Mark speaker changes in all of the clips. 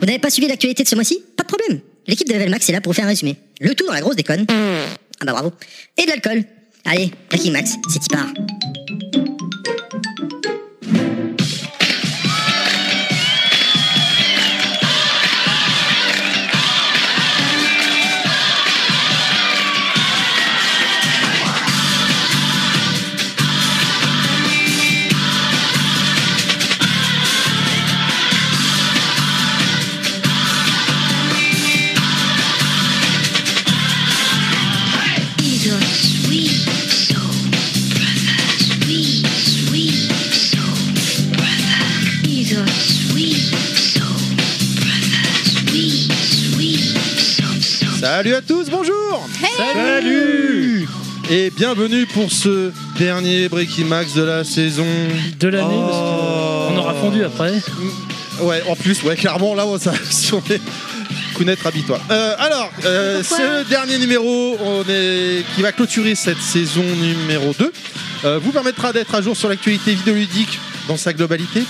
Speaker 1: Vous n'avez pas suivi l'actualité de ce mois-ci Pas de problème. L'équipe de Level Max est là pour vous faire un résumé. Le tout dans la grosse déconne. Ah bah bravo. Et de l'alcool. Allez, Lucky Max, c'est y part.
Speaker 2: Your sweet soul, brother. Sweet, sweet soul, brother. He's a sweet soul, brother. Sweet, sweet soul, soul.
Speaker 3: Salut à tous, bonjour Salut Et bienvenue pour ce dernier Breaking Max de la saison.
Speaker 4: de l'année.
Speaker 3: Oh.
Speaker 4: parce que On aura fondu après.
Speaker 3: Ouais, en plus, ouais, clairement, là, on- ça, si on est... Kounet, habille-toi. Euh, alors, euh, c'est le dernier numéro on est... qui va clôturer cette saison numéro 2. Euh, vous permettra d'être à jour sur l'actualité vidéoludique dans sa globalité.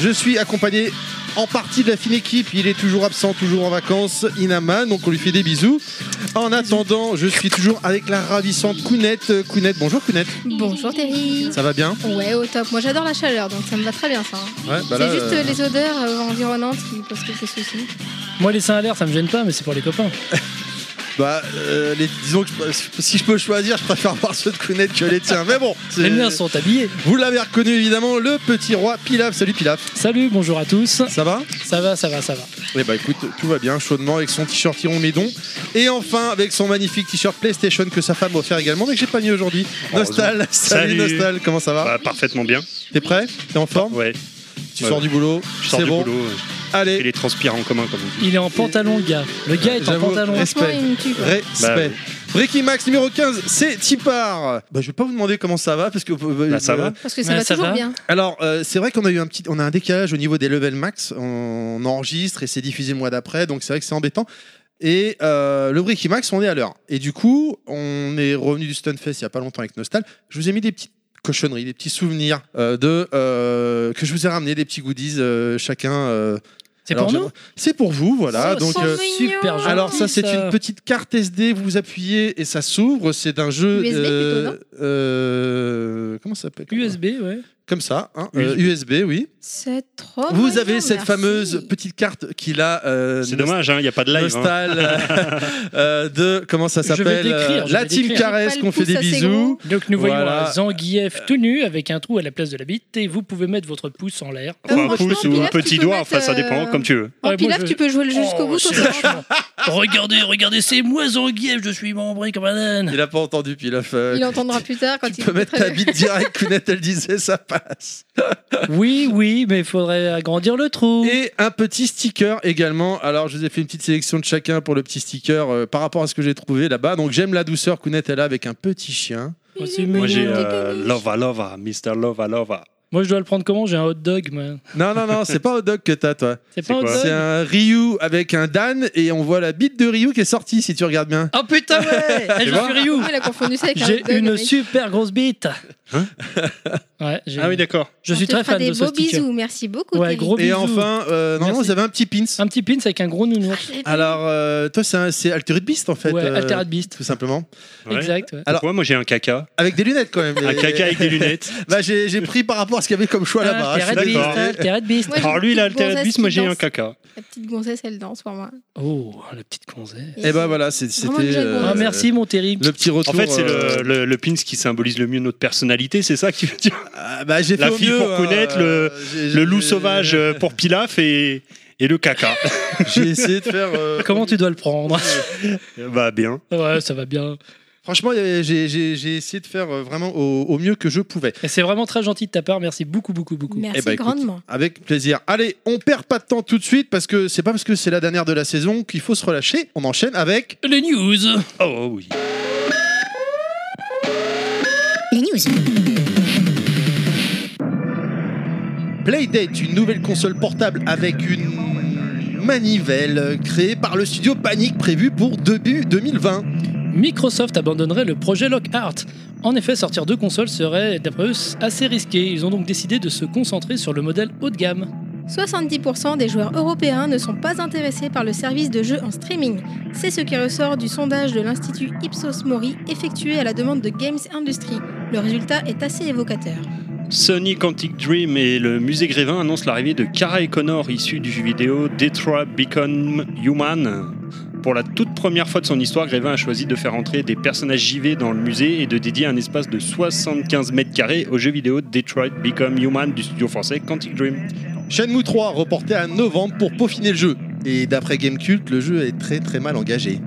Speaker 3: Je suis accompagné en partie de la fine équipe. Il est toujours absent, toujours en vacances. Inaman, donc on lui fait des bisous. En attendant, je suis toujours avec la ravissante Kounet. Euh, Kounet, bonjour Kounet.
Speaker 5: Bonjour Terry.
Speaker 3: Ça va bien
Speaker 5: Ouais, au top. Moi j'adore la chaleur, donc ça me va très bien ça.
Speaker 3: Ouais, bah là,
Speaker 5: c'est juste
Speaker 3: euh,
Speaker 5: euh, les odeurs euh, environnantes qui posent quelques soucis.
Speaker 4: Moi, les seins à l'air, ça me gêne pas, mais c'est pour les copains.
Speaker 3: Bah, euh, les- disons que je- si je peux choisir, je préfère voir ceux de Kounet que les tiens. Mais bon, c'est-
Speaker 4: Les miens sont habillés.
Speaker 3: vous l'avez reconnu évidemment, le petit roi Pilaf. Salut Pilaf,
Speaker 4: Salut, bonjour à tous.
Speaker 3: ça va
Speaker 4: Ça va, ça va, ça va.
Speaker 3: Eh bah écoute, tout va bien, chaudement avec son t-shirt Iron Médon. Et enfin, avec son magnifique t-shirt PlayStation que sa femme m'a offert également, mais que j'ai pas mis aujourd'hui. Nostal, salut,
Speaker 6: Salut.
Speaker 3: Nostal, comment ça va
Speaker 6: Bah, parfaitement bien.
Speaker 3: T'es prêt T'es en forme
Speaker 6: Ouais,
Speaker 3: Tu
Speaker 6: ouais.
Speaker 3: sors du boulot
Speaker 6: je sors
Speaker 3: C'est
Speaker 6: du
Speaker 3: bon
Speaker 6: boulot. euh, Et
Speaker 3: Allez,
Speaker 6: les transpires en commun, comme on dit.
Speaker 4: Il est en pantalon, le gars. Le gars est en
Speaker 3: J'avoue,
Speaker 4: pantalon.
Speaker 3: respect.
Speaker 5: Franchement, il me tue. quoi.
Speaker 6: Bah,
Speaker 3: Respect.
Speaker 6: ouais.
Speaker 3: Breaking Max numéro 15, c'est Tipar. Bah, je vais pas vous demander comment ça va parce que euh,
Speaker 6: Bah, ça va.
Speaker 5: Parce que ça
Speaker 4: Ouais,
Speaker 5: va
Speaker 4: ça
Speaker 5: toujours
Speaker 4: va.
Speaker 5: bien.
Speaker 3: Alors, euh, c'est vrai qu'on a eu un petit, on a un décalage au niveau des level max. On enregistre et c'est diffusé le mois d'après, donc c'est vrai que c'est embêtant. Et euh, le Bricky Max, on est à l'heure. Et du coup, on est revenu du Stunfest il y a pas longtemps avec Nostal. Je vous ai mis des petites cochonneries, des petits souvenirs euh, de euh, que je vous ai ramené des petits goodies euh, chacun. euh.
Speaker 4: C'est
Speaker 3: Alors,
Speaker 4: pour
Speaker 3: je-
Speaker 4: nous
Speaker 3: C'est pour vous, voilà.
Speaker 4: Oh,
Speaker 3: donc.
Speaker 4: c'est
Speaker 3: euh,
Speaker 4: super gentil,
Speaker 3: alors ça c'est une petite carte SD, vous vous appuyez et ça s'ouvre, c'est d'un jeu...
Speaker 5: USB plutôt,
Speaker 3: euh,
Speaker 5: non
Speaker 3: euh, comment ça s'appelle
Speaker 4: USB, ouais.
Speaker 3: Comme ça, hein,
Speaker 6: USB.
Speaker 3: euh, USB oui.
Speaker 5: C'est trop.
Speaker 3: Vous
Speaker 5: mignon,
Speaker 3: avez cette
Speaker 5: Oh, merci.
Speaker 3: fameuse petite carte qu'il a. euh,
Speaker 6: C'est dommage, il n'y a pas de live. hein.
Speaker 3: Nostal euh, euh, de comment ça
Speaker 4: Je vais
Speaker 3: s'appelle
Speaker 4: décrire,
Speaker 3: euh,
Speaker 4: je
Speaker 3: la
Speaker 4: vais
Speaker 3: team
Speaker 4: décrire.
Speaker 3: caresse
Speaker 5: J'ai pas
Speaker 3: qu'on
Speaker 5: le
Speaker 3: fait des
Speaker 5: pouce assez
Speaker 3: bisous
Speaker 5: gros.
Speaker 4: Donc nous voyez
Speaker 3: Voilà.
Speaker 4: un Euh, Zangief tout nu avec un trou à la place de la bite et vous pouvez mettre votre pouce en l'air.
Speaker 6: Ou un
Speaker 5: Euh, franchement,
Speaker 6: pouce ou un
Speaker 5: Pilaf, tu
Speaker 6: petit
Speaker 5: peux
Speaker 6: doigt,
Speaker 5: mettre,
Speaker 6: enfin ça
Speaker 5: euh,
Speaker 6: dépend, comme tu veux.
Speaker 5: En
Speaker 4: Ouais, moi,
Speaker 5: Pilaf,
Speaker 4: je-
Speaker 5: tu peux jouer le jusqu'au
Speaker 4: Oh,
Speaker 5: bout. toi,
Speaker 4: c'est
Speaker 5: ça
Speaker 4: vachement- regardez, regardez, c'est moi Zangief, je suis membré comme un âne.
Speaker 3: Il a pas entendu Pilaf. euh,
Speaker 5: Il entendra plus tard quand
Speaker 3: tu
Speaker 5: il
Speaker 3: peux mettre ta
Speaker 5: écoutera-
Speaker 3: bite direct, Kounet, elle disait, ça passe.
Speaker 4: Oui, oui, mais il faudrait agrandir le trou.
Speaker 3: Et un petit sticker également. Alors, je vous ai fait une petite sélection de chacun pour le petit sticker euh, par rapport à ce que j'ai trouvé là-bas. Donc, j'aime la douceur, Kounet, elle a avec un petit chien.
Speaker 4: Oh, c'est
Speaker 6: Moi j'ai
Speaker 4: mignon.
Speaker 6: euh, Lova Lova, Mr. Lova Lova.
Speaker 4: Moi, je dois le prendre comment J'ai un hot dog, moi.
Speaker 3: Non, non, non, c'est pas hot dog que t'as, toi.
Speaker 4: C'est pas un hot
Speaker 6: quoi
Speaker 4: dog
Speaker 3: C'est un Ryu avec un Dan et on voit la bite de Ryu qui est sortie si tu regardes bien.
Speaker 4: Oh putain ouais Eh,
Speaker 3: Tu
Speaker 4: Je
Speaker 3: vois
Speaker 4: suis Ryu
Speaker 5: Ah, Il a confondu ça avec un
Speaker 4: J'ai
Speaker 5: hot dog,
Speaker 4: une
Speaker 5: le mec.
Speaker 4: super grosse bite
Speaker 3: Hein
Speaker 4: Ouais, j'ai-
Speaker 3: Ah
Speaker 6: d'accord.
Speaker 4: je suis
Speaker 5: On te
Speaker 4: très
Speaker 5: fera
Speaker 4: fan de
Speaker 5: des
Speaker 4: ce
Speaker 5: beaux
Speaker 4: sticker.
Speaker 5: bisous. Merci beaucoup.
Speaker 4: Ouais,
Speaker 5: Terry.
Speaker 4: gros
Speaker 3: Et
Speaker 4: bisous.
Speaker 3: enfin, euh, non, non,
Speaker 4: Merci.
Speaker 3: vous avez un petit pins.
Speaker 4: Un petit pins avec un gros nounours.
Speaker 3: Alors, euh, toi, c'est un- c'est Altered Beast en fait.
Speaker 4: ouais,
Speaker 3: euh, Ah,
Speaker 4: Altered Beast.
Speaker 3: Tout simplement.
Speaker 4: Exact. ouais.
Speaker 3: Alors-
Speaker 6: Alors, moi j'ai un caca,
Speaker 3: Avec des lunettes quand même.
Speaker 6: un
Speaker 3: Et-
Speaker 6: caca avec des lunettes.
Speaker 3: Bah, j'ai j'ai pris par rapport à ce qu'il y avait comme choix là-bas. hein, je
Speaker 4: Altered
Speaker 3: suis
Speaker 4: Ah, Beast,
Speaker 3: d'accord.
Speaker 4: Altered Beast.
Speaker 5: Ouais. j'ai
Speaker 6: Alors
Speaker 5: une
Speaker 6: lui il a le
Speaker 5: petite gonzesse
Speaker 6: Teletubbies, moi
Speaker 5: qui
Speaker 6: j'ai un
Speaker 5: danse.
Speaker 6: caca.
Speaker 5: La petite gonzesse, elle danse pour moi.
Speaker 4: Oh, la petite conseil.
Speaker 3: Et bah voilà, c'est-
Speaker 5: Vraiment une
Speaker 3: c'était.
Speaker 5: jolie
Speaker 4: Ah,
Speaker 5: Euh,
Speaker 4: merci, mon Terry.
Speaker 3: Le petit
Speaker 6: En
Speaker 3: retour.
Speaker 6: fait, c'est
Speaker 3: euh,
Speaker 6: le, le, le pins qui symbolise le mieux notre personnalité, c'est ça que tu veux dire
Speaker 3: ah, bah, j'ai
Speaker 6: la
Speaker 3: fait au
Speaker 6: fille
Speaker 3: mieux,
Speaker 6: pour
Speaker 3: hein,
Speaker 6: connaître,
Speaker 3: euh, j'ai-
Speaker 6: Le loup
Speaker 3: j'ai-
Speaker 6: sauvage euh, pour Pilaf et, et le caca.
Speaker 3: J'ai essayé de faire. euh,
Speaker 4: Comment tu dois le prendre
Speaker 6: bah bien.
Speaker 4: Ouais, ça va bien.
Speaker 3: Franchement, euh, j'ai j'ai- j'ai essayé de faire euh, vraiment au, au mieux que je pouvais.
Speaker 4: Et C'est vraiment très gentil de ta part. Merci beaucoup, beaucoup, beaucoup.
Speaker 5: Merci
Speaker 3: Eh bah, écoute.
Speaker 5: grandement.
Speaker 3: Avec plaisir. Allez, on perd pas de temps tout de suite parce que c'est pas parce que c'est la dernière de la saison qu'il faut se relâcher. On enchaîne avec.
Speaker 4: Les news.
Speaker 6: Oh oui.
Speaker 1: Les news.
Speaker 3: Playdate, une nouvelle console portable avec une manivelle créée par le studio Panic prévue pour début 2020.
Speaker 4: Microsoft abandonnerait le projet Lockhart. En effet, sortir deux consoles serait, d'après eux, assez risqué. Ils ont donc décidé de se concentrer sur le modèle haut de gamme.
Speaker 5: 70% des joueurs européens ne sont pas intéressés par le service de jeu en streaming. C'est ce qui ressort du sondage de l'Institut Ipsos Mori effectué à la demande de Games Industry. Le résultat est assez évocateur.
Speaker 6: Sony Quantic Dream et le musée Grévin annoncent l'arrivée de Kara et Connor, issus du jeu vidéo Detroit Become Human. Pour la toute première fois de son histoire, Grévin a choisi de faire entrer des personnages JV dans le musée et de dédier un espace de 75 mètres carrés au jeu vidéo Detroit Become Human du studio français Quantic Dream.
Speaker 3: Shenmue 3 reporté à novembre pour peaufiner le jeu. Et d'après Gamecult, le jeu est très très mal engagé.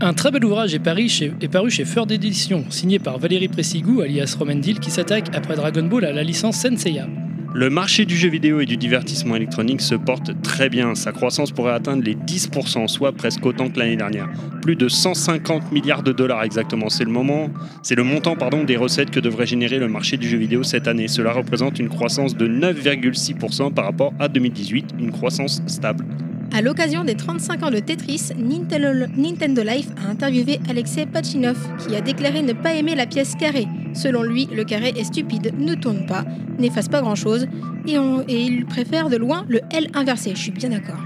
Speaker 4: Un très bel ouvrage est, paru chez, est paru chez Fur d'édition, signé par Valérie Pressigou, alias Roman Deal, qui s'attaque après Dragon Ball à la licence Senseiya.
Speaker 6: Le marché du jeu vidéo et du divertissement électronique se porte très bien. Sa croissance pourrait atteindre les 10%, soit presque autant que l'année dernière. Plus de 150 milliards de dollars exactement. C'est le moment, c'est le montant pardon, des recettes que devrait générer le marché du jeu vidéo cette année. Cela représente une croissance de 9,6% par rapport à 2018, une croissance stable.
Speaker 5: À l'occasion des 35 ans de Tetris, Nintendo, Nintendo Life a interviewé Alexei Pachinov, qui a déclaré ne pas aimer la pièce carrée. Selon lui, le carré est stupide, ne tourne pas, n'efface pas grand-chose, et, on- et il préfère de loin le L inversé. Je suis bien d'accord.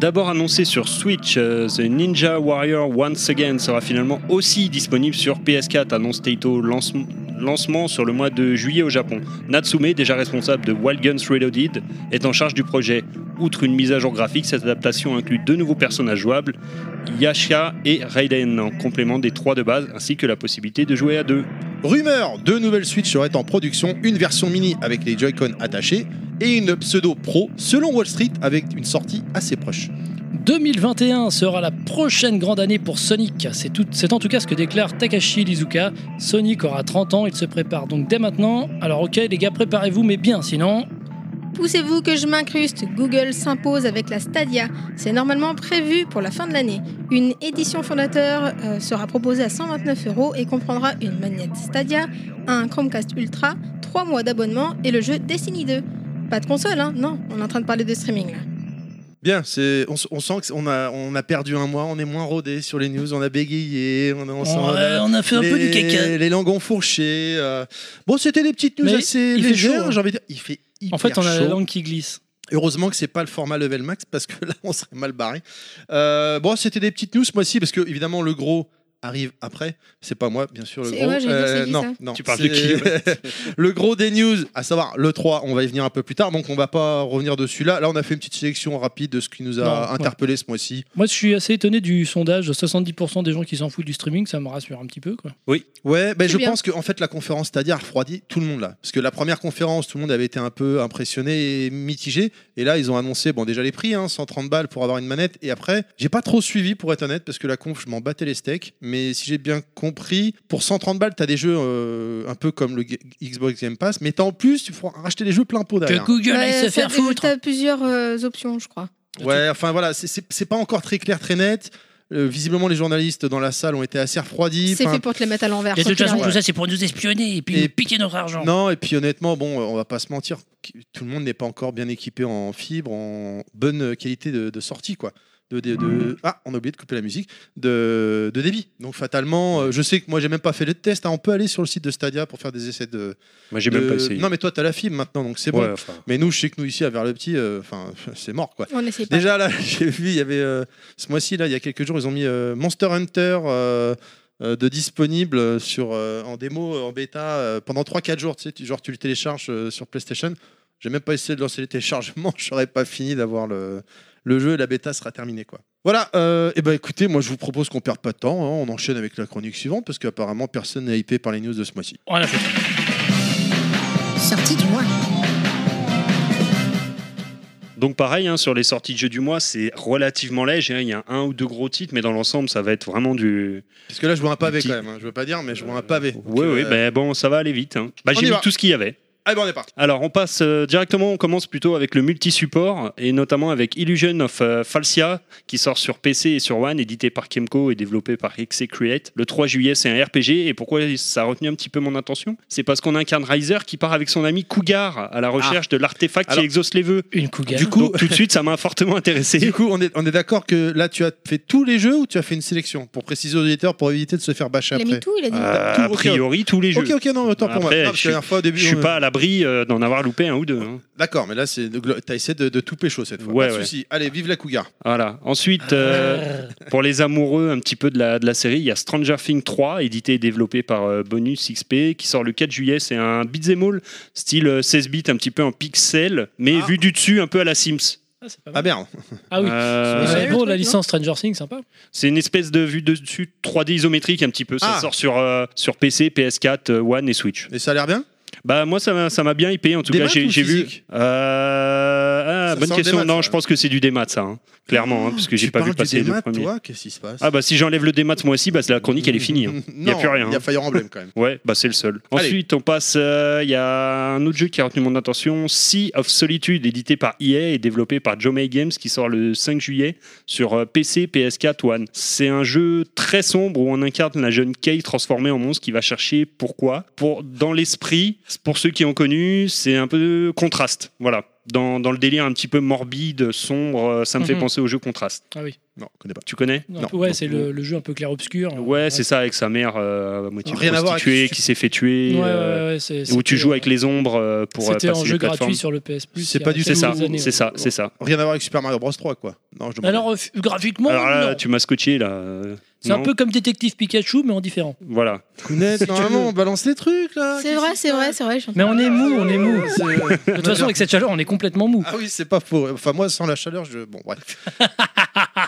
Speaker 6: D'abord annoncé sur Switch, euh, The Ninja Warrior Once Again sera finalement aussi disponible sur PS4, annonce Taito lance- lancement sur le mois de juillet au Japon. Natsume, déjà responsable de Wild Guns Reloaded, est en charge du projet. Outre une mise à jour graphique, cette adaptation inclut deux nouveaux personnages jouables, Yasha et Raiden, en complément des trois de base, ainsi que la possibilité de jouer à deux.
Speaker 3: Rumeur, deux nouvelles Switch seraient en production, une version mini avec les Joy-Con attachés et une pseudo pro selon Wall Street avec une sortie assez proche.
Speaker 4: 2021 sera la prochaine grande année pour Sonic. C'est tout- c'est en tout cas ce que déclare Takashi Lizuka. Sonic aura 30 ans, il se prépare donc dès maintenant. Alors ok les gars, préparez-vous, mais bien, sinon...
Speaker 5: Poussez-vous que je m'incruste, Google s'impose avec la Stadia. C'est normalement prévu pour la fin de l'année. Une édition fondateur euh, sera proposée à 129 euros et comprendra une magnette Stadia, un Chromecast Ultra, 3 mois d'abonnement et le jeu Destiny 2. Pas de console, hein Non, on est en train de parler de streaming là.
Speaker 3: Bien, c'est, on, s- on sent qu'on a, on a perdu un mois, on est moins rodé sur les news, on a bégayé, on, a- on s'en-
Speaker 4: a fait
Speaker 3: les- Les langues enfourchées. euh. Bon, c'était des petites news
Speaker 4: Mais
Speaker 3: assez
Speaker 4: il fait
Speaker 3: légères,
Speaker 4: chaud, hein.
Speaker 3: j'ai envie de dire. Il fait hyper
Speaker 4: En fait, on a la
Speaker 3: chaud.
Speaker 4: langue qui glisse.
Speaker 3: Heureusement que c'est pas le format level max parce que là on serait mal barré. Euh, bon, c'était des petites news ce mois-ci parce que évidemment le gros arrive après. C'est pas moi, bien sûr le
Speaker 5: C'est-
Speaker 3: gros. Euh,
Speaker 5: ouais, j'allais dire, c'est qui,
Speaker 3: non,
Speaker 5: ça
Speaker 3: non.
Speaker 6: Tu parles de
Speaker 3: c'est-
Speaker 6: qui, ouais.
Speaker 3: Le gros des news, à savoir le 3, on va y venir un peu plus tard, donc on va pas revenir dessus là. Là, on a fait une petite sélection rapide de ce qui nous a
Speaker 4: Non, ouais.
Speaker 3: interpellé ce mois-ci.
Speaker 4: Moi, je suis assez étonné du sondage. 70% des gens qui s'en foutent du streaming, ça me rassure un petit peu. Quoi.
Speaker 3: Ouais, ben
Speaker 5: C'est
Speaker 3: je
Speaker 5: bien.
Speaker 3: pense que en fait la conférence Stadia a refroidi tout le monde là, parce que la première conférence, tout le monde avait été un peu impressionné et mitigé, et là ils ont annoncé bon déjà les prix, hein, 130 balles pour avoir une manette, et après j'ai pas trop suivi pour être honnête, parce que la conf je m'en battais les steaks, mais si j'ai bien compris, pour 130 balles t'as des jeux euh, un peu comme le G- Xbox Game Pass, mais t'as en plus tu pourras racheter des jeux plein pot derrière.
Speaker 4: Google
Speaker 5: Ouais, ça- T'as plusieurs euh, options, je crois.
Speaker 3: Ouais, enfin voilà, c'est- c'est c'est pas encore très clair, très net. Euh, visiblement les journalistes dans la salle ont été assez refroidis.
Speaker 5: C'est
Speaker 3: Enfin,
Speaker 5: fait pour te les mettre à l'envers. quoi qu'il arrive.
Speaker 4: ça, c'est pour nous espionner et puis
Speaker 3: Et- nous
Speaker 4: piquer notre argent.
Speaker 3: Non, et puis honnêtement, bon, euh, on va pas se mentir, qui- tout le monde n'est pas encore bien équipé en fibre, en bonne qualité de, de sortie, quoi. De, de- de- Ah, on a oublié de couper la musique, de, de débit. Donc fatalement, euh, je sais que moi j'ai même pas fait le test, hein, on peut aller sur le site de Stadia pour faire des essais de...
Speaker 6: Moi, j'ai
Speaker 3: de-
Speaker 6: même pas essayé.
Speaker 3: Non mais toi t'as la fibre maintenant, donc c'est
Speaker 6: Ouais,
Speaker 3: bon.
Speaker 6: enfin,
Speaker 3: Mais nous, je sais que nous ici, à Vers le Petit, euh, enfin, c'est mort, quoi.
Speaker 5: On n'essaie pas.
Speaker 3: Déjà là, j'ai vu, il y avait euh, ce mois-ci là, il y a quelques jours, ils ont mis euh, Monster Hunter euh, euh, de disponible sur euh, en démo, euh, en bêta euh, pendant 3-4 jours. Tu sais, tu- genre tu le télécharges euh, sur PlayStation. J'ai même pas essayé de lancer les téléchargements. J'aurais pas fini d'avoir le le jeu. La bêta sera terminée quoi. Voilà. et ben écoutez, moi je vous propose qu'on perde pas de temps. hein. on enchaîne avec la chronique suivante parce qu'apparemment personne n'est hypé par les news de ce mois-ci.
Speaker 4: On a fait.
Speaker 1: Sortie du mois.
Speaker 6: Donc pareil, hein, sur les sorties de jeux du mois, c'est relativement léger. hein. Il y a un ou deux gros titres, mais dans l'ensemble, ça va être vraiment du...
Speaker 3: Parce que là je vois un pavé
Speaker 6: Petit- Euh,
Speaker 3: quand même. hein. Je veux pas dire, mais je vois un pavé.
Speaker 6: Oui, oui,
Speaker 3: Euh,
Speaker 6: ben bon, ça va aller vite. hein. Bah,
Speaker 3: On
Speaker 6: j'ai
Speaker 3: y
Speaker 6: mis
Speaker 3: va.
Speaker 6: tout ce qu'il y avait.
Speaker 3: Allez, bon, on est parti.
Speaker 6: Alors, on passe euh, directement, on commence plutôt avec le multi-support, et notamment avec Illusion of euh, Falsia, qui sort sur PC et sur One, édité par Kemco et développé par XC Create. Le 3 juillet, c'est un RPG, et pourquoi ça a retenu un petit peu mon attention C'est parce qu'on incarne Riser qui part avec son ami Cougar à la recherche de l'artefact qui
Speaker 3: Ah. Alors-
Speaker 6: exauce les vœux.
Speaker 4: Une cougar.
Speaker 3: Du coup-
Speaker 6: Donc, tout de suite, ça m'a fortement
Speaker 3: Du
Speaker 6: intéressé.
Speaker 3: coup, on est, on est d'accord que là, tu as fait tous les jeux ou tu as fait une sélection Pour préciser aux auditeurs, pour éviter de se faire bâcher
Speaker 5: Il a
Speaker 3: après.
Speaker 5: mis tout, il a dit.
Speaker 6: Euh, a priori, tous les jeux.
Speaker 3: Ok, ok, non, autant pour moi.
Speaker 6: Après,
Speaker 3: Non, parce
Speaker 6: je
Speaker 3: que la dernière fois, au début,
Speaker 6: Je suis
Speaker 3: on-
Speaker 6: pas à l'abri euh, d'en avoir loupé un ou deux. hein.
Speaker 3: D'accord, mais là, c'est t'as essayé de, de tout pécho cette fois.
Speaker 6: Ouais,
Speaker 3: pas de
Speaker 6: ouais.
Speaker 3: souci. Allez, vive la cougar.
Speaker 6: Voilà. Ensuite, euh, pour les amoureux un petit peu de la, de la série, il y a Stranger Things 3, édité et développé par euh, Bonus XP, qui sort le 4 juillet. C'est un beat'em all, style euh, 16 bits, un petit peu en pixel, mais
Speaker 3: Ah.
Speaker 6: vu du dessus, un peu à la Sims.
Speaker 4: Ah, c'est pas
Speaker 3: Ah
Speaker 4: mal.
Speaker 3: merde.
Speaker 4: Ah oui.
Speaker 6: Euh,
Speaker 4: C'est
Speaker 5: Ouais.
Speaker 4: beau,
Speaker 5: Le
Speaker 4: la
Speaker 5: truc,
Speaker 4: licence Stranger Things, sympa.
Speaker 6: c'est une espèce de vue de dessus 3D isométrique un petit peu. Ça
Speaker 3: Ah.
Speaker 6: sort sur, euh, sur PC, PS4, euh, One et Switch.
Speaker 3: Et ça a l'air bien
Speaker 6: Bah moi ça m'a- ça m'a bien hypé en tout
Speaker 3: Des
Speaker 6: cas
Speaker 3: maths
Speaker 6: j'ai
Speaker 3: ou
Speaker 6: j'ai vu.
Speaker 3: physique
Speaker 6: Euh, ah,
Speaker 3: Ça
Speaker 6: bonne
Speaker 3: sort des
Speaker 6: question.
Speaker 3: maths,
Speaker 6: non
Speaker 3: ça. Ah,
Speaker 6: je pense que c'est du démat ça, hein. clairement hein, parce que j'ai
Speaker 3: Tu
Speaker 6: pas
Speaker 3: parles
Speaker 6: vu
Speaker 3: du
Speaker 6: passer les deux
Speaker 3: démat,
Speaker 6: premiers.
Speaker 3: toi Qu'est-ce qui se passe
Speaker 6: Ah bah si j'enlève le démat ce mois-ci, bah, la chronique elle est finie. hein.
Speaker 3: Il
Speaker 6: y a plus rien,
Speaker 3: Il y a
Speaker 6: hein.
Speaker 3: Fire Emblem quand même.
Speaker 6: Ouais, bah c'est le seul.
Speaker 3: Allez.
Speaker 6: Ensuite, on passe. euh, Il y a un autre jeu qui a retenu mon attention, Sea of Solitude, édité par EA et développé par Jomei Games, qui sort le 5 juillet sur euh, PC, PS4, One. C'est un jeu très sombre où on incarne la jeune Kay transformée en monstre qui va chercher pourquoi. Pour dans l'esprit, pour ceux qui ont connu, c'est un peu contraste. Voilà. Dans, dans le délire un petit peu morbide, sombre, euh, ça me fait
Speaker 4: Mhm.
Speaker 6: penser au jeu Contraste.
Speaker 4: Ah oui.
Speaker 3: Non, je connais pas.
Speaker 6: Tu connais
Speaker 4: Un
Speaker 3: Non.
Speaker 4: peu- ouais, c'est le, le jeu un peu clair-obscur.
Speaker 6: euh, Ouais, c'est ça, avec sa mère euh, à moitié
Speaker 3: Rien à voir avec
Speaker 6: prostituée,
Speaker 3: ce que
Speaker 6: qui s'est fait tuer.
Speaker 4: Ouais, ouais,
Speaker 6: euh,
Speaker 4: ouais, c'est-
Speaker 6: où tu
Speaker 4: c'était-
Speaker 6: joues avec les ombres euh, pour euh, passer
Speaker 4: C'était en jeu
Speaker 6: les plateformes.
Speaker 4: gratuit sur le PS Plus.
Speaker 3: C'est
Speaker 4: il y
Speaker 3: pas
Speaker 4: a
Speaker 3: du tout.
Speaker 6: C'est ça,
Speaker 4: quelques années,
Speaker 6: c'est ça,
Speaker 4: ouais.
Speaker 6: c'est ça.
Speaker 3: Rien à voir avec Super Mario Bros 3, quoi. Non, je demande.
Speaker 4: Alors, euh, f- graphiquement,
Speaker 6: Alors là,
Speaker 4: non.
Speaker 6: tu m'as scotché là. euh,
Speaker 4: c'est un
Speaker 6: non
Speaker 4: peu comme Détective Pikachu, mais en différent.
Speaker 6: Voilà.
Speaker 3: Kounet, normalement, on balance les trucs là.
Speaker 5: C'est vrai, c'est vrai, c'est vrai. je suis en train
Speaker 4: Mais on est mou, on est mou.
Speaker 3: C'est-
Speaker 4: De toute façon, avec cette chaleur, on est complètement mou.
Speaker 3: Ah oui, c'est pas faux. Enfin, moi, sans la chaleur, je. Bon, bref.
Speaker 4: Ah.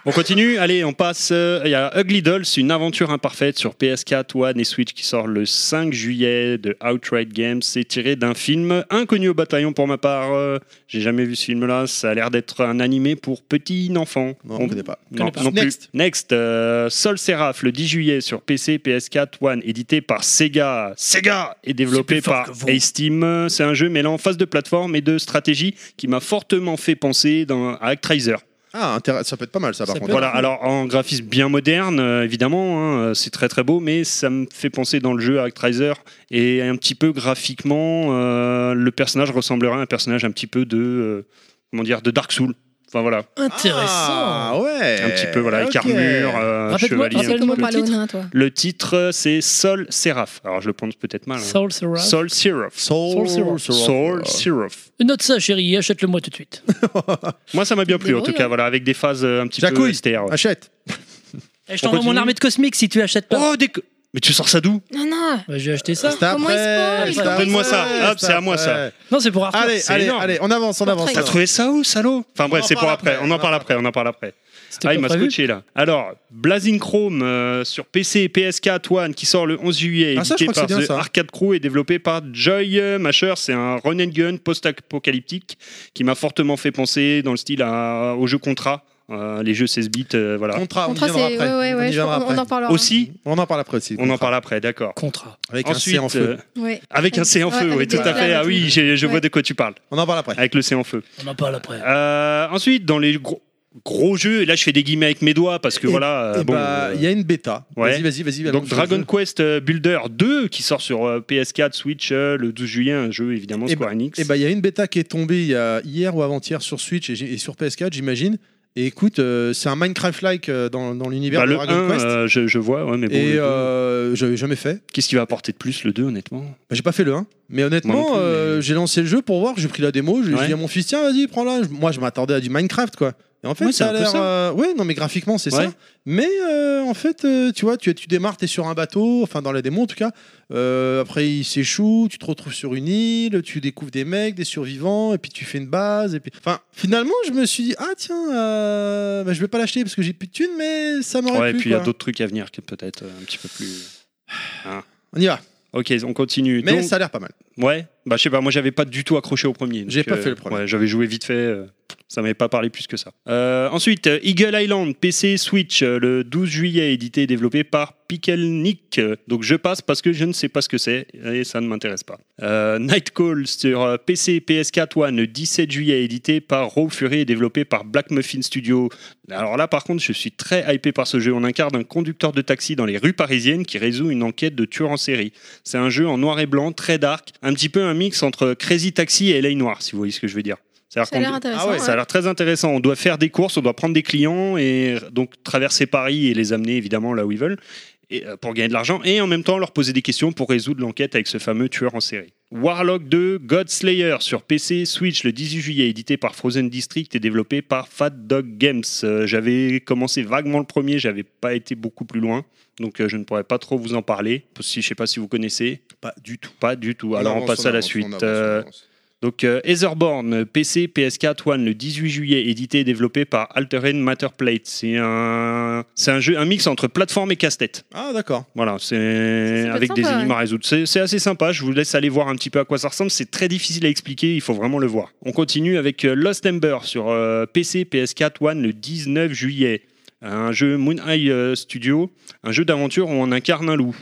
Speaker 6: On continue. Allez, on passe. euh, Il y a Ugly Dolls, une aventure imparfaite sur PS4, One et Switch qui sort le 5 juillet de Outright Games. C'est tiré d'un film inconnu au bataillon pour ma part. euh, J'ai jamais vu ce film-là. Ça a l'air d'être un animé pour petits enfants.
Speaker 3: Non,
Speaker 6: On-
Speaker 3: on connaît pas.
Speaker 6: Non,
Speaker 4: Connais pas.
Speaker 6: non plus.
Speaker 3: Next.
Speaker 6: Next, euh, Sol Seraph, le 10 juillet sur PC, PS4, One, édité par Sega. Sega est développé
Speaker 4: C'est plus fort que
Speaker 6: par
Speaker 4: vous.
Speaker 6: Ace Team. C'est un jeu mêlant phase de plateforme et de stratégie qui m'a fortement fait penser dans, à Actraiser.
Speaker 3: Ah, intéress- ça peut être pas mal, ça, par
Speaker 4: Ça
Speaker 3: contre.
Speaker 4: peut
Speaker 6: Voilà, alors en graphisme bien moderne, euh, évidemment, hein, euh, c'est très très beau, mais ça me fait penser dans le jeu à Actraiser. Et un petit peu graphiquement, euh, le personnage ressemblerait à un personnage un petit peu de, euh, comment dire, de Dark Soul. Enfin voilà,
Speaker 4: Intéressant.
Speaker 3: Ah ouais.
Speaker 6: un petit peu voilà, avec
Speaker 3: Ok.
Speaker 6: armure, euh,
Speaker 4: Eh, Rappelle-moi-
Speaker 6: chevalier. un
Speaker 3: hein.
Speaker 5: Comment
Speaker 4: Le
Speaker 5: parler au
Speaker 4: titre.
Speaker 5: nain, toi
Speaker 6: Le titre, euh, c'est Sol Seraph. Alors, je le prononce peut-être mal. hein.
Speaker 4: Soul Seraph.
Speaker 6: Sol Seraph.
Speaker 3: Soul,
Speaker 4: Soul
Speaker 6: Sol Seraph.
Speaker 4: Note ça, chérie, achète-le moi tout de suite.
Speaker 6: Moi, ça m'a bien plu, en tout
Speaker 5: Débrouille,
Speaker 6: cas,
Speaker 5: hein.
Speaker 6: voilà, avec des phases euh, un petit peu
Speaker 3: Jacouille.
Speaker 6: STR. ouais.
Speaker 3: Achète.
Speaker 4: Et Eh, je
Speaker 6: On
Speaker 4: t'envoie mon
Speaker 6: continue
Speaker 4: armée de cosmiques si tu achètes pas.
Speaker 6: Oh, des... co- Mais tu sors ça d'où
Speaker 5: Non,
Speaker 3: Ah,
Speaker 5: non.
Speaker 4: Bah, j'ai acheté ça.
Speaker 3: C'est après.
Speaker 5: Comment il spoil,
Speaker 3: c'est
Speaker 5: comment
Speaker 3: après.
Speaker 5: il Donne-moi
Speaker 6: ça.
Speaker 3: Ouais,
Speaker 6: Hop, c'est à moi, ça.
Speaker 3: après.
Speaker 4: Non, c'est pour Arthur.
Speaker 3: Allez,
Speaker 6: C'est
Speaker 3: allez,
Speaker 6: énorme.
Speaker 3: allez, on avance, on avance.
Speaker 5: Portrait.
Speaker 6: T'as trouvé ça où, salaud Enfin bref,
Speaker 3: en
Speaker 6: c'est pour
Speaker 3: parle
Speaker 6: après.
Speaker 3: après,
Speaker 6: On
Speaker 3: on
Speaker 6: en
Speaker 3: en
Speaker 6: parle après, on en parle après.
Speaker 4: C'était
Speaker 6: Ah,
Speaker 4: pas
Speaker 6: il m'a
Speaker 4: prévu.
Speaker 6: scotché là. Alors, Blazing Chrome euh, sur PC et PS4 One qui sort le 11 juillet,
Speaker 3: Ah, ça,
Speaker 6: édité
Speaker 3: je crois que
Speaker 6: par
Speaker 3: c'est bien,
Speaker 6: The
Speaker 3: ça.
Speaker 6: Arcade Crew et développé par Joy euh, Masher. C'est un run and gun post-apocalyptique qui m'a fortement fait penser dans le style à- au jeu Contra, euh, les jeux 16 bits. euh, voilà.
Speaker 3: Contrat, on y
Speaker 5: Contrat,
Speaker 3: viendra
Speaker 5: c'est.
Speaker 3: après.
Speaker 5: Ouais, ouais,
Speaker 3: on, y
Speaker 5: ouais. je-
Speaker 3: viendra
Speaker 5: On on en
Speaker 3: après.
Speaker 5: parlera. hein.
Speaker 6: Aussi,
Speaker 3: on en parle après aussi.
Speaker 6: on en
Speaker 3: contrat.
Speaker 6: parle après, d'accord.
Speaker 4: Contrat.
Speaker 3: Avec
Speaker 6: Ensuite,
Speaker 3: un C en feu.
Speaker 6: euh,
Speaker 5: Ouais.
Speaker 6: avec un C en
Speaker 5: Ouais,
Speaker 6: feu,
Speaker 5: avec
Speaker 6: oui,
Speaker 5: des
Speaker 6: tout à fait.
Speaker 5: flammes et
Speaker 6: Ah
Speaker 5: tout.
Speaker 6: oui, j'ai- je vois
Speaker 5: Ouais.
Speaker 6: de quoi tu parles.
Speaker 3: On en parle après.
Speaker 6: Avec le C en feu.
Speaker 4: On en parle après.
Speaker 6: Euh, ensuite, dans les gros, gros jeux, et là je fais des guillemets avec mes doigts parce que
Speaker 3: Et-
Speaker 6: voilà. euh,
Speaker 3: Eh
Speaker 6: bon,
Speaker 3: bah,
Speaker 6: euh,
Speaker 3: il y a une bêta.
Speaker 6: ouais.
Speaker 3: Vas-y, vas-y, vas-y.
Speaker 6: donc
Speaker 3: allons-y.
Speaker 6: Dragon Quest euh, Builder 2 qui sort sur euh, PS4, Switch euh, le 12 juillet, un jeu évidemment
Speaker 3: Eh
Speaker 6: Square Enix.
Speaker 3: Eh ben, il y a une bêta qui est tombée il y a- hier ou avant-hier sur Switch et, j- et sur PS4, j'imagine. Et écoute, euh, c'est un Minecraft-like euh, dans, dans l'univers
Speaker 6: Bah,
Speaker 3: de
Speaker 6: le
Speaker 3: Dragon
Speaker 6: 1,
Speaker 3: Quest.
Speaker 6: euh, je, je vois, ouais, mais bon, le
Speaker 3: et
Speaker 6: deux,
Speaker 3: euh, j'avais jamais fait.
Speaker 6: qu'est-ce qu'il va apporter de plus le 2 honnêtement
Speaker 3: Bah, j'ai pas fait le 1. Mais
Speaker 6: Moi non
Speaker 3: honnêtement,
Speaker 6: plus,
Speaker 3: euh,
Speaker 6: mais-
Speaker 3: j'ai lancé le jeu pour voir, j'ai pris la démo, j'ai
Speaker 6: Ouais.
Speaker 3: j'ai dit à mon fils, tiens, vas-y, prends-la. Je- Moi, je m'attendais à du Minecraft, quoi. Et en fait,
Speaker 6: Ouais, c'est
Speaker 3: ça a
Speaker 6: un peu
Speaker 3: l'air.
Speaker 6: ça.
Speaker 3: euh, Ouais, non, mais graphiquement, c'est
Speaker 6: Ouais.
Speaker 3: ça. Mais euh, en fait, euh, tu vois, tu, tu démarres, t'es sur un bateau, enfin, dans la démo en tout cas. Euh, après, il s'échoue, tu te retrouves sur une île, tu découvres des mecs, des survivants, et puis tu fais une base. Et puis... Enfin, finalement, je me suis dit, ah, tiens, euh, bah, je vais pas l'acheter parce que j'ai plus de thunes, mais ça m'aurait
Speaker 6: Ouais, et
Speaker 3: plu.
Speaker 6: puis il y a
Speaker 3: quoi.
Speaker 6: d'autres trucs à venir qui est peut-être euh, un petit peu plus.
Speaker 3: On y va.
Speaker 6: Ok, on continue.
Speaker 3: Mais
Speaker 6: Donc-
Speaker 3: ça a l'air pas mal.
Speaker 6: Ouais, Bah, je sais pas, moi j'avais pas du tout accroché au premier. donc, euh,
Speaker 3: J'ai pas fait le premier.
Speaker 6: ouais, j'avais joué vite fait, euh, ça m'avait pas parlé plus que ça. Euh, ensuite, euh, Eagle Island, PC, Switch, euh, le 12 juillet, édité et développé par Pikelnik. Euh, Donc je passe parce que je ne sais pas ce que c'est et ça ne m'intéresse pas. Euh, Nightcall sur euh, PC, PS4 One, le 17 juillet, édité par Raw Fury et développé par Black Muffin Studio. Alors là, par contre, je suis très hypé par ce jeu. On incarne un conducteur de taxi dans les rues parisiennes qui résout une enquête de tueur en série. C'est un jeu en noir et blanc, très dark, un petit peu un mix entre Crazy Taxi et LA Noir, si vous voyez ce que je veux dire. C'est-à-dire
Speaker 5: Ça a
Speaker 6: qu'on-
Speaker 5: l'air intéressant.
Speaker 3: Ah ouais,
Speaker 6: ça a l'air très intéressant. On doit faire des courses, on doit prendre des clients et donc traverser Paris et les amener évidemment là où ils veulent et, euh, pour gagner de l'argent et en même temps leur poser des questions pour résoudre l'enquête avec ce fameux tueur en série. Warlock 2 God Slayer sur PC, Switch le 18 juillet, édité par Frozen District et développé par Fat Dog Games. Euh, j'avais commencé vaguement le premier, j'avais pas été beaucoup plus loin, donc euh, je ne pourrais pas trop vous en parler. Si je sais pas si vous connaissez,
Speaker 3: Pas du tout.
Speaker 6: pas du tout. bah, Alors on,
Speaker 3: avance,
Speaker 6: passe à la
Speaker 3: avance, on
Speaker 6: suite.
Speaker 3: avance, on
Speaker 6: Euh,
Speaker 3: avance.
Speaker 6: donc euh, Etherborn, PC, PS4, One, le 18 juillet, édité et développé par Altered Matter Plate. C'est un, c'est un jeu, un mix entre plateforme et casse-tête.
Speaker 3: Ah d'accord.
Speaker 6: Voilà,
Speaker 5: Ça, ça
Speaker 6: c'est
Speaker 5: peut
Speaker 6: avec
Speaker 5: être
Speaker 6: des
Speaker 5: sympa,
Speaker 6: énigmes
Speaker 5: ouais.
Speaker 6: à résoudre. C'est c'est assez sympa. Je vous laisse aller voir un petit peu à quoi ça ressemble. C'est très difficile à expliquer. Il faut vraiment le voir. On continue avec euh, Lost Ember sur euh, PC, PS4, One le 19 juillet. Un jeu Moon Eye euh, Studio, un jeu d'aventure où on incarne un loup.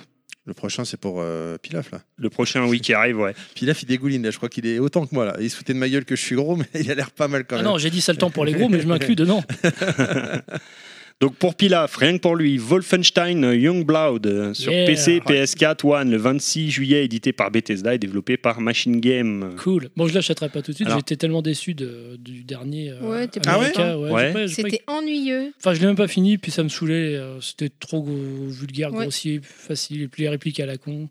Speaker 3: Le prochain c'est pour euh, Pilaf là.
Speaker 6: Le prochain week qui arrive, ouais.
Speaker 3: Pilaf il dégouline là, je crois qu'il est autant que moi là. Il se foutait de ma gueule que je suis gros mais il a l'air pas mal quand
Speaker 4: Ah
Speaker 3: même.
Speaker 4: non, j'ai dit sale temps pour les gros, mais je m'inclus dedans.
Speaker 6: Donc pour Pilaf, rien que pour lui, Wolfenstein euh, Youngblood euh, sur
Speaker 4: Yeah.
Speaker 6: PC, PS4, One, le 26 juillet, édité par Bethesda et développé par Machine Game.
Speaker 4: Cool. Bon, je l'achèterai pas tout de suite.
Speaker 6: Alors-
Speaker 4: J'étais tellement déçu de- du dernier. euh,
Speaker 5: Ouais, t'es
Speaker 3: pas
Speaker 4: America.
Speaker 5: content.
Speaker 4: Ouais,
Speaker 6: Ouais.
Speaker 4: j'ai pas- j'ai pas- Ah,
Speaker 5: C'était ennuyeux.
Speaker 4: Enfin, je l'ai même pas fini, puis ça me saoulait. euh, C'était trop gros- vulgaire,
Speaker 5: Ouais.
Speaker 4: grossier, facile, et puis les répliques à la con.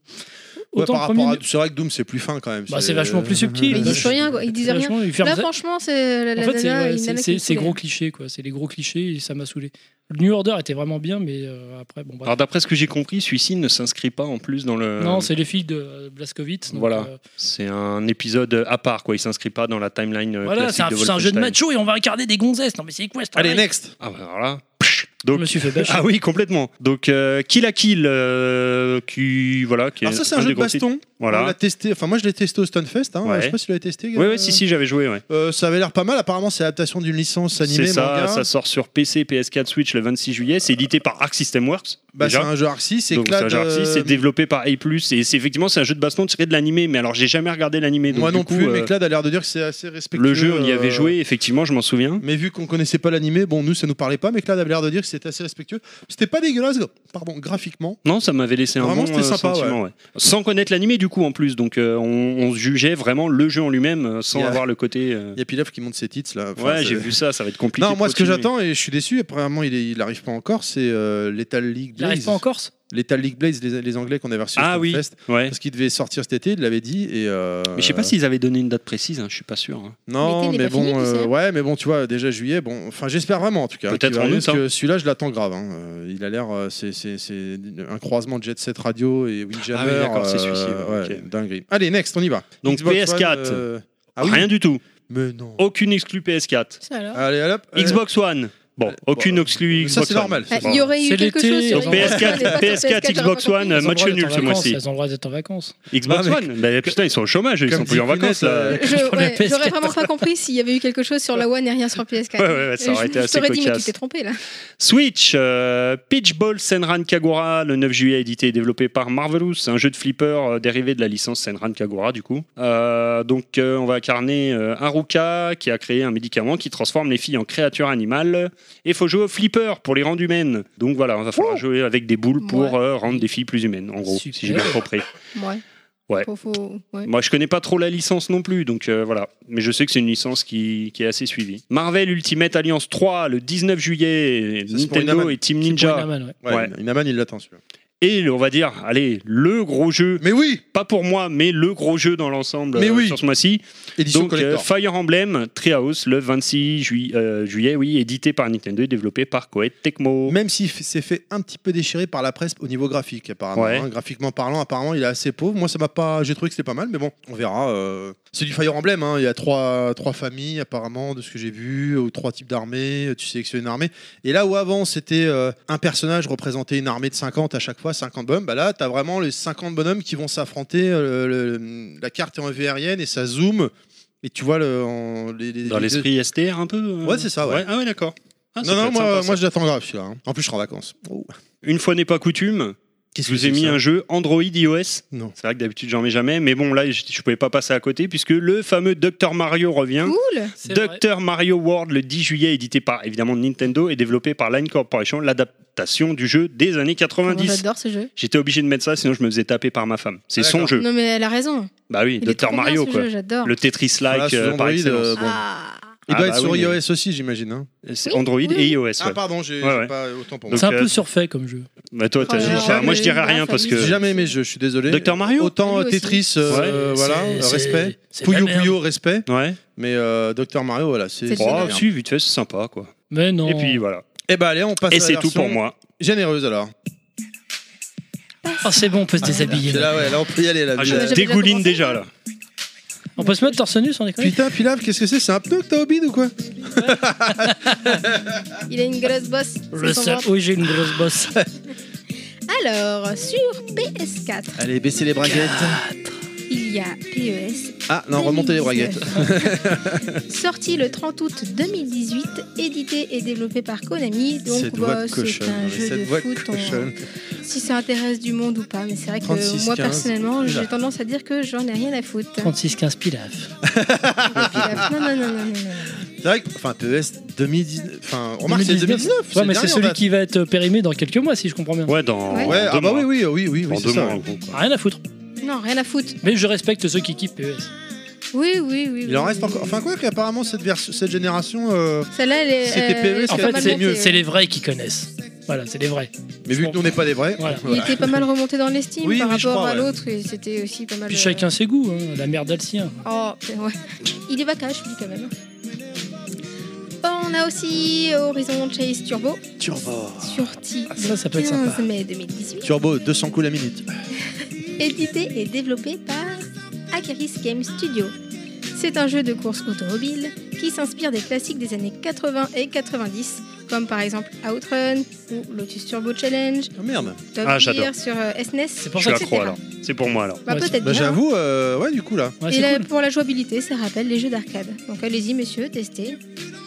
Speaker 3: Ouais,
Speaker 4: Autant
Speaker 3: par
Speaker 4: le premier.
Speaker 3: rapport à... C'est vrai que Doom c'est plus fin quand même.
Speaker 4: Bah, c'est vachement plus subtil.
Speaker 5: Mais ils
Speaker 4: Bah,
Speaker 5: disent
Speaker 4: je-
Speaker 5: rien, quoi. Ils disent rien.
Speaker 4: vachement, ils ferment-
Speaker 5: Là, franchement, c'est la, la
Speaker 4: En fait, c'est
Speaker 5: nana,
Speaker 4: ouais,
Speaker 5: une
Speaker 4: c'est-
Speaker 5: nana
Speaker 4: c'est-
Speaker 5: qui
Speaker 4: c'est
Speaker 5: fout les-
Speaker 4: gros clichés, quoi. C'est les gros clichés et ça m'a saoulé. Le New Order était vraiment bien, mais euh, après, bon, bref.
Speaker 6: Alors d'après ce que j'ai compris, celui-ci ne s'inscrit pas en plus dans le...
Speaker 4: non, c'est les filles de euh, Blazkowicz. donc,
Speaker 6: Voilà.
Speaker 4: euh,
Speaker 6: c'est un épisode à part, quoi. Il s'inscrit pas dans la timeline euh,
Speaker 4: voilà,
Speaker 6: classique
Speaker 4: c'est un,
Speaker 6: de
Speaker 4: c'est un jeu de
Speaker 6: Wolfenstein.
Speaker 4: macho et on va incarner des gonzesses. Non, mais c'est quoi ce
Speaker 3: Allez
Speaker 4: travail
Speaker 3: next.
Speaker 6: Ah bah alors là,
Speaker 4: Je
Speaker 6: donc...
Speaker 4: me suis fait bâcher.
Speaker 6: Ah oui, complètement. Donc euh, Kill a Kill, euh, qui voilà, qui est
Speaker 3: Alors Ah, ça c'est un,
Speaker 6: un
Speaker 3: jeu
Speaker 6: des
Speaker 3: de
Speaker 6: gros titres.
Speaker 3: baston. On l'a
Speaker 6: Voilà.
Speaker 3: testé. Enfin moi je l'ai testé au Stunfest. Hein.
Speaker 6: Ouais.
Speaker 3: Je sais pas si tu l'as testé.
Speaker 6: Oui,
Speaker 3: euh,
Speaker 6: oui, si, si, j'avais joué, ouais.
Speaker 3: euh, ça avait l'air pas mal. Apparemment c'est l'adaptation d'une licence animée.
Speaker 6: C'est ça,
Speaker 3: manga.
Speaker 6: ça sort sur PC, PS4, Switch le 26 juillet. C'est édité par Arc System Works.
Speaker 3: Bah, c'est
Speaker 6: déjà.
Speaker 3: un jeu Arc 6
Speaker 6: Donc c'est
Speaker 3: éclate,
Speaker 6: un jeu Arc System,
Speaker 3: euh,
Speaker 6: c'est développé par A+, et c'est effectivement c'est un jeu de baston tiré de l'animé, mais alors j'ai jamais regardé l'animé, donc
Speaker 3: Moi
Speaker 6: du
Speaker 3: non
Speaker 6: coup,
Speaker 3: plus, mais
Speaker 6: euh,
Speaker 3: Clad a l'air de dire que c'est assez respectueux.
Speaker 6: le jeu on y avait
Speaker 3: euh,
Speaker 6: joué, effectivement je m'en souviens.
Speaker 3: Mais vu qu'on connaissait pas l'animé, bon, nous ça nous parlait pas, mais Clad avait l'air de dire que c'était assez respectueux. C'était pas dégueulasse, pardon, graphiquement.
Speaker 6: Non, ça m'avait laissé un
Speaker 3: Vraiment,
Speaker 6: bon
Speaker 3: c'était
Speaker 6: euh,
Speaker 3: sympa,
Speaker 6: sentiment, ouais. Sans connaître l'animé du coup en plus, donc euh, on, on jugeait vraiment le jeu en lui-même euh, sans
Speaker 3: Yeah.
Speaker 6: avoir le côté... euh,
Speaker 3: Il y a Pilaf qui monte ses titres là. Enfin,
Speaker 6: ouais,
Speaker 3: c'est-
Speaker 6: j'ai vu ça, ça va être compliqué.
Speaker 3: Non,
Speaker 6: de
Speaker 3: moi ce que
Speaker 6: continuer.
Speaker 3: j'attends, et je suis déçu, et premièrement il, est- il arrive pas encore, c'est euh, Lethal League
Speaker 4: Il arrive
Speaker 3: Blaze.
Speaker 4: pas en Corse
Speaker 3: Lethal League Blaze, les, les anglais qu'on avait reçus
Speaker 6: Ah
Speaker 3: au
Speaker 6: oui,
Speaker 3: Stunfest,
Speaker 6: ouais.
Speaker 3: Parce qu'il devait sortir cet été, il l'avait dit. Et, euh,
Speaker 6: Mais je sais pas s'ils avaient donné une date précise, hein, je suis pas sûr. hein.
Speaker 3: Non,
Speaker 5: L'été n'est
Speaker 3: mais
Speaker 5: pas fini,
Speaker 3: bon,
Speaker 5: tu sais.
Speaker 3: euh, ouais, mais bon, tu vois, déjà juillet, bon, enfin, j'espère vraiment en tout cas.
Speaker 6: Peut-être
Speaker 3: qu'il va
Speaker 6: en
Speaker 3: arriver,
Speaker 6: août,
Speaker 3: parce
Speaker 6: hein.
Speaker 3: que Celui-là, je l'attends grave. hein. Euh, Il a l'air, euh, c'est c'est- c'est un croisement de Jet Set Radio et Windjammer.
Speaker 6: Ah oui, d'accord, c'est celui-ci,
Speaker 3: euh,
Speaker 6: ouais,
Speaker 3: ouais,
Speaker 6: ok.
Speaker 3: dinguerie. Allez, next, on y va.
Speaker 6: Donc, PS4.
Speaker 3: One, euh, Ah oui.
Speaker 6: Rien du tout,
Speaker 3: Mais non.
Speaker 6: aucune exclue PS4.
Speaker 5: Ça, alors
Speaker 3: Allez, hop. euh,
Speaker 6: Xbox One, bon,
Speaker 3: euh,
Speaker 6: aucune
Speaker 3: bon,
Speaker 6: exclue
Speaker 3: Ça,
Speaker 6: Xbox
Speaker 3: c'est
Speaker 6: One.
Speaker 3: normal.
Speaker 5: Ah,
Speaker 3: c'est
Speaker 5: Il y aurait eu
Speaker 4: C'est
Speaker 5: quelque
Speaker 4: l'été,
Speaker 5: chose.
Speaker 4: ils
Speaker 5: sur
Speaker 4: ont-
Speaker 5: les-
Speaker 6: PS4,
Speaker 5: sur les- sur les-
Speaker 6: PS4, Xbox One,
Speaker 5: j'aurais pas
Speaker 4: Elles ont le
Speaker 6: match
Speaker 4: droit
Speaker 6: nul
Speaker 4: d'être en
Speaker 6: ce
Speaker 4: vacances,
Speaker 6: mois-ci.
Speaker 4: Elles ont le droit d'être en vacances.
Speaker 6: Xbox
Speaker 3: Ah, mais-
Speaker 6: One bah, Putain, ils sont au chômage, ils
Speaker 3: Comme
Speaker 6: sont plus en
Speaker 3: dit
Speaker 6: vacances
Speaker 3: Kounet,
Speaker 6: là.
Speaker 3: euh,
Speaker 5: compris. Je-
Speaker 4: Sur la
Speaker 5: ouais, J'aurais
Speaker 4: PS4.
Speaker 5: vraiment pas compris s'il y avait eu quelque chose sur la One et rien sur PS4.
Speaker 6: Ouais, ouais, ouais, ça
Speaker 5: Euh,
Speaker 6: aurait
Speaker 5: je-
Speaker 6: été
Speaker 5: je
Speaker 6: assez
Speaker 5: t'aurais dit, mais tu
Speaker 6: cocasse.
Speaker 5: t'es trompé là.
Speaker 6: Switch, euh, Pitchball Senran Kagura, le 9 juillet, édité et développé par Marvelous, un jeu de flipper euh, dérivé de la licence Senran Kagura, du coup. Euh, donc, euh, on va incarner euh, un Ruka qui a créé un médicament qui transforme les filles en créatures animales. Et il faut jouer au flipper pour les rendre humaines. Donc voilà, il va falloir jouer avec des boules pour
Speaker 5: Ouais.
Speaker 6: euh, rendre des filles plus humaines, en gros,
Speaker 4: Super.
Speaker 6: si j'ai bien compris.
Speaker 5: Ouais.
Speaker 6: Ouais. Mm.
Speaker 5: Faut- faut- ouais.
Speaker 6: Moi, je connais pas trop la licence non plus, donc euh, voilà. Mais je sais que c'est une licence qui, qui est assez suivie. Marvel Ultimate Alliance 3, le 19 juillet,
Speaker 3: Ça, c'est pour
Speaker 6: Nintendo
Speaker 3: Inaman.
Speaker 6: et Team
Speaker 4: C'est pour
Speaker 6: Ninja.
Speaker 4: Inaman, ouais.
Speaker 3: Ouais,
Speaker 6: Ouais.
Speaker 3: Inaman, il l'attend celui-là.
Speaker 6: Et le- on va dire, allez, le gros jeu,
Speaker 3: Mais oui
Speaker 6: pas pour moi, mais le gros jeu dans l'ensemble
Speaker 3: Mais
Speaker 6: euh,
Speaker 3: oui.
Speaker 6: sur ce mois-ci.
Speaker 3: Édition
Speaker 6: Donc, euh,
Speaker 3: collector.
Speaker 6: Fire Emblem Treehouse, le 26 jui- euh, juillet, oui, édité par Nintendo et développé par Koei Tecmo.
Speaker 3: Même si f- c'est fait un petit peu déchiré par la presse au niveau graphique, apparemment.
Speaker 6: Ouais.
Speaker 3: hein. Graphiquement parlant, apparemment, il est assez pauvre. Moi, ça m'a pas. J'ai trouvé que c'était pas mal, mais bon, on verra. euh. C'est du Fire Emblem. hein. Il y a trois, trois familles, apparemment, de ce que j'ai vu, ou trois types euh, d'armées. Tu sélectionnes une armée. Et là où avant, c'était euh, un personnage représentait une armée de 50 à chaque fois, ouais, 50 bonhommes. Bah là, t'as vraiment les 50 bonhommes qui vont s'affronter. euh, le- le- la carte est en VRN et ça zoome. Et tu vois le, en- les, les-
Speaker 6: Dans
Speaker 3: les-
Speaker 6: l'esprit STR un peu euh,
Speaker 3: Ouais, c'est ça, ouais.
Speaker 6: Ah ouais, d'accord. Ah, ça
Speaker 3: Non,
Speaker 6: peut
Speaker 3: non,
Speaker 6: être
Speaker 3: moi,
Speaker 6: sympa, ça.
Speaker 3: moi je l'attends grave celui-là. hein. En plus, je serai en vacances.
Speaker 6: Une fois n'est pas coutume,
Speaker 3: Qu'est-ce
Speaker 6: je vous ai mis un jeu Android iOS.
Speaker 3: Non.
Speaker 6: C'est vrai que d'habitude, j'en mets jamais. Mais bon, là, je, je pouvais pas passer à côté puisque le fameux Dr. Mario revient.
Speaker 5: Cool
Speaker 4: C'est vrai.
Speaker 6: Dr. Mario World le 10 juillet, édité par évidemment Nintendo et développé par Line Corporation, l'adaptation du jeu des années
Speaker 5: Comment
Speaker 6: 90.
Speaker 5: J'adore ce jeu.
Speaker 6: J'étais obligé de mettre ça, sinon je me faisais taper par ma femme. C'est
Speaker 3: Ah,
Speaker 6: son
Speaker 3: d'accord.
Speaker 6: jeu.
Speaker 5: Non mais elle a raison.
Speaker 6: Bah oui,
Speaker 5: Il est trop
Speaker 6: Dr.
Speaker 5: bien,
Speaker 6: Mario
Speaker 5: ce
Speaker 6: quoi.
Speaker 5: jeu, J'adore.
Speaker 3: Voilà,
Speaker 6: Le Tetris-like
Speaker 3: sous
Speaker 6: euh, par
Speaker 3: Android,
Speaker 6: excellence.
Speaker 3: euh, bon.
Speaker 5: Ah.
Speaker 3: Il
Speaker 6: Ah,
Speaker 3: doit être
Speaker 6: bah
Speaker 3: sur
Speaker 6: oui, mais-
Speaker 3: iOS aussi, j'imagine. hein.
Speaker 6: C'est
Speaker 5: Oui,
Speaker 6: Android
Speaker 5: oui, bah. oui.
Speaker 6: et iOS. ouais.
Speaker 3: Ah, pardon, j'ai
Speaker 6: Ouais,
Speaker 3: j'ai
Speaker 6: ouais.
Speaker 3: pas autant pour moi.
Speaker 6: Donc,
Speaker 4: C'est un
Speaker 6: euh,
Speaker 4: peu surfait comme jeu.
Speaker 6: Bah, toi, t'as-
Speaker 5: Oh là
Speaker 6: enfin,
Speaker 5: là,
Speaker 6: moi je
Speaker 5: le-
Speaker 6: dirais
Speaker 5: la
Speaker 6: rien parce que.
Speaker 5: famille.
Speaker 3: J'ai jamais aimé ce jeu, je suis désolé.
Speaker 6: Dr. euh, Mario
Speaker 3: Autant
Speaker 5: Lui
Speaker 3: euh,
Speaker 5: aussi.
Speaker 3: Tetris, euh,
Speaker 6: Ouais,
Speaker 3: euh, voilà,
Speaker 4: c'est-
Speaker 3: respect.
Speaker 4: c'est- c'est
Speaker 3: Puyo
Speaker 4: de la merde.
Speaker 3: Puyo, respect.
Speaker 6: Ouais.
Speaker 3: Mais euh, Dr. Mario, voilà, c'est.
Speaker 5: C'est
Speaker 3: c'est
Speaker 5: de la
Speaker 6: Oh,
Speaker 3: merde.
Speaker 6: si, vite fait, c'est sympa quoi.
Speaker 4: Mais non.
Speaker 6: Et puis voilà.
Speaker 3: Eh ben allez, on passe à
Speaker 6: Et
Speaker 3: la
Speaker 6: c'est tout
Speaker 3: version
Speaker 6: pour moi.
Speaker 3: Généreuse alors.
Speaker 4: Ah, c'est bon, on peut se déshabiller.
Speaker 3: C'est là, ouais, là, on peut y aller. Là,
Speaker 6: Ah,
Speaker 5: j'avais
Speaker 6: je
Speaker 5: déjà
Speaker 6: dégouline
Speaker 5: commencé.
Speaker 6: déjà là.
Speaker 4: On peut se mettre torse nu sans déconner
Speaker 3: Putain, Pilaf, qu'est-ce que c'est C'est un pneu que t'as au bide ou quoi
Speaker 5: Il a une grosse bosse.
Speaker 4: Le
Speaker 5: c'est son
Speaker 4: seul.
Speaker 5: ventre.
Speaker 4: Oui, j'ai une grosse bosse.
Speaker 5: Alors, sur PS4,
Speaker 3: Allez, baissez les braguettes.
Speaker 5: il y a E PES.
Speaker 3: Ah non, remontez les braguettes.
Speaker 5: 2019. Sorti le 30 août 2018, édité et développé par Konami. Donc, bah, c'est un jeu de
Speaker 3: cette voix
Speaker 5: foot. on-
Speaker 3: cochonne.
Speaker 5: Si ça intéresse du monde ou pas, mais c'est vrai que
Speaker 3: 36,
Speaker 5: moi
Speaker 3: 15,
Speaker 5: personnellement,
Speaker 3: déjà.
Speaker 5: j'ai tendance à dire que j'en ai rien à foutre.
Speaker 4: 36-15 pilaf.
Speaker 5: non, non, non, non, non, non.
Speaker 3: C'est vrai que, enfin, E PES 2019. Enfin, remarque, c'est 2019.
Speaker 4: Ouais, mais
Speaker 3: le
Speaker 4: c'est
Speaker 3: dernier,
Speaker 4: celui
Speaker 3: on a-
Speaker 4: qui va être périmé dans quelques mois, si je comprends bien.
Speaker 6: Ouais, dans.
Speaker 5: Ouais.
Speaker 6: en
Speaker 3: Ouais,
Speaker 6: deux
Speaker 3: ah bah
Speaker 6: mois.
Speaker 3: oui, oui, oui, oui,
Speaker 6: En
Speaker 3: oui,
Speaker 6: deux
Speaker 3: c'est ça.
Speaker 6: mois, en
Speaker 3: ouais.
Speaker 6: gros, quoi.
Speaker 4: Rien à foutre.
Speaker 5: Non, rien à foutre.
Speaker 4: Mais je respecte ceux qui kiffent E PES.
Speaker 5: Oui, oui, oui.
Speaker 3: Il en
Speaker 5: oui,
Speaker 3: reste
Speaker 5: oui,
Speaker 3: encore.
Speaker 5: oui.
Speaker 3: Enfin, quoi qu'apparemment, cette, version- cette génération. euh,
Speaker 5: Celle-là, elle est.
Speaker 3: C'était
Speaker 5: euh,
Speaker 3: PES,
Speaker 5: elle
Speaker 4: En
Speaker 5: est
Speaker 3: C'est
Speaker 4: fait,
Speaker 5: pas
Speaker 4: c'est
Speaker 5: mal montée,
Speaker 4: c'est
Speaker 5: ouais.
Speaker 4: les vrais qui connaissent. Voilà, c'est les vrais.
Speaker 3: Mais vu que nous, on n'est pas des vrais.
Speaker 4: Voilà.
Speaker 5: Il était pas mal remonté dans l'estime
Speaker 3: Oui,
Speaker 5: par
Speaker 3: oui, je
Speaker 5: rapport
Speaker 3: crois,
Speaker 5: à
Speaker 3: ouais.
Speaker 5: l'autre, et c'était aussi pas mal.
Speaker 4: Puis
Speaker 5: euh,
Speaker 4: chacun ses goûts, hein, la merde d'Alcien.
Speaker 5: Oh, c'est- ouais. Il est vaca, je dis quand même. On a aussi Horizon Chase Turbo,
Speaker 3: Turbo.
Speaker 5: sorti
Speaker 4: Ah, ça, ça peut
Speaker 5: le
Speaker 4: être sympa.
Speaker 5: 15 mai 2018,
Speaker 3: Turbo, 200 coups la minute.
Speaker 5: édité et développé par Akeris Game Studio. C'est un jeu de course automobile qui s'inspire des classiques des années 80 et 90, comme par exemple Outrun ou Lotus Turbo Challenge,
Speaker 3: Oh merde.
Speaker 5: Top
Speaker 6: Ah, j'adore.
Speaker 5: Gear sur euh, SNES. C'est
Speaker 4: pour
Speaker 6: Je suis
Speaker 4: ça
Speaker 6: accro alors. C'est pour moi alors.
Speaker 5: Bah,
Speaker 4: Ouais, c'est-
Speaker 5: peut-être
Speaker 3: Bah,
Speaker 5: bien.
Speaker 3: j'avoue, euh, ouais, du coup, là.
Speaker 4: Ouais,
Speaker 5: Et
Speaker 4: c'est
Speaker 5: là,
Speaker 4: cool.
Speaker 5: pour la jouabilité, ça rappelle les jeux d'arcade. Donc allez-y, messieurs, testez.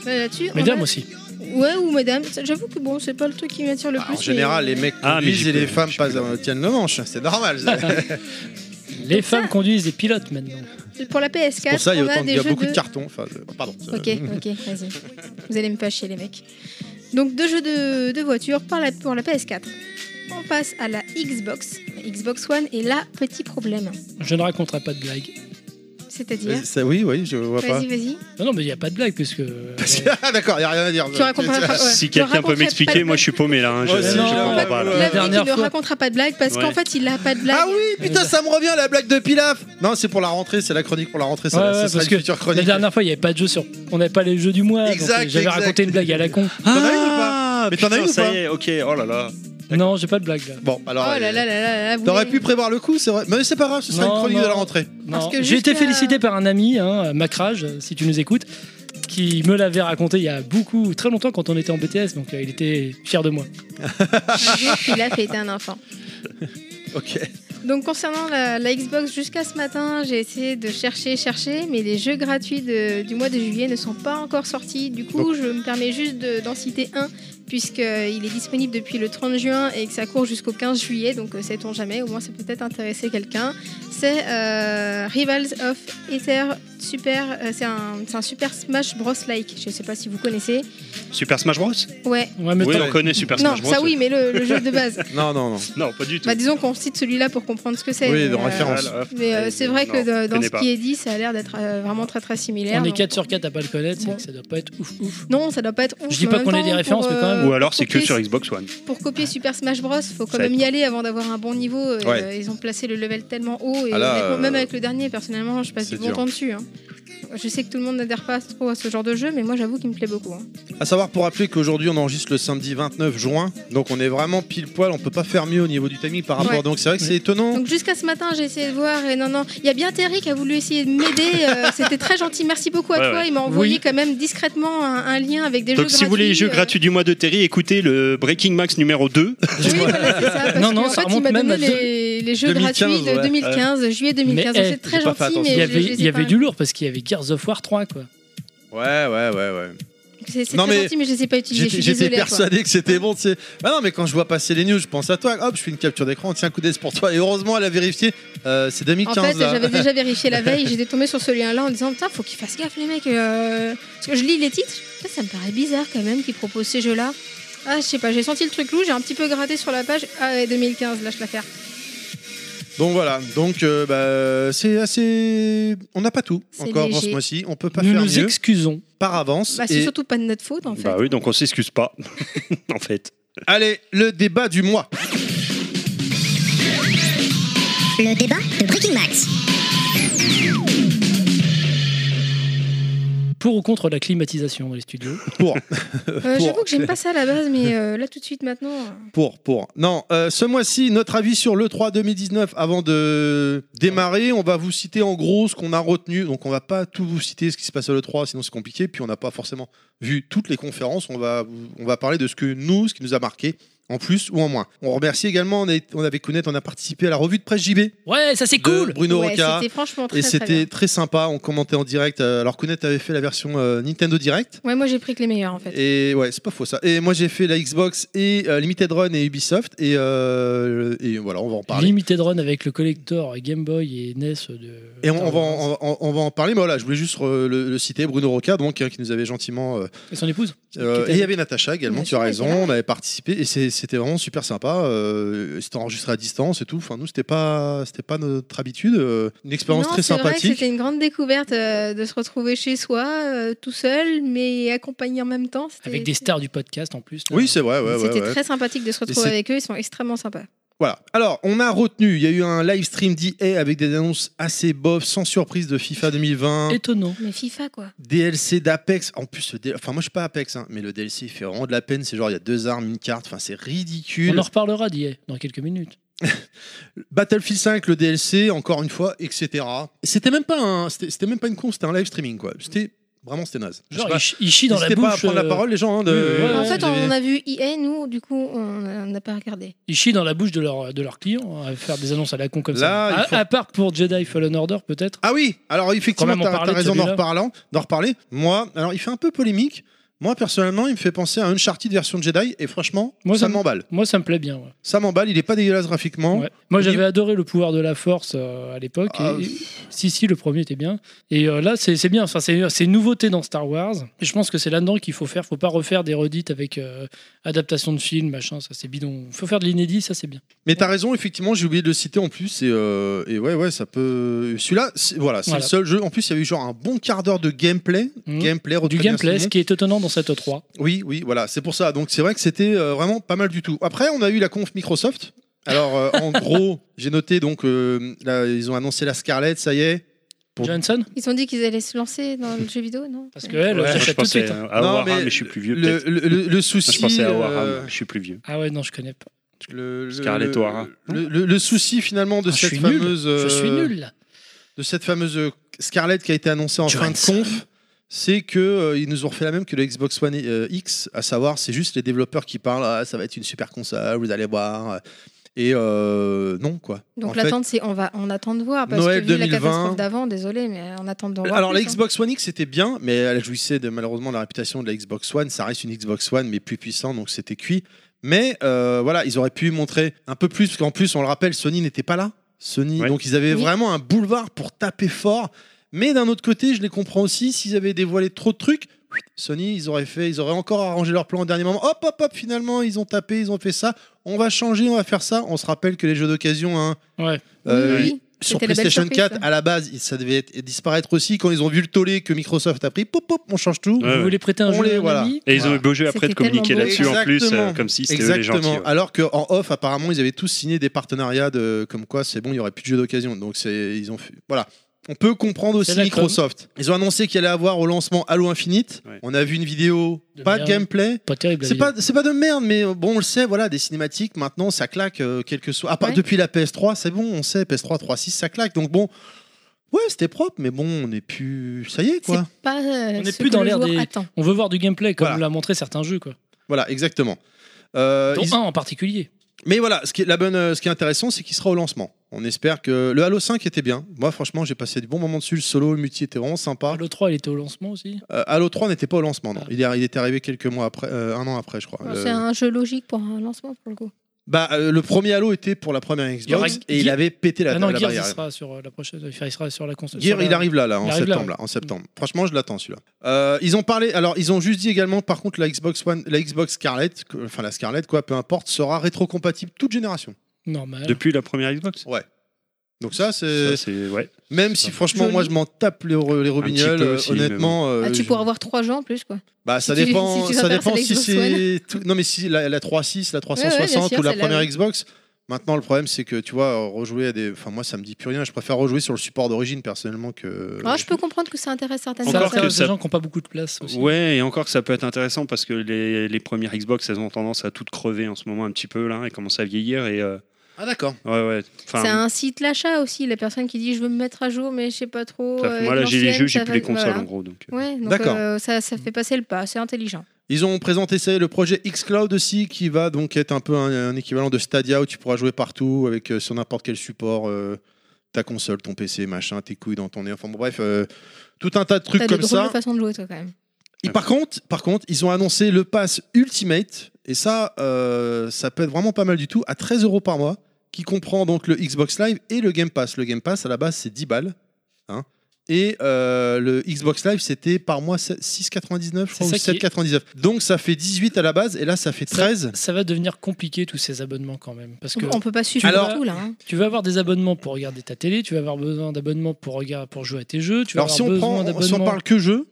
Speaker 5: Euh, Là-dessus, on
Speaker 4: Mesdames
Speaker 5: a-
Speaker 4: aussi.
Speaker 5: Ouais, ou mesdames. Ça, J'avoue que bon, c'est pas le truc qui m'attire le
Speaker 3: Bah,
Speaker 5: plus.
Speaker 3: en général,
Speaker 5: mais-
Speaker 3: les mecs
Speaker 6: Ah, mais
Speaker 3: conduisent
Speaker 6: j'y
Speaker 3: et les
Speaker 6: peux-
Speaker 3: femmes
Speaker 6: j'y
Speaker 3: passent,
Speaker 6: peux.
Speaker 3: euh, tiennent le manche. C'est normal. ça.
Speaker 4: Les femmes conduisent des pilotes maintenant.
Speaker 5: Pour la PS4,
Speaker 3: Pour ça, il y a,
Speaker 5: on a
Speaker 3: autant,
Speaker 5: des
Speaker 3: il y a
Speaker 5: jeux
Speaker 3: beaucoup
Speaker 5: de-
Speaker 3: de cartons. Enfin, euh, pardon.
Speaker 5: Ok, ok, vas-y. Vous allez me fâcher, les mecs. Donc, deux jeux de, de voiture pour la, pour la PS4. On passe à la Xbox, la Xbox One, et là, petit problème.
Speaker 4: Je ne raconterai pas de blague.
Speaker 5: C'est-à-dire.
Speaker 3: Vas-y, ça- oui, oui, je vois pas.
Speaker 5: Vas-y, vas-y.
Speaker 4: Non, non, mais il n'y a pas de blague, puisque.
Speaker 3: Parce que- Ah, d'accord, il n'y a rien à dire. Ah
Speaker 5: Tu raconteras pas. ouais.
Speaker 6: Si
Speaker 5: Tu
Speaker 6: quelqu'un
Speaker 5: raconteras
Speaker 6: peut
Speaker 5: pas
Speaker 6: m'expliquer,
Speaker 5: de-
Speaker 6: moi je suis paumé là. hein, je
Speaker 3: Ouais,
Speaker 6: je
Speaker 3: c'est
Speaker 4: non,
Speaker 6: comprends
Speaker 3: ouais,
Speaker 6: pas
Speaker 3: ouais.
Speaker 6: là.
Speaker 5: La dernière
Speaker 4: dernière
Speaker 5: ne
Speaker 4: fois.
Speaker 5: racontera pas de blague parce
Speaker 6: Ouais.
Speaker 5: qu'en fait, il a pas de blague.
Speaker 3: Ah oui, putain, ça me revient la blague de Pilaf. Non, c'est pour la rentrée, c'est la chronique pour la rentrée. Ça,
Speaker 4: Ouais, ouais,
Speaker 3: ça sera
Speaker 4: parce
Speaker 3: une
Speaker 4: que
Speaker 3: future
Speaker 4: La
Speaker 3: chronique.
Speaker 4: dernière fois, il n'y avait pas de jeu sur. On n'avait pas les jeux du mois. donc,
Speaker 3: Exact,
Speaker 4: euh, J'avais
Speaker 3: exact. Ah,
Speaker 4: raconté une blague à la con.
Speaker 3: T'en as une ou pas Mais t'en as
Speaker 6: Ah, Putain,
Speaker 3: une ou
Speaker 6: ça
Speaker 3: pas
Speaker 6: y est, ok, oh là là.
Speaker 4: Non, j'ai pas de blague là.
Speaker 3: Bon,
Speaker 5: Oh
Speaker 3: alors.
Speaker 5: là là là là là. vous
Speaker 3: T'aurais
Speaker 5: voulez-
Speaker 3: pu prévoir le coup, c'est vrai. Mais c'est pas grave, ce sera
Speaker 4: Non,
Speaker 3: une chronique
Speaker 4: non.
Speaker 3: de la rentrée.
Speaker 4: Non.
Speaker 5: Parce que
Speaker 4: J'ai été
Speaker 5: jusqu'à-
Speaker 4: félicité par un ami, hein, Macrage, euh, si tu nous écoutes, qui me l'avait raconté il y a beaucoup, très longtemps quand on était en BTS, donc euh, il était fier de moi.
Speaker 5: Il a fait un enfant.
Speaker 3: Ok.
Speaker 5: Donc concernant la, la Xbox, jusqu'à ce matin, j'ai essayé de chercher, chercher, mais les jeux gratuits de- du mois de juillet ne sont pas encore sortis. Du coup, je me permets juste de- d'en citer un, puisqu'il est disponible depuis le 30 juin et que ça court jusqu'au 15 juillet, donc euh, sait-on jamais, au moins ça peut peut-être intéresser quelqu'un. C'est euh, Rivals of Ether Super, euh, c'est un, c'est un Super Smash Bros. Like, je ne sais pas si vous connaissez.
Speaker 6: Super Smash Bros
Speaker 5: Ouais,
Speaker 4: Ouais, mais
Speaker 6: Oui,
Speaker 4: t'en-
Speaker 6: on connaît Super
Speaker 5: non,
Speaker 6: Smash Bros.
Speaker 5: ça oui, mais le, le jeu de base.
Speaker 3: Non, non, non.
Speaker 6: Non, pas du tout. Ah,
Speaker 5: Bah, disons qu'on cite celui-là pour comprendre ce que c'est.
Speaker 3: Oui, de
Speaker 5: mais, euh,
Speaker 3: référence.
Speaker 5: Mais euh, c'est vrai que
Speaker 6: Non,
Speaker 5: de- dans
Speaker 6: connais
Speaker 5: ce
Speaker 6: pas.
Speaker 5: qui est dit, ça a l'air d'être euh, vraiment très très similaire.
Speaker 4: on est
Speaker 5: Donc,
Speaker 4: 4 sur 4 à pas le connaître, c'est
Speaker 5: Bon.
Speaker 4: que ça doit pas être ouf ouf.
Speaker 5: Non, ça doit pas être ouf.
Speaker 4: Je dis
Speaker 5: mais
Speaker 4: pas
Speaker 5: en même
Speaker 4: qu'on ait
Speaker 5: temps,
Speaker 4: des références,
Speaker 5: pour,
Speaker 4: mais quand même.
Speaker 5: euh,
Speaker 6: Ou alors c'est que
Speaker 5: copier-
Speaker 6: sur Xbox One.
Speaker 5: Pour copier Super Smash Bros, faut quand
Speaker 6: Ça va
Speaker 5: même
Speaker 6: être
Speaker 5: y aller avant d'avoir un bon niveau. euh,
Speaker 3: Ouais.
Speaker 5: Ils ont placé le level tellement haut et
Speaker 3: Ah là,
Speaker 5: honnêtement,
Speaker 3: euh,
Speaker 5: même avec le dernier, personnellement, je passe
Speaker 3: c'est
Speaker 5: du bon
Speaker 3: dur.
Speaker 5: temps dessus. hein. Je sais que tout le monde n'adhère pas trop à ce genre de jeu, mais moi j'avoue qu'il me plaît beaucoup. hein.
Speaker 3: À savoir pour rappeler qu'aujourd'hui on enregistre le samedi 29 juin, donc on est vraiment pile poil, on peut pas faire mieux au niveau du timing par rapport.
Speaker 5: Ouais.
Speaker 3: Donc c'est vrai que c'est étonnant.
Speaker 5: Donc jusqu'à ce matin, j'ai essayé de voir et non, non, il y a bien Terry qui a voulu essayer de m'aider. euh, C'était très gentil. Merci beaucoup à
Speaker 6: Ouais,
Speaker 5: toi. Il m'a envoyé quand même discrètement un, un lien avec des
Speaker 6: Donc
Speaker 5: jeux
Speaker 6: si vous voulez les jeux
Speaker 5: euh,
Speaker 6: gratuits du mois de Terry, écoutez le Breaking Max numéro 2.
Speaker 5: Oui, voilà, c'est ça. Parce
Speaker 4: Non, non,
Speaker 5: qu'en fait,
Speaker 4: ça
Speaker 5: il
Speaker 4: remonte
Speaker 5: m'a
Speaker 4: même
Speaker 5: donné
Speaker 4: à deux-
Speaker 5: les, les jeux
Speaker 3: 2015,
Speaker 5: gratuits de
Speaker 3: ouais.
Speaker 5: 2015, juillet 2015.
Speaker 4: Mais,
Speaker 5: Donc,
Speaker 4: eh,
Speaker 5: C'est très
Speaker 3: j'ai pas fait
Speaker 5: gentil, mais
Speaker 4: Il y
Speaker 5: je- je
Speaker 4: avait,
Speaker 5: les ai
Speaker 4: il y
Speaker 5: pas-
Speaker 4: avait du lourd parce qu'il y avait Gears of War 3 quoi.
Speaker 3: Ouais, ouais, ouais, ouais.
Speaker 5: C'est c'est
Speaker 3: Non,
Speaker 5: très
Speaker 3: mais
Speaker 5: gentil, mais je les ai pas utilisés. Je suis
Speaker 3: J'étais j'étais
Speaker 5: désolée. à toi.
Speaker 3: persuadé que c'était bon, tu sais. Ah non, mais quand je vois passer les news, je pense à toi. Hop, je fais une capture d'écran, tiens, coup d'œil pour toi. Et heureusement, elle a vérifié. Euh, c'est 2015
Speaker 5: En fait,
Speaker 3: là.
Speaker 5: j'avais déjà vérifié la veille, j'étais tombée sur ce lien-là en disant Putain, faut qu'ils fassent gaffe, les mecs. euh, Parce que je lis les titres, Putain, ça me paraît bizarre quand même qu'ils proposent ces jeux-là. Ah, je sais pas, j'ai senti le truc loup, j'ai un petit peu gratté sur la page. Ah, ouais, 2015, lâche l'affaire.
Speaker 3: Donc voilà, donc euh, bah, c'est assez. On n'a pas tout
Speaker 5: C'est
Speaker 3: encore pour
Speaker 5: léger.
Speaker 3: ce mois-ci. On peut pas
Speaker 4: Nous
Speaker 3: faire
Speaker 4: nous
Speaker 3: mieux
Speaker 4: excusons.
Speaker 3: par avance.
Speaker 5: Bah, c'est
Speaker 3: Et euh,
Speaker 5: surtout pas de notre faute en fait.
Speaker 6: Bah oui, donc on s'excuse pas, en fait.
Speaker 3: Allez, le débat du mois.
Speaker 1: Le débat de Breaking Max.
Speaker 4: Pour ou contre la climatisation dans les studios
Speaker 3: Pour,
Speaker 5: Euh,
Speaker 3: pour-
Speaker 5: J'avoue que j'aime pas ça à la base, mais euh, là tout de suite maintenant. euh,
Speaker 3: pour, pour. Non, euh, ce mois-ci, notre avis sur l'E3 2019. Avant de démarrer, on va vous citer en gros ce qu'on a retenu. Donc on va pas tout vous citer ce qui se passe à l'E3, sinon c'est compliqué. Puis on n'a pas forcément vu toutes les conférences. On va, vous- on va parler de ce que nous, ce qui nous a marqué. En plus ou en moins. On remercie également, on, est- on avait Kounet, on a participé à la revue de presse JB.
Speaker 4: Ouais, ça c'est
Speaker 3: de
Speaker 4: cool.
Speaker 3: Bruno
Speaker 5: ouais,
Speaker 3: Roca.
Speaker 5: C'était franchement très,
Speaker 3: Et
Speaker 5: très bien.
Speaker 3: c'était très sympa, on commentait en direct. euh, Alors, Kounet avait fait la version euh, Nintendo Direct.
Speaker 5: Ouais, moi j'ai pris que les meilleurs en fait.
Speaker 3: Et ouais, c'est pas faux ça. Et moi, j'ai fait la Xbox et euh, Limited Run et Ubisoft. Et, euh, et voilà, on va en parler.
Speaker 4: Limited Run avec le collector Game Boy et NES de.
Speaker 3: Et on, on va en, on va- on va en parler, mais voilà, je voulais juste euh, le, le citer, Bruno Roca, donc, hein, qui nous avait gentiment. euh,
Speaker 4: Et son épouse.
Speaker 3: euh,
Speaker 4: Qui
Speaker 3: et
Speaker 4: était-
Speaker 3: il y avait Natacha également,
Speaker 5: Bien
Speaker 3: tu
Speaker 5: sûr,
Speaker 3: as
Speaker 5: elle
Speaker 3: raison,
Speaker 5: était là.
Speaker 3: on avait participé, et c'est- c'était vraiment super sympa. euh, c'était enregistré à distance et tout. Enfin, nous, c'était pas, c'était pas notre habitude. euh, une
Speaker 5: Non,
Speaker 3: expérience très
Speaker 5: c'est vrai que
Speaker 3: sympathique.
Speaker 5: c'était une grande découverte euh, de se retrouver chez soi, euh, tout seul, mais accompagné en même temps. C'était-
Speaker 4: Avec des stars du podcast en plus.
Speaker 3: oui, c'est vrai, ouais, ouais,
Speaker 5: C'était
Speaker 3: ouais.
Speaker 5: très sympathique de se retrouver
Speaker 3: c'est-
Speaker 5: avec eux, ils sont extrêmement sympas.
Speaker 3: Voilà. Alors, on a retenu, il y a eu un live stream d'EA avec des annonces assez bof, sans surprise de FIFA 2020,
Speaker 4: étonnant.
Speaker 5: Mais FIFA quoi.
Speaker 3: DLC d'Apex. En plus, le D- enfin, moi je suis pas Apex, hein, mais le DLC il fait vraiment de la peine. C'est genre, il y a deux armes, une carte, enfin, c'est
Speaker 4: On
Speaker 3: ridicule.
Speaker 4: en reparlera d'hier dans quelques minutes.
Speaker 3: Battlefield 5, le DLC, encore une fois, etc. C'était même pas un, c'était c'était même pas une con, c'était un live streaming, quoi. C'était vraiment, c'était naze. Je
Speaker 4: Genre,
Speaker 3: sais pas.
Speaker 4: il, ch- il chie dans la
Speaker 3: N'hésitez
Speaker 4: bouche.
Speaker 3: pas à prendre la
Speaker 4: euh,
Speaker 3: parole, les gens. hein, de-
Speaker 4: oui, oui, oui.
Speaker 5: en
Speaker 4: Ouais,
Speaker 5: fait,
Speaker 3: vous avez-
Speaker 5: on a vu EA, nous, du coup, on on n'a pas regardé.
Speaker 4: Ils chient dans la bouche de leurs de leurs clients à faire des annonces à la con comme
Speaker 3: Là,
Speaker 4: ça.
Speaker 3: il
Speaker 4: À,
Speaker 3: faut-
Speaker 4: à part pour Jedi Fallen Order peut-être.
Speaker 3: Ah oui, alors effectivement,
Speaker 4: Quand même, on
Speaker 3: t'as t'as
Speaker 4: parlait de
Speaker 3: raison d'en
Speaker 4: celui-là.
Speaker 3: reparlant- d'en reparler. Moi, alors il fait un peu polémique. Moi, personnellement, il me fait penser à Uncharted version Jedi, et franchement,
Speaker 4: Moi,
Speaker 3: ça
Speaker 4: ça me-
Speaker 3: m'emballe.
Speaker 4: Moi, ça me plaît bien. ouais.
Speaker 3: Ça m'emballe, il est pas dégueulasse graphiquement.
Speaker 4: Ouais. Moi,
Speaker 3: Au
Speaker 4: j'avais
Speaker 3: niveau-
Speaker 4: adoré le pouvoir de la force euh, à l'époque. et-
Speaker 3: Ah,
Speaker 4: et- si, si, le premier était bien. Et euh, là, c'est c'est bien. Enfin, c'est c'est une nouveauté dans Star Wars. Et je pense que c'est là-dedans qu'il faut faire. Faut pas refaire des redites avec euh, adaptation de films, machin. Ça, c'est bidon. Faut faire de l'inédit, ça, c'est bien.
Speaker 3: Mais t'as raison, effectivement, j'ai oublié de le citer en plus, et, euh, et ouais, ouais, ça peut. Celui-là, c'est- voilà, c'est
Speaker 4: Voilà.
Speaker 3: le seul jeu. En plus, il y avait eu genre un bon quart d'heure de gameplay.
Speaker 4: Mhm.
Speaker 3: Gameplay,
Speaker 4: Du
Speaker 3: retraité bien
Speaker 4: gameplay, ce
Speaker 3: souligné.
Speaker 4: qui est étonnant dans cette 3.
Speaker 3: Oui, oui, voilà, c'est pour ça. Donc c'est vrai que c'était euh, vraiment pas mal du tout. Après, on a eu la conf Microsoft. Alors euh, en gros, j'ai noté donc euh, là, ils ont annoncé la Scarlett, ça y est. Bon.
Speaker 4: Johnson
Speaker 5: Ils ont dit qu'ils allaient se lancer dans le jeu vidéo, non
Speaker 4: Parce que elle,
Speaker 3: Ouais,
Speaker 4: elle
Speaker 6: Moi, je
Speaker 4: s'achète tout de
Speaker 6: pensais
Speaker 4: suite. hein.
Speaker 6: à
Speaker 3: Non,
Speaker 6: Warham,
Speaker 3: mais
Speaker 6: Ah, mais je suis plus vieux
Speaker 3: Le,
Speaker 6: peut-être.
Speaker 3: le, le- le souci.
Speaker 6: Moi, Je pensais à
Speaker 3: euh,
Speaker 6: Warham, je suis plus vieux.
Speaker 4: Ah ouais, non, je connais pas.
Speaker 3: le, le-
Speaker 6: Scarlett O'Hara.
Speaker 3: le- le- le souci finalement de
Speaker 4: Ah, je
Speaker 3: cette
Speaker 4: suis nul.
Speaker 3: fameuse.
Speaker 4: Je
Speaker 3: euh,
Speaker 4: suis nul.
Speaker 3: de cette fameuse euh, Scarlett qui a été annoncée en fin de
Speaker 4: Johansson.
Speaker 3: conf, c'est que euh, ils nous ont refait la même que le Xbox One euh, X, à savoir c'est juste les développeurs qui parlent, ah, ça va être une super console, vous allez voir. Et euh, non quoi. En
Speaker 5: Donc
Speaker 3: fait,
Speaker 5: l'attente, c'est on va on attend de voir parce
Speaker 3: Noël
Speaker 5: que vu
Speaker 3: 2020.
Speaker 5: la catastrophe d'avant, désolé, mais on attend de voir.
Speaker 3: Alors la
Speaker 5: plus, hein.
Speaker 3: Xbox One X c'était bien, mais elle jouissait de, malheureusement de la réputation de la Xbox One. Ça reste une Xbox One, mais plus puissant, donc c'était cuit. Mais euh, voilà, ils auraient pu montrer un peu plus, parce qu'en plus, on le rappelle, Sony n'était pas là. Sony,
Speaker 6: Ouais.
Speaker 3: donc ils avaient
Speaker 5: Oui.
Speaker 3: vraiment un boulevard pour taper fort. Mais d'un autre côté, je les comprends aussi. S'ils avaient dévoilé trop de trucs, Sony, ils auraient fait, ils auraient encore arrangé leur plan au dernier moment. Hop, hop, hop. Finalement, ils ont tapé, ils ont fait ça. On va changer, on va faire ça. On se rappelle que les jeux d'occasion, hein,
Speaker 4: Ouais.
Speaker 3: euh,
Speaker 5: Oui, oui.
Speaker 3: sur
Speaker 5: C'était la belle
Speaker 3: PlayStation
Speaker 5: surprise,
Speaker 3: 4, à la base, il- ça devait être- disparaître aussi. Quand ils ont vu le tollé que Microsoft a pris, pop, pop, on change tout.
Speaker 6: Ouais,
Speaker 4: Vous
Speaker 6: ouais.
Speaker 4: voulez prêter un
Speaker 3: On
Speaker 4: jeu
Speaker 3: les-
Speaker 4: à un
Speaker 3: voilà.
Speaker 4: ami
Speaker 6: Et ils ont eu beau jeu
Speaker 5: C'était
Speaker 6: après de communiquer
Speaker 5: tellement beau.
Speaker 6: là-dessus en plus,
Speaker 3: Exactement.
Speaker 6: euh, comme si c'était eux les
Speaker 3: Exactement.
Speaker 6: gentils. ouais.
Speaker 3: Alors qu'en off, apparemment, ils avaient tous signé des partenariats de, comme quoi c'est bon, il n'y aurait plus de jeux d'occasion. Donc c'est, ils ont fait, voilà. on peut comprendre
Speaker 4: C'est
Speaker 3: aussi
Speaker 4: la com.
Speaker 3: Microsoft. Ils ont annoncé qu'il allait avoir au lancement Halo Infinite.
Speaker 6: Ouais.
Speaker 3: On a vu une vidéo,
Speaker 4: De
Speaker 3: pas
Speaker 4: merde.
Speaker 3: de gameplay.
Speaker 4: Pas terrible. la hein.
Speaker 3: C'est
Speaker 4: vidéo.
Speaker 3: pas, c'est pas de merde, mais euh, bon, on le sait, voilà, des cinématiques, maintenant, ça claque, euh, quel que soit. À part
Speaker 5: Ouais.
Speaker 3: depuis la PS3, c'est bon, on sait, PS3, 3.6, ça claque. Donc bon, ouais, c'était propre, mais bon, on est plus. Ça y est, quoi.
Speaker 5: C'est pas. euh,
Speaker 4: On n'est plus dans l'air des-
Speaker 5: Attends.
Speaker 4: On veut voir du gameplay, comme
Speaker 3: Voilà.
Speaker 4: l'a montré certains jeux, quoi.
Speaker 3: Voilà, exactement. Euh,
Speaker 4: Dont
Speaker 3: ils-
Speaker 4: un en particulier.
Speaker 3: Mais voilà, ce qui est, la bonne, euh, ce qui est intéressant, c'est qu'il sera au lancement. On espère que. Le Halo 5 était bien. Moi, franchement, j'ai passé du bon moment dessus. Le solo, le multi était vraiment sympa.
Speaker 4: Le 3, il était au lancement aussi.
Speaker 3: Euh, Halo 3 n'était pas au lancement, non. Il est, il est arrivé quelques mois après, euh, un an après, je crois.
Speaker 5: Bon,
Speaker 3: Le-
Speaker 5: C'est un jeu logique pour un lancement, pour le coup.
Speaker 3: Bah, euh, le premier Halo était pour la première
Speaker 4: y aura-
Speaker 3: Xbox et il
Speaker 4: Gear-
Speaker 3: avait pété la,
Speaker 4: Ah non,
Speaker 3: la
Speaker 4: Gears, il
Speaker 3: barrière.
Speaker 4: sera sur euh, la prochaine. enfin, il sera sur la console.
Speaker 3: Gear,
Speaker 4: sur la-
Speaker 3: il arrive là, là, en
Speaker 4: il arrive là,
Speaker 3: septembre. là, en septembre. Franchement, je l'attends celui-là. Euh, ils ont parlé, alors ils ont juste dit également, par contre, la Xbox One, la Xbox Scarlett, que- enfin la Scarlett, quoi, peu importe, sera rétrocompatible toute génération.
Speaker 4: Normal.
Speaker 6: Depuis la première Xbox
Speaker 3: Donc ça, c'est
Speaker 6: Ça, c'est ouais.
Speaker 3: même si
Speaker 6: ça.
Speaker 3: franchement,
Speaker 5: Joli.
Speaker 3: moi, je m'en tape les, re- les robignoles.
Speaker 6: petit peu
Speaker 3: euh,
Speaker 6: aussi, mais
Speaker 3: honnêtement, euh,
Speaker 5: Ah, tu
Speaker 3: je-
Speaker 5: pourras avoir trois jeux en plus, quoi.
Speaker 3: Bah, ça
Speaker 5: tu-
Speaker 3: dépend.
Speaker 5: si tu
Speaker 3: ça
Speaker 5: vas faire
Speaker 3: dépend
Speaker 5: sur
Speaker 3: si
Speaker 5: l'Xbox
Speaker 3: c'est tout- non mais si la, la 3.6, la
Speaker 5: ouais, bien
Speaker 3: 360
Speaker 5: sûr,
Speaker 3: ou la
Speaker 5: celle-là,
Speaker 3: première
Speaker 5: oui.
Speaker 3: Xbox. Maintenant, le problème, c'est que tu vois, rejouer à des. Enfin, moi, ça me dit plus rien. Je préfère rejouer sur le support d'origine personnellement que.
Speaker 5: Ah, je peux comprendre que ça intéresse certaines
Speaker 4: Ça
Speaker 6: Encore
Speaker 5: personnes.
Speaker 6: que
Speaker 4: intéresse des
Speaker 6: ça-
Speaker 4: gens qui n'ont pas beaucoup de place aussi.
Speaker 6: Ouais, et encore que ça peut être intéressant parce que les, les premières Xbox, elles ont tendance à toutes crever en ce moment un petit peu là, et commencent à vieillir et euh,
Speaker 3: Ah d'accord.
Speaker 6: ouais ouais. Enfin,
Speaker 5: C'est un site l'achat aussi, la personne qui dit je veux me mettre à jour, mais je sais pas trop.
Speaker 6: ça-
Speaker 5: euh,
Speaker 6: moi là j'ai les
Speaker 5: l'ancienne,
Speaker 6: jeux, j'ai
Speaker 5: ça
Speaker 6: plus
Speaker 5: va-
Speaker 6: les consoles
Speaker 5: voilà.
Speaker 6: en gros donc. euh,
Speaker 5: Ouais, donc
Speaker 3: D'accord.
Speaker 5: euh, ça, ça fait passer le pas, c'est intelligent.
Speaker 3: Ils ont présenté ça, y est, le projet xCloud aussi, qui va donc être un peu un, un équivalent de Stadia où tu pourras jouer partout avec euh, sur n'importe quel support, euh, ta console, ton PC, machin, tes couilles dans ton nez. Enfin bon, bref, euh, tout un tas de trucs
Speaker 5: T'as des
Speaker 3: comme
Speaker 5: drôles
Speaker 3: ça.
Speaker 5: de façons de jouer, toi, quand même.
Speaker 3: Et par contre, par contre, ils ont annoncé le pass Ultimate et ça, euh, ça peut être vraiment pas mal du tout à 13 euros par mois, qui comprend donc le Xbox Live et le Game Pass. Le Game Pass à la base c'est 10 balles, hein. Et euh, le Xbox Live, c'était par mois 6,99, je
Speaker 4: C'est
Speaker 3: crois, ou
Speaker 4: ça qui est-
Speaker 3: 7,99. Donc ça fait 18 à la base, et là ça fait 13.
Speaker 4: Ça va devenir compliqué tous ces abonnements quand même. Parce que
Speaker 5: On peut pas suivre
Speaker 3: Alors-
Speaker 5: tout, là. hein.
Speaker 4: tu vas avoir des abonnements pour regarder ta télé, tu vas avoir besoin d'abonnements pour, regarder- pour jouer à tes jeux, tu vas
Speaker 3: Alors
Speaker 4: avoir
Speaker 3: si on,
Speaker 4: besoin
Speaker 3: prend, si on
Speaker 4: d'abonnements.
Speaker 3: parle que jeu,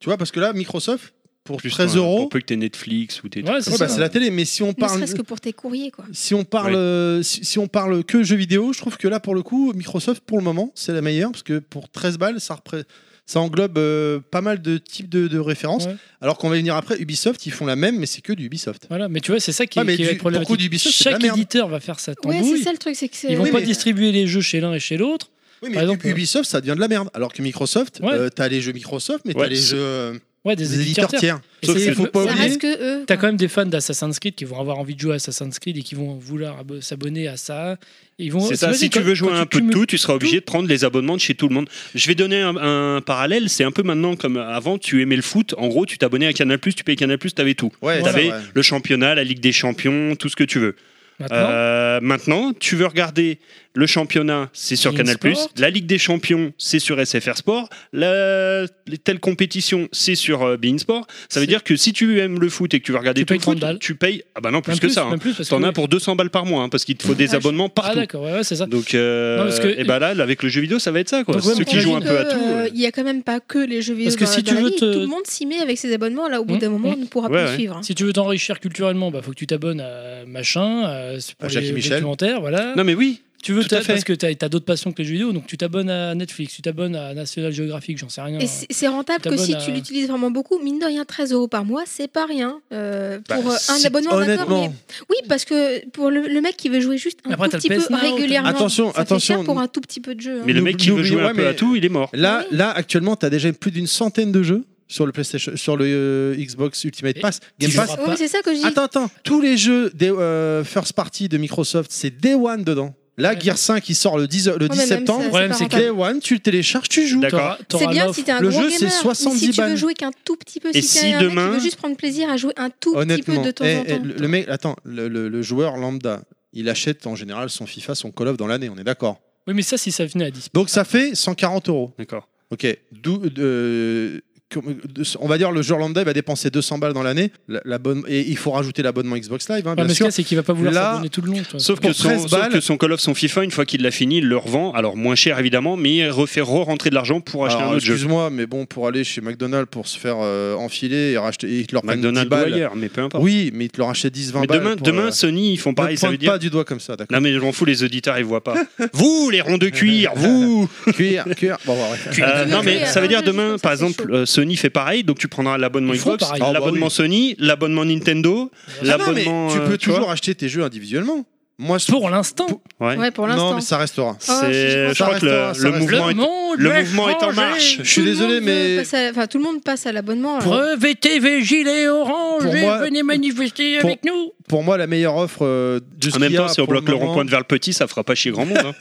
Speaker 3: tu vois, parce que là, Microsoft, pour
Speaker 6: Juste
Speaker 3: 13
Speaker 6: un-
Speaker 3: euros,
Speaker 6: Pour peu que t'aies Netflix ou tes.
Speaker 4: Ouais,
Speaker 3: ouais,
Speaker 4: c'est
Speaker 3: bah, c'est
Speaker 4: ça.
Speaker 3: la télé, mais si on
Speaker 5: Ne
Speaker 3: parle.
Speaker 5: serait-ce que pour tes courriers, quoi.
Speaker 3: Si on parle,
Speaker 6: Oui.
Speaker 3: euh, si, si on parle que jeux vidéo, je trouve que là pour le coup, Microsoft pour le moment c'est la meilleure parce que pour 13 balles, ça, repré- ça englobe euh, pas mal de types de, de références.
Speaker 4: Ouais.
Speaker 3: Alors qu'on va y venir après, Ubisoft ils font la même, mais c'est que du Ubisoft.
Speaker 4: Voilà, mais tu vois, c'est ça qui est,
Speaker 3: Ouais, mais
Speaker 4: qui est
Speaker 3: du-
Speaker 4: la problématique.
Speaker 3: pour le coup, d'Ubisoft, c'est de la
Speaker 4: Chaque
Speaker 3: merde.
Speaker 4: éditeur va faire sa
Speaker 5: Ouais,
Speaker 4: tambouille.
Speaker 5: c'est ça le truc, c'est que c'est.
Speaker 4: Ils vont
Speaker 3: Oui,
Speaker 4: pas
Speaker 3: mais-
Speaker 4: distribuer les jeux chez l'un et chez l'autre.
Speaker 3: Oui, mais
Speaker 4: Par exemple,
Speaker 3: U- Ubisoft ça devient de la merde. Alors que Microsoft,
Speaker 4: Ouais.
Speaker 3: euh, t'as les jeux Microsoft, mais t'as
Speaker 6: Ouais,
Speaker 3: les
Speaker 6: c'est-
Speaker 3: jeux euh,
Speaker 4: Ouais, des,
Speaker 3: des éditeurs tiers.
Speaker 4: Et
Speaker 6: Sauf
Speaker 4: c'est-
Speaker 6: que
Speaker 3: faut pas
Speaker 5: Ça
Speaker 3: oublier-
Speaker 5: reste que eux.
Speaker 4: T'as
Speaker 5: quoi.
Speaker 4: quand même des fans d'Assassin's Creed qui vont avoir envie de jouer à Assassin's Creed et qui vont vouloir abo- s'abonner à ça. Et Ils vont.
Speaker 6: C'est ça,
Speaker 4: vas-y,
Speaker 6: si tu
Speaker 4: quand-
Speaker 6: veux jouer
Speaker 4: quand
Speaker 6: un
Speaker 4: tu
Speaker 6: peu de
Speaker 4: cumules-
Speaker 6: tout, tu seras obligé de prendre les abonnements de chez tout le monde. Je vais donner un, un parallèle, c'est un peu maintenant comme avant, tu aimais le foot, en gros, tu t'abonnais à Canal+, tu payais Canal+, t'avais tout.
Speaker 3: Ouais,
Speaker 4: Voilà.
Speaker 6: T'avais
Speaker 3: ça, ouais.
Speaker 6: le championnat, la Ligue des Champions, tout ce que tu veux.
Speaker 4: Maintenant,
Speaker 6: Euh, maintenant, tu veux regarder le championnat, c'est sur
Speaker 4: BeIN
Speaker 6: Canal+,
Speaker 4: Sport.
Speaker 6: la Ligue des Champions, c'est sur SFR Sport, la les- telle compétition, c'est sur euh, beIN Sport. Ça veut
Speaker 4: C'est-
Speaker 6: dire que si tu aimes le foot et que tu veux regarder
Speaker 4: Tu
Speaker 6: tout
Speaker 4: payes
Speaker 6: le foot,
Speaker 4: 30 balles.
Speaker 6: tu payes ah bah non plus
Speaker 4: même
Speaker 6: que ça. hein.
Speaker 4: même plus, parce
Speaker 6: T'en
Speaker 4: que-
Speaker 6: as pour 200 balles par mois hein, parce qu'il te faut des
Speaker 4: Ah, je-
Speaker 6: abonnements
Speaker 4: Ah
Speaker 6: partout.
Speaker 4: d'accord, ouais, ouais, c'est ça.
Speaker 6: Donc, euh,
Speaker 4: Non, parce que-
Speaker 6: et bah là, avec le jeu vidéo, ça va être ça, quoi.
Speaker 4: Donc, ouais,
Speaker 6: Ceux
Speaker 4: mais
Speaker 6: qui jouent un peu à
Speaker 5: Que,
Speaker 6: tout.
Speaker 5: euh,
Speaker 6: euh,
Speaker 5: Il y a quand même pas que les jeux vidéo.
Speaker 4: Parce que
Speaker 5: dans-
Speaker 4: si
Speaker 5: dans
Speaker 4: tu
Speaker 5: la
Speaker 4: veux
Speaker 5: vie,
Speaker 4: te-
Speaker 5: Tout le monde s'y met avec ses abonnements. Là, au bout
Speaker 4: Hum,
Speaker 5: d'un moment, on ne pourra
Speaker 6: Ouais,
Speaker 5: plus
Speaker 6: ouais.
Speaker 5: suivre. hein.
Speaker 4: Si tu veux t'enrichir culturellement, bah faut que tu t'abonnes à machin, à, c'est pour
Speaker 3: À Jackie
Speaker 4: les
Speaker 3: Michel.
Speaker 4: documentaires, voilà.
Speaker 6: Non, mais oui.
Speaker 4: tu veux
Speaker 6: tout à
Speaker 4: t'a-
Speaker 6: fait.
Speaker 4: parce que t'as as, d'autres passions que les jeux vidéo, donc tu t'abonnes à Netflix, tu t'abonnes à National Geographic, j'en sais rien.
Speaker 5: Et c'est c'est rentable que
Speaker 4: t'abonnes
Speaker 5: si
Speaker 4: à-
Speaker 5: tu l'utilises vraiment beaucoup, mine de rien, 13 euros par mois, c'est pas rien. euh,
Speaker 3: Bah,
Speaker 5: pour euh, un
Speaker 3: si-
Speaker 5: abonnement, d'accord.
Speaker 3: honnêtement.
Speaker 5: Mais... Oui, parce que pour le, le mec qui veut jouer juste un
Speaker 4: Après,
Speaker 5: tout
Speaker 4: t'as le
Speaker 5: petit peu
Speaker 4: PS Now, t'as-
Speaker 5: régulièrement,
Speaker 3: Attention,
Speaker 5: ça fait
Speaker 3: attention.
Speaker 5: cher pour un tout petit peu de jeu. hein.
Speaker 6: Mais le mec qui veut
Speaker 3: N'oublie-
Speaker 6: jouer un
Speaker 3: ouais,
Speaker 6: peu
Speaker 3: mais-
Speaker 6: à tout, il est mort.
Speaker 3: Là,
Speaker 5: Ah
Speaker 3: là actuellement, t'as déjà plus d'une centaine de jeux sur le PlayStation, sur le euh, Xbox Ultimate
Speaker 4: Et
Speaker 3: Pass,
Speaker 4: tu
Speaker 3: Game Pass.
Speaker 4: joueras
Speaker 5: Oui, c'est ça que je dis.
Speaker 3: Attends, attends. Tous les jeux des euh, first party de Microsoft, c'est Day One dedans. Là,
Speaker 4: Ouais.
Speaker 3: Gear 5, il sort le 10, le
Speaker 5: Ouais,
Speaker 3: 10
Speaker 5: mais même
Speaker 3: septembre.
Speaker 5: ça,
Speaker 4: Le problème,
Speaker 5: pas
Speaker 4: c'est
Speaker 5: rentable.
Speaker 4: que-
Speaker 3: Day One, tu le télécharges, tu joues.
Speaker 6: D'accord.
Speaker 4: T'auras-
Speaker 5: C'est
Speaker 4: t'auras
Speaker 5: bien
Speaker 4: l'offre.
Speaker 5: si t'es un
Speaker 3: Le
Speaker 5: gros
Speaker 3: jeu,
Speaker 5: gamer.
Speaker 3: c'est
Speaker 5: mais
Speaker 3: 70
Speaker 5: si tu veux
Speaker 3: balles.
Speaker 5: jouer qu'un tout petit peu,
Speaker 6: Et
Speaker 5: si,
Speaker 6: si
Speaker 5: t'es un mec
Speaker 6: demain-
Speaker 5: qui veut juste prendre plaisir à jouer un tout petit peu
Speaker 3: Honnêtement.
Speaker 5: de temps
Speaker 3: Eh,
Speaker 5: en
Speaker 3: eh,
Speaker 5: temps.
Speaker 3: le, le mec, attends, le, le- le joueur lambda, il achète en général son FIFA, son Call of dans l'année, on est d'accord.
Speaker 6: Ah,
Speaker 4: Oui, mais ça, si ça venait à 10.
Speaker 3: Donc ça fait 140 euros.
Speaker 6: D'accord.
Speaker 3: Ok. Dou- euh, comme- de- on va dire le joueur lambda il va dépenser 200 balles dans l'année la- l'abonne- et il faut rajouter l'abonnement Xbox Live hein,
Speaker 4: Ouais,
Speaker 3: bien
Speaker 4: mais ce qu'il
Speaker 3: sûr
Speaker 4: y a, c'est qu'il va pas vouloir
Speaker 3: Là-
Speaker 4: s'abonner tout le long. toi.
Speaker 6: Sauf que,
Speaker 3: Pour
Speaker 6: son,
Speaker 3: 13
Speaker 6: sauf
Speaker 3: balles.
Speaker 6: que son Call of, son FIFA, une fois qu'il l'a fini, il le revend, alors moins cher évidemment, mais il refait re-rentrer de l'argent pour acheter
Speaker 3: Alors,
Speaker 6: un autre jeu.
Speaker 3: excuse-moi mais bon pour aller chez McDonald's pour se faire euh, enfiler et racheter et ils te leur prennent 10
Speaker 6: McDonald's ou
Speaker 3: balles
Speaker 6: ailleurs, mais peu importe.
Speaker 3: oui mais ils te leur rachètent 10 20
Speaker 6: mais
Speaker 3: balles
Speaker 6: demain,
Speaker 3: pour,
Speaker 6: demain
Speaker 3: euh,
Speaker 6: Sony, ils font
Speaker 3: ne
Speaker 6: pareil, ça
Speaker 3: pointe
Speaker 6: veut dire.
Speaker 3: pas du doigt comme ça d'accord
Speaker 6: Non mais je m'en fous, les auditeurs ils voient pas. vous, les ronds de cuir, vous.
Speaker 3: cuir cuir bon ouais, ouais.
Speaker 6: Euh, non mais ça veut dire
Speaker 5: Juste
Speaker 6: demain,
Speaker 5: comme ça,
Speaker 6: par
Speaker 5: c'est
Speaker 6: exemple,
Speaker 5: chaud.
Speaker 6: euh, Sony fait pareil, donc tu prendras l'abonnement
Speaker 4: Ils font
Speaker 6: Xbox,
Speaker 4: pareil.
Speaker 3: Ah, bah
Speaker 6: l'abonnement
Speaker 3: oui.
Speaker 6: Sony, l'abonnement Nintendo,
Speaker 3: Ah non, mais
Speaker 6: l'abonnement.
Speaker 3: tu
Speaker 6: euh,
Speaker 3: peux toujours
Speaker 6: vois
Speaker 3: acheter tes jeux individuellement moi ce-
Speaker 4: Pour l'instant,
Speaker 6: Ouais.
Speaker 5: Ouais, pour
Speaker 3: non
Speaker 5: l'instant.
Speaker 3: mais ça restera
Speaker 5: Ah,
Speaker 6: C'est-
Speaker 5: je-
Speaker 6: je crois
Speaker 3: ça
Speaker 6: que le,
Speaker 3: reste-
Speaker 6: le
Speaker 3: ça
Speaker 6: mouvement
Speaker 3: reste-
Speaker 6: est,
Speaker 4: le monde,
Speaker 6: le mouvement est en marche.
Speaker 3: je suis
Speaker 5: Tout le
Speaker 3: désolé
Speaker 5: monde veut
Speaker 3: mais
Speaker 5: passer à- Enfin, tout le monde passe à l'abonnement. alors.
Speaker 4: Preuve TV gilet orange,
Speaker 3: Pour
Speaker 4: et
Speaker 3: moi-
Speaker 4: venez manifester
Speaker 3: pour-
Speaker 4: avec nous.
Speaker 3: pour moi la meilleure offre euh, de ce
Speaker 6: En même
Speaker 3: qu'il y a
Speaker 6: temps, si on
Speaker 3: pour
Speaker 6: bloque le
Speaker 3: moment-
Speaker 6: rond-point de vers le petit, ça fera pas chier grand monde. hein.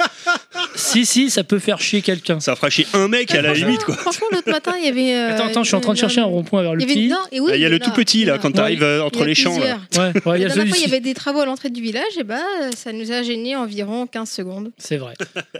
Speaker 4: Si si, ça peut faire chier quelqu'un.
Speaker 5: Euh,
Speaker 6: Ça fera chier un mec à la
Speaker 5: Franchement-
Speaker 6: limite quoi.
Speaker 5: Ah, Franchement, l'autre matin, il y avait. euh,
Speaker 4: Attends attends, je suis en train de chercher un rond-point vers
Speaker 5: Il
Speaker 4: le
Speaker 5: y avait une-
Speaker 4: petit.
Speaker 5: non, et oui,
Speaker 6: Ah, il y a le tout
Speaker 5: en
Speaker 6: petit là, quand
Speaker 5: il y en a.
Speaker 6: t'arrives euh,
Speaker 5: Il y
Speaker 6: entre
Speaker 5: a
Speaker 6: les champs. Là.
Speaker 5: plusieurs.
Speaker 4: Ouais, ouais, Ah, il y
Speaker 5: La
Speaker 4: a
Speaker 5: dernière fois, il y
Speaker 4: celui-ci.
Speaker 5: avait des travaux à l'entrée du village, et bah ça nous a gêné environ 15 secondes.
Speaker 4: C'est vrai.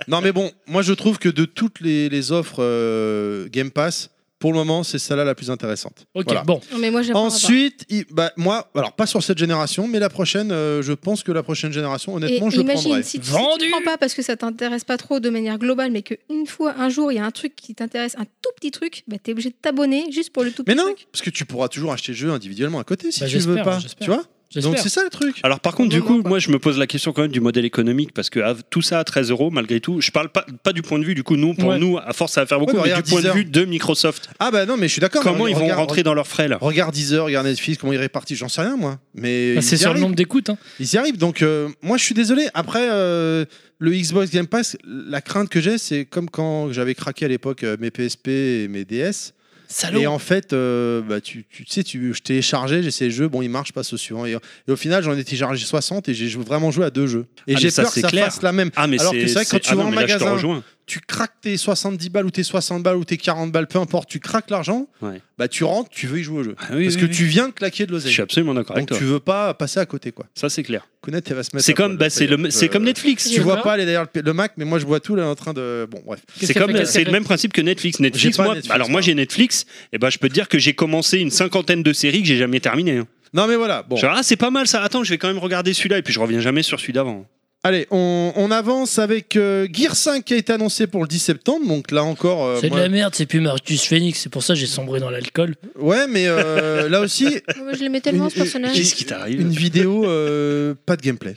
Speaker 3: Non, mais bon, moi je trouve que de toutes les, les offres euh, Game Pass, pour le moment, c'est celle-là la plus intéressante.
Speaker 4: Ok
Speaker 3: Voilà.
Speaker 4: bon.
Speaker 5: Non, mais moi, j'apprends
Speaker 3: Ensuite, il- bah, moi, alors pas sur cette génération, mais la prochaine, euh, je pense que la prochaine génération,
Speaker 5: pas. Et
Speaker 3: honnêtement, je le
Speaker 5: imagine,
Speaker 3: prendrais.
Speaker 5: si, tu- si
Speaker 4: Vendu
Speaker 5: tu prends pas parce que ça t'intéresse pas trop de manière globale, mais qu'une fois, un jour, il y a un truc qui t'intéresse, un tout petit truc, bah t'es obligé de t'abonner juste pour le tout
Speaker 3: Mais
Speaker 5: petit
Speaker 3: non,
Speaker 5: truc.
Speaker 3: parce que tu pourras toujours acheter le jeu individuellement à côté si
Speaker 4: Bah,
Speaker 3: tu veux
Speaker 4: j'espère,
Speaker 3: pas.
Speaker 4: j'espère.
Speaker 3: Tu vois Donc
Speaker 4: J'espère. Ah,
Speaker 3: c'est ça le truc.
Speaker 6: Alors par contre,
Speaker 5: Pour
Speaker 6: du
Speaker 5: le
Speaker 6: coup,
Speaker 5: moment, pas.
Speaker 6: moi je me pose la question quand même du modèle économique parce que ah, tout ça à 13 euros malgré tout. Je parle pas, pas du point de vue du coup nous pour
Speaker 4: Ouais.
Speaker 6: nous à force ça va faire beaucoup,
Speaker 3: Ouais, mais
Speaker 6: mais,
Speaker 3: regarde
Speaker 6: du point de
Speaker 3: Deezer.
Speaker 6: vue de Microsoft.
Speaker 3: Ah bah non, mais je suis d'accord.
Speaker 6: Comment
Speaker 3: mais
Speaker 6: ils vont
Speaker 3: regarde-
Speaker 6: rentrer dans leurs frais là
Speaker 3: Regarde Deezer, regarde Netflix, comment ils répartissent, j'en sais rien moi. Mais
Speaker 4: Bah,
Speaker 3: ils
Speaker 4: C'est
Speaker 3: y
Speaker 4: sur le
Speaker 3: arrivent.
Speaker 4: nombre d'écoutes. hein.
Speaker 3: Ils y arrivent. Donc, euh, moi, je suis désolé. Après, euh, le Xbox Game Pass, la crainte que j'ai, c'est comme quand j'avais craqué à l'époque euh, mes PSP et mes DS.
Speaker 4: Salaud.
Speaker 3: Et en fait, euh, bah, tu, tu sais, tu, je téléchargeais, j'essayais le jeu, bon, il marche, passe au suivant. Et, et au final, j'en ai téléchargé 60 et j'ai jou- vraiment joué à deux jeux. Et
Speaker 6: Ah,
Speaker 3: j'ai
Speaker 6: mais ça,
Speaker 3: peur que
Speaker 6: c'est
Speaker 3: ça
Speaker 6: clair.
Speaker 3: fasse la même.
Speaker 6: Ah mais
Speaker 3: Alors que c'est vrai que quand tu
Speaker 6: ah
Speaker 3: vas
Speaker 6: non,
Speaker 3: en
Speaker 6: mais là, je te
Speaker 3: magasin-
Speaker 6: rejoins.
Speaker 3: Tu craques tes 70 balles ou tes 60 balles ou tes 40 balles, peu importe, tu craques l'argent,
Speaker 6: Ouais.
Speaker 3: bah, tu rentres, tu veux y jouer au jeu.
Speaker 6: Ah oui,
Speaker 3: Parce
Speaker 6: oui,
Speaker 3: que
Speaker 6: oui.
Speaker 3: tu viens de claquer de
Speaker 6: Je
Speaker 3: l'oseille.
Speaker 6: suis absolument d'accord avec
Speaker 3: Donc,
Speaker 6: toi.
Speaker 3: tu veux pas passer à côté, quoi.
Speaker 6: Ça c'est clair.
Speaker 3: Kounet, elle va se mettre
Speaker 6: C'est
Speaker 3: à
Speaker 6: comme
Speaker 3: poil,
Speaker 6: bah,
Speaker 3: là,
Speaker 6: c'est
Speaker 3: ça y est.
Speaker 6: le c'est
Speaker 3: Euh,
Speaker 6: comme Netflix. hein.
Speaker 3: Tu vois
Speaker 4: D'accord.
Speaker 3: pas les derrière le, le Mac, mais moi je vois tout là en train de. Bon, bref.
Speaker 4: Qu'est-ce
Speaker 6: C'est
Speaker 4: qu'elle
Speaker 6: comme
Speaker 4: fait, qu'est-ce
Speaker 6: c'est
Speaker 4: qu'elle
Speaker 6: le
Speaker 4: fait
Speaker 6: même principe que Netflix. Netflix
Speaker 3: pas
Speaker 6: moi
Speaker 3: Netflix,
Speaker 6: alors moi
Speaker 3: moi.
Speaker 6: j'ai Netflix et ben je peux te dire que j'ai commencé une cinquantaine de séries que j'ai jamais terminées. hein.
Speaker 3: Non, mais voilà, bon.
Speaker 6: Genre, ah c'est pas mal ça. Attends, je vais quand même regarder celui-là et puis je reviens jamais sur celui d'avant.
Speaker 3: Allez, on, on avance avec euh, Gear 5 qui a été annoncé pour le 10 septembre. Donc là encore. euh,
Speaker 4: C'est de
Speaker 3: moi-
Speaker 4: la merde, c'est plus Marcus Phoenix, c'est pour ça que j'ai sombré dans l'alcool.
Speaker 3: Ouais, mais euh, là aussi,
Speaker 5: Moi, je l'aimais tellement
Speaker 3: Une-
Speaker 5: ce personnage.
Speaker 6: Qu'est-ce qui t'arrive
Speaker 3: une vidéo, euh, pas de gameplay.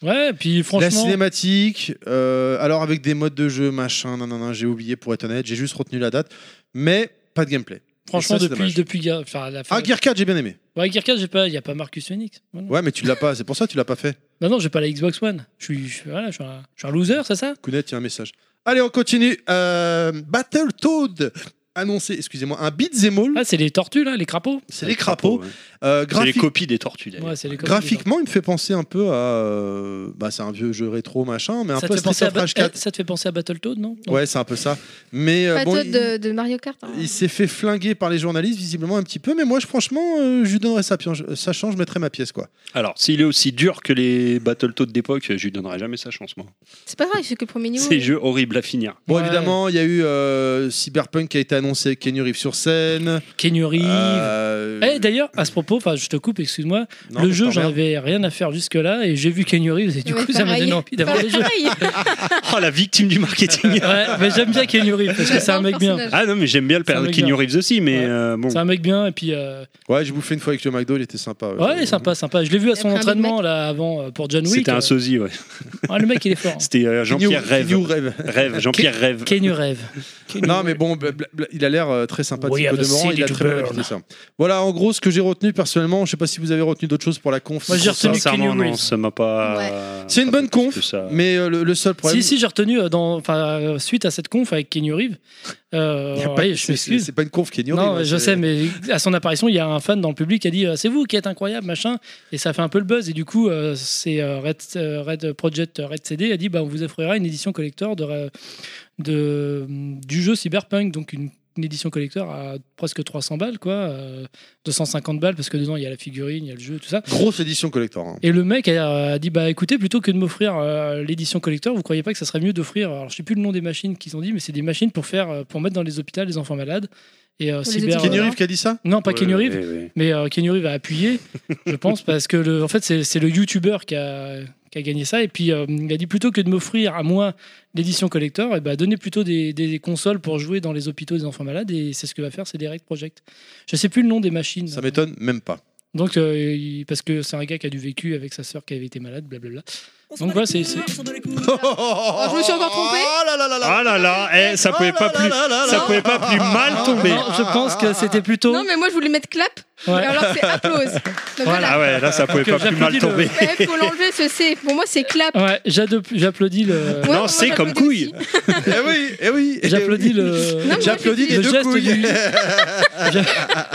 Speaker 4: Ouais, puis
Speaker 3: La
Speaker 4: franchement,
Speaker 3: cinématique, euh, alors avec des modes de jeu, machin, non, non, non, j'ai oublié pour être honnête, j'ai juste retenu la date, mais pas de gameplay.
Speaker 4: franchement
Speaker 3: Et ça, c'est
Speaker 4: depuis
Speaker 3: dommage.
Speaker 4: depuis Ga- enfin la fin.
Speaker 3: Ah, Gear 4, j'ai bien aimé.
Speaker 4: Ouais, Gear 4, j'ai pas, y a pas Marcus Phoenix. Voilà. Bah
Speaker 3: Ouais, mais tu l'as pas, c'est pour ça que tu l'as pas fait.
Speaker 4: Non non, j'ai pas la Xbox One. Je suis je suis- voilà, je suis un, je suis un loser, c'est ça
Speaker 3: Kounet, il y a un message. Allez, on continue. Euh, Battletoad, annoncé, excusez-moi, un beat'em all.
Speaker 4: Ah, c'est les tortues là, les crapauds.
Speaker 3: C'est les crapauds. Euh,
Speaker 6: hein. C'est les
Speaker 3: graphi-
Speaker 6: copies des tortues d'ailleurs.
Speaker 4: Ouais, c'est les
Speaker 3: graphiquement, il me fait penser un peu à. euh, bah, c'est un vieux jeu rétro, machin, mais un
Speaker 4: ça te,
Speaker 3: peu
Speaker 4: fait penser
Speaker 3: Street
Speaker 4: à
Speaker 3: of Rage
Speaker 4: Ba-
Speaker 3: 4.
Speaker 4: eh, ça te fait penser à Battletoad, non Non.
Speaker 3: Ouais, c'est un peu ça. Mais euh,
Speaker 5: Pas
Speaker 3: bon,
Speaker 5: toi
Speaker 3: il,
Speaker 5: de, de Mario Kart. hein.
Speaker 3: il s'est fait flinguer par les journalistes, visiblement un petit peu, mais moi, je, franchement, euh, je lui donnerais sa pièce. Sachant, je mettrais ma pièce, quoi.
Speaker 6: Alors, s'il est aussi dur que les Battletoads d'époque, je lui donnerai jamais sa chance, moi.
Speaker 5: C'est pas grave, il fait que le premier niveau.
Speaker 6: C'est jeu horrible à finir.
Speaker 3: Bon,
Speaker 4: Ouais.
Speaker 3: évidemment, il y a eu euh, Cyberpunk qui a été annoncé avec Kenny Reeves sur scène.
Speaker 4: Kenny Reeves.
Speaker 3: Euh,
Speaker 4: Eh, d'ailleurs, à ce propos, enfin, je te coupe, excuse-moi.
Speaker 3: non,
Speaker 4: le
Speaker 3: mais
Speaker 4: jeu,
Speaker 3: t'emmerdes.
Speaker 4: j'en avais rien à faire jusque-là et j'ai vu Kenny Reeves et du
Speaker 5: Ouais,
Speaker 4: coup, ça m'a
Speaker 5: pareil.
Speaker 4: donné envie d'avoir le jeu.
Speaker 5: Pareil.
Speaker 6: Oh, la victime du marketing
Speaker 4: Ouais, mais j'aime bien Kenny Reeves parce que c'est un
Speaker 5: Dans le
Speaker 4: mec bien.
Speaker 5: personnage.
Speaker 6: Ah non, mais j'aime bien le
Speaker 4: C'est un
Speaker 6: père de
Speaker 4: mec
Speaker 6: Keanu
Speaker 4: bien.
Speaker 6: Reeves aussi, mais
Speaker 4: Ouais.
Speaker 6: euh, bon.
Speaker 4: C'est un mec bien et puis euh,
Speaker 3: Ouais, j'ai bouffé une fois avec le McDo, il était sympa.
Speaker 4: ouais, il est sympa, sympa. Je l'ai vu à son
Speaker 5: Après un Big
Speaker 4: entraînement là avant euh, pour John Wick.
Speaker 6: C'était un
Speaker 4: euh,
Speaker 6: sosie, ouais.
Speaker 4: ah, le mec, il est fort. hein.
Speaker 6: C'était euh, Jean-Pierre
Speaker 3: Kenny-
Speaker 6: Rêve.
Speaker 3: Kenny Reeves.
Speaker 6: Rêve, Jean-Pierre Rêve.
Speaker 4: Kenny Reeves. Kenny
Speaker 3: Non,
Speaker 4: Reeves.
Speaker 3: mais bon, bla- bla- bla- il a l'air euh, très sympathique.
Speaker 4: We have
Speaker 3: Paul
Speaker 4: a
Speaker 3: Demorand, il
Speaker 4: city
Speaker 3: a
Speaker 4: to
Speaker 3: très bien
Speaker 4: burn.
Speaker 3: expliqué ça. Voilà, en gros, ce que j'ai retenu personnellement. Je sais pas si vous avez retenu d'autres choses pour la conf.
Speaker 4: Moi, j'ai
Speaker 3: Pour ça.
Speaker 4: retenu
Speaker 6: Sincèrement,
Speaker 4: Keanu
Speaker 6: non,
Speaker 4: Reeves.
Speaker 6: ça m'a pas.
Speaker 5: Ouais.
Speaker 3: C'est une
Speaker 6: pas
Speaker 3: bonne
Speaker 6: plus
Speaker 3: conf,
Speaker 6: que ça.
Speaker 3: Mais euh, le, le seul problème.
Speaker 4: Si, si, j'ai retenu euh, dans, enfin, euh, suite à cette conf avec Kenny Reeves. Euh,
Speaker 3: il y a pas-
Speaker 4: ouais, je
Speaker 3: c'est- c'est
Speaker 4: m'excuse.
Speaker 3: c'est pas une conf qui est ignorée,
Speaker 4: Non,
Speaker 3: hein,
Speaker 4: je
Speaker 3: c'est-
Speaker 4: sais, mais à son apparition, il y a un fan dans le public qui a dit euh, C'est vous qui êtes incroyable, machin. Et ça a fait un peu le buzz. Et du coup, euh, c'est euh, Red, euh, Red Project euh, Red CD a dit bah, On vous offrira une édition collector de, euh, de, mm, du jeu Cyberpunk. Donc, une, une édition collector à presque 300 balles, quoi. euh, 250 balles, parce que dedans, il y a la figurine, il y a le jeu, tout ça.
Speaker 3: Grosse édition collector. hein.
Speaker 4: Et le mec a, a dit bah écoutez plutôt que de m'offrir euh, l'édition collector, vous croyez pas que ça serait mieux d'offrir alors je sais plus le nom des machines qu'ils ont dit mais c'est des machines pour faire euh, pour mettre dans les hôpitaux les enfants malades Et euh,
Speaker 5: les
Speaker 4: Cyber.
Speaker 5: étudiants.
Speaker 3: Kenny
Speaker 5: Voilà.
Speaker 3: Reeves qui a dit ça
Speaker 4: Non, pas Kenny Reeves,
Speaker 7: Ouais, ouais, ouais.
Speaker 4: mais euh, Kenny Reeves a appuyé, je pense, parce que le, en fait, c'est c'est le YouTuber qui a, qui a gagné ça. Et puis, euh, il a dit plutôt que de m'offrir à moi l'édition collector, et ben donnez plutôt des, des consoles pour jouer dans les hôpitaux des enfants malades. Et c'est ce que va faire Direct Project. Je sais plus le nom des machines.
Speaker 3: Ça m'étonne même pas.
Speaker 4: Donc, euh, il- parce que c'est un gars qui a du vécu avec sa sœur qui avait été malade, blablabla. Donc voilà, c'est. c'est-
Speaker 5: Ah, je me suis encore trompée
Speaker 3: Oh là là Ah là là
Speaker 6: Ah là là, eh, ça pouvait pas plus, ça pouvait pas plus mal
Speaker 3: Ah,
Speaker 6: tomber.
Speaker 4: Non, hein. je pense que c'était plutôt.
Speaker 5: Non, mais moi je voulais mettre clap,
Speaker 4: Ouais.
Speaker 5: et alors c'est applause. Donc
Speaker 6: Ah
Speaker 5: voilà.
Speaker 6: ouais, là ça pouvait
Speaker 4: Parce
Speaker 6: pas
Speaker 4: que
Speaker 6: plus mal
Speaker 4: j'applaudis
Speaker 6: tomber.
Speaker 5: Ouais, faut l'enlever ce C. Pour moi, c'est clap.
Speaker 4: Ouais, j'ado- j'applaudis le.
Speaker 5: Ouais,
Speaker 6: Non,
Speaker 5: moi,
Speaker 6: c'est comme
Speaker 5: j'applaudis
Speaker 6: couille.
Speaker 5: aussi.
Speaker 3: Eh oui, eh oui. eh
Speaker 4: J'applaudis
Speaker 3: oui.
Speaker 4: le.
Speaker 5: Non, mais
Speaker 3: J'applaudis les
Speaker 4: le
Speaker 3: deux
Speaker 4: geste
Speaker 3: couilles.
Speaker 4: du-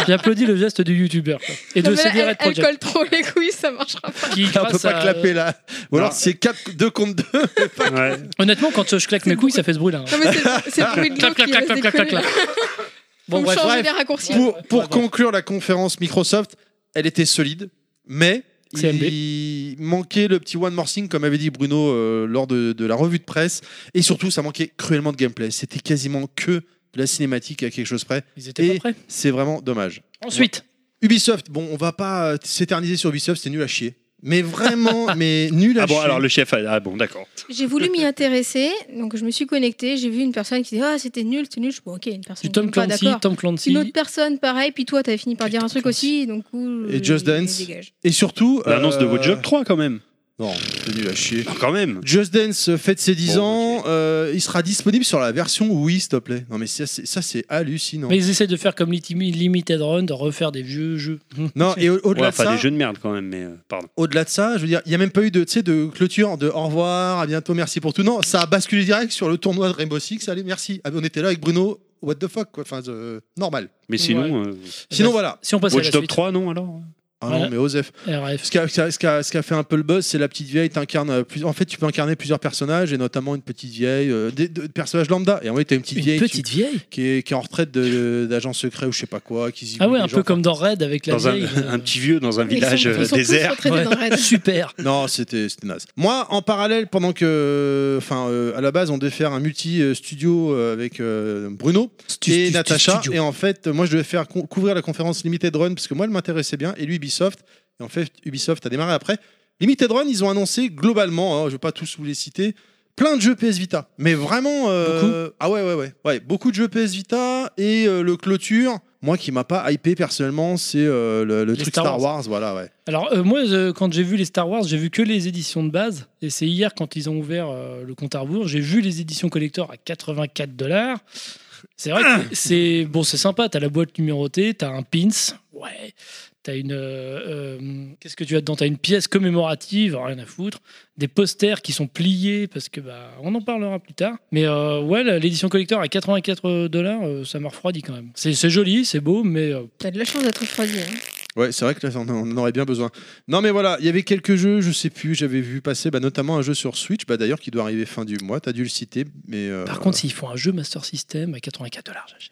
Speaker 4: J'applaudis le geste du youtubeur quoi. et
Speaker 5: Non,
Speaker 4: de
Speaker 5: mais là,
Speaker 4: CD
Speaker 5: elle,
Speaker 4: Red
Speaker 5: elle
Speaker 4: Project
Speaker 5: colle trop les couilles, ça marchera pas.
Speaker 4: qui,
Speaker 3: On peut
Speaker 4: grâce
Speaker 3: pas
Speaker 4: à-
Speaker 3: clapper là. Ou
Speaker 4: Ah.
Speaker 3: alors c'est 2 contre 2.
Speaker 6: Ouais.
Speaker 4: Honnêtement, quand je claque mes couilles, ça fait ce bruit là.
Speaker 5: Non, mais c'est- c'est le bruit de l'eau
Speaker 4: Clac, clac,
Speaker 5: qui va
Speaker 4: clac,
Speaker 5: se
Speaker 4: clac, clac, clac,
Speaker 5: décoller.
Speaker 4: clac.
Speaker 5: Faut
Speaker 4: Bon,
Speaker 5: me
Speaker 4: bref.
Speaker 5: changer
Speaker 3: bref.
Speaker 5: les raccourcis.
Speaker 3: Pour, pour
Speaker 4: Ouais, bon.
Speaker 3: conclure la conférence Microsoft, elle était solide, mais
Speaker 4: CMB.
Speaker 3: il manquait le petit one more thing, comme avait dit Bruno euh, lors de, de la revue de presse, et surtout ça manquait cruellement de gameplay. C'était quasiment que de la cinématique à quelque chose près.
Speaker 4: Ils étaient
Speaker 3: Et-
Speaker 4: pas prêts.
Speaker 3: C'est vraiment dommage.
Speaker 4: Ensuite,
Speaker 3: Ubisoft, bon, on va pas euh, s'éterniser sur Ubisoft, c'est nul à chier. Mais vraiment, mais nul à
Speaker 6: Ah bon,
Speaker 3: chier.
Speaker 6: alors le chef, a- ah bon, d'accord.
Speaker 5: J'ai voulu m'y intéresser, donc je me suis connectée. J'ai vu une personne qui disait Ah, c'était nul, c'était nul. Je suis bon, ok, une personne.
Speaker 4: du Tom
Speaker 5: qui est pas
Speaker 4: Clancy,
Speaker 5: d'accord.
Speaker 4: Tom
Speaker 5: Une
Speaker 4: Clancy.
Speaker 5: autre personne, pareil. Puis toi, t'avais fini par dire un truc aussi, donc. ouh,
Speaker 3: Et Just
Speaker 5: euh,
Speaker 3: Dance.
Speaker 5: dégage.
Speaker 3: Et surtout.
Speaker 6: L'annonce de
Speaker 3: euh,
Speaker 6: Woodjob 3 quand même.
Speaker 3: Non, c'est nul à chier.
Speaker 6: Ah, Quand même.
Speaker 3: Just Dance euh, fête ses 10
Speaker 6: Bon,
Speaker 3: ans. euh, il sera disponible sur la version Wii, s'il te plaît. Non, mais ça, c'est ça, c'est hallucinant.
Speaker 4: Mais ils essaient de faire comme Litimi- Limited Run, de refaire des vieux jeux. Hum.
Speaker 3: Non, et au-
Speaker 6: Ouais,
Speaker 3: au-delà de,
Speaker 6: enfin
Speaker 3: ça,
Speaker 6: des jeux de merde quand même, mais euh, pardon.
Speaker 3: au-delà de ça, je veux dire, il n'y a même pas eu de, tu sais, de clôture, de au revoir, à bientôt, merci pour tout. Non, ça a basculé direct sur le tournoi de Rainbow Six. Allez, merci. Ah, On était là avec Bruno. What the fuck, quoi. Enfin, euh, normal.
Speaker 6: Mais sinon, euh,
Speaker 3: Sinon,
Speaker 4: Ouais.
Speaker 3: voilà.
Speaker 4: Si on passe à la
Speaker 6: Watch Dogs
Speaker 4: suite.
Speaker 6: 3, non alors
Speaker 3: Ah
Speaker 4: Voilà.
Speaker 3: non, mais Osef.
Speaker 4: RF.
Speaker 3: Ce qui a, ce qui a- ce qui a- ce qui a fait un peu le buzz, c'est la petite vieille. t'incarnes, euh, plus- En fait, tu peux incarner plusieurs personnages, et notamment une petite vieille, euh, des, des personnages lambda. Et en fait, t'as une petite
Speaker 4: Une
Speaker 3: vieille qui-
Speaker 4: petite vieille.
Speaker 3: qui, est, qui est en retraite de- d'agent secret ou je sais pas quoi. Qui
Speaker 4: Ah ouais,
Speaker 3: zigouille
Speaker 4: un
Speaker 3: les
Speaker 4: peu
Speaker 3: gens.
Speaker 4: comme dans Raid avec la
Speaker 6: Dans un,
Speaker 4: vieille. euh.
Speaker 6: un petit vieux dans un
Speaker 5: Ils
Speaker 6: village
Speaker 5: sont-
Speaker 6: euh,
Speaker 5: ils sont tous
Speaker 6: désert.
Speaker 5: retraités
Speaker 4: Ouais.
Speaker 5: dans Red.
Speaker 4: Super.
Speaker 3: Non, c'était c'était naze. Moi, en parallèle, pendant que. Enfin, euh, à la base, on devait faire un multi-studio avec euh, Bruno et Natacha. Et en fait, moi, je devais faire cou- couvrir la conférence Limited Run parce que moi, elle m'intéressait bien. Et lui, Ubisoft. Et en fait, Ubisoft a démarré après. Limited Run, ils ont annoncé globalement, hein, je ne vais pas tous vous les citer, plein de jeux PS Vita. Mais vraiment. euh, Ah ouais, ouais, ouais, ouais. Beaucoup de jeux PS Vita et euh, le clôture. Moi qui m'a pas hypé personnellement, c'est euh, le, le
Speaker 4: Les
Speaker 3: truc
Speaker 4: Star
Speaker 3: Star,
Speaker 4: Wars.
Speaker 3: Wars. voilà, ouais.
Speaker 4: Alors euh, moi, euh, quand j'ai vu les Star Wars, j'ai vu que les éditions de base. Et c'est hier quand ils ont ouvert euh, le compte à rebours, j'ai vu les éditions collector à 84 dollars. C'est vrai que c'est bon, c'est sympa. T'as la boîte numérotée, t'as un pins, ouais. T'as une, euh, euh, qu'est-ce que tu as dedans T'as une pièce commémorative, rien à foutre. Des posters qui sont pliés parce que bah, on en parlera plus tard. Mais euh, ouais, la- l'édition collector à 84 dollars, euh, ça m'a refroidi quand même. C'est c'est joli, c'est beau, mais euh,
Speaker 5: T'as de la chance d'être refroidi. hein.
Speaker 3: Ouais, c'est vrai que là, on en aurait bien besoin. Non, mais voilà, il y avait quelques jeux, je sais plus, j'avais vu passer, bah, notamment un jeu sur Switch, bah, d'ailleurs, qui doit arriver fin du mois, t'as dû le citer, mais. euh,
Speaker 4: par contre, s'ils font un jeu Master System à 84 dollars, j'achète.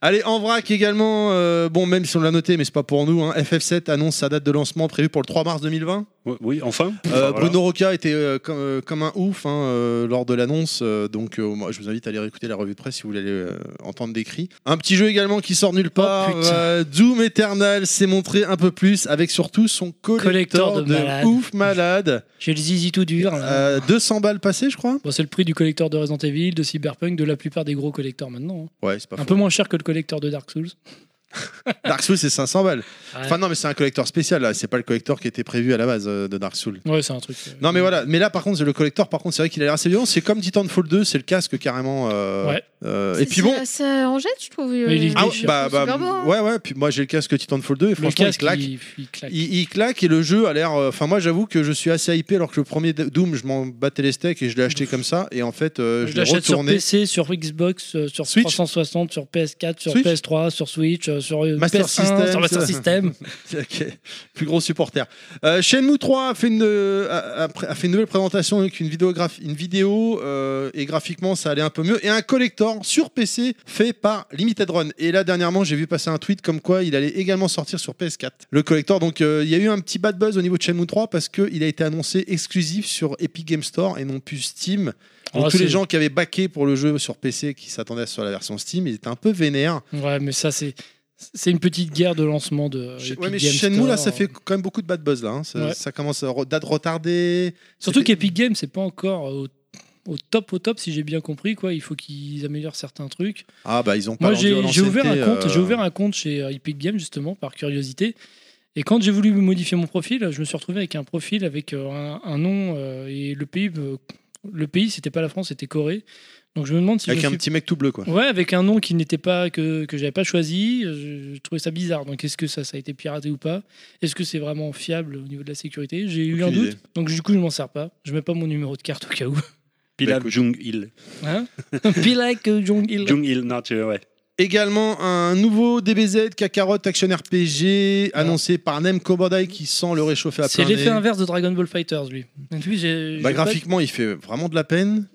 Speaker 3: Allez, en vrac également, euh, bon, même si on l'a noté, mais c'est pas pour nous, hein, FF7 annonce sa date de lancement prévue pour le 3 mars 2020.
Speaker 6: Ouais, Oui, enfin.
Speaker 3: Euh,
Speaker 6: Enfin, voilà.
Speaker 3: Bruno Roca était euh, comme, euh, comme un ouf hein, euh, lors de l'annonce, euh, donc euh, moi, je vous invite à aller réécouter la revue de presse si vous voulez aller, euh, entendre des cris. Un petit jeu également qui sort nulle part,
Speaker 4: Oh, putain.
Speaker 3: euh, Doom Eternal s'est montré un peu plus, avec surtout son collector,
Speaker 4: Collector de
Speaker 3: de,
Speaker 4: malade.
Speaker 3: ouf malade.
Speaker 4: J'ai le zizi tout dur. là.
Speaker 3: Euh, 200 balles passées, je crois.
Speaker 4: hein. Bon, c'est le prix du collecteur de Resident Evil, de Cyberpunk, de la plupart des gros collecteurs maintenant. hein.
Speaker 3: Ouais, c'est pas
Speaker 4: Un
Speaker 3: faux.
Speaker 4: peu moins cher que le collecteur de Dark Souls.
Speaker 3: Dark Souls, c'est 500 balles. Enfin, non, mais c'est un collector spécial, là. C'est pas le collector qui était prévu à la base euh, de Dark Souls.
Speaker 4: Ouais, c'est un truc. euh,
Speaker 3: Non, mais voilà. Mais là, par contre, le collector, par contre, c'est vrai qu'il a l'air assez violent. C'est comme Titanfall 2, c'est le casque carrément. euh,
Speaker 4: Ouais.
Speaker 3: euh,
Speaker 5: Ça-
Speaker 3: et puis bon.
Speaker 5: Ça, ça en jette, je trouve. euh,
Speaker 4: Mais il est-
Speaker 3: Ah,
Speaker 4: ouais,
Speaker 3: ouais, bah, bah,
Speaker 5: super beau, hein.
Speaker 3: ouais, ouais. Puis moi, j'ai le casque Titanfall 2 et
Speaker 4: Le
Speaker 3: franchement, il
Speaker 4: casque,
Speaker 3: claque.
Speaker 4: il, il claque.
Speaker 3: Il, euh, il claque et le jeu a l'air. euh, Enfin, moi, j'avoue que je suis assez hypé alors que le premier Doom, je m'en battais les steaks et je l'ai acheté comme ça. Et en fait, euh, je,
Speaker 4: Je
Speaker 3: l'ai
Speaker 4: l'achète sur
Speaker 3: retourné.
Speaker 4: PC, sur Xbox, euh, sur
Speaker 3: Switch.
Speaker 4: 360, sur PS4, sur
Speaker 3: Switch.
Speaker 4: PS3, sur Switch, euh, sur euh,
Speaker 3: Master
Speaker 4: PS1,
Speaker 3: System,
Speaker 4: sur Master
Speaker 3: ça.
Speaker 4: System.
Speaker 3: Ok, plus gros supporter. Euh, Shenmue 3 a fait, une, euh, a, a- a fait une nouvelle présentation avec une vidéo, graph- une vidéo euh, et graphiquement ça allait un peu mieux. Et un collector sort sur PC, fait par Limited Run. Et là, dernièrement, j'ai vu passer un tweet comme quoi il allait également sortir sur PS4. Le collector, donc, euh, il y a eu un petit bad buzz au niveau de Shenmue 3 parce qu'il a été annoncé exclusif sur Epic Game Store et non plus Steam. Donc,
Speaker 4: Ah,
Speaker 3: tous les
Speaker 4: c'est-
Speaker 3: gens qui avaient baqué pour le jeu sur PC, qui s'attendaient sur la version Steam, ils étaient un peu vénères.
Speaker 4: Ouais, mais ça, c'est. C'est une petite guerre de lancement de. euh, Epic
Speaker 3: ouais, mais
Speaker 4: Games
Speaker 3: Shenmue, là,
Speaker 4: Store.
Speaker 3: ça fait quand même beaucoup de bad buzz, là. hein. Ça,
Speaker 4: euh. Ouais.
Speaker 3: ça commence à re- date retardée.
Speaker 4: Surtout qu'Epic Games, c'est pas encore au, au top, au top, si j'ai bien compris. Quoi. Il faut qu'ils améliorent certains trucs.
Speaker 3: Ah, bah, ils ont pas
Speaker 4: Moi,
Speaker 3: rendu
Speaker 4: j'ai
Speaker 3: à
Speaker 4: j'ai ouvert un
Speaker 3: l'ancienneté,
Speaker 4: compte,
Speaker 3: euh,
Speaker 4: j'ai ouvert un compte chez euh, Epic Games justement par curiosité. Et quand j'ai voulu modifier mon profil, je me suis retrouvé avec un profil avec euh, un, un nom euh, et le pays, euh, le pays, c'était pas la France, c'était Corée. Donc je me demande si
Speaker 3: Avec
Speaker 4: je
Speaker 3: un
Speaker 4: suis-
Speaker 3: petit mec tout bleu, quoi.
Speaker 4: Ouais, avec un nom qui n'était pas que, que j'avais pas choisi, euh, je, je trouvais ça bizarre. Donc est-ce que ça ça a été piraté ou pas Est-ce que c'est vraiment fiable au niveau de la sécurité J'ai eu
Speaker 3: Aucune
Speaker 4: un doute.
Speaker 3: idée.
Speaker 4: Donc du coup, je m'en sers pas. Je mets pas mon numéro de carte au cas où.
Speaker 6: Pilaf Jung-il.
Speaker 4: Hein Pilak euh, Jong-il.
Speaker 6: Jung-il, non, tu ouais.
Speaker 3: Également un nouveau DBZ Kakarot Action RPG annoncé par Namco Bandai qui sent le réchauffer à
Speaker 4: C'est
Speaker 3: plein
Speaker 4: l'effet
Speaker 3: nez.
Speaker 4: inverse de Dragon Ball Fighters, lui. Et lui, j'ai-
Speaker 3: Bah,
Speaker 4: j'ai pas-
Speaker 3: graphiquement, il fait vraiment de la peine.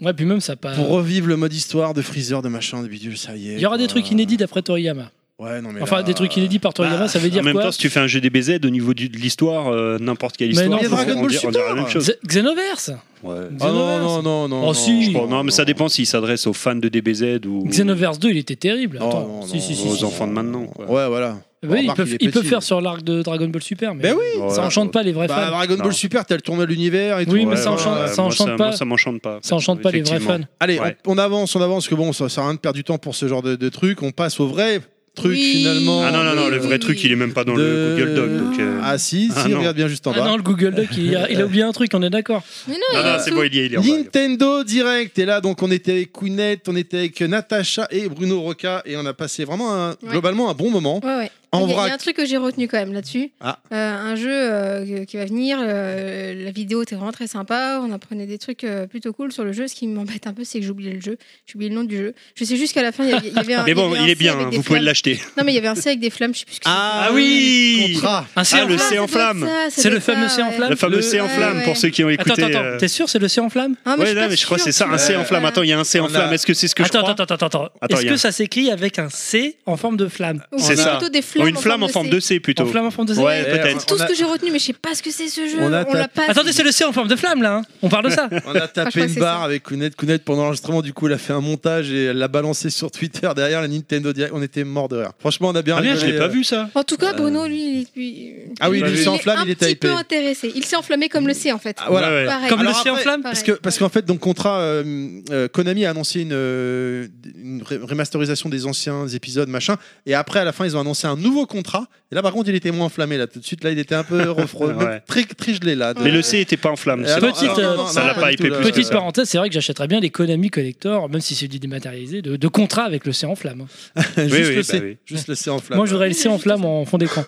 Speaker 4: Ouais, puis même ça pas.
Speaker 3: Pour revivre le mode histoire de Freezer, de machin, de bidule, ça y est.
Speaker 4: Euh. Il y aura des
Speaker 3: quoi.
Speaker 4: trucs inédits d'après Toriyama.
Speaker 3: Ouais, non, mais
Speaker 4: Enfin,
Speaker 3: là,
Speaker 4: des trucs inédits par Toriyama, ça veut dire
Speaker 6: bah, en même
Speaker 4: quoi
Speaker 6: temps, si tu fais un jeu DBZ au niveau du- de l'histoire, euh, n'importe quelle
Speaker 4: Mais
Speaker 6: histoire,
Speaker 4: non, Il y a
Speaker 6: faut-
Speaker 3: Dragon
Speaker 6: on
Speaker 3: Ball
Speaker 6: dirait- on dirait la
Speaker 3: Super.
Speaker 6: même chose.
Speaker 4: Z- Xenoverse
Speaker 6: Ouais.
Speaker 3: Ah non,
Speaker 4: Xenoverse.
Speaker 3: non, non, non.
Speaker 4: Oh,
Speaker 3: non.
Speaker 4: si.
Speaker 6: Bon, non, mais ça dépend s'il s'adresse aux fans de DBZ ou
Speaker 4: Xenoverse 2, il était terrible.
Speaker 3: Non,
Speaker 4: Attends,
Speaker 3: non,
Speaker 4: si, si,
Speaker 3: non,
Speaker 4: si,
Speaker 3: non,
Speaker 6: aux
Speaker 4: si.
Speaker 3: non.
Speaker 6: enfants de maintenant. quoi.
Speaker 3: Ouais, voilà.
Speaker 4: Oui,
Speaker 3: Remarque,
Speaker 4: ils peuvent,
Speaker 3: il est
Speaker 4: ils peuvent
Speaker 3: petit.
Speaker 4: faire sur l'arc de Dragon Ball Super, mais
Speaker 3: Ben oui
Speaker 4: ça
Speaker 6: Voilà.
Speaker 4: enchante pas les vrais
Speaker 3: Bah,
Speaker 4: fans.
Speaker 3: Dragon
Speaker 6: Non.
Speaker 3: Ball Super, t'as le tournoi de l'univers et tout.
Speaker 4: Oui, mais
Speaker 6: Ouais,
Speaker 4: ça
Speaker 6: ouais,
Speaker 4: enchante-
Speaker 6: ouais,
Speaker 4: ça
Speaker 6: moi,
Speaker 4: enchante
Speaker 6: moi,
Speaker 4: pas.
Speaker 6: ça m'enchante pas.
Speaker 4: Ça enchante pas les vrais
Speaker 6: Effectivement.
Speaker 4: fans.
Speaker 3: Allez,
Speaker 6: Ouais.
Speaker 3: on, on avance, on avance, que bon, ça sert à rien de perdre du temps pour ce genre de, de truc. On passe au vrai truc
Speaker 5: Oui.
Speaker 3: finalement.
Speaker 6: Ah non, non, non, le vrai
Speaker 5: Oui.
Speaker 6: truc, il est même pas dans
Speaker 3: de-
Speaker 6: le Google Doc. donc, euh,
Speaker 3: Ah si,
Speaker 6: Ah
Speaker 3: si,
Speaker 6: non.
Speaker 3: regarde bien juste en
Speaker 4: Ah
Speaker 3: bas.
Speaker 4: non, le Google Doc, il a, il a oublié un truc, on est d'accord.
Speaker 5: Mais non,
Speaker 6: Non,
Speaker 5: il y a
Speaker 6: non,
Speaker 5: un
Speaker 6: c'est
Speaker 5: sou-
Speaker 6: bon, il y est, il est en bas.
Speaker 3: Nintendo Direct. Et là, donc, on était avec Kounet, on était avec Natacha et Bruno Roca. Et on a passé vraiment, un- globalement, un bon moment.
Speaker 5: Ouais, ouais.
Speaker 3: En
Speaker 5: Il y, a- il y
Speaker 3: vrac.
Speaker 5: a un truc que j'ai retenu quand même là-dessus.
Speaker 3: Ah.
Speaker 5: Euh, un jeu euh, qui va venir, euh, la vidéo était vraiment très sympa, on apprenait des trucs euh, plutôt cool sur le jeu. Ce qui m'embête un peu, c'est que j'oubliais le jeu, j'oubliais le nom du jeu. Je sais juste qu'à la fin, il y avait- il y avait un.
Speaker 6: Mais
Speaker 5: y
Speaker 6: bon,
Speaker 5: avait un
Speaker 6: il est
Speaker 5: C
Speaker 6: bien,
Speaker 5: avec
Speaker 6: hein,
Speaker 5: des
Speaker 6: vous pouvez
Speaker 5: flammes.
Speaker 6: l'acheter.
Speaker 5: Non, mais il y avait un C avec des flammes, je sais plus ce que
Speaker 3: Ah
Speaker 6: oui
Speaker 3: Contrat.
Speaker 4: Ah, c'est
Speaker 6: Ah,
Speaker 4: en
Speaker 6: le
Speaker 4: flamme.
Speaker 6: C en flamme.
Speaker 4: C'est le fameux C en flamme.
Speaker 6: Le fameux
Speaker 3: Le-
Speaker 6: C en
Speaker 5: Ouais,
Speaker 6: flamme,
Speaker 5: ouais.
Speaker 6: pour ceux qui ont écouté.
Speaker 4: Attends, attends,
Speaker 6: euh,
Speaker 4: attends. T'es sûr, c'est le C en flamme
Speaker 5: Ah,
Speaker 6: Ouais, non, mais je crois que c'est ça, un C en flamme. Attends, il y a un C en
Speaker 3: On a-
Speaker 6: flamme. Est-ce que c'est ce que je
Speaker 4: Attends,
Speaker 6: crois
Speaker 4: attends, attends, attends.
Speaker 6: Attends,
Speaker 4: Est-ce
Speaker 6: il y
Speaker 4: que
Speaker 6: a-
Speaker 4: ça s'écrit avec un C en forme de flamme
Speaker 5: Oh,
Speaker 6: c'est ça. Ou Une flamme en forme de
Speaker 5: C.
Speaker 6: C
Speaker 4: En
Speaker 6: plutôt.
Speaker 4: flamme en forme de C
Speaker 6: Ouais,
Speaker 3: Eh,
Speaker 6: peut-être.
Speaker 5: Tout
Speaker 3: On
Speaker 5: ce
Speaker 3: a-
Speaker 5: que j'ai retenu, mais je sais pas ce que c'est ce jeu.
Speaker 3: On
Speaker 5: On l'a
Speaker 3: a tapé-
Speaker 5: pas.
Speaker 4: Attendez, c'est le C en forme de flamme là. hein. on parle de ça.
Speaker 3: On a
Speaker 5: Ah, je crois
Speaker 3: tapé
Speaker 5: que
Speaker 3: une
Speaker 5: c'est
Speaker 3: barre
Speaker 5: ça.
Speaker 3: avec Kounet. Kounet, pendant l'enregistrement, du coup, elle a fait un montage et elle l'a balancé sur Twitter derrière la Nintendo Direct. On était mort de rire. Franchement, on a bien
Speaker 6: Ah bien, je
Speaker 3: rigolé,
Speaker 6: l'ai pas
Speaker 3: euh,
Speaker 6: vu ça.
Speaker 5: En tout cas, Bruno, lui, il est.
Speaker 3: Ah oui,
Speaker 6: lui,
Speaker 5: il
Speaker 6: c'est
Speaker 5: est
Speaker 3: en flamme, il est
Speaker 5: Un petit
Speaker 3: hypé.
Speaker 5: peu intéressé. Il s'est enflammé comme le C, en fait.
Speaker 3: Ah, voilà.
Speaker 6: Ouais, ouais.
Speaker 5: Pareil.
Speaker 4: Comme
Speaker 3: Alors
Speaker 4: le C en
Speaker 3: après,
Speaker 4: flamme
Speaker 3: Parce
Speaker 5: Pareil,
Speaker 3: que, parce
Speaker 5: ouais.
Speaker 3: qu'en fait, donc Contra, euh, euh, Konami a annoncé une, euh, une ré- remasterisation des anciens épisodes, machin. Et après, à la fin, ils ont annoncé un nouveau contrat. Et là, par contre, il était moins enflammé. Là, tout de suite, là, il était un peu refroidi,
Speaker 6: Ouais.
Speaker 3: même très, très gelé là. de-
Speaker 6: Mais le C était pas en flamme.
Speaker 3: Et alors-
Speaker 4: Petite,
Speaker 3: alors, non,
Speaker 4: euh,
Speaker 3: non,
Speaker 6: ça
Speaker 3: non,
Speaker 6: l'a pas
Speaker 3: du
Speaker 6: hypé
Speaker 3: tout, là.
Speaker 6: plus que
Speaker 4: Petite
Speaker 6: ça.
Speaker 4: parenthèse, c'est vrai que j'achèterais bien les Konami Collector, même si c'est du dématérialisé, de, de contrat avec le C en flamme. hein.
Speaker 3: Juste
Speaker 6: Oui, oui,
Speaker 3: le
Speaker 6: bah
Speaker 3: C.
Speaker 6: oui.
Speaker 3: Juste le C en flamme.
Speaker 4: Moi, je voudrais le C en flamme en fond d'écran.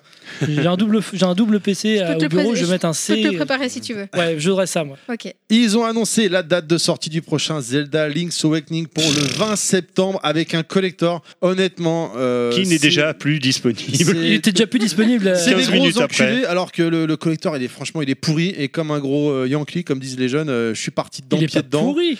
Speaker 4: J'ai un double, j'ai un double PC
Speaker 5: peux
Speaker 4: à-
Speaker 5: te
Speaker 4: au
Speaker 5: le
Speaker 4: bureau,
Speaker 5: pré-
Speaker 4: je vais mettre un
Speaker 5: Je peux
Speaker 4: C.
Speaker 5: te le préparer si tu veux.
Speaker 4: Ouais, je voudrais ça, moi.
Speaker 5: Ok.
Speaker 3: Ils ont annoncé la date de sortie du prochain Zelda Link's Awakening pour le 20 septembre avec un collector. Honnêtement, euh,
Speaker 6: Qui
Speaker 3: c'est-
Speaker 6: n'est déjà plus disponible.
Speaker 4: Il
Speaker 3: c'est-
Speaker 4: était déjà plus disponible. euh,
Speaker 3: C'est des
Speaker 6: 15
Speaker 3: gros
Speaker 6: minutes
Speaker 3: enculés, alors que le, le collector, il est franchement, il est pourri. Et comme un gros euh, Yankee, comme disent les jeunes, euh, je suis parti dedans,
Speaker 4: il est
Speaker 3: pied
Speaker 4: pas
Speaker 3: dedans.
Speaker 4: pourri.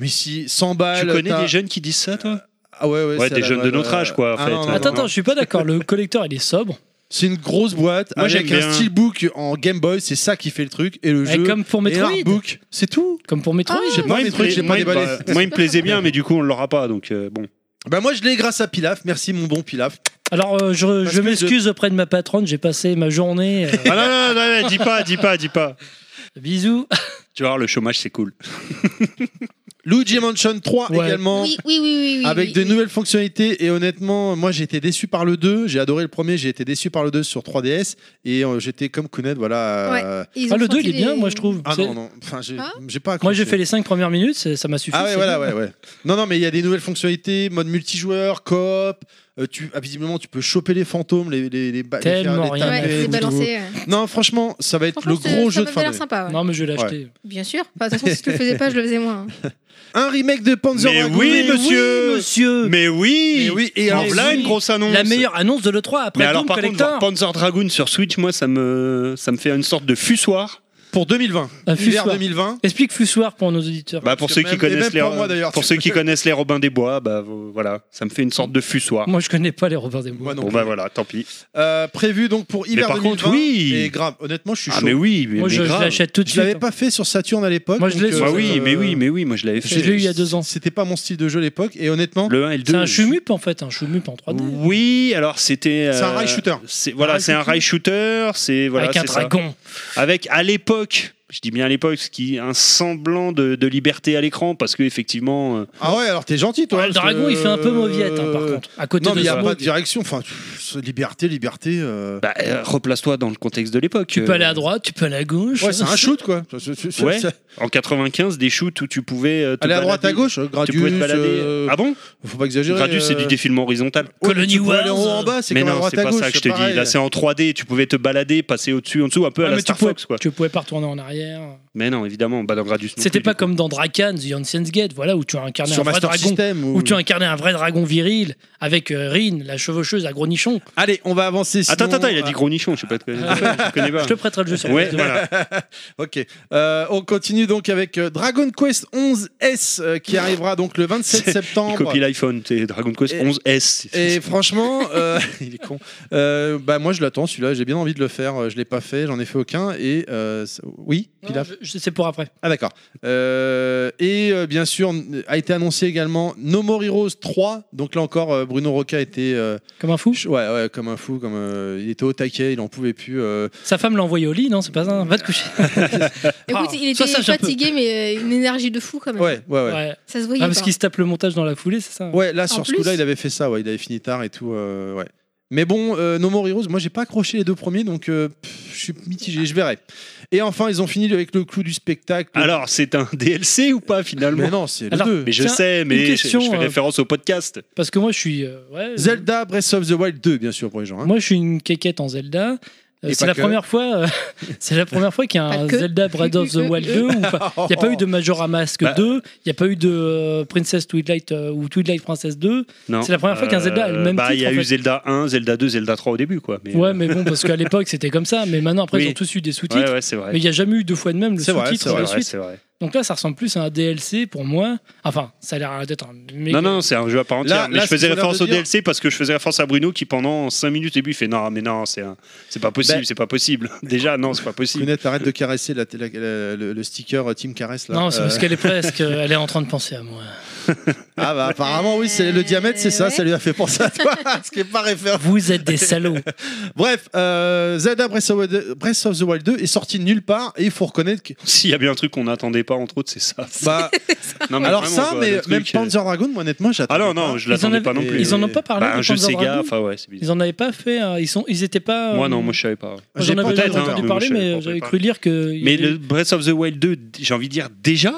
Speaker 3: Mais si, 100 balles.
Speaker 6: Tu connais
Speaker 3: t'as-
Speaker 6: des jeunes qui disent ça, toi
Speaker 3: Ah ouais, ouais,
Speaker 6: Ouais,
Speaker 3: c'est
Speaker 6: des
Speaker 3: à la
Speaker 6: jeunes de
Speaker 3: mode,
Speaker 6: notre
Speaker 3: euh,
Speaker 6: age, quoi, en
Speaker 3: ah
Speaker 6: fait.
Speaker 3: non, non,
Speaker 6: Ah,
Speaker 4: Attends,
Speaker 3: non.
Speaker 4: attends, je suis pas d'accord. Le collector, il est sobre.
Speaker 3: C'est une grosse boîte
Speaker 6: Moi,
Speaker 3: avec
Speaker 6: j'aime
Speaker 3: un
Speaker 6: bien.
Speaker 3: steelbook en Game Boy, c'est ça qui fait le truc. Et le
Speaker 4: Et
Speaker 3: jeu.
Speaker 4: Eh, comme pour
Speaker 3: et
Speaker 4: Metroid.
Speaker 3: l'artbook, c'est tout.
Speaker 4: Comme pour Metroid.
Speaker 5: Ah,
Speaker 3: J'ai
Speaker 6: Moi,
Speaker 3: pas
Speaker 6: il
Speaker 3: mes
Speaker 6: me
Speaker 3: trucs,
Speaker 6: pla-
Speaker 3: j'ai pas
Speaker 6: moi, il-
Speaker 3: déballé.
Speaker 6: bah, moi, il me plaisait bien, mais du coup, on l'aura pas. Donc, euh, bon.
Speaker 3: Bah, moi, je l'ai grâce à Pilaf. Merci, mon bon Pilaf.
Speaker 4: Alors, euh, je,
Speaker 3: Parce
Speaker 4: je
Speaker 3: que
Speaker 4: m'excuse auprès de ma patronne. J'ai passé ma journée. euh,
Speaker 6: Ah non, non, non, non, dis pas, dis pas, dis pas.
Speaker 4: bisous.
Speaker 6: Tu vois, le chômage, c'est cool.
Speaker 3: Luigi Mansion 3
Speaker 4: Ouais.
Speaker 3: également.
Speaker 5: Oui, oui, oui, oui. oui,
Speaker 3: Avec
Speaker 5: oui,
Speaker 3: de
Speaker 5: oui.
Speaker 3: nouvelles fonctionnalités et honnêtement, moi j'ai été déçu par le 2, j'ai adoré le premier, j'ai été déçu par le 2 sur 3DS et euh, j'étais comme Kounet, voilà. euh,
Speaker 5: Ils
Speaker 4: Ah,
Speaker 5: ont
Speaker 4: le 2,
Speaker 5: sorti
Speaker 4: il est bien,
Speaker 5: les-
Speaker 4: moi, je trouve.
Speaker 3: Ah
Speaker 4: C'est-
Speaker 3: non, non, enfin j'ai
Speaker 5: Ah
Speaker 3: j'ai pas
Speaker 4: Moi, j'ai
Speaker 3: accroché.
Speaker 4: fait les 5 premières minutes. c'est- Ça m'a suffi.
Speaker 3: Ah ouais,
Speaker 4: c'est
Speaker 3: voilà,
Speaker 4: bien.
Speaker 3: ouais, ouais. Non, non, mais il y a des nouvelles fonctionnalités, mode multijoueur, coop. euh, tu, ah, visiblement, tu peux choper les fantômes, les, les, les, ba- les faire-
Speaker 4: Tellement
Speaker 3: les
Speaker 4: rien
Speaker 5: Ouais,
Speaker 4: Ah, mais
Speaker 5: c'est
Speaker 3: taper, tout.
Speaker 5: balancé. ouais.
Speaker 3: Non, franchement, ça va être le
Speaker 5: Franchement, c'est-
Speaker 3: gros jeu de
Speaker 5: ça
Speaker 3: fin
Speaker 5: m'a l'air
Speaker 3: d'année.
Speaker 5: sympa. ouais.
Speaker 4: Non, mais je vais l'acheter.
Speaker 5: Bien sûr. Enfin, de toute façon, si tu le faisais pas, je le faisais moi. hein.
Speaker 3: Un remake de Panzer
Speaker 6: Mais
Speaker 3: Dragoon.
Speaker 6: oui,
Speaker 4: Mais
Speaker 6: monsieur.
Speaker 4: oui, monsieur.
Speaker 6: Mais oui
Speaker 3: Mais oui, et
Speaker 6: En
Speaker 3: alors,
Speaker 4: Mais
Speaker 6: voilà
Speaker 4: oui.
Speaker 6: une grosse annonce
Speaker 4: La meilleure annonce de l'E3
Speaker 6: Mais
Speaker 4: après
Speaker 6: alors,
Speaker 4: Doom
Speaker 6: par contre, voir
Speaker 4: Collector.
Speaker 6: Panzer Dragoon sur Switch, moi, ça me, ça me fait une sorte de fussoir. Bah,
Speaker 3: pour 2020.
Speaker 4: Un
Speaker 3: Hiver
Speaker 4: fussoir.
Speaker 3: 2020.
Speaker 4: Explique Fussoir pour nos auditeurs.
Speaker 6: Bah, pour
Speaker 3: Parce
Speaker 6: ceux
Speaker 3: que
Speaker 6: qui
Speaker 3: même- et même
Speaker 6: connaissent les
Speaker 3: pour moi, d'ailleurs.
Speaker 6: pour ceux qui connaissent les Robins des Bois, bah vo- voilà, ça me fait une sorte de fussoir.
Speaker 4: Moi, je connais pas les Robins des Bois.
Speaker 3: Moi non
Speaker 6: Bon
Speaker 3: plus.
Speaker 6: bah voilà, tant pis.
Speaker 3: Euh, prévu donc pour hiver
Speaker 6: par
Speaker 3: 2020.
Speaker 6: contre, oui.
Speaker 3: Et grave, honnêtement, je suis
Speaker 6: Ah
Speaker 3: chaud.
Speaker 6: mais oui, mais,
Speaker 4: Moi,
Speaker 6: mais
Speaker 4: je, je
Speaker 6: grave.
Speaker 4: l'achète tout de
Speaker 3: Je l'avais
Speaker 4: suite.
Speaker 3: pas fait sur Saturn à l'époque.
Speaker 4: Moi, je
Speaker 3: donc,
Speaker 4: l'ai sur-
Speaker 6: Bah
Speaker 4: Euh,
Speaker 6: oui, mais oui, mais oui, moi je l'avais
Speaker 4: Je
Speaker 6: fait.
Speaker 4: l'ai eu il y a deux ans.
Speaker 3: C'était pas mon style de jeu à l'époque. Et honnêtement,
Speaker 6: Le 1 et le 2.
Speaker 4: C'est un chumup en fait, un chumup en 3D.
Speaker 6: Oui, alors c'était.
Speaker 3: C'est un
Speaker 6: euh,
Speaker 3: rail shooter.
Speaker 6: C'est voilà, c'est un rail shooter. C'est voilà,
Speaker 4: Avec un
Speaker 6: c'est ça.
Speaker 4: dragon.
Speaker 6: Avec à l'époque, je dis bien à l'époque, ce qui un semblant de, de liberté à l'écran, parce que effectivement, euh,
Speaker 3: ah ouais, alors t'es gentil, toi.
Speaker 4: Ouais, le
Speaker 3: parce que- euh,
Speaker 4: dragon, il fait un peu mauviette hein, par contre. À côté
Speaker 3: Non,
Speaker 4: de
Speaker 3: mais il n'y a
Speaker 4: Zamo,
Speaker 3: pas de direction. Enfin, pff, liberté, liberté. euh.
Speaker 6: bah, euh, replace-toi dans le contexte de l'époque.
Speaker 4: tu peux aller à
Speaker 6: Euh,
Speaker 4: droite, tu peux aller à gauche.
Speaker 3: Ouais, c'est un shoot, quoi. C'est- c'est- c'est-
Speaker 6: Ouais.
Speaker 3: c'est-
Speaker 6: En 95, des shoots où tu pouvais euh, te
Speaker 3: Aller à droite,
Speaker 6: balader.
Speaker 3: à gauche, euh,
Speaker 6: Tu
Speaker 3: Gradius.
Speaker 6: pouvais te balader.
Speaker 3: euh,
Speaker 6: Ah bon
Speaker 3: Faut pas exagérer.
Speaker 6: Gradius, c'est du
Speaker 3: euh,
Speaker 6: défilement horizontal.
Speaker 4: Colony
Speaker 3: tu peux aller en haut,
Speaker 4: Wars.
Speaker 3: en bas, c'est
Speaker 6: Mais
Speaker 3: comme à
Speaker 6: non,
Speaker 3: droite,
Speaker 6: c'est
Speaker 3: à
Speaker 6: pas
Speaker 3: gauche.
Speaker 6: ça que je te dis.
Speaker 3: pareil.
Speaker 6: Là, c'est en 3D. Tu pouvais te balader, passer au-dessus, en dessous, un peu à
Speaker 4: Ah,
Speaker 6: la
Speaker 4: mais tu
Speaker 6: Star
Speaker 4: pouvais,
Speaker 6: Fox, quoi.
Speaker 4: tu pouvais pas retourner en arrière.
Speaker 6: Mais non, évidemment, bah dans Gradius. non
Speaker 4: C'était
Speaker 6: plus,
Speaker 4: pas
Speaker 6: du coup.
Speaker 4: comme dans Drakan, The Ancient's Gate, voilà, où tu as incarné un
Speaker 3: sur
Speaker 4: vrai
Speaker 3: Master
Speaker 4: dragon.
Speaker 3: System. ou-
Speaker 4: Où tu incarnais un vrai dragon viril avec euh, Rin, la chevaucheuse à gros nichon.
Speaker 3: Allez, on va avancer.
Speaker 6: Attends,
Speaker 3: sinon-
Speaker 6: attends, il a dit gros nichon. Je sais pas. de quoi- Je connais pas.
Speaker 4: Ah, Je te prêterai le jeu sur
Speaker 6: Ouais,
Speaker 4: PS2.
Speaker 6: voilà.
Speaker 3: Ok. Euh, on continue donc avec euh, Dragon Quest 11S euh, qui arrivera donc le 27
Speaker 6: Il
Speaker 3: septembre.
Speaker 6: copie l'iPhone, c'est Dragon Quest
Speaker 3: Et-
Speaker 6: 11S.
Speaker 3: Et franchement, euh, il est con. Euh, bah moi je l'attends celui-là, j'ai bien envie de le faire. Euh, Je l'ai pas fait, j'en ai fait aucun. Et euh, c'est- oui,
Speaker 4: Non,
Speaker 3: Pilaf
Speaker 4: je- je- C'est pour après.
Speaker 3: Ah d'accord. Euh, et euh, bien sûr n- a été annoncé également No More Heroes 3. Donc là encore, euh, Bruno Roca était euh,
Speaker 4: Comme un fou.
Speaker 3: ch- ouais, ouais, comme un fou, comme euh, il était au taquet, il en pouvait plus. euh.
Speaker 4: Sa femme l'a envoyé au lit, non C'est pas ça Va te coucher.
Speaker 5: Écoute,
Speaker 4: Ah,
Speaker 5: il
Speaker 4: ça,
Speaker 5: était
Speaker 4: ça, j'ai un peu-
Speaker 5: fatigué, mais euh, une énergie de fou quand même.
Speaker 3: Ouais, ouais, ouais.
Speaker 4: Ouais.
Speaker 5: Ça se
Speaker 4: Ah,
Speaker 5: voyait.
Speaker 4: parce
Speaker 5: pas.
Speaker 4: qu'il se tape le montage dans la foulée, c'est ça
Speaker 3: Ouais, là,
Speaker 5: En
Speaker 3: sur ce
Speaker 5: plus-
Speaker 3: coup-là, il avait fait ça, ouais, il avait fini tard et tout. euh, ouais. Mais bon, euh, No More Heroes, moi, j'ai pas accroché les deux premiers, donc euh, pff, je suis mitigé, je verrai. Et enfin, ils ont fini avec le clou du spectacle.
Speaker 6: Alors, c'est un DLC ou pas finalement
Speaker 3: mais non, c'est le
Speaker 4: Alors-
Speaker 3: 2.
Speaker 6: Mais je
Speaker 4: Tiens,
Speaker 6: sais, mais je-
Speaker 4: question,
Speaker 6: je, fais
Speaker 4: euh,
Speaker 6: référence au podcast.
Speaker 4: Parce que moi, je suis. euh, ouais,
Speaker 3: Zelda Breath of the Wild 2, bien sûr, pour les gens. hein.
Speaker 4: Moi, je suis une quéquette en Zelda. Euh,
Speaker 3: Et
Speaker 4: C'est
Speaker 3: pas
Speaker 4: la,
Speaker 3: que.
Speaker 4: première fois, euh, c'est la première fois qu'il y a
Speaker 5: Pas
Speaker 4: un
Speaker 5: que.
Speaker 4: Zelda Breath of the Wild 2. Il n'y a pas eu de Majora Mask
Speaker 6: Bah.
Speaker 4: 2, il n'y a pas eu de euh, Princess Twilight euh, ou Twilight Princess 2.
Speaker 6: Non.
Speaker 4: C'est la première fois qu'un Zelda a le même
Speaker 6: bah,
Speaker 4: titre,
Speaker 6: Il y a
Speaker 4: en
Speaker 6: eu
Speaker 4: fait.
Speaker 6: Zelda 1, Zelda 2, Zelda 3 au début, quoi. Mais,
Speaker 4: Ouais, mais bon, parce qu'à l'époque, c'était comme ça. Mais maintenant, après,
Speaker 6: euh, Oui.
Speaker 4: ils ont tous eu des sous-titres.
Speaker 6: ouais, ouais, c'est vrai.
Speaker 4: Mais il n'y a jamais eu deux fois de même le
Speaker 3: C'est vrai,
Speaker 4: sous-titre
Speaker 3: c'est
Speaker 4: et
Speaker 6: C'est
Speaker 4: la
Speaker 6: vrai,
Speaker 4: suite.
Speaker 6: c'est vrai.
Speaker 4: Donc là, ça ressemble plus à un DLC pour moi. Enfin, ça a l'air d'être un. méga-
Speaker 6: Non, non, c'est un jeu à part entière.
Speaker 3: Là-
Speaker 6: mais
Speaker 3: là,
Speaker 6: je
Speaker 3: ce qu'on
Speaker 6: faisais
Speaker 3: a l'air
Speaker 6: référence
Speaker 3: de
Speaker 6: au
Speaker 3: dire-
Speaker 6: DLC parce que je faisais référence à Bruno qui, pendant 5 minutes, au début, il fait Non, mais non, c'est un... c'est pas possible,
Speaker 3: Ben-
Speaker 6: c'est pas possible. Déjà, non, c'est pas possible.
Speaker 3: Kounet, arrête de caresser la- la- la- le, le sticker euh, Team Caresse. Là.
Speaker 4: Non, c'est
Speaker 3: Euh,
Speaker 4: parce qu'elle est presque. Elle est en train de penser à moi.
Speaker 3: Ah, bah, apparemment, oui, c'est le diamètre, c'est ça,
Speaker 5: Ouais.
Speaker 3: ça lui a fait penser à toi, ce qui est pas référent.
Speaker 4: Vous êtes des salauds.
Speaker 3: Bref, euh, Zelda Breath of, the- Breath of the Wild 2 est sorti de nulle part et il faut reconnaître que.
Speaker 6: S'il y a bien un truc qu'on n'attendait pas, entre autres, c'est ça.
Speaker 3: Bah,
Speaker 6: Non, mais
Speaker 3: Alors
Speaker 6: vraiment,
Speaker 3: ça,
Speaker 6: quoi,
Speaker 3: mais
Speaker 6: le truc,
Speaker 3: même
Speaker 6: euh,
Speaker 3: Panzer Dragon, moi honnêtement, j'attends.
Speaker 6: Ah non, non, je l'attendais
Speaker 4: avaient-
Speaker 6: pas non plus.
Speaker 4: Ils en ont
Speaker 3: Et-
Speaker 4: pas parlé.
Speaker 6: Bah,
Speaker 4: de
Speaker 6: je
Speaker 4: Panzer
Speaker 6: sais, gars.
Speaker 4: Dragon
Speaker 6: Enfin, ouais, c'est bizarre.
Speaker 4: Ils en avaient pas fait. euh, Ils sont. Ils étaient pas. euh,
Speaker 6: Moi, non, moi, je savais pas.
Speaker 4: moi, j'en
Speaker 3: J'ai pas
Speaker 4: avais
Speaker 3: entendu
Speaker 4: jamais entendu
Speaker 6: hein.
Speaker 4: parler,
Speaker 6: Moi, je savais
Speaker 4: mais euh,
Speaker 6: pas,
Speaker 4: j'avais
Speaker 6: j'avais pas.
Speaker 4: cru lire que.
Speaker 6: Mais le Breath of the Wild 2, j'ai envie de dire déjà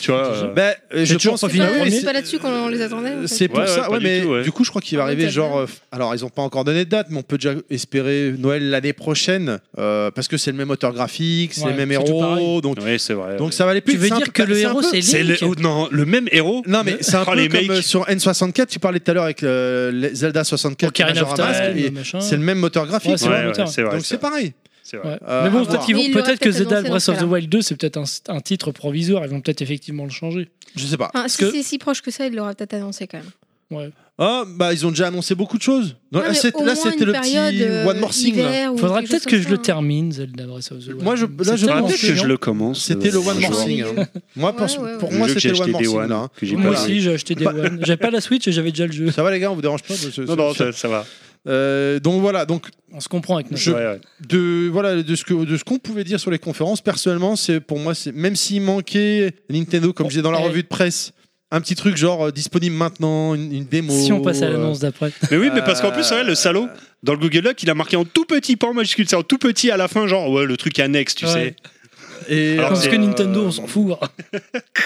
Speaker 6: Tu vois.
Speaker 4: Déjà.
Speaker 6: euh,
Speaker 3: Ben, euh, je
Speaker 4: toujours
Speaker 3: pense
Speaker 4: pas
Speaker 5: C'est pas-
Speaker 4: fini. Finalement,
Speaker 5: C'est
Speaker 4: mais-
Speaker 5: pas là-dessus qu'on les attendait. en fait.
Speaker 3: Euh, C'est pour
Speaker 6: Ouais, ouais,
Speaker 3: ça,
Speaker 6: pas
Speaker 3: ouais,
Speaker 6: du
Speaker 3: mais
Speaker 6: tout, ouais.
Speaker 3: du coup, je crois qu'il va
Speaker 5: Ah,
Speaker 3: arriver
Speaker 5: peut-être
Speaker 3: genre.
Speaker 5: bien.
Speaker 3: euh, alors, ils ont pas encore donné de date, mais on peut déjà espérer Noël l'année prochaine, euh, parce que c'est le même moteur graphique, c'est
Speaker 4: Ouais,
Speaker 3: les mêmes
Speaker 4: c'est tout
Speaker 3: héros,
Speaker 4: pareil.
Speaker 3: donc,
Speaker 6: Ouais, c'est vrai.
Speaker 3: donc ça va aller plus
Speaker 4: Tu veux
Speaker 3: vite. C'est un
Speaker 4: dire que
Speaker 3: peu-
Speaker 4: le
Speaker 3: c'est un
Speaker 4: héros,
Speaker 3: peu-
Speaker 4: c'est
Speaker 6: c'est le
Speaker 4: Link
Speaker 6: oh, non, le même héros.
Speaker 3: Non, mais c'est un
Speaker 6: Oh,
Speaker 3: peu
Speaker 6: les
Speaker 3: comme
Speaker 6: mecs.
Speaker 3: euh, sur N64, tu parlais tout à l'heure avec euh, le- Zelda 64
Speaker 4: Ocarina of
Speaker 3: Majora Mask,
Speaker 4: Time,
Speaker 3: et
Speaker 4: machin.
Speaker 3: c'est le même moteur
Speaker 4: Ouais,
Speaker 3: graphique.
Speaker 4: c'est
Speaker 6: Ouais,
Speaker 4: vrai,
Speaker 6: ouais,
Speaker 4: moteur.
Speaker 6: c'est vrai.
Speaker 3: donc c'est
Speaker 6: c'est vrai.
Speaker 3: pareil.
Speaker 6: C'est vrai.
Speaker 4: Ouais.
Speaker 3: Euh,
Speaker 4: mais
Speaker 3: à
Speaker 4: bon,
Speaker 3: voir.
Speaker 4: peut-être qu'ils
Speaker 5: Ah. Mais
Speaker 4: vont-
Speaker 5: il l'aura
Speaker 4: peut-être que
Speaker 5: peut-être
Speaker 4: Zelda
Speaker 5: annoncé dans
Speaker 4: Breath
Speaker 5: ce
Speaker 4: of the
Speaker 5: cas-là.
Speaker 4: Wild 2, c'est peut-être un, un titre provisoire. Ils vont peut-être effectivement le changer.
Speaker 3: Je sais pas.
Speaker 5: Enfin,
Speaker 4: Parce
Speaker 5: si
Speaker 4: que-
Speaker 5: c'est si proche que ça, il l'aura peut-être annoncé quand même.
Speaker 3: Ah, bah ils ont déjà annoncé beaucoup de choses.
Speaker 5: Non,
Speaker 3: Donc, là,
Speaker 5: mais
Speaker 3: c'est-
Speaker 5: au
Speaker 3: là,
Speaker 5: moins
Speaker 3: c'était
Speaker 5: une
Speaker 3: le
Speaker 5: période,
Speaker 3: petit
Speaker 5: euh,
Speaker 3: one more thing. là.
Speaker 5: hiver ou
Speaker 4: Faudra
Speaker 5: quelque
Speaker 4: peut-être
Speaker 5: chose
Speaker 4: que
Speaker 5: comme
Speaker 4: je
Speaker 5: ça.
Speaker 4: le termine, Zelda Breath of the Wild.
Speaker 3: Moi, je- là, je
Speaker 4: C'est
Speaker 6: Faudra
Speaker 4: tellement
Speaker 3: pense
Speaker 6: peut-être que je
Speaker 4: chiant.
Speaker 6: le commence.
Speaker 3: C'était le
Speaker 6: euh,
Speaker 3: One
Speaker 6: un
Speaker 3: More
Speaker 6: jour.
Speaker 3: Thing. hein. Moi, pour,
Speaker 5: Ouais, ouais,
Speaker 3: pour
Speaker 5: ouais.
Speaker 3: moi,
Speaker 6: Le jeu que
Speaker 3: c'était le
Speaker 6: j'ai
Speaker 3: One
Speaker 6: acheté
Speaker 3: More
Speaker 6: Day
Speaker 3: Thing.
Speaker 6: One,
Speaker 3: là, hein.
Speaker 6: que j'ai
Speaker 4: Moi
Speaker 6: pas
Speaker 4: aussi, j'ai acheté des One. J'avais pas la Switch et j'avais déjà le jeu.
Speaker 3: Ça va, les gars, on vous dérange pas monsieur
Speaker 6: Non, non, ça, ça va.
Speaker 3: Euh, Donc voilà, donc
Speaker 4: On se comprend avec nous.
Speaker 3: Je-
Speaker 6: Ouais, ouais.
Speaker 3: de voilà de ce que de ce qu'on pouvait dire sur les conférences, personnellement, c'est pour moi, c'est même s'il manquait Nintendo, comme
Speaker 4: Bon,
Speaker 3: j'ai dans la
Speaker 4: eh.
Speaker 3: revue de presse, un petit truc genre euh, disponible maintenant, une, une démo.
Speaker 4: Si on passe à
Speaker 3: euh,
Speaker 4: l'annonce d'après.
Speaker 6: Mais oui, mais parce qu'en
Speaker 3: Euh,
Speaker 6: plus, ouais, le salaud, dans le Google Doc, il a marqué en tout petit pan majuscule, c'est en tout petit à la fin, genre, ouais, le truc annexe, tu
Speaker 4: Ouais.
Speaker 6: sais.
Speaker 3: Et
Speaker 6: Alors,
Speaker 4: Parce
Speaker 6: c'est-
Speaker 4: que
Speaker 3: euh,
Speaker 4: Nintendo, on s'en fout. hein.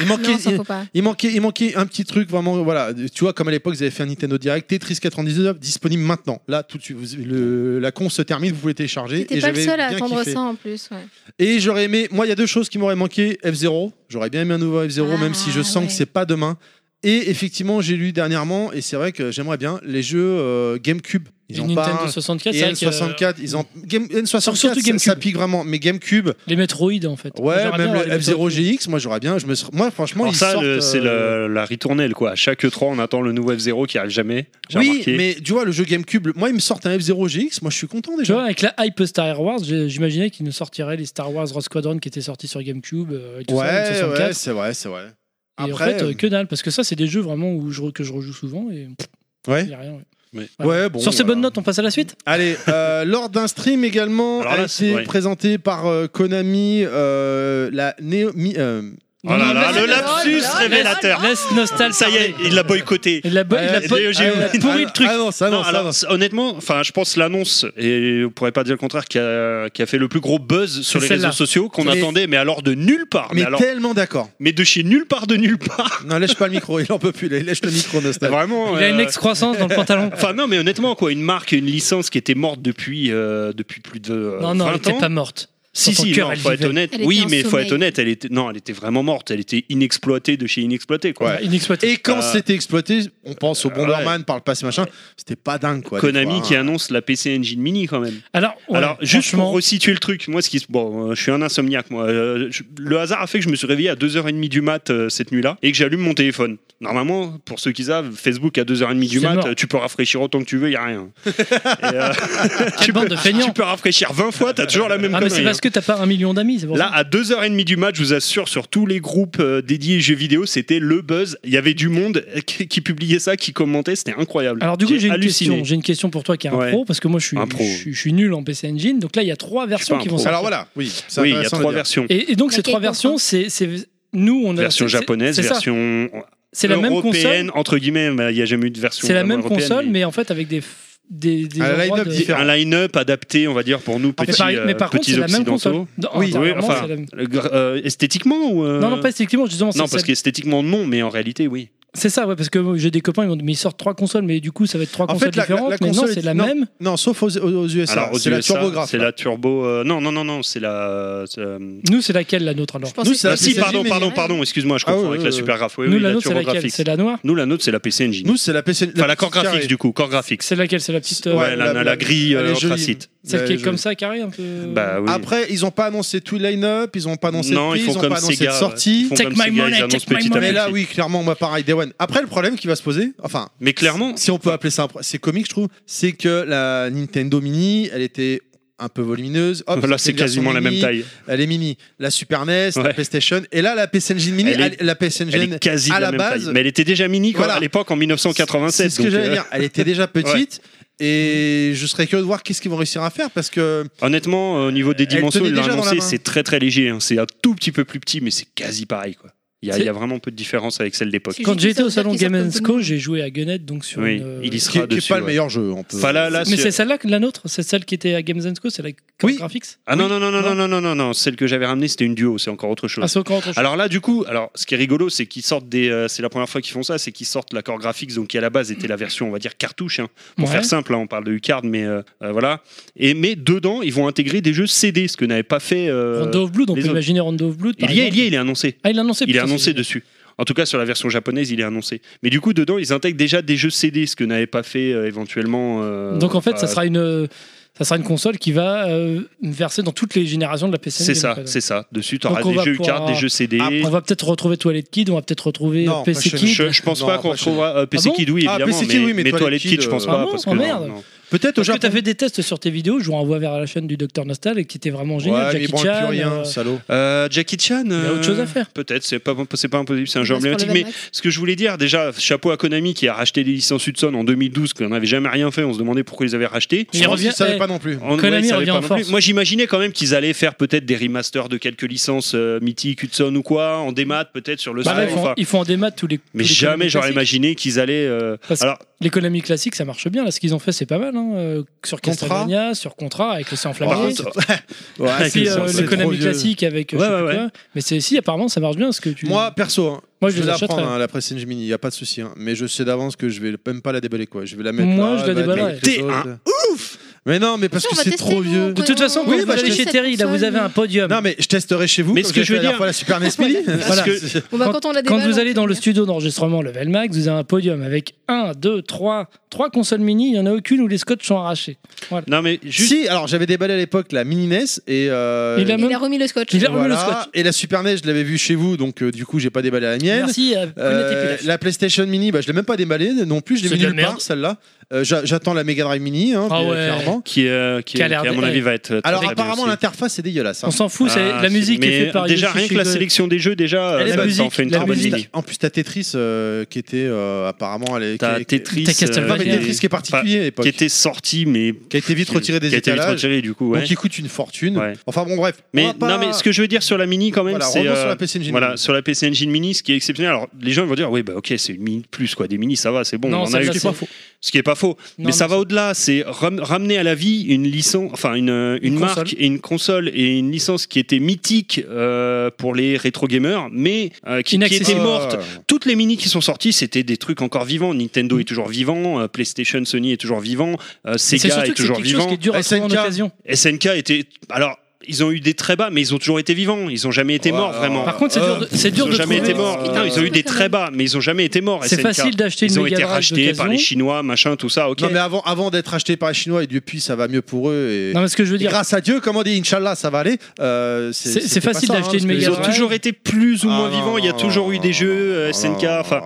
Speaker 3: Il
Speaker 5: Non,
Speaker 3: manquait.
Speaker 5: ça
Speaker 3: il-
Speaker 5: faut pas.
Speaker 3: il manquait, il manquait un petit truc vraiment, voilà. Tu vois, comme à l'époque, ils avaient fait un Nintendo Direct, Tetris 99 disponible maintenant. Là, tout de suite, vous- le- la con se termine, vous pouvez télécharger.
Speaker 5: T'étais
Speaker 3: et
Speaker 5: pas le
Speaker 3: j'avais
Speaker 5: seul à
Speaker 3: bien
Speaker 5: attendre
Speaker 3: kiffé.
Speaker 5: ça en plus. ouais.
Speaker 3: Et j'aurais aimé, moi il y a deux choses qui m'auraient manqué, F0, j'aurais bien aimé un nouveau F0
Speaker 5: Ah,
Speaker 3: même si je sens
Speaker 5: ouais.
Speaker 3: que c'est pas demain Et effectivement, j'ai lu dernièrement, et c'est vrai que j'aimerais bien, les jeux euh, GameCube. Ils
Speaker 4: Et
Speaker 3: en
Speaker 4: Nintendo
Speaker 3: parlent.
Speaker 4: 64,
Speaker 3: Et
Speaker 4: c'est vrai que, euh,
Speaker 3: N64, ils en... Game- N64
Speaker 4: Surtout
Speaker 3: ça-
Speaker 4: GameCube.
Speaker 3: ça pique vraiment. Mais GameCube,
Speaker 4: euh, les Metroid en fait.
Speaker 3: ouais, même
Speaker 4: J'aimerais bien
Speaker 3: le
Speaker 4: avoir les Metroid.
Speaker 3: F0GX, moi j'aurais bien. Je me serais- Moi, franchement,
Speaker 6: Alors
Speaker 3: ils
Speaker 6: ça,
Speaker 3: sortent,
Speaker 6: le-
Speaker 3: euh,
Speaker 6: c'est la, la ritournelle, quoi. À chaque E3, on attend le nouveau F0 qui arrive jamais. J'ai
Speaker 3: Oui,
Speaker 6: remarqué.
Speaker 3: mais tu vois, le jeu GameCube, le- moi, ils me sortent un F0GX, moi je suis content
Speaker 4: Tu
Speaker 3: déjà.
Speaker 4: vois, avec la hype Star Wars, j'ai- j'imaginais qu'ils nous sortiraient les Star Wars Rogue Squadron qui étaient sortis sur GameCube, euh, et tout ça,
Speaker 3: ouais,
Speaker 4: N64.
Speaker 3: ouais, c'est vrai, c'est vrai.
Speaker 4: et en
Speaker 3: Après,
Speaker 4: fait, euh, que dalle, parce que ça, c'est des jeux vraiment où je, re- que je rejoue souvent et
Speaker 3: euh, ouais.
Speaker 4: il y a rien. ouais.
Speaker 3: Ouais, bon,
Speaker 4: Sur ces
Speaker 3: voilà.
Speaker 4: bonnes notes, on passe à la suite
Speaker 3: Allez, euh, lors d'un stream également,
Speaker 6: Alors là,
Speaker 3: a été
Speaker 6: c'est- ouais.
Speaker 3: présenté par euh, Konami euh, la Neo. Mi- euh,
Speaker 6: Oh là là, le lapsus révélateur.
Speaker 4: Laisse Nostal,
Speaker 6: Ça y est, il l'a boycotté.
Speaker 4: Il a, bo- il a
Speaker 3: Ouais,
Speaker 4: bo-
Speaker 6: Neo Geo.
Speaker 4: il a pourri le truc.
Speaker 3: euh, Ah non, ça, non,
Speaker 6: Non,
Speaker 3: ça,
Speaker 6: alors,
Speaker 3: non.
Speaker 6: c- honnêtement, enfin, je pense l'annonce, et on pourrait pas dire le contraire, qui a, qui a fait le plus gros buzz sur
Speaker 4: C'est
Speaker 6: les réseaux
Speaker 4: celle-là.
Speaker 6: sociaux, qu'on
Speaker 3: Mais-
Speaker 6: attendait, mais alors de nulle part. Mais,
Speaker 3: Mais
Speaker 6: alors,
Speaker 3: tellement d'accord.
Speaker 6: mais de chez nulle part de nulle part.
Speaker 3: Non, lèche pas le micro, il en peut plus. Lèche le micro, Nostal.
Speaker 6: Vraiment.
Speaker 4: Il a une
Speaker 6: euh,
Speaker 4: excroissance dans le pantalon.
Speaker 6: Enfin non, mais honnêtement, quoi, une marque, une licence qui était morte depuis euh, depuis plus de euh,
Speaker 4: Non, non, elle
Speaker 6: 20
Speaker 4: était
Speaker 6: ans.
Speaker 4: pas morte.
Speaker 6: Si,
Speaker 4: Dans ton
Speaker 6: si,
Speaker 4: cœur,
Speaker 6: non,
Speaker 4: elle
Speaker 6: faut être
Speaker 4: vivait.
Speaker 6: honnête.
Speaker 5: Elle
Speaker 6: Oui,
Speaker 5: était en
Speaker 6: mais faut
Speaker 5: sommeil.
Speaker 6: être honnête, elle était, non, elle était vraiment morte. Elle était inexploitée de chez inexploitée, quoi.
Speaker 3: Ouais.
Speaker 4: Inexploitée.
Speaker 3: Et quand
Speaker 6: Euh,
Speaker 3: c'était exploité, on pense au
Speaker 6: euh,
Speaker 3: Bomberman par le passé, machin, c'était pas dingue quoi. des
Speaker 6: Konami
Speaker 3: fois, hein.
Speaker 6: qui annonce la PC Engine Mini quand même.
Speaker 4: Alors, ouais,
Speaker 6: Alors, juste
Speaker 4: franchement,
Speaker 6: pour resituer le truc, moi, ce qui se- bon, euh, je suis un insomniaque, moi. Euh, je- le hasard a fait que je me suis réveillé à 2h30 du mat euh, cette nuit-là et que j'allume mon téléphone. Normalement, pour ceux qui savent, Facebook à 2h30 du
Speaker 4: C'est
Speaker 6: mat,
Speaker 4: mort.
Speaker 6: euh, tu peux rafraîchir autant que tu veux, il n'y a rien. Et, euh, tu,
Speaker 4: quelle
Speaker 6: peux,
Speaker 4: bande de feignants.
Speaker 6: tu peux rafraîchir 20 fois, tu as toujours la même
Speaker 4: Ah, mais c'est
Speaker 6: connerie, hein.
Speaker 4: parce que t'as pas un million d'amis, c'est pour
Speaker 6: Là,
Speaker 4: ça.
Speaker 6: à 2h30 du match, je vous assure, sur tous les groupes euh, dédiés jeux vidéo, c'était le buzz. Il y avait du monde euh, qui, qui publiait ça, qui commentait, c'était incroyable.
Speaker 4: Alors du coup, j'ai une
Speaker 6: halluciné.
Speaker 4: question. J'ai une question pour toi qui est un
Speaker 6: Ouais.
Speaker 4: pro, parce que moi je suis,
Speaker 6: Un pro.
Speaker 4: je, suis- je suis nul en PC Engine. Donc là, il y a trois versions
Speaker 6: pas un
Speaker 4: qui vont
Speaker 6: pro.
Speaker 4: sortir.
Speaker 3: Alors voilà, oui, c'est
Speaker 6: Oui, il y a
Speaker 3: intéressant de
Speaker 6: trois
Speaker 3: dire.
Speaker 6: versions.
Speaker 4: Et, et donc ces
Speaker 5: Laquelle
Speaker 4: trois versions, c'est c'est- nous on a
Speaker 6: Version
Speaker 4: c'est- c'est-
Speaker 6: japonaise,
Speaker 4: c'est ça.
Speaker 6: version
Speaker 4: C'est la même
Speaker 6: européenne,
Speaker 4: console.
Speaker 6: entre guillemets, mais il n'y a jamais eu de version.
Speaker 4: C'est la
Speaker 6: vraiment
Speaker 4: même
Speaker 6: européenne,
Speaker 4: console, mais en fait avec des f- des, des
Speaker 3: Un
Speaker 4: endroits
Speaker 3: line-up
Speaker 4: de-
Speaker 3: différent.
Speaker 6: Un line-up adapté, on va dire, pour nous,
Speaker 4: Mais
Speaker 6: petits,
Speaker 4: par, mais
Speaker 6: euh,
Speaker 4: par contre,
Speaker 6: petits
Speaker 4: c'est la même console.
Speaker 6: occidentaux.
Speaker 4: Non,
Speaker 3: Oui,
Speaker 4: attends,
Speaker 6: oui,
Speaker 4: vraiment,
Speaker 6: enfin,
Speaker 4: c'est la même.
Speaker 6: Le gra- euh, esthétiquement ou, euh,
Speaker 4: Non, non, pas esthétiquement, justement.
Speaker 6: non,
Speaker 4: c'est
Speaker 6: parce
Speaker 4: celle-
Speaker 6: qu'esthétiquement, non, mais en réalité, oui.
Speaker 4: C'est ça, ouais, parce que j'ai des copains, ils m'ont dit, mais ils sortent trois consoles, mais du coup, ça va être trois
Speaker 3: En fait,
Speaker 4: consoles
Speaker 3: la- la-
Speaker 4: différentes.
Speaker 3: la
Speaker 4: mais non,
Speaker 3: console
Speaker 4: c'est
Speaker 3: est-
Speaker 4: la
Speaker 3: non.
Speaker 4: même.
Speaker 3: Non, sauf aux, aux USA,
Speaker 6: aux
Speaker 3: c'est la
Speaker 6: USA,
Speaker 3: turbographe.
Speaker 6: C'est la turbo. euh, non, non, non, non, c'est la. c'est, euh,
Speaker 4: Nous, c'est laquelle, la nôtre, alors
Speaker 5: Je pensais
Speaker 3: Nous,
Speaker 5: que c'était
Speaker 3: c'est la
Speaker 6: Ah, si,
Speaker 3: PC
Speaker 6: pardon,
Speaker 3: Engine.
Speaker 6: pardon, pardon, excuse-moi, je
Speaker 3: Ah,
Speaker 6: confonds
Speaker 3: oui,
Speaker 6: avec
Speaker 3: oui,
Speaker 6: la
Speaker 3: oui.
Speaker 6: super graph. Oui,
Speaker 4: Nous,
Speaker 6: oui,
Speaker 4: la
Speaker 6: la
Speaker 4: nôtre, c'est laquelle
Speaker 6: turbographique.
Speaker 4: C'est la noire
Speaker 6: Nous, la nôtre, c'est la PC Engine.
Speaker 3: Nous, c'est la PC.
Speaker 6: enfin, la core graphique,
Speaker 3: carrée.
Speaker 6: du coup, core graphique.
Speaker 4: C'est laquelle C'est la petite. euh,
Speaker 6: Ouais, la, la- la grille
Speaker 3: elle est
Speaker 6: euh,
Speaker 3: jolie.
Speaker 6: anthracite.
Speaker 4: Celle
Speaker 3: Ouais,
Speaker 4: qui est
Speaker 3: je-
Speaker 4: comme ça, carrée, un peu.
Speaker 6: Bah oui.
Speaker 3: Après, ils n'ont pas annoncé tout le line-up, ils n'ont pas annoncé
Speaker 6: non,
Speaker 3: le prix,
Speaker 6: ils
Speaker 3: ils
Speaker 6: font
Speaker 3: n'ont
Speaker 6: comme
Speaker 3: pas annoncé
Speaker 6: Sega.
Speaker 3: de sortie.
Speaker 6: Ils font
Speaker 4: Take
Speaker 6: comme
Speaker 4: my
Speaker 6: Sega,
Speaker 4: money,
Speaker 6: ils annoncent
Speaker 4: take my
Speaker 6: petit à
Speaker 4: money.
Speaker 3: Mais là,
Speaker 6: petit.
Speaker 3: oui, clairement, moi, pareil, Day One. Après, le problème qui va se poser, enfin,
Speaker 6: Mais clairement,
Speaker 3: si on peut appeler ça un pro- c'est comique, je trouve, c'est que la Nintendo Mini, elle était un peu volumineuse. Hop, c'était
Speaker 6: là, c'est
Speaker 3: une version
Speaker 6: quasiment la
Speaker 3: mini,
Speaker 6: même taille.
Speaker 3: Elle est mini. La Super NES, la
Speaker 6: Ouais.
Speaker 3: PlayStation. Et là, la PC Engine Mini,
Speaker 6: Elle est-
Speaker 3: elle- la PC
Speaker 6: Elle
Speaker 3: Engine
Speaker 6: est quasi de
Speaker 3: à la
Speaker 6: la, même
Speaker 3: base-
Speaker 6: taille. Mais elle était déjà mini quoi,
Speaker 3: Voilà.
Speaker 6: à l'époque en
Speaker 3: C'est
Speaker 6: 1987.
Speaker 3: ce que
Speaker 6: donc,
Speaker 3: j'allais
Speaker 6: euh,
Speaker 3: dire. Elle était déjà petite. Et je serais curieux de voir qu'est-ce qu'ils vont réussir à faire parce que
Speaker 6: Honnêtement, euh, au niveau des
Speaker 3: Elle
Speaker 6: dimensions,
Speaker 3: tenait
Speaker 6: il l'a
Speaker 3: déjà dans la
Speaker 6: annoncé,
Speaker 3: main.
Speaker 6: c'est très très léger. hein. C'est un tout petit peu plus petit, mais c'est quasi pareil. quoi. Il y, a-
Speaker 4: C'est-
Speaker 6: il y a vraiment peu de différence avec celle d'époque.
Speaker 5: C'est
Speaker 4: Quand
Speaker 5: j'ai
Speaker 4: j'étais au
Speaker 5: dit ça,
Speaker 4: salon
Speaker 5: ça fait
Speaker 4: Game
Speaker 5: sortir
Speaker 4: Co,
Speaker 5: de
Speaker 4: j'ai joué à Gunhead, donc sur
Speaker 6: Oui,
Speaker 4: une, euh,
Speaker 6: il y
Speaker 3: qui
Speaker 6: sera
Speaker 3: qui est
Speaker 6: dessus.
Speaker 3: pas le
Speaker 6: ouais.
Speaker 3: meilleur jeu. On peut...
Speaker 6: Enfin, là, là,
Speaker 4: Mais
Speaker 6: c'est-
Speaker 4: c'est celle-là, que la nôtre C'est celle qui était à Games Co, c'est la
Speaker 3: Oui.
Speaker 4: graphics
Speaker 6: Ah non, non, non, non,
Speaker 4: Non.
Speaker 6: non, non, non, non, celle que j'avais ramenée, c'était une duo, c'est encore autre chose.
Speaker 4: Ah, c'est encore autre chose.
Speaker 6: Alors là, du coup, alors ce qui est rigolo, c'est qu'ils sortent des. euh, c'est la première fois qu'ils font ça, c'est qu'ils sortent l'accord graphique, donc qui à la base était la version, on va dire, cartouche. hein. Pour
Speaker 4: Ouais.
Speaker 6: faire simple, hein, on parle de Ucard, mais euh, euh, voilà. Et mais dedans, ils vont intégrer des jeux CD, ce que n'avait pas fait. euh,
Speaker 4: Rondo of Blood, on
Speaker 6: les
Speaker 4: peut
Speaker 6: autres.
Speaker 4: imaginer Rondo of Blood. par
Speaker 6: Il y est,
Speaker 4: exemple.
Speaker 6: il y est, il est annoncé.
Speaker 4: Ah, il l'a annoncé.
Speaker 6: Il est
Speaker 4: putain,
Speaker 6: annoncé
Speaker 4: c'est-
Speaker 6: dessus. En tout cas, sur la version japonaise, il est annoncé. Mais du coup, dedans, ils intègrent déjà des jeux CD, ce que n'avait pas fait euh, éventuellement. euh,
Speaker 4: Donc en fait,
Speaker 6: euh,
Speaker 4: ça sera une. Ça sera une console qui va euh, verser dans toutes les générations de la PSN.
Speaker 6: C'est
Speaker 4: Game, en
Speaker 6: ça,
Speaker 4: fait.
Speaker 6: c'est ça. Dessus, tu
Speaker 4: Donc,
Speaker 6: auras
Speaker 4: on
Speaker 6: des
Speaker 4: va
Speaker 6: jeux
Speaker 4: pouvoir- Ah,
Speaker 6: cartes, des jeux CD.
Speaker 3: Après,
Speaker 4: On va peut-être retrouver Toilet Kid, on va peut-être retrouver
Speaker 3: Non,
Speaker 4: euh, PC
Speaker 3: pas chez nous.
Speaker 4: Kid.
Speaker 6: je, je pense
Speaker 3: Non,
Speaker 6: pas qu'on
Speaker 3: pas chez nous.
Speaker 6: retrouvera euh, PC
Speaker 4: Ah bon
Speaker 6: Kid, oui,
Speaker 3: Ah,
Speaker 6: évidemment,
Speaker 3: PC Kid,
Speaker 6: mais,
Speaker 3: oui, mais
Speaker 6: mais
Speaker 3: Toilet
Speaker 6: Toilet Kid, je pense
Speaker 3: Kid,
Speaker 4: euh,
Speaker 6: pas.
Speaker 4: ah
Speaker 6: parce
Speaker 4: bon
Speaker 6: que
Speaker 4: Oh,
Speaker 6: non,
Speaker 4: merde.
Speaker 6: non.
Speaker 3: Peut-être au
Speaker 4: Parce que
Speaker 3: Japon.
Speaker 4: t'as fait des tests sur tes vidéos, je vous renvoie vers la chaîne du Docteur Nostal qui était vraiment génial.
Speaker 3: Ouais, mais
Speaker 4: Jackie
Speaker 3: bon,
Speaker 4: Chan,
Speaker 3: plus rien,
Speaker 4: euh,
Speaker 3: salaud.
Speaker 6: Euh, Jackie Chan. Il
Speaker 4: y a autre chose à faire.
Speaker 6: Peut-être, c'est pas, c'est pas impossible, c'est un jeu
Speaker 5: Place pour le
Speaker 6: emblématique.
Speaker 5: Mad
Speaker 6: Mais
Speaker 5: Max.
Speaker 6: ce que je voulais dire, déjà, chapeau à Konami qui a racheté les licences Hudson en 2012, qu'on n'avait jamais rien fait, on se demandait pourquoi ils avaient racheté.
Speaker 4: Mais
Speaker 3: Je pense
Speaker 4: revient-
Speaker 3: qu'ils savaient
Speaker 4: eh,
Speaker 3: pas non plus.
Speaker 6: On-
Speaker 4: Konami
Speaker 6: ouais, ça allait
Speaker 4: revient
Speaker 6: pas
Speaker 4: en
Speaker 6: non
Speaker 4: force.
Speaker 6: plus. Moi, j'imaginais quand même qu'ils allaient faire peut-être des remasters de quelques licences euh, mythiques, Hudson ou quoi, en démat, peut-être sur le
Speaker 4: bah là,
Speaker 6: store,
Speaker 4: ils, font,
Speaker 6: enfin.
Speaker 4: ils font en démat tous les.
Speaker 6: Mais
Speaker 4: tous les
Speaker 6: jamais
Speaker 4: Konami
Speaker 6: j'aurais
Speaker 4: classiques.
Speaker 6: imaginé qu'ils allaient. euh,
Speaker 4: Parce-
Speaker 6: Alors,
Speaker 4: L'économie classique, ça marche bien. Là, ce qu'ils ont fait, c'est pas mal. hein, euh, Sur
Speaker 3: Contra.
Speaker 4: Castlevania, sur Contrat, avec le sang
Speaker 6: par
Speaker 4: enflammé.
Speaker 6: contre,
Speaker 3: Ouais,
Speaker 4: Et puis,
Speaker 3: c'est-
Speaker 4: euh,
Speaker 3: c'est trop
Speaker 4: l'économie
Speaker 3: vieux.
Speaker 4: classique avec. euh,
Speaker 6: Ouais,
Speaker 4: je sais
Speaker 6: ouais,
Speaker 4: plus
Speaker 6: ouais.
Speaker 4: quoi. Mais c'est si, apparemment, ça marche bien. Ce que tu.
Speaker 3: Moi, perso, hein,
Speaker 4: Moi, je
Speaker 3: je, vais
Speaker 4: les
Speaker 3: la
Speaker 4: achèterais.
Speaker 3: prendre, hein, la presse Gemini, il n'y a pas de souci. hein. Mais je sais d'avance que je vais même pas la déballer. quoi. Je vais la mettre
Speaker 4: Moi,
Speaker 3: là,
Speaker 4: je la
Speaker 3: elle va être
Speaker 4: déballerai.
Speaker 3: avec les
Speaker 6: T'es
Speaker 3: autres.
Speaker 6: un
Speaker 3: Mais non, mais parce
Speaker 5: Si, on
Speaker 3: que
Speaker 5: va
Speaker 3: c'est
Speaker 5: tester,
Speaker 3: trop
Speaker 5: nous, on
Speaker 3: vieux.
Speaker 5: peut-
Speaker 4: De toute façon, quand
Speaker 5: on
Speaker 3: Oui,
Speaker 5: peut
Speaker 4: vous
Speaker 3: bah, je
Speaker 4: allez
Speaker 5: tester
Speaker 4: chez
Speaker 5: cette
Speaker 4: Terry, là, vous
Speaker 5: console.
Speaker 4: avez un podium.
Speaker 3: Non, mais je testerai chez vous.
Speaker 6: Mais
Speaker 3: comme
Speaker 6: ce que
Speaker 3: j'ai
Speaker 6: je veux
Speaker 3: fait la dernière
Speaker 6: dire-
Speaker 3: fois la Super NES Mini.
Speaker 6: Parce que-
Speaker 3: c'est-
Speaker 5: Bon, bah, quand, on a des
Speaker 4: Quand
Speaker 5: balles,
Speaker 4: vous
Speaker 5: on
Speaker 4: allez dans le
Speaker 5: peut
Speaker 4: studio d'enregistrement Level Max, vous avez un podium avec 1, 2, 3, 3 consoles mini. Il n'y en a aucune où les scotch sont arrachés.
Speaker 6: Non, mais juste.
Speaker 3: Si, alors j'avais déballé à l'époque la Mini NES et. euh,
Speaker 4: Il a-
Speaker 5: faire. Il a remis le scotch.
Speaker 4: Il a-
Speaker 3: voilà.
Speaker 4: E le scotch.
Speaker 3: Et la Super NES, je l'avais vue chez vous, donc euh, du coup, j'ai pas déballé la mienne.
Speaker 4: Merci à Kounet et
Speaker 3: Euh,
Speaker 4: Pilaf.
Speaker 3: la PlayStation Mini, bah, je l'ai même pas déballée non plus, je l'ai
Speaker 4: C'est
Speaker 3: mis
Speaker 4: de la
Speaker 3: nulle part
Speaker 4: merde.
Speaker 3: celle-là. Euh, j'a- J'attends la Mega Drive Mini, hein,
Speaker 4: Ah
Speaker 3: bien-
Speaker 4: ouais.
Speaker 3: clairement.
Speaker 6: Qui, euh, qui,
Speaker 4: Qui a
Speaker 6: qui,
Speaker 4: l'air
Speaker 6: à mon
Speaker 4: de-
Speaker 6: avis, va être.
Speaker 3: Alors apparemment l'интерface est dégueulasse. hein.
Speaker 4: On s'en fout, c'est la musique qui est faite par
Speaker 6: Ah, Déjà,
Speaker 4: Yoshi
Speaker 6: rien que la
Speaker 4: Shigo.
Speaker 6: sélection des jeux, déjà,
Speaker 4: Elle
Speaker 6: euh,
Speaker 4: est
Speaker 6: ça
Speaker 4: bonne.
Speaker 6: ça en fait une
Speaker 4: La
Speaker 6: très bonne
Speaker 4: musique.
Speaker 6: mini.
Speaker 3: En plus, t'as Tetris euh, qui était euh, apparemment. Elle, est-
Speaker 6: T'as
Speaker 3: qui- qui-
Speaker 6: Tetris.
Speaker 4: T'as Castlevania.
Speaker 3: Non, mais
Speaker 6: euh,
Speaker 3: Tetris qui est particulier à l'époque.
Speaker 6: qui était sorti, mais
Speaker 3: Qui a été vite retiré des
Speaker 6: qui a été vite
Speaker 3: étalages.
Speaker 6: retiré, du coup. ouais.
Speaker 3: Donc il coûte une fortune.
Speaker 6: Ouais.
Speaker 3: Enfin bon, bref. on
Speaker 6: Mais
Speaker 3: va pas-
Speaker 6: non, mais ce que je veux dire sur la mini quand même,
Speaker 3: Voilà,
Speaker 6: c'est
Speaker 3: revenons sur
Speaker 6: euh,
Speaker 3: la PC Engine
Speaker 6: voilà
Speaker 3: Mini.
Speaker 6: sur la PC Engine Mini, ce qui est exceptionnel. Alors les gens ils vont dire oui bah ok c'est une mini de plus quoi, des mini ça va c'est bon,
Speaker 4: Non,
Speaker 6: on en a
Speaker 4: celle-là,
Speaker 6: eu,
Speaker 4: c'est pas faux.
Speaker 6: ce qui est pas faux.
Speaker 4: Non,
Speaker 6: mais ça
Speaker 4: non,
Speaker 6: va au-delà, c'est ram- ramener à la vie une licence, enfin une, euh, une
Speaker 4: Une
Speaker 6: marque
Speaker 4: console.
Speaker 6: et une console et une licence qui était mythique euh, pour les rétro gamers, mais euh, qui, qui était
Speaker 4: Inaccessible.
Speaker 6: morte.
Speaker 3: Ah,
Speaker 6: Toutes les mini qui sont sorties, c'était des trucs encore vivants.
Speaker 4: Mm.
Speaker 6: Nintendo est toujours vivant, euh, PlayStation, Sony est toujours vivant, euh,
Speaker 4: C'est
Speaker 6: Sega
Speaker 4: surtout
Speaker 6: est
Speaker 4: que c'est
Speaker 6: toujours
Speaker 4: quelque chose
Speaker 6: vivant.
Speaker 4: qui est dur à trouver en
Speaker 3: SNK.
Speaker 4: occasion.
Speaker 6: SNK était. Alors, ils ont eu des très bas, mais ils ont toujours été vivants. Ils ont jamais été
Speaker 3: Ouais,
Speaker 6: morts,
Speaker 3: alors,
Speaker 6: vraiment.
Speaker 4: Par contre, c'est dur
Speaker 3: Euh,
Speaker 4: de, c'est
Speaker 6: Ils
Speaker 4: dur
Speaker 6: ont
Speaker 4: de
Speaker 6: jamais
Speaker 4: trouver.
Speaker 6: été morts. Euh,
Speaker 5: Ils
Speaker 6: Non, ils ont eu
Speaker 5: ont
Speaker 6: des
Speaker 5: quand
Speaker 6: très
Speaker 5: même.
Speaker 6: bas, mais ils ont jamais été morts.
Speaker 4: C'est
Speaker 6: SNK.
Speaker 4: facile d'acheter une
Speaker 6: Ils ont
Speaker 4: Mega
Speaker 6: été
Speaker 4: Drive
Speaker 6: rachetés par les
Speaker 4: d'occasion.
Speaker 6: Chinois, machin, tout ça. Ok.
Speaker 3: Non, mais avant, avant d'être acheté par les Chinois et depuis, ça va mieux pour eux. Et...
Speaker 4: Non, mais ce que je veux
Speaker 3: Et
Speaker 4: dire,
Speaker 3: grâce à Dieu, comme on dit, Inch'Allah, ça va aller. Euh,
Speaker 4: C'est-
Speaker 3: c'était
Speaker 4: c'est
Speaker 3: pas
Speaker 4: facile
Speaker 3: ça, hein,
Speaker 4: d'acheter
Speaker 3: parce
Speaker 4: une
Speaker 3: que-
Speaker 4: Mega
Speaker 6: Ils ont
Speaker 4: Drive.
Speaker 6: toujours été plus ou moins
Speaker 3: Ah, non,
Speaker 6: vivants. Il y a
Speaker 3: non,
Speaker 6: toujours eu
Speaker 3: non,
Speaker 6: des jeux euh,
Speaker 3: non,
Speaker 6: SNK.
Speaker 3: non,
Speaker 6: Enfin,
Speaker 3: non.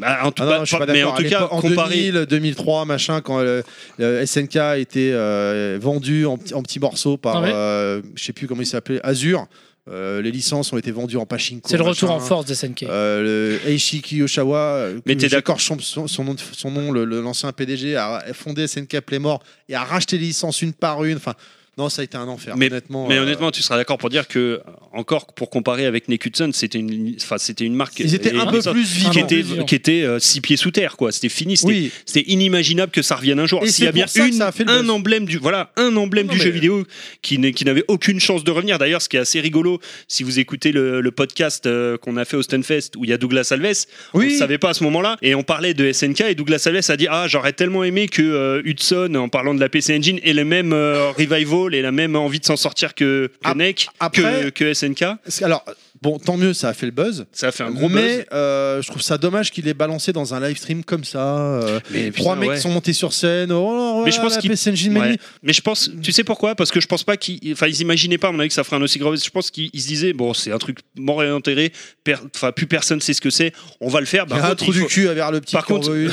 Speaker 6: bah, en tout
Speaker 3: Ah non,
Speaker 6: cas,
Speaker 3: je suis pas
Speaker 6: mais en
Speaker 3: d'accord. euh,
Speaker 6: tout
Speaker 3: À
Speaker 6: cas,
Speaker 3: l'époque, en
Speaker 6: comparé.
Speaker 3: 2000, 2003, machin, quand euh, le, le SNK a été euh, vendu en, petits- en petits morceaux par,
Speaker 4: Ah ouais.
Speaker 3: euh, je sais plus comment il s'appelait, Azure. Euh, les licences ont été vendues en pachinko.
Speaker 4: c'est le retour en
Speaker 3: machin. hein.
Speaker 4: force de SNK.
Speaker 3: Euh, le Eishi Kiyosawa,
Speaker 6: Mais t'es
Speaker 3: d'accord, son, son nom, de- son nom, le- le- l'ancien PDG a fondé SNK Playmore et a racheté les licences une par une. Enfin, non, ça a été un enfer. honnêtement,
Speaker 6: Mais
Speaker 3: euh,
Speaker 6: honnêtement, tu seras d'accord pour dire que, euh, encore pour comparer avec Nekutsun, c'était une, enfin, c'était une marque.
Speaker 3: ils étaient
Speaker 6: et-
Speaker 3: un peu
Speaker 6: qui
Speaker 3: plus
Speaker 4: Ah,
Speaker 3: vivants.
Speaker 4: non.
Speaker 6: était,
Speaker 4: vivants.
Speaker 6: qui était euh, six pieds sous terre, quoi. C'était fini, c'était
Speaker 3: Oui,
Speaker 6: C'est inimaginable que ça revienne un jour.
Speaker 3: Et
Speaker 6: S'il y
Speaker 3: c'est
Speaker 6: a bien
Speaker 3: pour ça que
Speaker 6: une-
Speaker 3: ça a fait le
Speaker 6: un
Speaker 3: buzz.
Speaker 6: emblème du voilà un emblème
Speaker 3: Non,
Speaker 6: du
Speaker 3: mais-
Speaker 6: jeu vidéo qui n'est- qui n'avait aucune chance de revenir. D'ailleurs, ce qui est assez rigolo, si vous écoutez le, le podcast euh, qu'on a fait au Stunfest où il y a Douglas Alves, on
Speaker 3: oui.
Speaker 6: ne savait pas à ce moment-là et on parlait de SNK et Douglas Alves a dit ah j'aurais tellement aimé que euh, Hudson en parlant de la PC Engine ait le même euh, revival et la même envie de s'en sortir que que
Speaker 3: Ap-
Speaker 6: NEC que,
Speaker 3: après-
Speaker 6: que SNK.
Speaker 3: Alors, bon, tant mieux, ça a fait le buzz.
Speaker 6: Ça a fait un gros
Speaker 3: mais
Speaker 6: buzz.
Speaker 3: euh, je trouve ça dommage qu'il ait balancé dans un live stream comme ça. euh,
Speaker 6: Mais
Speaker 3: trois
Speaker 6: putain,
Speaker 3: mecs
Speaker 6: ouais.
Speaker 3: sont montés sur scène. Oh,
Speaker 6: Mais je pense
Speaker 3: la
Speaker 6: qu'il-
Speaker 3: PC Engine Mini.
Speaker 6: Ouais. Mais je pense, tu sais pourquoi Parce que je pense pas qu'ils, enfin, ils imaginaient pas, à mon avis, que ça ferait un aussi gros. Je pense qu'ils ils se disaient, bon, c'est un truc mort et enterré. per- Enfin, plus personne sait ce que c'est. On va le faire.
Speaker 3: Il y
Speaker 6: Par
Speaker 3: a un
Speaker 6: contre,
Speaker 3: trou
Speaker 6: il
Speaker 3: du
Speaker 6: faut-
Speaker 3: cul à vers le petit.
Speaker 6: Par
Speaker 3: qui en
Speaker 6: contre-
Speaker 3: veut une.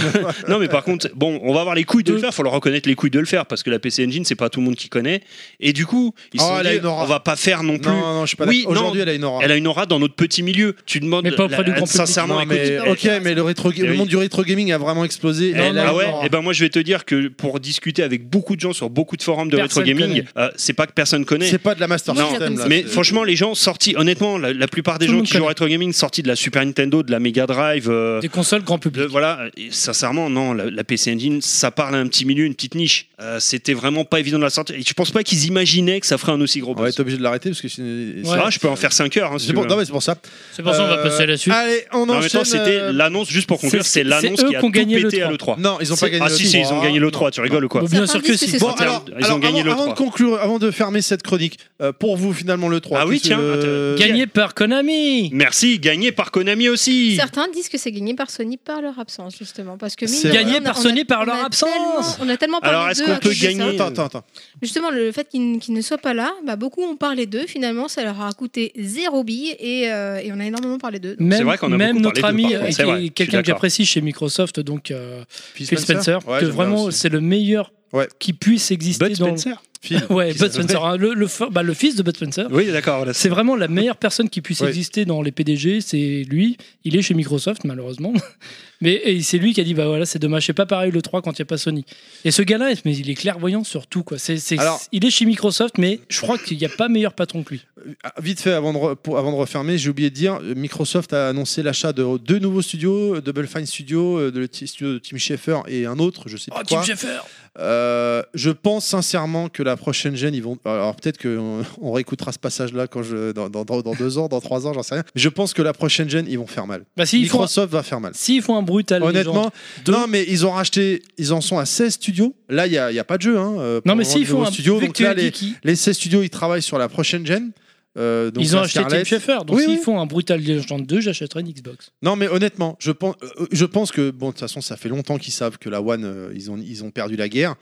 Speaker 6: non, mais par contre, bon, on va avoir les couilles de le
Speaker 4: Deux.
Speaker 6: faire. Faut leur reconnaître les couilles de le faire parce que la PC Engine, c'est pas tout le monde qui connaît. Et du coup, ils se
Speaker 3: Oh,
Speaker 6: sont
Speaker 3: elle a
Speaker 6: dit,
Speaker 3: une aura.
Speaker 6: on va pas faire non plus.
Speaker 3: non, non, je suis pas
Speaker 6: Oui,
Speaker 3: d'accord. Aujourd'hui,
Speaker 6: non.
Speaker 3: elle a une aura.
Speaker 6: Elle a une aura dans notre petit milieu. Tu demandes.
Speaker 4: Mais pas auprès
Speaker 6: la-
Speaker 4: du grand public.
Speaker 6: Sincèrement,
Speaker 3: Non,
Speaker 6: écoute,
Speaker 3: mais,
Speaker 6: elle-
Speaker 3: ok, mais le, rétro,
Speaker 6: Eh
Speaker 3: le
Speaker 6: oui.
Speaker 3: monde du rétro gaming a vraiment explosé.
Speaker 6: Eh,
Speaker 3: Elle a
Speaker 6: ah
Speaker 3: une
Speaker 6: ouais,
Speaker 3: aura.
Speaker 6: et ben moi je vais te dire que pour discuter avec beaucoup de gens sur beaucoup de forums de
Speaker 4: Personne
Speaker 6: rétro gaming,
Speaker 4: connaît.
Speaker 6: euh, c'est pas que personne connaît.
Speaker 3: c'est pas de la Master
Speaker 6: Non,
Speaker 3: System. là,
Speaker 6: Mais
Speaker 3: c'est-
Speaker 6: franchement, les gens sortis, honnêtement, la, la plupart des
Speaker 4: Tout le
Speaker 6: gens
Speaker 4: monde
Speaker 6: qui jouent au
Speaker 4: connaît.
Speaker 6: rétro gaming sortis de la Super Nintendo, de la Mega Drive, euh,
Speaker 4: Des consoles grand
Speaker 6: de-
Speaker 4: public.
Speaker 6: voilà, et sincèrement, non, la, la PC Engine, ça parle à un petit milieu, une petite niche. Euh, C'était vraiment pas évident de la sortir. Et je pense pas qu'ils imaginaient que ça ferait un aussi gros
Speaker 3: on va
Speaker 6: buzz.
Speaker 3: être obligé de l'arrêter parce que sinon-
Speaker 4: Ouais.
Speaker 6: Ah, je peux en faire 5 heures. hein, si
Speaker 3: C'est
Speaker 6: tu
Speaker 3: pour-
Speaker 6: veux.
Speaker 3: Non, mais c'est pour ça.
Speaker 4: C'est pour ça qu'on va
Speaker 3: Euh,
Speaker 4: passer à la suite.
Speaker 3: Allez, on
Speaker 6: Non, en même temps,
Speaker 3: enchaîne.
Speaker 6: c'était
Speaker 3: euh,
Speaker 6: l'annonce, juste pour conclure,
Speaker 4: c'est-
Speaker 6: c'est
Speaker 4: c'est
Speaker 6: l'annonce
Speaker 4: eux
Speaker 6: qui a
Speaker 4: qui ont
Speaker 6: tout
Speaker 4: gagné le
Speaker 6: pété à
Speaker 4: trois.
Speaker 6: l'E3.
Speaker 3: Non, ils ont pas
Speaker 4: C'est-
Speaker 3: gagné.
Speaker 6: Ah
Speaker 3: le
Speaker 6: si, si, ils ont
Speaker 3: tour.
Speaker 6: gagné l'E3, tu rigoles ou quoi
Speaker 4: Bon, bien
Speaker 5: Certains
Speaker 4: sûr que
Speaker 5: disent que
Speaker 4: si.
Speaker 5: c'est
Speaker 3: Bon, ah
Speaker 5: Sortir
Speaker 3: alors,
Speaker 6: le- ils ont
Speaker 3: alors,
Speaker 6: gagné
Speaker 3: avant,
Speaker 6: le
Speaker 3: avant de
Speaker 6: 3.
Speaker 3: conclure, avant de fermer cette chronique, euh, pour vous finalement le 3.
Speaker 6: Ah oui,
Speaker 3: qu'est-ce
Speaker 6: tiens,
Speaker 3: que- euh,
Speaker 4: Gagné par Konami
Speaker 6: Merci, gagné par Konami aussi.
Speaker 5: Certains disent que c'est gagné par Sony par leur absence, justement. Parce que mine
Speaker 3: C'est
Speaker 5: de rien,
Speaker 4: Gagné
Speaker 5: on a-
Speaker 4: par
Speaker 5: on a-
Speaker 4: Sony par
Speaker 5: on a
Speaker 4: leur absence.
Speaker 5: tellement- On a tellement parlé
Speaker 6: Alors, est-ce
Speaker 5: d'eux
Speaker 6: qu'on
Speaker 5: à
Speaker 6: peut
Speaker 5: cause de ça.
Speaker 6: gagner
Speaker 3: Attends, attends, attends.
Speaker 5: Justement, le fait qu'ils n- qu'ils ne soient pas là, bah, beaucoup ont parlé d'eux. Finalement, ça leur a coûté zéro bille et, euh, et on a énormément parlé d'eux.
Speaker 4: même,
Speaker 6: vrai qu'on a
Speaker 4: même
Speaker 6: beaucoup
Speaker 4: notre
Speaker 6: parlé d'eux,
Speaker 4: ami,
Speaker 6: par contre,
Speaker 4: euh,
Speaker 6: c'est vrai,
Speaker 4: qui est
Speaker 6: je suis
Speaker 4: quelqu'un que
Speaker 6: d'accord.
Speaker 4: j'apprécie chez Microsoft, donc euh,
Speaker 3: Phil
Speaker 4: Phil Spencer,
Speaker 3: Ouais,
Speaker 4: que
Speaker 3: j'aime bien
Speaker 4: vraiment
Speaker 3: aussi.
Speaker 4: c'est le meilleur
Speaker 3: Ouais.
Speaker 4: qui puisse exister
Speaker 6: Bud
Speaker 4: dans
Speaker 6: Spencer.
Speaker 3: Phil.
Speaker 4: ouais
Speaker 3: Qui
Speaker 4: Bud
Speaker 3: s'appelle-
Speaker 4: Spencer, hein, le, le fa- bah, le fils de Bud Spencer.
Speaker 6: Oui, d'accord. voilà.
Speaker 4: C'est vraiment la meilleure personne qui puisse
Speaker 3: Ouais.
Speaker 4: exister dans les PDG, c'est lui. Il est chez Microsoft, malheureusement. Mais et c'est lui qui a dit bah voilà, c'est dommage, c'est pas pareil le 3 quand il n'y a pas Sony. Et ce gars-là, mais il est clairvoyant sur tout. Quoi. C'est- c'est-
Speaker 3: Alors-
Speaker 4: il est chez Microsoft, mais je crois qu'il n'y a pas meilleur patron que lui.
Speaker 3: Ah, Vite fait, avant de, re- pour- avant de refermer, j'ai oublié de dire, euh, Microsoft a annoncé l'achat de deux nouveaux studios, euh, Double Fine Studio, euh, de le t- studio de Tim Schafer et un autre, je sais pas
Speaker 4: Oh,
Speaker 3: quoi.
Speaker 4: Tim Schafer
Speaker 3: Euh, je pense sincèrement que la prochaine gêne, ils vont. Alors peut-être qu'on on réécoutera ce passage-là quand je dans, dans- dans- dans deux ans, dans trois ans, j'en sais rien. Mais je pense que la prochaine gêne, ils vont faire mal.
Speaker 4: Bah, s'ils font,
Speaker 3: Microsoft va faire mal.
Speaker 4: s'ils font un brutal. Legend-
Speaker 3: Honnêtement,
Speaker 4: deux.
Speaker 3: non, mais ils ont racheté, ils en sont à 16 studios. Là, il n'y a, il y a pas de jeu. Hein, euh, pour
Speaker 4: non, mais
Speaker 3: le
Speaker 4: s'ils font
Speaker 3: nouveau
Speaker 4: un.
Speaker 3: studio,
Speaker 4: vu que
Speaker 3: donc
Speaker 4: tu
Speaker 3: là,
Speaker 4: as dit
Speaker 3: les,
Speaker 4: qu'ils-
Speaker 3: les 16 studios, ils travaillent sur la prochaine gen. euh, donc
Speaker 4: Ils ont
Speaker 3: la
Speaker 4: acheté
Speaker 3: Scarlett.
Speaker 4: Tim Schafer, donc
Speaker 3: Oui, oui.
Speaker 4: s'ils font un Brutal Legend 2, j'achèterai une Xbox.
Speaker 3: Non, mais honnêtement, je pense, euh, je pense que, bon, de toute façon, ça fait longtemps qu'ils savent que la One, euh, ils, ont, ils ont perdu la guerre.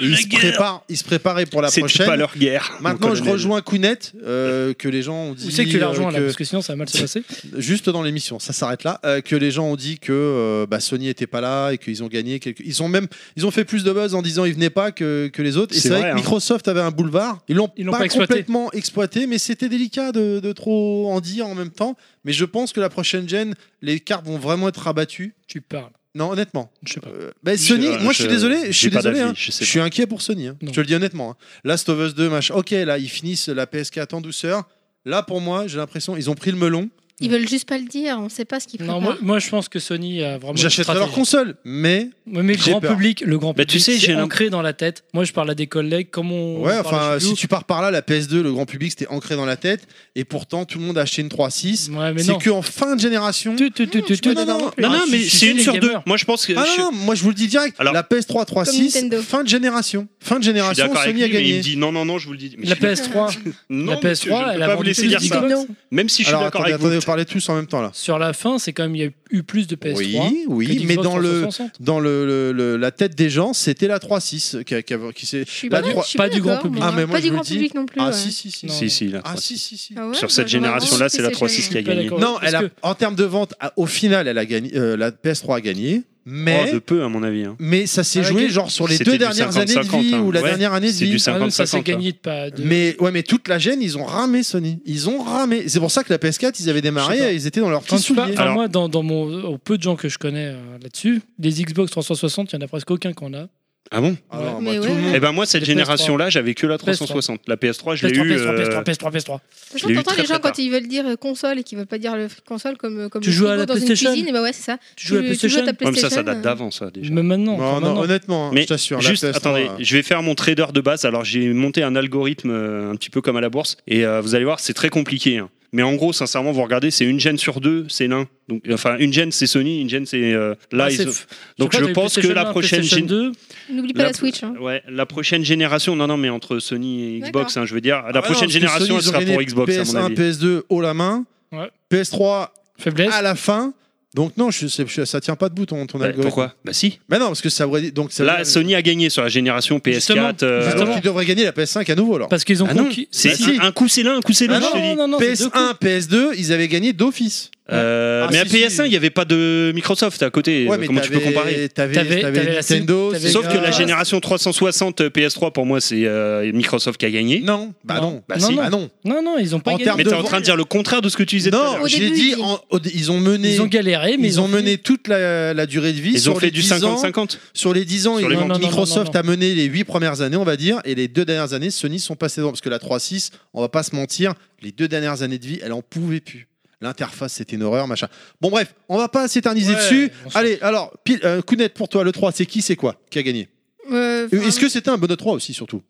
Speaker 3: Et ils, se préparent, ils se préparaient pour la
Speaker 6: C'était
Speaker 3: prochaine.
Speaker 6: pas leur guerre. mon
Speaker 3: Maintenant, je
Speaker 6: colonel.
Speaker 3: rejoins Kounet, euh, que les gens ont dit.
Speaker 4: Où c'est que tu
Speaker 3: euh,
Speaker 4: l'as rejoint là
Speaker 3: que-
Speaker 4: Parce que sinon ça va mal se passer.
Speaker 3: juste dans l'émission, ça s'arrête là, euh, que les gens ont dit que euh, bah, Sony était pas là et qu'ils ont gagné quelques... ils ont même ils ont fait plus de buzz en disant ils venaient pas que, que les autres et
Speaker 6: C'est
Speaker 3: c'est vrai,
Speaker 6: vrai,
Speaker 3: que
Speaker 6: hein.
Speaker 3: Microsoft avait un boulevard, ils l'ont
Speaker 4: Ils
Speaker 3: pas,
Speaker 4: l'ont pas exploité.
Speaker 3: complètement exploité mais c'était délicat de, de trop en dire en même temps, mais je pense que la prochaine gen les cartes vont vraiment être rabattues.
Speaker 4: Tu parles.
Speaker 3: Non, honnêtement.
Speaker 4: Je sais pas.
Speaker 3: Euh, bah, Sony,
Speaker 6: Je-
Speaker 3: moi je suis
Speaker 6: je-
Speaker 3: désolé, je
Speaker 6: j'ai
Speaker 3: suis
Speaker 6: pas
Speaker 3: désolé.
Speaker 6: d'avis,
Speaker 3: hein.
Speaker 6: je
Speaker 3: Je,
Speaker 6: sais
Speaker 3: suis inquiet pour Sony. hein.
Speaker 4: Non.
Speaker 3: Je te le dis honnêtement. hein. Last of Us 2, machin. Ok, là ils finissent la PS4 en douceur. Là pour moi, j'ai l'impression ils ont pris le melon.
Speaker 5: Ils veulent juste pas le dire, on sait pas ce qu'ils
Speaker 4: Non,
Speaker 5: préparent.
Speaker 4: moi, moi, je pense que Sony a vraiment. une
Speaker 3: J'achèterai leur
Speaker 4: stratégie.
Speaker 3: console, mais
Speaker 4: Ouais, Mais le
Speaker 3: J'ai
Speaker 4: grand
Speaker 3: peur.
Speaker 4: public, le grand
Speaker 6: Bah,
Speaker 4: public,
Speaker 6: tu sais, j'ai
Speaker 4: c'est
Speaker 6: l'im-
Speaker 4: ancré dans la tête. Moi je parle à des collègues, comme on.
Speaker 3: ouais,
Speaker 4: on parle
Speaker 3: enfin,
Speaker 4: chez nous.
Speaker 3: si tu pars par là, la PS2, le grand public, c'était ancré dans la tête, et pourtant tout le monde a acheté une 3.6.
Speaker 4: Ouais, mais
Speaker 3: C'est
Speaker 4: non.
Speaker 3: que en fin de génération.
Speaker 4: Tu, tu, tu, tu, tu-
Speaker 3: peux pas dire non
Speaker 6: Non, non,
Speaker 4: Ah,
Speaker 6: mais
Speaker 4: je suis
Speaker 6: c'est une
Speaker 4: les
Speaker 6: sur deux.
Speaker 4: gamers.
Speaker 6: Moi, je pense que.
Speaker 3: Ah
Speaker 6: je-
Speaker 3: non, non, moi je vous le dis direct.
Speaker 6: Alors-
Speaker 3: la PS3 3.6,
Speaker 5: Nintendo.
Speaker 3: fin de génération, fin de
Speaker 6: Je suis
Speaker 3: génération,
Speaker 6: d'accord avec
Speaker 3: Sony a
Speaker 6: lui, mais il me
Speaker 3: gagné.
Speaker 6: dit non, non, non, je vous le dis. Mais
Speaker 4: La
Speaker 6: je-
Speaker 4: PS3,
Speaker 6: non,
Speaker 4: la
Speaker 6: monsieur,
Speaker 4: PS3,
Speaker 6: je peux
Speaker 4: elle a
Speaker 6: pas vous
Speaker 4: vendu
Speaker 6: laisser
Speaker 4: plus
Speaker 6: dire
Speaker 4: de
Speaker 6: ça.
Speaker 4: Xbox.
Speaker 6: Même si je suis
Speaker 3: Alors
Speaker 6: d'accord
Speaker 3: attendez,
Speaker 6: avec
Speaker 3: attendez,
Speaker 6: vous.
Speaker 3: vous parlez tous en même temps là.
Speaker 4: sur la fin, c'est quand même il y a eu plus de PS3.
Speaker 3: Oui,
Speaker 4: que
Speaker 3: oui,
Speaker 4: d'Xbox
Speaker 3: mais dans le
Speaker 4: 360.
Speaker 3: dans le, le- le- la tête des gens, c'était la 3.6 qui, a- qui, a- qui s'est.
Speaker 5: Je suis
Speaker 3: la
Speaker 5: pas,
Speaker 3: trois-
Speaker 5: je suis
Speaker 4: pas du grand
Speaker 5: d'accord,
Speaker 4: public.
Speaker 5: moi.
Speaker 3: Ah, mais moi,
Speaker 5: pas
Speaker 3: je
Speaker 5: du
Speaker 3: vous
Speaker 5: grand
Speaker 3: le dis.
Speaker 5: public non plus.
Speaker 3: Ah
Speaker 5: ouais.
Speaker 3: si si si.
Speaker 4: Non.
Speaker 6: Si, si, la
Speaker 3: Ah
Speaker 6: 3-6.
Speaker 3: si si si.
Speaker 5: Ah ouais,
Speaker 6: Sur
Speaker 5: bah,
Speaker 6: cette
Speaker 5: je vois vraiment
Speaker 6: génération-là,
Speaker 5: ce
Speaker 6: c'est
Speaker 5: que
Speaker 6: la 3-6 qui a
Speaker 4: Je suis pas
Speaker 6: gagné. Oh,
Speaker 4: d'accord.
Speaker 3: Non,
Speaker 4: Parce
Speaker 3: elle a,
Speaker 4: que-
Speaker 3: en termes de vente, à- au final, elle a gagné. euh, la PS3 a gagné, mais
Speaker 6: Oh, de peu, à mon avis. hein.
Speaker 3: Mais ça s'est
Speaker 4: Ah,
Speaker 3: joué
Speaker 4: ok.
Speaker 3: genre sur les
Speaker 6: C'était
Speaker 3: deux
Speaker 6: du
Speaker 3: dernières années de
Speaker 6: 50-50,
Speaker 3: vie
Speaker 6: hein.
Speaker 3: ou la
Speaker 6: Ouais,
Speaker 3: dernière année de
Speaker 6: c'est du hein.
Speaker 3: vie.
Speaker 4: Ah non, ça s'est
Speaker 6: 50-50,
Speaker 4: gagné de pas. de-
Speaker 3: Mais ouais, mais toute la gêne, ils ont ramé Sony. Ils ont ramé. C'est pour ça que la PS4, ils avaient
Speaker 4: Je sais
Speaker 3: démarré,
Speaker 4: pas.
Speaker 3: et ils étaient dans leur
Speaker 4: Enfin,
Speaker 3: petit
Speaker 4: je sais pas,
Speaker 3: soulier.
Speaker 4: enfin,
Speaker 6: Alors-
Speaker 4: moi, dans, dans mon, au peu de gens que je connais euh, là-dessus, des Xbox 360, il n'y en a presque aucun qu'on a.
Speaker 6: Ah bon
Speaker 3: Ah non,
Speaker 4: Ouais.
Speaker 3: moi,
Speaker 5: Mais
Speaker 3: tout
Speaker 5: ouais.
Speaker 3: le monde-
Speaker 6: Eh ben moi, cette
Speaker 4: Les
Speaker 6: génération-là, j'avais que la
Speaker 4: PS3.
Speaker 6: 360. La PS3, je l'ai
Speaker 4: PS3,
Speaker 6: eu.
Speaker 4: PS3,
Speaker 6: euh,
Speaker 4: PS3, PS3, PS3.
Speaker 5: Je
Speaker 6: l'ai eu
Speaker 5: t'entends
Speaker 6: très,
Speaker 5: les gens
Speaker 6: très tard.
Speaker 5: quand ils veulent dire euh, console et qu'ils veulent pas dire le console comme comme
Speaker 4: Tu
Speaker 5: le
Speaker 4: joues à
Speaker 5: frigo
Speaker 4: la
Speaker 5: dans une
Speaker 4: PlayStation
Speaker 5: cuisine, et bah ouais, c'est ça.
Speaker 4: Tu joues à la PlayStation
Speaker 5: ta
Speaker 6: Ouais, mais ça,
Speaker 5: PlayStation,
Speaker 6: ça date d'avant, ça déjà.
Speaker 4: Même maintenant.
Speaker 3: Non,
Speaker 4: enfin,
Speaker 3: non,
Speaker 4: maintenant.
Speaker 3: honnêtement, hein,
Speaker 6: Mais
Speaker 3: je t'assure. la
Speaker 6: Juste,
Speaker 3: PS3,
Speaker 6: attendez,
Speaker 3: euh,
Speaker 6: je vais faire mon trader de base. Alors, j'ai monté un algorithme euh, un petit peu comme à la bourse, et euh, vous allez voir, c'est très compliqué. hein. Mais en gros, sincèrement, vous regardez, c'est une gène sur deux, c'est l'un. Donc, enfin, une gène, c'est Sony, une gène, c'est euh, là.
Speaker 4: Ah,
Speaker 6: ils
Speaker 4: c'est-
Speaker 6: ont-
Speaker 4: je sais
Speaker 6: Donc,
Speaker 4: pas,
Speaker 6: je
Speaker 4: t'as eu
Speaker 6: pense que
Speaker 4: PlayStation
Speaker 6: la
Speaker 4: 1,
Speaker 6: prochaine
Speaker 4: PlayStation
Speaker 6: gén-
Speaker 4: 2,
Speaker 5: N'oublie pas
Speaker 6: La-
Speaker 5: la Switch. hein.
Speaker 6: Ouais, la prochaine génération. Non, non, mais entre Sony et Xbox,
Speaker 5: D'accord.
Speaker 6: hein, je veux dire, la
Speaker 3: ah non,
Speaker 6: prochaine
Speaker 3: parce que
Speaker 6: génération,
Speaker 3: Sony,
Speaker 6: elle
Speaker 3: ils ont
Speaker 6: sera
Speaker 3: gagné
Speaker 6: pour Xbox, à mon
Speaker 3: PS1,
Speaker 6: avis.
Speaker 3: PS2 haut la main.
Speaker 4: Ouais.
Speaker 3: PS3
Speaker 4: faiblesse.
Speaker 6: Ah,
Speaker 3: à la fin. Donc non, je, sais- je- ça tient pas debout ton, ton
Speaker 6: Bah,
Speaker 3: algorithme.
Speaker 6: pourquoi Bah si.
Speaker 3: Mais non, parce que ça aurait dit- donc ça
Speaker 6: Là,
Speaker 3: veut dire-
Speaker 6: Sony a gagné sur la génération
Speaker 4: Justement,
Speaker 6: PS4. euh,
Speaker 3: Alors
Speaker 4: justement.
Speaker 3: qu'ils devraient gagner la PS5 à nouveau alors.
Speaker 4: Parce qu'ils ont
Speaker 6: Ah non,
Speaker 4: conquis.
Speaker 6: c'est
Speaker 4: Si,
Speaker 3: si.
Speaker 6: un, un coup c'est l'un, un coup c'est
Speaker 3: Ah
Speaker 6: l'autre,
Speaker 3: non,
Speaker 6: je te dis.
Speaker 4: non, non, c'est deux coups.
Speaker 3: PS1, PS2, ils avaient gagné d'office.
Speaker 6: Euh,
Speaker 3: Ah,
Speaker 6: mais à
Speaker 3: si, si.
Speaker 6: PS1, il n'y avait pas de Microsoft à côté.
Speaker 3: Ouais,
Speaker 6: euh,
Speaker 3: mais
Speaker 6: Comment tu peux
Speaker 3: t'avais-
Speaker 6: comparer
Speaker 3: T'avais
Speaker 4: T'avais-
Speaker 3: t'avais
Speaker 4: t'avais la Steam,
Speaker 3: Nintendo.
Speaker 4: t'avais-
Speaker 6: Sauf que
Speaker 3: Sega.
Speaker 6: la génération 360 euh, PS3, pour moi, c'est euh, Microsoft qui a gagné.
Speaker 3: Non, bah
Speaker 4: Ah, Non.
Speaker 3: non, bah si,
Speaker 4: Non,
Speaker 3: bah non.
Speaker 4: Non, non, ils ont pas
Speaker 3: En
Speaker 4: gagné.
Speaker 3: termes
Speaker 6: Mais
Speaker 3: de
Speaker 6: t'es en train de dire le contraire de ce que tu disais. tout à
Speaker 3: Non,
Speaker 6: l'heure.
Speaker 5: Au
Speaker 3: je l'ai
Speaker 5: début,
Speaker 3: dit,
Speaker 5: ils-
Speaker 3: en- au- ils ont mené.
Speaker 4: Ils ont galéré, mais
Speaker 3: ils ont mené toute la, la durée de vie.
Speaker 6: Ils
Speaker 3: sur
Speaker 6: ont fait
Speaker 3: les
Speaker 6: du
Speaker 3: 10 ans.
Speaker 6: 50-50.
Speaker 3: Sur les 10 ans,
Speaker 6: Sur
Speaker 3: ils
Speaker 6: les
Speaker 3: ont-
Speaker 4: ventes. Non, non, non,
Speaker 3: Microsoft
Speaker 4: non, non.
Speaker 3: a mené les 8 premières années, on va dire, et les deux dernières années, Sony sont passés devant. Parce que la 3.6, on va pas se mentir, les deux dernières années de vie, elle en pouvait plus. L'interface, c'était une horreur, machin. Bon, bref, on va pas s'éterniser
Speaker 4: Ouais,
Speaker 3: dessus.
Speaker 4: on s'en-
Speaker 3: Allez, alors, pile, euh, Kounet, pour toi, le 3, c'est qui, c'est quoi qui a gagné
Speaker 5: Euh, enfin,
Speaker 3: Est-ce que c'était un bon 3 aussi, surtout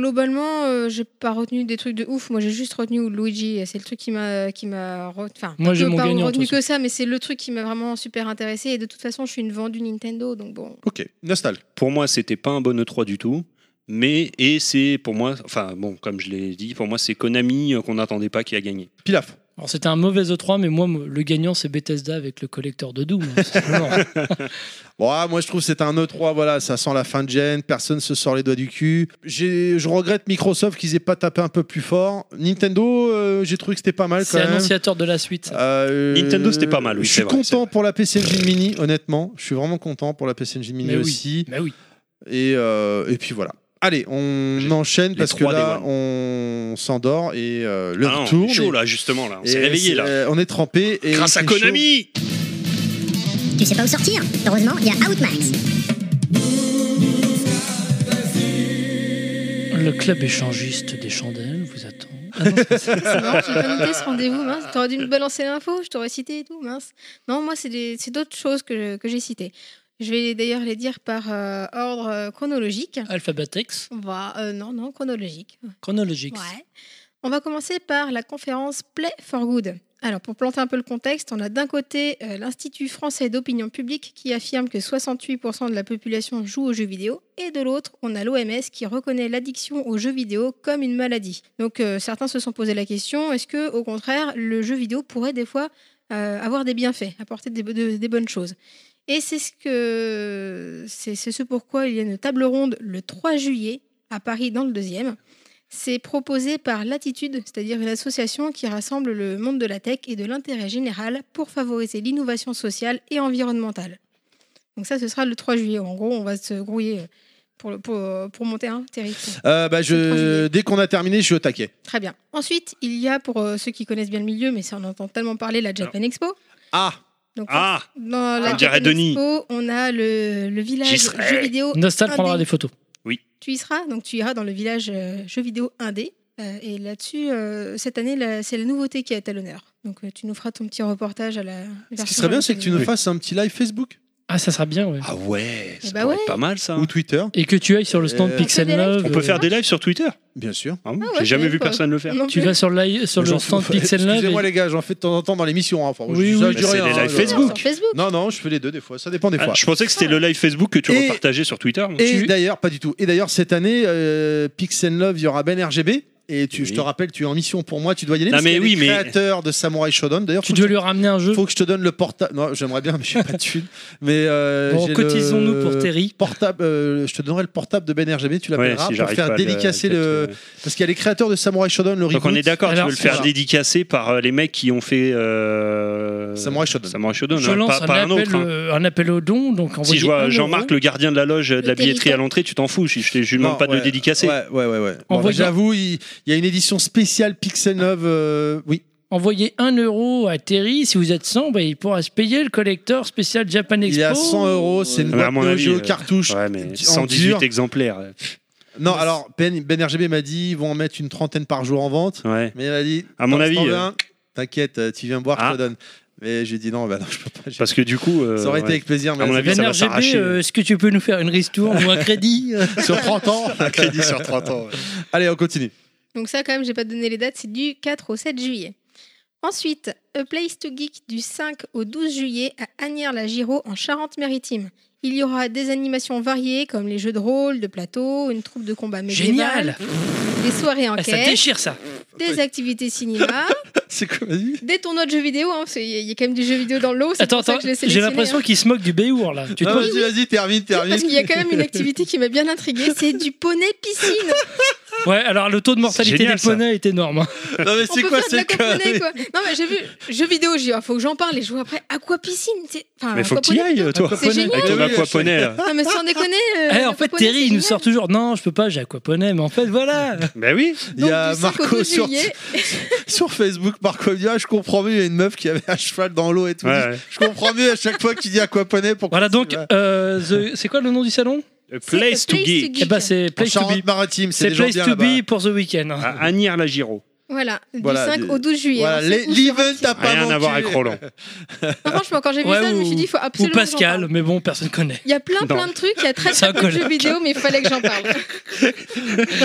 Speaker 5: globalement, euh, j'ai pas retenu des trucs de ouf. Moi, j'ai juste retenu Luigi. C'est le truc qui m'a, qui m'a, re- enfin,
Speaker 4: Moi,
Speaker 5: pas
Speaker 4: j'ai
Speaker 5: que-
Speaker 4: mon
Speaker 5: pas
Speaker 4: gagnant, de
Speaker 5: retenu
Speaker 4: toute façon.
Speaker 5: que ça, mais c'est le truc qui m'a vraiment super intéressé. Et de toute façon, je suis une vendue Nintendo, donc bon.
Speaker 3: Ok, Nostal.
Speaker 6: Pour moi, c'était pas un bon E3 du tout. Mais, et c'est pour moi, enfin bon, comme je l'ai dit, pour moi, c'est Konami euh, qu'on n'attendait pas qui a gagné.
Speaker 3: Pilaf.
Speaker 4: Alors c'était un mauvais E3, mais moi le gagnant c'est Bethesda avec le collecteur de Doom. hein, simplement.
Speaker 3: Ouais, ah, moi je trouve que c'est un E3, voilà, ça sent la fin de gêne, personne se sort les doigts du cul. J'ai- Je regrette Microsoft qu'ils aient pas tapé un peu plus fort. Nintendo, euh, j'ai trouvé que c'était pas mal quand
Speaker 4: c'est
Speaker 3: même.
Speaker 4: annonciateur de la suite.
Speaker 6: Ah,
Speaker 4: ça.
Speaker 3: Euh,
Speaker 6: Nintendo, c'était pas mal, oui,
Speaker 3: Je
Speaker 6: c'est
Speaker 3: suis
Speaker 6: vrai, c'est
Speaker 3: content
Speaker 6: vrai.
Speaker 3: pour la PC Engine Mini, honnêtement. Je suis vraiment content pour la PC Engine Mini
Speaker 4: Mais oui.
Speaker 3: aussi.
Speaker 4: Bah oui.
Speaker 3: Et, euh, et puis voilà. Allez, on
Speaker 6: J'ai-
Speaker 3: enchaîne
Speaker 6: les
Speaker 3: parce que
Speaker 6: trois
Speaker 3: là,
Speaker 6: des
Speaker 3: on s'endort et euh,
Speaker 6: Ah
Speaker 3: l'heure
Speaker 6: non,
Speaker 3: tourne.
Speaker 6: on est chaud
Speaker 3: et-
Speaker 6: là, justement, là. On
Speaker 3: et
Speaker 6: s'est réveillé
Speaker 3: c'est-
Speaker 6: là.
Speaker 3: euh, On est trempé. et
Speaker 6: Grâce à
Speaker 3: c'est chaud.
Speaker 6: Konami
Speaker 1: Tu sais pas où sortir Heureusement, il y a Outmax.
Speaker 4: Le club échangiste des chandelles vous attend.
Speaker 5: C'est marrant, j'ai pas noté ce rendez-vous, mince. T'aurais dû me balancer l'info, je t'aurais cité et tout, mince. Non, moi, c'est des- c'est d'autres choses que, que j'ai citées. Je vais d'ailleurs les dire par euh, ordre euh, chronologique.
Speaker 4: Alphabetics,
Speaker 5: On va, euh, non, non, chronologique.
Speaker 4: Chronologics.
Speaker 5: Ouais. On va commencer par la conférence Play for Good. Alors, pour planter un peu le contexte, on a d'un côté euh, l'Institut français d'opinion publique qui affirme que 68% de la population joue aux jeux vidéo, et de l'autre, on a l'OMS qui reconnaît l'addiction aux jeux vidéo comme une maladie. Donc, euh, certains se sont posé la question est-ce que, au contraire, le jeu vidéo pourrait des fois euh, avoir des bienfaits, apporter des, bo- de- des bonnes choses Et c'est ce que c'est c'est ce pourquoi il y a une table ronde le 3 juillet à Paris dans le deuxième. C'est proposé par Latitude, c'est-à-dire une association qui rassemble le monde de la tech et de l'intérêt général pour favoriser l'innovation sociale et environnementale. Donc ça, ce sera le 3 juillet. En gros, on va se grouiller euh, pour, le- pour, pour monter hein, un territoire.
Speaker 3: Euh, bah,
Speaker 5: C'est le
Speaker 3: je...
Speaker 5: premier.
Speaker 3: Dès qu'on a terminé, je suis au taquet.
Speaker 5: Très bien. Ensuite, il y a, pour euh, ceux qui connaissent bien le milieu, mais ça on entend tellement parler, la Japan Expo.
Speaker 3: Ah
Speaker 5: Donc,
Speaker 6: Ah
Speaker 5: dans
Speaker 6: On
Speaker 5: la
Speaker 6: dirait
Speaker 5: Japan
Speaker 6: Denis.
Speaker 5: Expo, on a le, le
Speaker 6: J'y
Speaker 5: village
Speaker 6: serai.
Speaker 5: jeux vidéo
Speaker 4: Nostal
Speaker 5: Un
Speaker 4: prendra
Speaker 5: dé.
Speaker 4: des photos.
Speaker 5: tu y seras, donc tu iras dans le village euh, jeux vidéo indé. Euh, et là-dessus, euh, cette année, la- c'est la nouveauté qui est à l'honneur. Donc euh, tu nous feras ton petit reportage à la.
Speaker 3: Ce qui serait bien, c'est que tu nous fasses un petit live Facebook
Speaker 4: Ah, ça sera bien, ouais.
Speaker 6: Ah ouais,
Speaker 5: Eh
Speaker 6: ça
Speaker 5: bah
Speaker 6: pourrait
Speaker 5: ouais.
Speaker 6: être pas mal ça.
Speaker 3: ou Twitter,
Speaker 4: Et que tu ailles sur le stand
Speaker 3: Euh,
Speaker 4: Pixel
Speaker 5: on peut
Speaker 4: Love.
Speaker 6: On peut faire des lives sur Twitter.
Speaker 3: bien sûr.
Speaker 6: Ah bon
Speaker 5: Ah ouais,
Speaker 6: J'ai jamais
Speaker 5: je savais
Speaker 6: vu
Speaker 5: pas.
Speaker 6: personne le faire.
Speaker 5: Non
Speaker 4: Tu
Speaker 5: plus.
Speaker 4: vas sur le, li- sur
Speaker 3: J'en
Speaker 4: le
Speaker 3: fais-
Speaker 4: stand Pixel Love.
Speaker 3: Excusez-moi
Speaker 4: et-
Speaker 3: les gars, j'en fais de temps en temps dans l'émission. hein. Enfin,
Speaker 4: Oui,
Speaker 3: je-
Speaker 4: oui.
Speaker 3: ça,
Speaker 4: Mais
Speaker 3: je dis
Speaker 6: c'est
Speaker 3: rien,
Speaker 6: des
Speaker 3: hein,
Speaker 6: lives
Speaker 3: je-
Speaker 6: Facebook.
Speaker 5: Sur Facebook.
Speaker 3: Non, non, je fais les deux des fois. Ça dépend des
Speaker 6: Ah,
Speaker 3: fois.
Speaker 6: je pensais que c'était le live Facebook que tu
Speaker 3: Et-
Speaker 6: repartageais sur Twitter. moi.
Speaker 3: Et
Speaker 4: Tu-
Speaker 3: d'ailleurs, pas du tout. Et d'ailleurs, cette année, euh, Pix and Love, il y aura Ben RGB. Et tu,
Speaker 6: Oui.
Speaker 3: je te rappelle, tu es en mission pour moi, tu dois y aller.
Speaker 6: Non,
Speaker 3: parce
Speaker 6: mais
Speaker 3: qu'il y a
Speaker 6: oui,
Speaker 3: des
Speaker 6: mais-
Speaker 3: créateurs de Samurai Shodown. D'ailleurs,
Speaker 4: Tu
Speaker 3: faut,
Speaker 4: dois
Speaker 3: que
Speaker 4: lui ramener un
Speaker 3: je-
Speaker 4: jeu.
Speaker 3: faut que je te donne le portable. Non, j'aimerais bien, mais j'ai pas de thune. Mais euh,
Speaker 4: Bon,
Speaker 3: j'ai le
Speaker 4: cotisons-nous pour Terry.
Speaker 3: Portable, euh, je te donnerai le portable de Ben RGB, tu
Speaker 6: Ouais,
Speaker 3: l'appelleras
Speaker 6: si
Speaker 3: pour
Speaker 6: j'arrive
Speaker 3: faire
Speaker 6: pas à le-
Speaker 3: dédicacer le.
Speaker 6: peut-être,
Speaker 3: Parce qu'il y a les créateurs de Samurai Shodown, le
Speaker 6: euh, Donc on
Speaker 3: reboot.
Speaker 6: est d'accord, tu
Speaker 4: Alors,
Speaker 6: veux le faire
Speaker 3: voilà.
Speaker 6: dédicacer par euh, les mecs qui ont fait euh...
Speaker 3: Samurai Shodown.
Speaker 6: Samurai Shodown,
Speaker 4: je
Speaker 6: hein,
Speaker 4: lance
Speaker 6: pas,
Speaker 4: un,
Speaker 6: pas un
Speaker 4: appel,
Speaker 6: autre. hein.
Speaker 4: euh, un appel au don. Donc
Speaker 6: Si
Speaker 4: envoyez
Speaker 6: je vois
Speaker 4: un
Speaker 6: Jean-Marc,
Speaker 4: euro.
Speaker 6: le gardien de la loge euh, de
Speaker 5: Le
Speaker 6: la billetterie
Speaker 5: territoire.
Speaker 6: à l'entrée, tu t'en fous. Je, je, te- je lui
Speaker 3: Non,
Speaker 6: demande pas de
Speaker 3: ouais,
Speaker 6: le dédicacer.
Speaker 3: Ouais, ouais, ouais. ouais.
Speaker 4: On
Speaker 3: Bon,
Speaker 4: voit
Speaker 3: bah, J'avoue, il il y a une édition spéciale Pixel 9. euh, oui.
Speaker 4: Envoyez un euro à Terry. Si vous êtes 100, bah, il pourra se payer le collecteur spécial Japan Expo.
Speaker 3: Il est à 100 euros. C'est une
Speaker 6: Ouais, à
Speaker 3: boîte
Speaker 6: mon
Speaker 3: Neo
Speaker 6: avis,
Speaker 3: Geo
Speaker 6: euh,
Speaker 3: cartouche.
Speaker 6: Ouais, mais
Speaker 3: en
Speaker 6: 118
Speaker 3: dur.
Speaker 6: exemplaires. ouais.
Speaker 3: Non,
Speaker 4: Mais
Speaker 3: alors ben, Ben RGB m'a dit ils vont en mettre une trentaine par jour en vente.
Speaker 6: Ouais.
Speaker 3: Mais il m'a dit
Speaker 6: À mon
Speaker 3: Dans ce
Speaker 6: avis,
Speaker 3: temps-là,
Speaker 6: euh,
Speaker 3: T'inquiète, euh, tu viens me boire,
Speaker 6: Ah.
Speaker 3: je te donne. Mais j'ai dit non, bah non, je peux pas. j'ai-
Speaker 6: Parce que du coup, euh,
Speaker 3: ça aurait été
Speaker 6: ouais.
Speaker 3: avec plaisir, mais
Speaker 6: À mon
Speaker 3: là,
Speaker 6: avis, ça va
Speaker 4: VNRGB,
Speaker 6: s'arracher.
Speaker 4: euh, est-ce que tu peux nous faire une ristourne ou un crédit euh,
Speaker 3: c'est- sur 30 ans.
Speaker 6: un crédit sur 30 ans. ouais.
Speaker 3: Allez, on continue.
Speaker 5: Donc ça, quand même, j'ai pas donné les dates, c'est du 4 au 7 juillet. Ensuite, A Place to Geek du 5 au 12 juillet à Agnières-la-Giraud en Charente-Maritime. Il y aura des animations variées comme les jeux de rôle, de plateau, une troupe de combat médiéval,
Speaker 4: Génial
Speaker 5: des soirées
Speaker 4: Ah, Ça
Speaker 5: enquête,
Speaker 4: déchire ça
Speaker 5: des activités cinéma,
Speaker 3: C'est quoi, vas-y
Speaker 5: des tournois de jeux vidéo. hein, parce qu'il y a- il y a quand même du jeu vidéo dans l'eau. c'est
Speaker 4: Attends,
Speaker 5: pour ça que
Speaker 4: attends,
Speaker 5: je l'ai
Speaker 4: j'ai
Speaker 5: sélectionné,
Speaker 4: l'impression
Speaker 5: hein.
Speaker 4: qu'il se moque du Béhour là. Tu te
Speaker 3: Non,
Speaker 4: moques
Speaker 3: Vas-y, vas-y, termine,
Speaker 5: Oui,
Speaker 3: termine.
Speaker 5: Parce qu'il y a quand même une activité qui m'a bien intriguée, c'est du poney piscine.
Speaker 4: Ouais, alors le taux de mortalité
Speaker 6: génial,
Speaker 4: des
Speaker 6: ça.
Speaker 4: poneys est énorme.
Speaker 5: Euh,
Speaker 4: hein.
Speaker 3: Non, mais
Speaker 5: On
Speaker 3: c'est
Speaker 5: peut
Speaker 3: quoi
Speaker 5: faire de
Speaker 3: ces
Speaker 5: la
Speaker 3: conneries
Speaker 5: poney, quoi. Non mais j'ai vu jeux vidéo, j'ai dit, ah, faut que j'en parle et je vois après aquapiscine. c'est- Enfin,
Speaker 6: Mais faut que tu y
Speaker 5: aquaponie.
Speaker 6: ailles, toi.
Speaker 5: C'est génial.
Speaker 6: Avec ton
Speaker 3: Oui, oui,
Speaker 6: aquaponais, là.
Speaker 5: Non mais sans déconner. euh,
Speaker 4: Eh, en fait, Terry, il nous sort toujours Non, je peux pas, j'ai aquaponais, mais en fait, voilà
Speaker 6: Ben oui.
Speaker 3: Il y a Marco sur, sur Facebook, Marco me dit Ah, je comprends mieux, il y a une meuf qui avait un cheval dans l'eau et tout.
Speaker 6: Ouais, ouais.
Speaker 3: Je comprends mieux à chaque fois que tu dis aquaponais. Pourquoi
Speaker 4: Voilà donc,
Speaker 3: tu vas-
Speaker 4: euh, the- c'est quoi le nom du salon
Speaker 6: A
Speaker 5: C'est
Speaker 6: Place
Speaker 5: A
Speaker 6: to
Speaker 5: Place to
Speaker 6: Geek.
Speaker 4: Eh ben, c'est
Speaker 3: En
Speaker 4: Place to Be.
Speaker 3: Charente-Maritime, c'est
Speaker 4: C'est
Speaker 3: des gens
Speaker 4: Place
Speaker 3: bien
Speaker 4: to
Speaker 3: là-bas. Ah,
Speaker 4: Be pour The Weekend. hein.
Speaker 6: À Anir la Giraud.
Speaker 5: Voilà, du
Speaker 3: Voilà,
Speaker 5: 5
Speaker 3: des-
Speaker 5: au 12 juillet.
Speaker 3: Voilà,
Speaker 5: hein, c'est
Speaker 3: l'e-
Speaker 5: où, sur-
Speaker 3: l'event t'as pas
Speaker 6: Rien à voir
Speaker 3: manqué.
Speaker 6: avec Roland.
Speaker 5: Non, Franchement, quand j'ai vu
Speaker 4: Ouais,
Speaker 5: ça, je me
Speaker 4: ou-
Speaker 5: suis dit, il faut
Speaker 4: Ou
Speaker 5: absolument. que j'en
Speaker 4: Pascal,
Speaker 5: parle.
Speaker 4: mais bon, personne connaît.
Speaker 5: Il y a plein
Speaker 6: Non.
Speaker 5: plein de trucs, il y a très
Speaker 4: Ça
Speaker 5: très peu de
Speaker 4: colle.
Speaker 5: jeux vidéo, mais il fallait que j'en parle.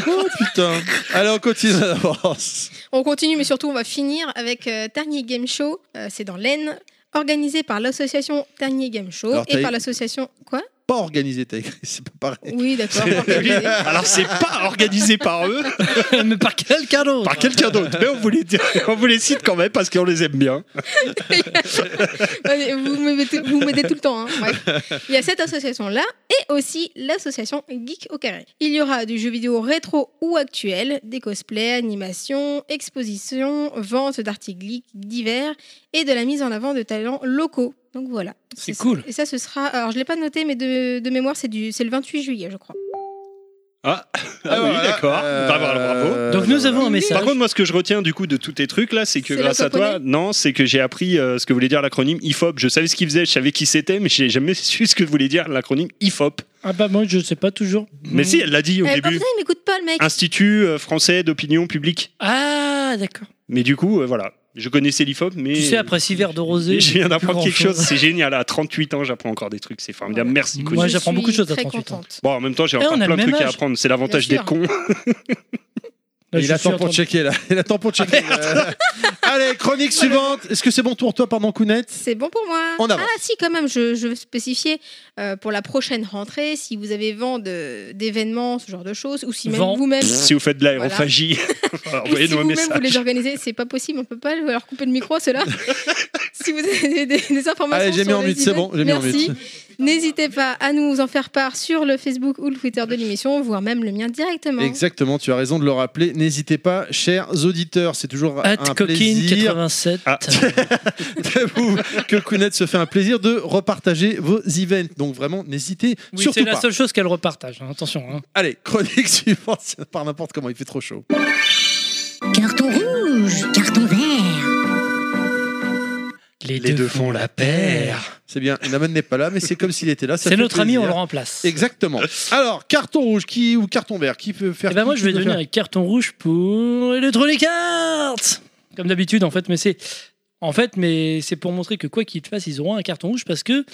Speaker 3: Oh putain. Allez, on continue d'avance.
Speaker 5: On continue, mais surtout, on va finir avec euh, Ternier Game Show. Euh, c'est dans l'Aisne, organisé par l'association Ternier Game Show
Speaker 3: Alors, t'as-
Speaker 5: et par l'association. Quoi
Speaker 3: Pas organisé, t'as écrit, c'est pas pareil.
Speaker 5: Oui, d'accord. organisé.
Speaker 6: Alors c'est pas organisé par eux,
Speaker 4: mais par quelqu'un d'autre
Speaker 6: par quelqu'un d'autre. Mais on vous les, dit- on vous les cite quand même parce qu'on les aime bien.
Speaker 5: Ouais, mais vous me mettez, vous me mettez tout le temps. hein. Bref. Il y a cette association-là et aussi l'association Geek au Carré. Il y aura du jeu vidéo rétro ou actuel, des cosplays, animations, expositions, ventes d'articles geeks divers et de la mise en avant de talents locaux. Donc voilà.
Speaker 4: C'est
Speaker 5: Ça,
Speaker 4: cool.
Speaker 5: Et ça, ce sera. Alors, je ne l'ai pas noté, mais de, de mémoire, c'est du- c'est le 28 juillet, je crois.
Speaker 6: Ah, ah oui,
Speaker 3: voilà,
Speaker 6: d'accord.
Speaker 3: euh,
Speaker 6: Bravo, bravo.
Speaker 4: Donc nous avons un
Speaker 6: Par
Speaker 4: message.
Speaker 6: contre, moi, ce que je retiens du coup de tous tes trucs là, c'est que
Speaker 5: C'est
Speaker 6: grâce à toi,
Speaker 5: l'aquaponie
Speaker 6: non, c'est que j'ai appris euh, ce que voulait dire l'acronyme IFOP. Je savais ce qu'il faisait, je savais qui c'était, mais j'ai jamais su ce que voulait dire l'acronyme IFOP.
Speaker 4: Ah bah moi, je sais pas toujours.
Speaker 6: Mais si, elle l'a dit au
Speaker 5: Eh, oh,
Speaker 6: début.
Speaker 5: putain, il m'écoute pas, le mec.
Speaker 6: Institut euh, français d'opinion publique.
Speaker 4: Ah, d'accord.
Speaker 6: Mais du coup, euh, voilà. Je connaissais l'IFOP, mais.
Speaker 4: Tu sais, après 6 verres de rosé.
Speaker 6: je viens
Speaker 4: plus
Speaker 6: d'apprendre quelque
Speaker 4: grand-chose.
Speaker 6: chose, c'est génial. À 38 ans, j'apprends encore des trucs, c'est formidable.
Speaker 5: Ouais.
Speaker 6: Merci,
Speaker 4: Moi,
Speaker 6: Cousine.
Speaker 4: j'ai- j'apprends
Speaker 5: Je
Speaker 4: beaucoup de
Speaker 5: suis
Speaker 4: choses à
Speaker 5: très
Speaker 4: 38 ans.
Speaker 5: contente.
Speaker 6: Bon, en même temps, j'ai
Speaker 4: Eh,
Speaker 6: encore
Speaker 4: on a
Speaker 6: plein
Speaker 4: le
Speaker 6: de
Speaker 4: même
Speaker 6: trucs à
Speaker 4: âge.
Speaker 6: apprendre. C'est l'avantage des
Speaker 5: Bien
Speaker 6: cons.
Speaker 4: Là,
Speaker 3: il
Speaker 4: Bah, je suis
Speaker 3: attend
Speaker 4: en
Speaker 3: pour
Speaker 4: train de-
Speaker 3: checker là. Il attend pour checker. Euh, Allez, chronique suivante. Est-ce que c'est bon tour toi pendant Kounet
Speaker 5: C'est bon pour moi.
Speaker 3: On avance.
Speaker 5: ah si, quand même, je, je veux spécifier euh, pour la prochaine rentrée, si vous avez vent de- d'événements, ce genre de choses, ou si même
Speaker 4: Vent.
Speaker 5: vous-même...
Speaker 6: Si vous faites de l'aérophagie,
Speaker 5: Ou si
Speaker 6: envoyez-nous un
Speaker 5: vous-même vous les
Speaker 6: message.
Speaker 5: organisez, c'est pas possible, on peut pas leur couper le micro, ceux-là. si vous avez des, des informations.
Speaker 3: Allez, j'ai mis
Speaker 5: sur
Speaker 3: en
Speaker 5: les
Speaker 3: mute, c'est
Speaker 5: events,
Speaker 3: bon, j'ai mis en
Speaker 5: merci.
Speaker 3: mute.
Speaker 5: N'hésitez pas à nous en faire part sur le Facebook ou le Twitter de l'émission, voire même le mien directement.
Speaker 3: Exactement, tu as raison de le rappeler. N'hésitez pas, chers auditeurs, c'est toujours
Speaker 4: At
Speaker 3: un plaisir.
Speaker 4: Coquine87.
Speaker 6: Ah.
Speaker 3: que vous- que le Kounet se fait un plaisir de repartager vos events. Donc vraiment, n'hésitez
Speaker 4: Oui,
Speaker 3: surtout
Speaker 4: c'est
Speaker 3: pas.
Speaker 4: la seule chose qu'elle repartage. hein, Attention. hein.
Speaker 3: Allez, chronique suivante, ça part n'importe comment, il fait trop chaud.
Speaker 1: Carton rouge, carton vert.
Speaker 4: Les,
Speaker 6: la
Speaker 3: C'est bien, Inaman n'est pas là, mais c'est comme s'il était là. ça
Speaker 4: C'est
Speaker 3: fait
Speaker 4: notre ami, on
Speaker 3: plaisir.
Speaker 4: le remplace.
Speaker 3: Exactement. Alors, carton rouge qui ou carton vert, qui peut faire
Speaker 4: Eh ben
Speaker 3: qui
Speaker 4: moi je vais
Speaker 3: peut
Speaker 4: devenir
Speaker 3: faire-
Speaker 4: avec carton rouge pour Electronic Arts Comme d'habitude en fait, mais c'est en fait mais c'est pour montrer que quoi qu'ils te fassent, ils auront un carton rouge parce que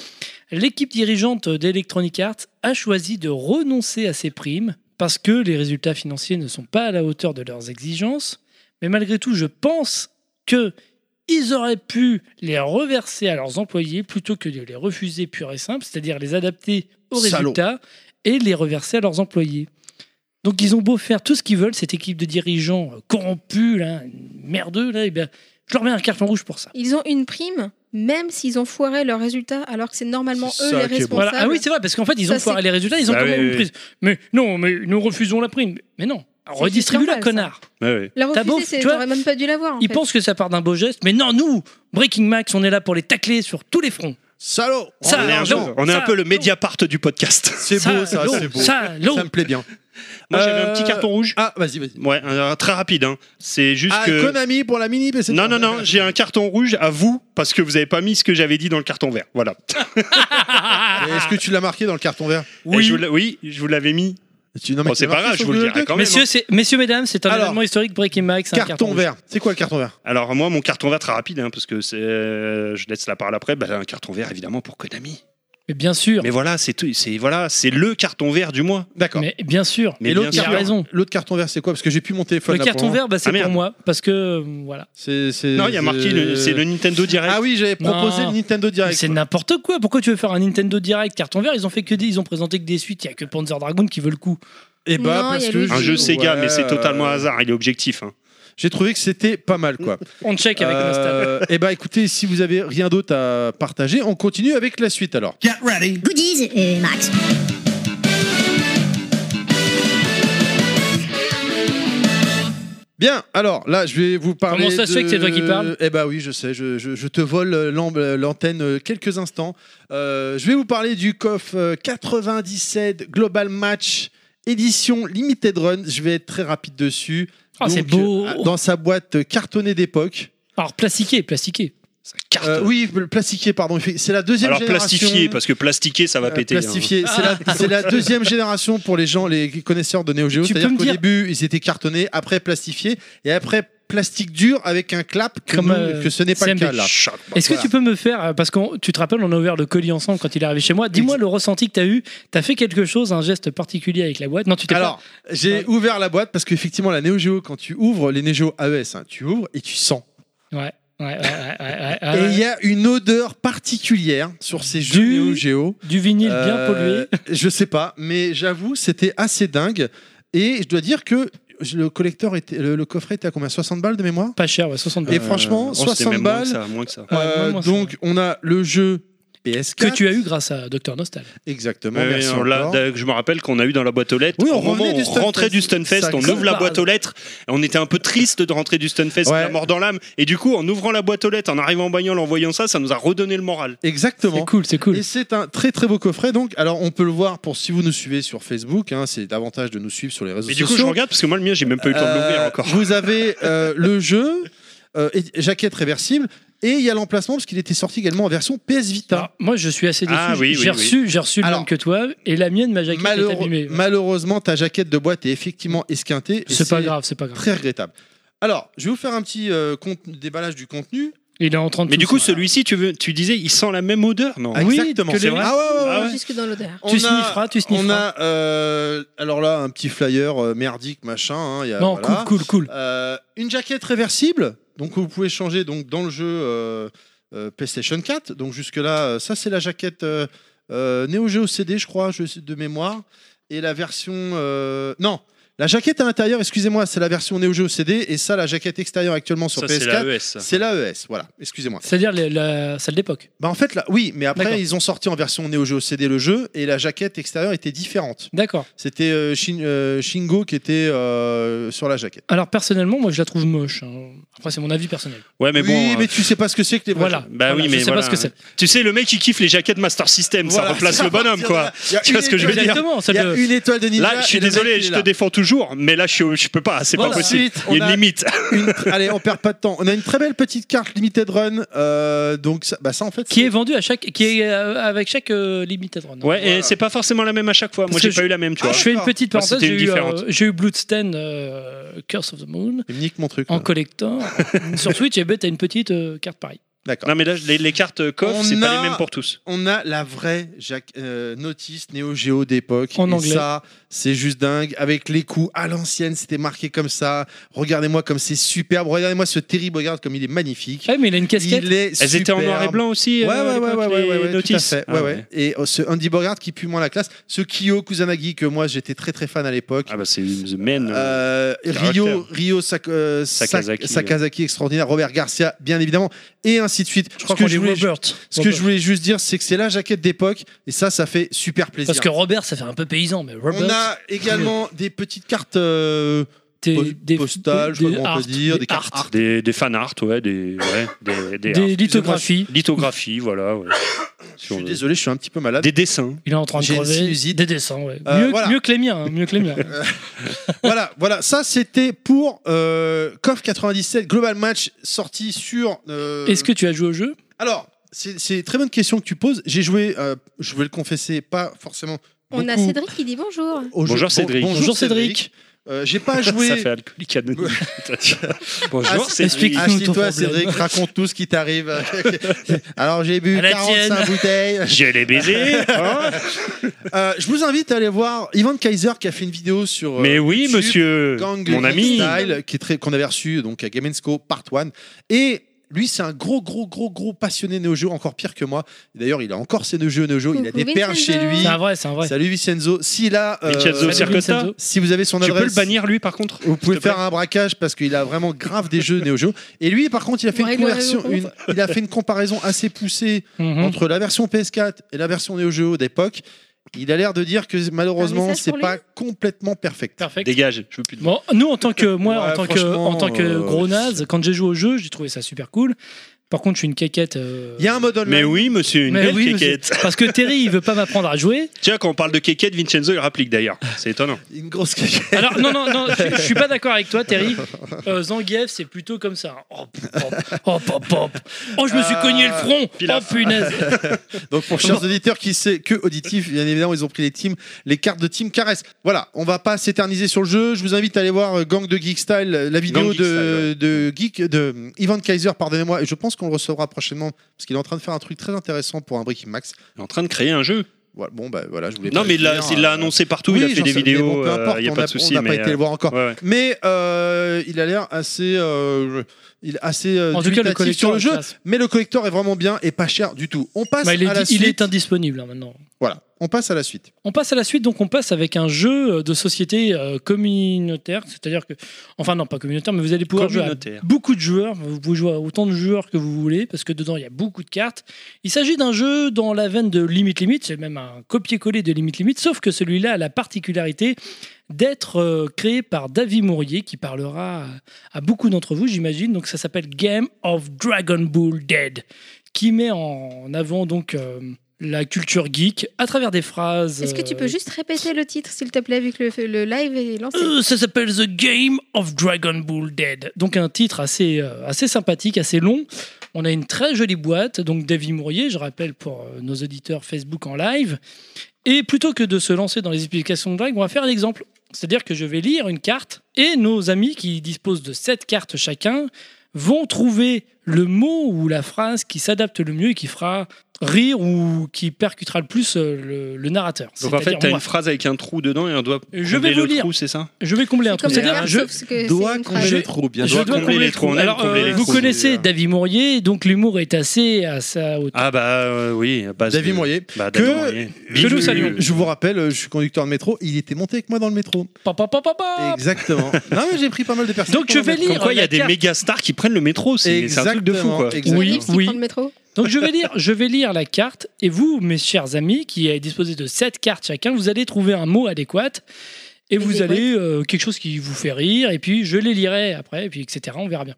Speaker 4: l'équipe dirigeante d'Electronic Arts a choisi de renoncer à ses primes parce que les résultats financiers ne sont pas à la hauteur de leurs exigences. Mais malgré tout, je pense que ils auraient pu les reverser à leurs employés plutôt que de les refuser pur et simple, c'est-à-dire les adapter aux
Speaker 3: Salaud.
Speaker 4: résultats et les reverser à leurs employés. Donc ils ont beau faire tout ce qu'ils veulent, cette équipe de dirigeants euh, corrompus, là, merdeux, là, eh bien, je leur mets un carton rouge pour ça.
Speaker 5: Ils ont une prime, même s'ils ont foiré leurs résultats, alors que c'est normalement
Speaker 3: C'est
Speaker 5: eux
Speaker 3: ça
Speaker 5: les
Speaker 3: qui est bon.
Speaker 5: responsables.
Speaker 4: Voilà. Ah oui, c'est vrai, parce qu'en fait, ils
Speaker 5: Ça,
Speaker 4: ont foiré
Speaker 5: c'est-
Speaker 4: les résultats, ils ont
Speaker 6: Bah
Speaker 4: quand même
Speaker 6: oui,
Speaker 4: une
Speaker 6: oui.
Speaker 4: prise. Mais non, mais nous refusons la prime. Mais non, redistribue-la,
Speaker 5: normal, ça.
Speaker 4: connard.
Speaker 5: La
Speaker 4: T'as beau-
Speaker 5: refuser, c'est-
Speaker 4: tu vois,
Speaker 5: t'aurais même pas dû l'avoir. en
Speaker 4: Ils
Speaker 5: fait.
Speaker 4: pensent que ça part d'un beau geste, mais non, nous, Breaking Max, on est là pour les tacler sur tous les fronts.
Speaker 3: Salaud
Speaker 4: Ça,
Speaker 3: On est un
Speaker 4: non.
Speaker 3: jour.
Speaker 6: On est un
Speaker 4: Ça,
Speaker 6: peu le
Speaker 4: non.
Speaker 6: Mediapart du podcast.
Speaker 3: C'est beau ça,
Speaker 4: l'eau,
Speaker 3: c'est beau. Ça,
Speaker 4: Ça, l'eau.
Speaker 3: me plaît bien.
Speaker 6: Moi, j'avais
Speaker 3: Euh,
Speaker 6: un petit carton rouge.
Speaker 3: Ah, vas-y, vas-y.
Speaker 6: Ouais, un- un- très rapide. hein. C'est juste
Speaker 3: Ah,
Speaker 6: que.
Speaker 3: Konami pour la mini Ah, PC.
Speaker 6: Non, non, non, j'ai un carton rouge à vous parce que vous avez pas mis ce que j'avais dit dans le carton vert. Voilà.
Speaker 3: Et Est-ce que tu l'as marqué dans le carton vert
Speaker 6: Et je vous l'a- oui, je vous l'avais mis.
Speaker 3: Tu- non, mais
Speaker 6: Bon,
Speaker 3: tu
Speaker 6: c'est
Speaker 3: l'as
Speaker 6: pas
Speaker 3: marqué
Speaker 6: grave,
Speaker 3: sur
Speaker 6: je vous le
Speaker 3: Google
Speaker 6: dirai
Speaker 3: Doc
Speaker 6: quand même.
Speaker 4: Messieurs, c'est- messieurs, mesdames, c'est un
Speaker 3: Alors,
Speaker 4: événement historique, Breaking Max, un
Speaker 3: Carton,
Speaker 4: carton, rouge.
Speaker 3: vert. C'est quoi le carton vert
Speaker 6: hein. Alors moi, mon carton vert très rapide, hein, parce que c'est, euh, je laisse la parole après. Bah, un carton vert évidemment pour Konami.
Speaker 4: Mais bien sûr,
Speaker 6: Mais
Speaker 4: mais,
Speaker 6: voilà, c'est tout. C'est voilà, c'est le carton vert du mois.
Speaker 3: D'accord.
Speaker 4: bien sûr.
Speaker 6: Mais
Speaker 3: Et l'autre
Speaker 4: Il
Speaker 6: bien
Speaker 4: a
Speaker 3: carton,
Speaker 6: sûr.
Speaker 4: raison.
Speaker 3: l'autre carton vert, c'est quoi Parce que j'ai plus mon téléphone.
Speaker 4: Le
Speaker 3: là, pour
Speaker 4: carton
Speaker 3: moment.
Speaker 4: vert, bah, c'est
Speaker 6: Ah, merde.
Speaker 4: pour moi, parce que euh, voilà.
Speaker 3: C'est, c'est-
Speaker 6: Non, il y a marqué, le- c'est le Nintendo Direct.
Speaker 3: Euh, Ah oui, j'avais proposé
Speaker 4: Non.
Speaker 3: le Nintendo
Speaker 4: Mais
Speaker 3: Direct.
Speaker 4: C'est n'importe quoi. Pourquoi tu veux faire un Nintendo Direct carton vert Ils ont fait que des, ils ont présenté que des suites. Il y a que Panzer Dragoon qui veut le coup.
Speaker 3: Et bah,
Speaker 5: Non, il y
Speaker 3: parce
Speaker 5: a
Speaker 3: que
Speaker 5: Luigi.
Speaker 6: un jeu Sega,
Speaker 3: Ouais,
Speaker 6: mais c'est totalement
Speaker 3: euh,
Speaker 6: hasard. Il est objectif. hein.
Speaker 3: J'ai trouvé que c'était pas mal, quoi.
Speaker 4: On check avec Nostal.
Speaker 3: et bah, écoutez, si vous avez rien d'autre à partager, on continue avec la suite alors.
Speaker 1: Goodies et Max.
Speaker 3: Bien, alors là, je vais vous parler.
Speaker 4: Comment ça se fait
Speaker 3: de-
Speaker 4: que c'est toi qui parles
Speaker 3: Eh ben oui, je sais, je, je- je te vole euh, l'am- euh, l'antenne euh, quelques instants. Euh, je vais vous parler du COF euh, 97 Global Match édition Limited Run. Je vais être très rapide dessus.
Speaker 4: Ah, c'est
Speaker 3: Donc,
Speaker 4: beau.
Speaker 3: euh, Dans sa boîte cartonnée d'époque.
Speaker 4: Alors plastiqué, plastiqué.
Speaker 6: Ça carte.
Speaker 3: Euh, oui, le plastiqué, pardon. C'est la deuxième
Speaker 6: Alors
Speaker 3: génération.
Speaker 6: plastifié, parce que plastiqué, ça va
Speaker 3: Euh,
Speaker 6: péter. hein.
Speaker 3: plastifié. C'est la- C'est la, deuxième génération pour les gens, les connaisseurs de Neo Geo.
Speaker 4: Ah. Tu peux
Speaker 3: C'est-à-dire
Speaker 4: me
Speaker 3: qu'au
Speaker 4: dire-
Speaker 3: début, ils étaient cartonnés, après plastifiés, et après plastique dur avec un clap que,
Speaker 4: Comme,
Speaker 3: nous-
Speaker 4: euh,
Speaker 3: que ce n'est pas le cas
Speaker 4: CMB.
Speaker 3: là.
Speaker 6: Choc.
Speaker 4: Est-ce que
Speaker 3: Voilà.
Speaker 4: tu peux me faire euh, parce que tu te rappelles, on a ouvert le colis ensemble quand il est arrivé chez moi. Dis-moi le ressenti que t'as eu. T'as fait quelque chose, un geste particulier avec la boîte Non, tu t'es pas.
Speaker 3: Alors, j'ai
Speaker 4: Ouais.
Speaker 3: ouvert la boîte parce qu'effectivement, la Neo Geo, quand tu ouvres les Neo Geo AES, hein, tu ouvres et tu sens.
Speaker 4: Ouais. Ouais, ouais, ouais, ouais, ouais,
Speaker 3: Et
Speaker 4: Ah ouais.
Speaker 3: il y a une odeur particulière sur ces jeux
Speaker 4: Du-
Speaker 3: Neo Geo.
Speaker 4: Du vinyle bien
Speaker 3: Euh,
Speaker 4: pollué.
Speaker 3: Je sais pas, mais j'avoue, c'était assez dingue. Et je dois dire que le collecteur était, le, le coffret était à combien 60 balles de mémoire
Speaker 4: Pas cher, ouais, 60
Speaker 3: Et
Speaker 4: balles.
Speaker 3: franchement,
Speaker 6: Oh, c'était
Speaker 3: 60
Speaker 6: même moins
Speaker 3: balles.
Speaker 6: que ça, moins que ça.
Speaker 4: Ouais,
Speaker 3: Euh,
Speaker 4: moi, moi, ça-
Speaker 3: donc, on a le jeu PS4.
Speaker 4: Que tu as eu grâce à Dr Nostal.
Speaker 3: Exactement,
Speaker 6: Ouais,
Speaker 3: merci.
Speaker 6: Euh, on l'a-
Speaker 3: encore.
Speaker 6: je me rappelle qu'on a eu dans la boîte aux lettres.
Speaker 3: Oui, on
Speaker 6: au moment
Speaker 3: revenait
Speaker 6: où
Speaker 3: du
Speaker 6: on
Speaker 3: Stunfest.
Speaker 6: rentrait du Stunfest,
Speaker 3: Ça
Speaker 6: on
Speaker 3: existe
Speaker 6: ouvre la
Speaker 4: pas.
Speaker 6: boîte aux lettres. On était un peu triste de rentrer du Stunfest,
Speaker 3: Ouais.
Speaker 6: la mort dans l'âme. Et du coup, en ouvrant la boîte aux lettres, en arrivant en bagnole, en voyant ça, ça nous a redonné le moral.
Speaker 3: Exactement.
Speaker 4: C'est cool, c'est cool.
Speaker 3: Et c'est un très très beau coffret. Donc, alors on peut le voir pour si vous nous suivez sur Facebook. hein, c'est davantage de nous suivre sur les réseaux
Speaker 6: Mais du
Speaker 3: sociaux.
Speaker 6: coup, je regarde parce que moi, le mien, j'ai même pas eu le temps de l'ouvrir
Speaker 3: Euh,
Speaker 6: encore.
Speaker 3: Vous avez euh, le jeu, euh, et- jaquette réversible, et il y a l'emplacement parce qu'il était sorti également en version PS
Speaker 4: Alors,
Speaker 3: Vita.
Speaker 4: moi, je suis assez déçu.
Speaker 6: Ah, oui, oui,
Speaker 4: j'ai
Speaker 6: oui.
Speaker 4: reçu, j'ai reçu le
Speaker 3: Alors,
Speaker 4: même que toi, et la mienne, ma jaquette
Speaker 3: Malheureux-
Speaker 4: est abîmée.
Speaker 3: Malheureusement, ta jaquette de boîte est effectivement esquintée. et
Speaker 4: C'est pas grave, c'est pas grave.
Speaker 3: Très regrettable. Alors, je vais vous faire un petit euh, conte- déballage du contenu.
Speaker 4: Il est en train de
Speaker 6: Mais du
Speaker 4: tousser.
Speaker 6: coup, celui-ci, tu, veux, tu disais, il sent la même odeur, non
Speaker 4: Ah oui,
Speaker 3: Exactement.
Speaker 4: que les-
Speaker 3: Ah ouais, ouais, ouais.
Speaker 6: Ah ouais.
Speaker 5: Jusque dans l'odeur.
Speaker 3: On
Speaker 4: Tu
Speaker 3: a-
Speaker 4: snifferas, tu
Speaker 3: On
Speaker 4: snifferas.
Speaker 3: a, euh, alors là, un petit flyer euh, merdique, machin. hein, il y a-
Speaker 4: Non,
Speaker 3: voilà.
Speaker 4: cool, cool, cool.
Speaker 3: Euh, une jaquette réversible, donc vous pouvez changer donc dans le jeu euh, euh, PlayStation 4. Donc jusque là, ça c'est la jaquette euh, euh, Neo Geo CD, je crois, je, de mémoire. Et la version euh, non, la jaquette à l'intérieur, excusez-moi, c'est la version Neo Geo CD. Et ça, la jaquette extérieure actuellement sur
Speaker 6: Ça, c'est la E
Speaker 3: PS4,
Speaker 6: ES.
Speaker 3: c'est la ES. Voilà, excusez-moi.
Speaker 4: C'est-à-dire les- la celle d'époque.
Speaker 3: Bah en fait là, oui, mais
Speaker 4: D'accord.
Speaker 3: après ils ont sorti en version Neo Geo CD le jeu et la jaquette extérieure était différente.
Speaker 4: D'accord.
Speaker 3: C'était euh, Shin- euh, Shingo qui était euh, sur la jaquette.
Speaker 4: Alors personnellement, moi je la trouve moche. hein. Après c'est mon avis personnel.
Speaker 6: Ouais, mais
Speaker 3: oui,
Speaker 6: bon.
Speaker 3: mais
Speaker 6: euh,
Speaker 3: tu sais pas ce que c'est que les vrais
Speaker 4: Voilà.
Speaker 3: jeux.
Speaker 6: Bah oui,
Speaker 4: Voilà,
Speaker 6: mais
Speaker 4: je sais pas
Speaker 6: voilà.
Speaker 4: ce que c'est.
Speaker 6: Tu sais, le mec qui kiffe les jaquettes Master System,
Speaker 3: Voilà,
Speaker 6: ça replace
Speaker 3: c'est
Speaker 6: le bonhomme,
Speaker 3: partir
Speaker 6: quoi.
Speaker 3: de là. Il y a
Speaker 6: Tu vois
Speaker 3: une
Speaker 6: ce que je veux
Speaker 3: étoile-
Speaker 6: dire
Speaker 4: Exactement.
Speaker 3: Il
Speaker 4: celle
Speaker 3: y
Speaker 4: de-
Speaker 3: a une étoile de ninja.
Speaker 6: Là, je suis
Speaker 3: et le mec,
Speaker 6: désolé,
Speaker 3: il est
Speaker 6: je te
Speaker 3: là.
Speaker 6: défends toujours, mais là, je, je peux pas, c'est
Speaker 4: Voilà.
Speaker 6: pas possible.
Speaker 3: Ensuite,
Speaker 6: Il y
Speaker 3: on
Speaker 6: a une
Speaker 3: a,
Speaker 6: limite.
Speaker 3: une tr- allez, on perd pas de temps. On a une très belle petite carte limited run. euh, donc ça, bah ça en fait.
Speaker 4: qui
Speaker 3: c'est-
Speaker 4: est vendue à chaque, qui est euh, avec chaque euh, limited run.
Speaker 6: Ouais,
Speaker 3: Voilà.
Speaker 6: et c'est pas forcément la même à chaque fois. Moi,
Speaker 4: Parce
Speaker 6: j'ai
Speaker 4: que
Speaker 6: pas
Speaker 4: je-
Speaker 6: eu la même, tu vois.
Speaker 4: Je fais une
Speaker 3: d'accord.
Speaker 4: petite
Speaker 6: Moi,
Speaker 4: parenthèse.
Speaker 6: c'était une
Speaker 4: J'ai eu,
Speaker 6: différente.
Speaker 4: euh, j'ai eu Bloodstained euh, Curse of the Moon
Speaker 3: Il me nique mon truc.
Speaker 4: en
Speaker 3: là.
Speaker 4: collector sur Switch
Speaker 3: eh
Speaker 4: et ben t'as une petite euh, carte pareille.
Speaker 3: D'accord.
Speaker 6: Non, mais là, les, les cartes
Speaker 3: On
Speaker 6: coffres, c'est pas
Speaker 3: a-
Speaker 6: les mêmes pour tous.
Speaker 3: On a la vraie Jacques, euh, notice Neo Geo d'époque.
Speaker 4: En
Speaker 3: Et
Speaker 4: anglais.
Speaker 3: Ça, c'est juste dingue. Avec les coups à l'ancienne, c'était marqué comme ça. Regardez-moi comme c'est superbe. Regardez-moi ce terrible. Regarde comme il est magnifique.
Speaker 4: Ouais, mais il a une casquette.
Speaker 3: Il est
Speaker 6: Elles étaient en noir et
Speaker 3: superbe.
Speaker 6: blanc aussi.
Speaker 3: Ouais, ouais,
Speaker 6: euh, à
Speaker 3: ouais, ouais,
Speaker 6: l'époque,
Speaker 3: ouais,
Speaker 6: les
Speaker 3: ouais, ouais, tout
Speaker 6: notices
Speaker 3: à fait.
Speaker 6: Ah
Speaker 3: Ouais, ouais. Et euh, ce Andy Bogart qui pue moins la classe, ce Kyo Kusanagi que moi j'étais très très fan à l'époque,
Speaker 6: Ah bah c'est The Men. euh,
Speaker 3: Euh,
Speaker 6: Caractère.
Speaker 3: Rio, Rio Sak- euh, Sak-
Speaker 6: Sakazaki,
Speaker 3: Sakazaki,
Speaker 6: ouais.
Speaker 3: extraordinaire, Robert Garcia, bien évidemment, et ainsi de suite.
Speaker 4: Je crois
Speaker 3: ce
Speaker 4: qu'on
Speaker 3: que je
Speaker 4: est
Speaker 3: voulais,
Speaker 4: Robert.
Speaker 3: ce que je voulais juste dire, c'est que c'est la jaquette d'époque, et ça, ça fait super plaisir.
Speaker 4: Parce que Robert, ça fait un peu paysan, mais Robert.
Speaker 3: On a également des petites cartes euh,
Speaker 4: t'es-
Speaker 3: po- postales, je sais pas comment on peut
Speaker 4: art,
Speaker 3: dire, des,
Speaker 4: des
Speaker 3: cartes
Speaker 4: art,
Speaker 3: art.
Speaker 6: Des, des fan art, ouais, des, ouais, des, des,
Speaker 4: des
Speaker 6: art.
Speaker 4: lithographies.
Speaker 6: lithographies, voilà. ouais.
Speaker 3: Je
Speaker 6: Sur
Speaker 3: suis
Speaker 6: le-
Speaker 3: désolé, je suis un petit peu malade.
Speaker 6: Des dessins.
Speaker 4: Il est en train de
Speaker 3: J'ai une
Speaker 4: crever.
Speaker 3: sinusite.
Speaker 4: Des dessins, ouais.
Speaker 3: Euh,
Speaker 4: mieux,
Speaker 3: voilà. Euh,
Speaker 4: mieux que les miens, hein, mieux que les miens.
Speaker 3: voilà, voilà, ça c'était pour euh, KOF 97 Global Match sorti sur. euh,
Speaker 4: Est-ce que tu as joué au jeu
Speaker 3: Alors, c'est c'est une très bonne question que tu poses. J'ai joué, euh, je vais le confesser, pas forcément.
Speaker 5: On a
Speaker 3: beaucoup
Speaker 5: Cédric qui dit bonjour.
Speaker 3: au jeu.
Speaker 6: Bonjour, Cédric.
Speaker 4: Bonjour, Cédric.
Speaker 3: Euh, J'ai pas
Speaker 6: Ça
Speaker 3: joué.
Speaker 6: fait alcoolique anonyme. Bonjour,
Speaker 3: Ah,
Speaker 6: c'est
Speaker 4: explique.
Speaker 6: Ah,
Speaker 4: Explique-nous ton
Speaker 3: Assis-toi,
Speaker 4: problème.
Speaker 3: Cédric, raconte tout ce qui t'arrive. Alors, j'ai bu
Speaker 4: À la
Speaker 3: 45
Speaker 4: tienne.
Speaker 3: bouteilles.
Speaker 6: Je l'ai baisé. hein
Speaker 3: Euh, je vous invite à aller voir Ivan Kaiser qui a fait une vidéo sur. euh,
Speaker 6: Mais oui,
Speaker 3: YouTube,
Speaker 6: monsieur,
Speaker 3: Gang
Speaker 6: mon ami.
Speaker 3: Style, qui est très- qu'on avait reçu donc à Gamensco Part 1 et lui, c'est un gros, gros, gros, gros passionné Neo Geo, encore pire que moi. Et D'ailleurs, il a encore ses Neo Geo, Neo Geo. Il a
Speaker 5: Coucou
Speaker 3: des perles
Speaker 5: Vincenzo.
Speaker 3: chez lui.
Speaker 4: C'est un vrai, c'est un vrai.
Speaker 3: Salut Vincenzo. S'il a, euh,
Speaker 6: Vincenzo
Speaker 4: Salut,
Speaker 6: Circotta.
Speaker 4: Vincenzo.
Speaker 3: si vous avez son
Speaker 6: Tu
Speaker 3: adresse,
Speaker 6: peux le bannir lui, par contre
Speaker 3: vous pouvez
Speaker 6: s'il te
Speaker 3: faire un braquage parce qu'il a vraiment grave des jeux Neo Geo. Et lui, par contre, il a fait
Speaker 5: Vous
Speaker 3: une,
Speaker 5: réglerez
Speaker 3: conversion-
Speaker 5: vos
Speaker 3: une- il a fait une comparaison assez poussée
Speaker 6: Hmm.
Speaker 4: Mhm.
Speaker 3: entre la version PS4 et la version Neo Geo d'époque. Il a l'air de dire que malheureusement,
Speaker 5: message
Speaker 3: c'est
Speaker 5: pour
Speaker 3: pas complètement perfect.
Speaker 4: Perfect.
Speaker 6: Dégage, je veux plus de
Speaker 4: Bon, nous, en tant que moi,
Speaker 3: Ouais,
Speaker 4: en tant que en tant que
Speaker 3: franchement,
Speaker 4: gros
Speaker 3: euh,
Speaker 4: naze, quand j'ai joué au jeu, j'ai trouvé ça super cool. Par contre, je suis une caquette. euh,
Speaker 3: Il y a un mode online.
Speaker 6: Mais oui, monsieur, une
Speaker 4: mais
Speaker 6: belle
Speaker 4: oui,
Speaker 6: quéquette.
Speaker 4: monsieur. Parce que Terry, il veut pas m'apprendre à jouer.
Speaker 6: Tiens, quand on parle de quéquette, Vincenzo, il rapplique d'ailleurs. C'est étonnant.
Speaker 3: Une grosse caca.
Speaker 4: Alors non non non, je, je suis pas d'accord avec toi, Terry. Euh, Zangief, c'est plutôt comme ça. Oh hop, hop, hop, hop. Oh, je me suis
Speaker 3: Euh,
Speaker 4: cogné le front. Oh
Speaker 6: pilaf.
Speaker 4: punaise.
Speaker 3: Donc pour chers auditeurs qui sait que auditif, bien évidemment, ils ont pris les teams, les cartes de team caresse. Voilà, on va pas s'éterniser sur le jeu. Je vous invite à aller voir euh, Gang de Geek Style, la vidéo
Speaker 6: Gang
Speaker 3: de,
Speaker 6: Geek Style,
Speaker 3: de Geek de euh, Ivan Kaiser, pardonnez-moi, et je pense qu'on le recevra prochainement parce qu'il est en train de faire un truc très intéressant pour un Breaking Max.
Speaker 6: Il est en train de créer un jeu.
Speaker 3: Voilà, bon bah voilà, je voulais
Speaker 6: Non,
Speaker 3: pas
Speaker 6: mais
Speaker 3: le
Speaker 6: il l'a
Speaker 3: dire,
Speaker 6: il l'a
Speaker 3: euh,
Speaker 6: annoncé partout, il a
Speaker 3: oui,
Speaker 6: fait
Speaker 3: j'en
Speaker 6: des
Speaker 3: sais- mais bon,
Speaker 6: vidéos,
Speaker 3: peu importe,
Speaker 6: euh, il n'y a
Speaker 3: on
Speaker 6: pas
Speaker 3: a-
Speaker 6: de souci.
Speaker 3: On n'a pas
Speaker 6: mais,
Speaker 3: été
Speaker 6: euh,
Speaker 3: le voir encore.
Speaker 6: ouais, ouais.
Speaker 3: Mais euh, il a l'air assez, euh, il est assez euh,
Speaker 4: En tout cas, le
Speaker 3: dubitatif sur
Speaker 4: collector
Speaker 3: le jeu.
Speaker 4: est classe.
Speaker 3: Mais le collector est vraiment bien et pas cher du tout. On passe
Speaker 4: Bah, il,
Speaker 3: à
Speaker 4: est,
Speaker 3: la
Speaker 4: il
Speaker 3: suite.
Speaker 4: est indisponible hein, maintenant.
Speaker 3: Voilà, on passe à la suite.
Speaker 4: On passe à la suite, donc on passe avec un jeu de société euh, communautaire, c'est-à-dire que, enfin non pas communautaire, mais vous allez pouvoir jouer à
Speaker 6: Communautaire.
Speaker 4: beaucoup de joueurs, vous pouvez jouer à autant de joueurs que vous voulez, parce que dedans il y a beaucoup de cartes. Il s'agit d'un jeu dans la veine de Limit Limit, c'est même un copier-coller de Limit Limit, sauf que celui-là a la particularité d'être euh, créé par David Mourier, qui parlera à, à beaucoup d'entre vous, j'imagine. Donc ça s'appelle Game of Dragon Ball Dead, qui met en avant donc euh, la culture geek à travers des phrases.
Speaker 5: Est-ce que tu
Speaker 4: euh,
Speaker 5: peux juste répéter le titre, s'il te plaît, vu que le, le live est lancé
Speaker 4: euh, ça s'appelle The Game of Dragon Ball Dead. Donc un titre assez, euh, assez sympathique, assez long. On a une très jolie boîte, donc David Mourier, je rappelle pour euh, nos auditeurs Facebook en live. Et plutôt que de se lancer dans les explications de blagues, on va faire l'exemple. C'est-à-dire que je vais lire une carte et nos amis qui disposent de sept cartes chacun vont trouver le mot ou la phrase qui s'adapte le mieux et qui fera rire ou qui percutera le plus euh, le, le narrateur.
Speaker 6: Donc en fait,
Speaker 4: C'est-à-dire,
Speaker 6: t'as
Speaker 4: moi,
Speaker 6: une phrase avec un trou dedans et on doit
Speaker 4: Je
Speaker 6: combler
Speaker 4: vais vous
Speaker 6: le
Speaker 4: lire.
Speaker 6: trou, c'est ça
Speaker 4: je vais combler un trou.
Speaker 5: comme les
Speaker 4: C'est-à-dire,
Speaker 5: cartes,
Speaker 4: je,
Speaker 5: sauf ce que
Speaker 3: Doit
Speaker 5: c'est une
Speaker 3: combler
Speaker 5: phrase.
Speaker 4: je-
Speaker 3: le trou, bien
Speaker 4: je
Speaker 3: sûr.
Speaker 6: doit
Speaker 4: dois
Speaker 6: combler
Speaker 4: combler
Speaker 6: les
Speaker 4: le
Speaker 6: trous, on
Speaker 4: trou.
Speaker 6: aime
Speaker 4: Alors,
Speaker 6: combler
Speaker 4: euh,
Speaker 6: les
Speaker 4: vous
Speaker 6: trous,
Speaker 4: connaissez
Speaker 6: c'est-
Speaker 4: David Mourier, donc l'humour est assez à sa hauteur.
Speaker 6: Ah bah euh, oui, à base
Speaker 3: David
Speaker 6: de-
Speaker 3: Moyer.
Speaker 6: Bah, David
Speaker 3: Que-
Speaker 6: Moyer.
Speaker 4: que nous
Speaker 6: Bisous.
Speaker 4: saluons.
Speaker 3: Je vous rappelle, euh, je suis conducteur de métro, il était monté avec moi dans le métro.
Speaker 4: Pa, pa, pa, pa, pa.
Speaker 3: Exactement. non mais j'ai pris pas mal de personnes.
Speaker 4: Donc je vais
Speaker 6: Comme
Speaker 4: lire.
Speaker 6: quoi, il y
Speaker 4: la
Speaker 6: a des
Speaker 4: carte.
Speaker 6: méga stars qui prennent le métro, c'est c'est un truc de fou quoi.
Speaker 3: Exactement.
Speaker 5: Ils arrivent, ils
Speaker 4: oui.
Speaker 5: prennent le métro.
Speaker 4: Donc je vais lire, je vais lire la carte et vous, mes chers amis, qui avez disposé de sept cartes chacun, vous allez trouver un mot adéquat et vous
Speaker 5: Adéquat.
Speaker 4: allez euh, quelque chose qui vous fait rire et puis je les lirai après et puis etc. On verra bien.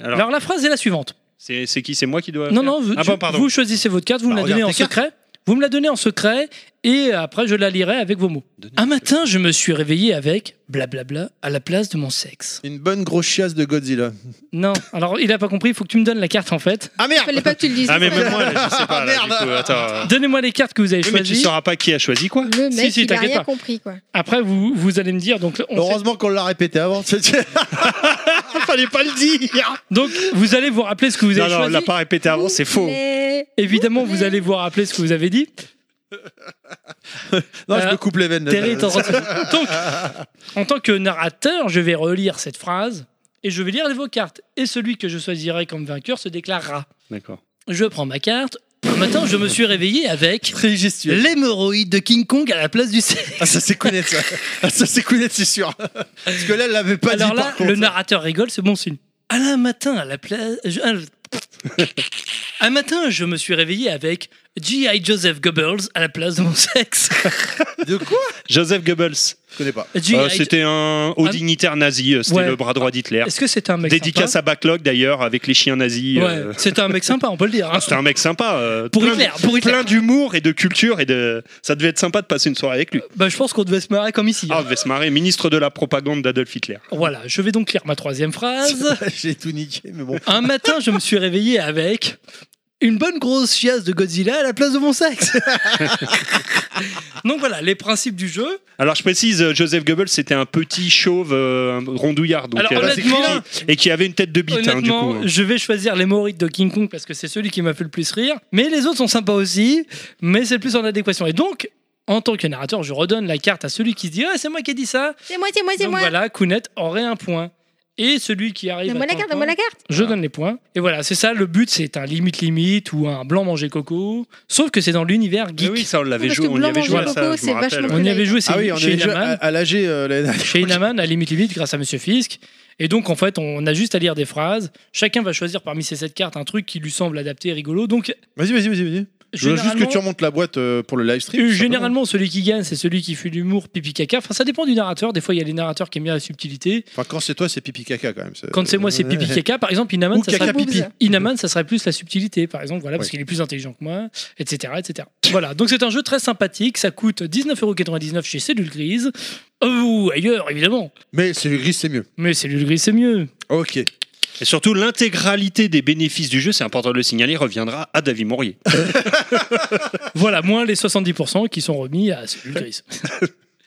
Speaker 4: Alors,
Speaker 6: Alors,
Speaker 4: la phrase est la suivante.
Speaker 6: c'est c'est qui C'est moi qui dois.
Speaker 4: Non
Speaker 6: faire
Speaker 4: non, vous,
Speaker 6: Ah
Speaker 4: tu-
Speaker 6: bon, pardon.
Speaker 4: vous choisissez votre carte, vous
Speaker 3: Bah,
Speaker 4: me la donnez en
Speaker 3: regarde tes
Speaker 4: secret. Vous me la donnez en secret et après je la lirai avec vos mots.
Speaker 6: Donnez-
Speaker 4: Un matin, je me suis réveillé avec blablabla à la place de mon sexe.
Speaker 3: Une bonne grosse chiasse de Godzilla.
Speaker 4: Non, alors il a pas compris, il faut que tu me donnes la carte en fait.
Speaker 3: Ah merde
Speaker 5: Fallait pas que tu le dises.
Speaker 6: Ah mais même moi, là, je sais pas. là,
Speaker 4: Ah,
Speaker 3: Merde.
Speaker 6: du coup, attends. euh.
Speaker 4: Donnez-moi les cartes que vous avez
Speaker 6: Oui, mais tu
Speaker 4: choisies.
Speaker 6: sauras pas qui a choisi quoi.
Speaker 5: Le mec,
Speaker 4: Si, si,
Speaker 5: il a
Speaker 4: t'inquiète
Speaker 5: rien
Speaker 4: pas.
Speaker 5: compris, quoi.
Speaker 4: Après vous vous allez me dire donc on sait-
Speaker 3: Heureusement qu'on l'a répété avant.
Speaker 6: Fallait pas le dire.
Speaker 4: Donc, vous allez vous rappeler ce que vous
Speaker 6: Non
Speaker 4: avez
Speaker 6: non, on
Speaker 4: choisi.
Speaker 6: l'a pas répété
Speaker 4: Ah
Speaker 6: avant, c'est faux.
Speaker 5: Mais-
Speaker 4: Évidemment, vous allez vous rappeler ce que vous avez dit.
Speaker 3: non, je
Speaker 4: Euh,
Speaker 3: me coupe les veines.
Speaker 4: Terry est en train de- Donc, en tant que narrateur, je vais relire cette phrase et je vais lire vos cartes. Et celui que je choisirai comme vainqueur se déclarera.
Speaker 6: D'accord.
Speaker 4: Je prends ma carte. Un matin, je me suis réveillé avec
Speaker 3: euh, Très gestuel.
Speaker 4: l'hémorroïde de King Kong à la place du sexe.
Speaker 3: Ah, ça c'est connaître ça. Ah, ça c'est connaître, c'est sûr. Parce que là, elle l'avait pas
Speaker 4: Alors
Speaker 3: dit
Speaker 4: là,
Speaker 3: par contre.
Speaker 4: le narrateur rigole, c'est bon signe. Un matin, à la place. je- un- Un matin, je me suis réveillé avec G.I. Joseph Goebbels à la place de mon sexe.
Speaker 3: De quoi
Speaker 6: Joseph Goebbels.
Speaker 3: Je connais pas.
Speaker 4: G.I.
Speaker 6: Euh, c'était un haut dignitaire nazi, euh, c'était
Speaker 4: Ah, Ouais.
Speaker 6: le bras droit d'Hitler.
Speaker 4: Est-ce que c'est un mec
Speaker 6: Dédicace
Speaker 4: sympa
Speaker 6: à Backlog d'ailleurs avec les chiens nazis. euh, Ah,
Speaker 4: Ouais, c'est un mec sympa, on peut le dire. hein.
Speaker 6: C'était un mec sympa. euh,
Speaker 4: Pour
Speaker 6: plein,
Speaker 4: Hitler, pour Hitler.
Speaker 6: plein d'humour et de culture et de. Ça devait être sympa de passer une soirée avec lui.
Speaker 4: Bah, je pense qu'on devait se marrer comme ici. hein.
Speaker 6: Ah, on devait se marrer. Ministre de la propagande d'Adolf Hitler.
Speaker 4: Voilà, je vais donc lire ma troisième phrase.
Speaker 3: Ah, J'ai tout niqué, mais bon.
Speaker 4: un matin, je me suis réveillé avec une bonne grosse chiasse de Godzilla à la place de mon sexe. donc voilà, les principes du jeu.
Speaker 6: Alors je précise, euh, Joseph Goebbels c'était un petit chauve euh, un rondouillard donc,
Speaker 4: Alors,
Speaker 6: euh,
Speaker 4: honnêtement-
Speaker 6: c'est- et qui avait une tête de bite hein, du
Speaker 4: Honnêtement,
Speaker 6: coup.
Speaker 4: je vais choisir les Maorites de King Kong parce que c'est celui qui m'a fait le plus rire. Mais les autres sont sympas aussi, mais c'est le plus en adéquation. Et donc, en tant que narrateur, je redonne la carte à celui qui se dit Ah, c'est moi qui ai dit ça.
Speaker 5: C'est moi, c'est moi, c'est
Speaker 4: Donc
Speaker 5: moi.
Speaker 4: voilà, Kounet aurait un point. Et celui qui arrive.
Speaker 5: Donne-moi
Speaker 4: à
Speaker 5: la
Speaker 4: trois
Speaker 5: carte, donne-moi
Speaker 4: points,
Speaker 5: la carte.
Speaker 4: Je donne les points. Et voilà, c'est ça, le but, c'est un limite-limite ou un blanc manger coco. Sauf que c'est dans l'univers
Speaker 6: Mais
Speaker 4: geek.
Speaker 6: Ah oui, ça on l'avait
Speaker 5: Parce
Speaker 6: joué,
Speaker 5: que
Speaker 6: on y avait
Speaker 5: Blanc
Speaker 6: joué à
Speaker 5: Manger
Speaker 6: ça,
Speaker 5: Coco,
Speaker 6: je
Speaker 5: c'est
Speaker 6: me rappelle.
Speaker 5: vachement-
Speaker 4: On y avait joué c'est-
Speaker 3: Ah oui, on
Speaker 4: chez
Speaker 3: est déjà à,
Speaker 4: Inaman.
Speaker 3: à l'AG euh, l'année dernière.
Speaker 4: Chez Inaman, à limite limite, grâce à Monsieur Fisk. Et donc, en fait, on a juste à lire des phrases. Chacun va choisir parmi ces sept cartes un truc qui lui semble adapté et rigolo. Donc,
Speaker 3: Vas-y, vas-y, vas-y, vas-y. Je veux juste que
Speaker 4: généralement,
Speaker 3: tu remontes la boîte euh, pour le live stream.
Speaker 4: Euh,
Speaker 3: tout simplement.
Speaker 4: Généralement, celui qui gagne, c'est celui qui fait l'humour pipi caca. Enfin, ça dépend du narrateur. Des fois, il y a les narrateurs qui aiment bien la subtilité.
Speaker 3: Enfin, quand c'est toi, c'est pipi caca quand même.
Speaker 4: Quand c'est moi, c'est pipi caca. Par exemple, Inaman,
Speaker 3: Euh, Ou
Speaker 4: ça serait
Speaker 3: caca pipi.
Speaker 4: Inaman, ça serait plus la subtilité, par exemple, voilà, parce
Speaker 3: Oui.
Speaker 4: qu'il est plus intelligent que moi, etc. etc. Voilà, donc c'est un jeu très sympathique, ça coûte 19,99€ chez Cellule Grise, Euh, ou ailleurs, évidemment.
Speaker 3: Mais c'est gris, c'est mieux.
Speaker 4: Mais Cellule Grise, c'est mieux.
Speaker 3: Ok.
Speaker 6: Et surtout l'intégralité des bénéfices du jeu, c'est important de le signaler, reviendra à David Maurier.
Speaker 4: Voilà, moins les 70% qui sont remis à Cellule Grise.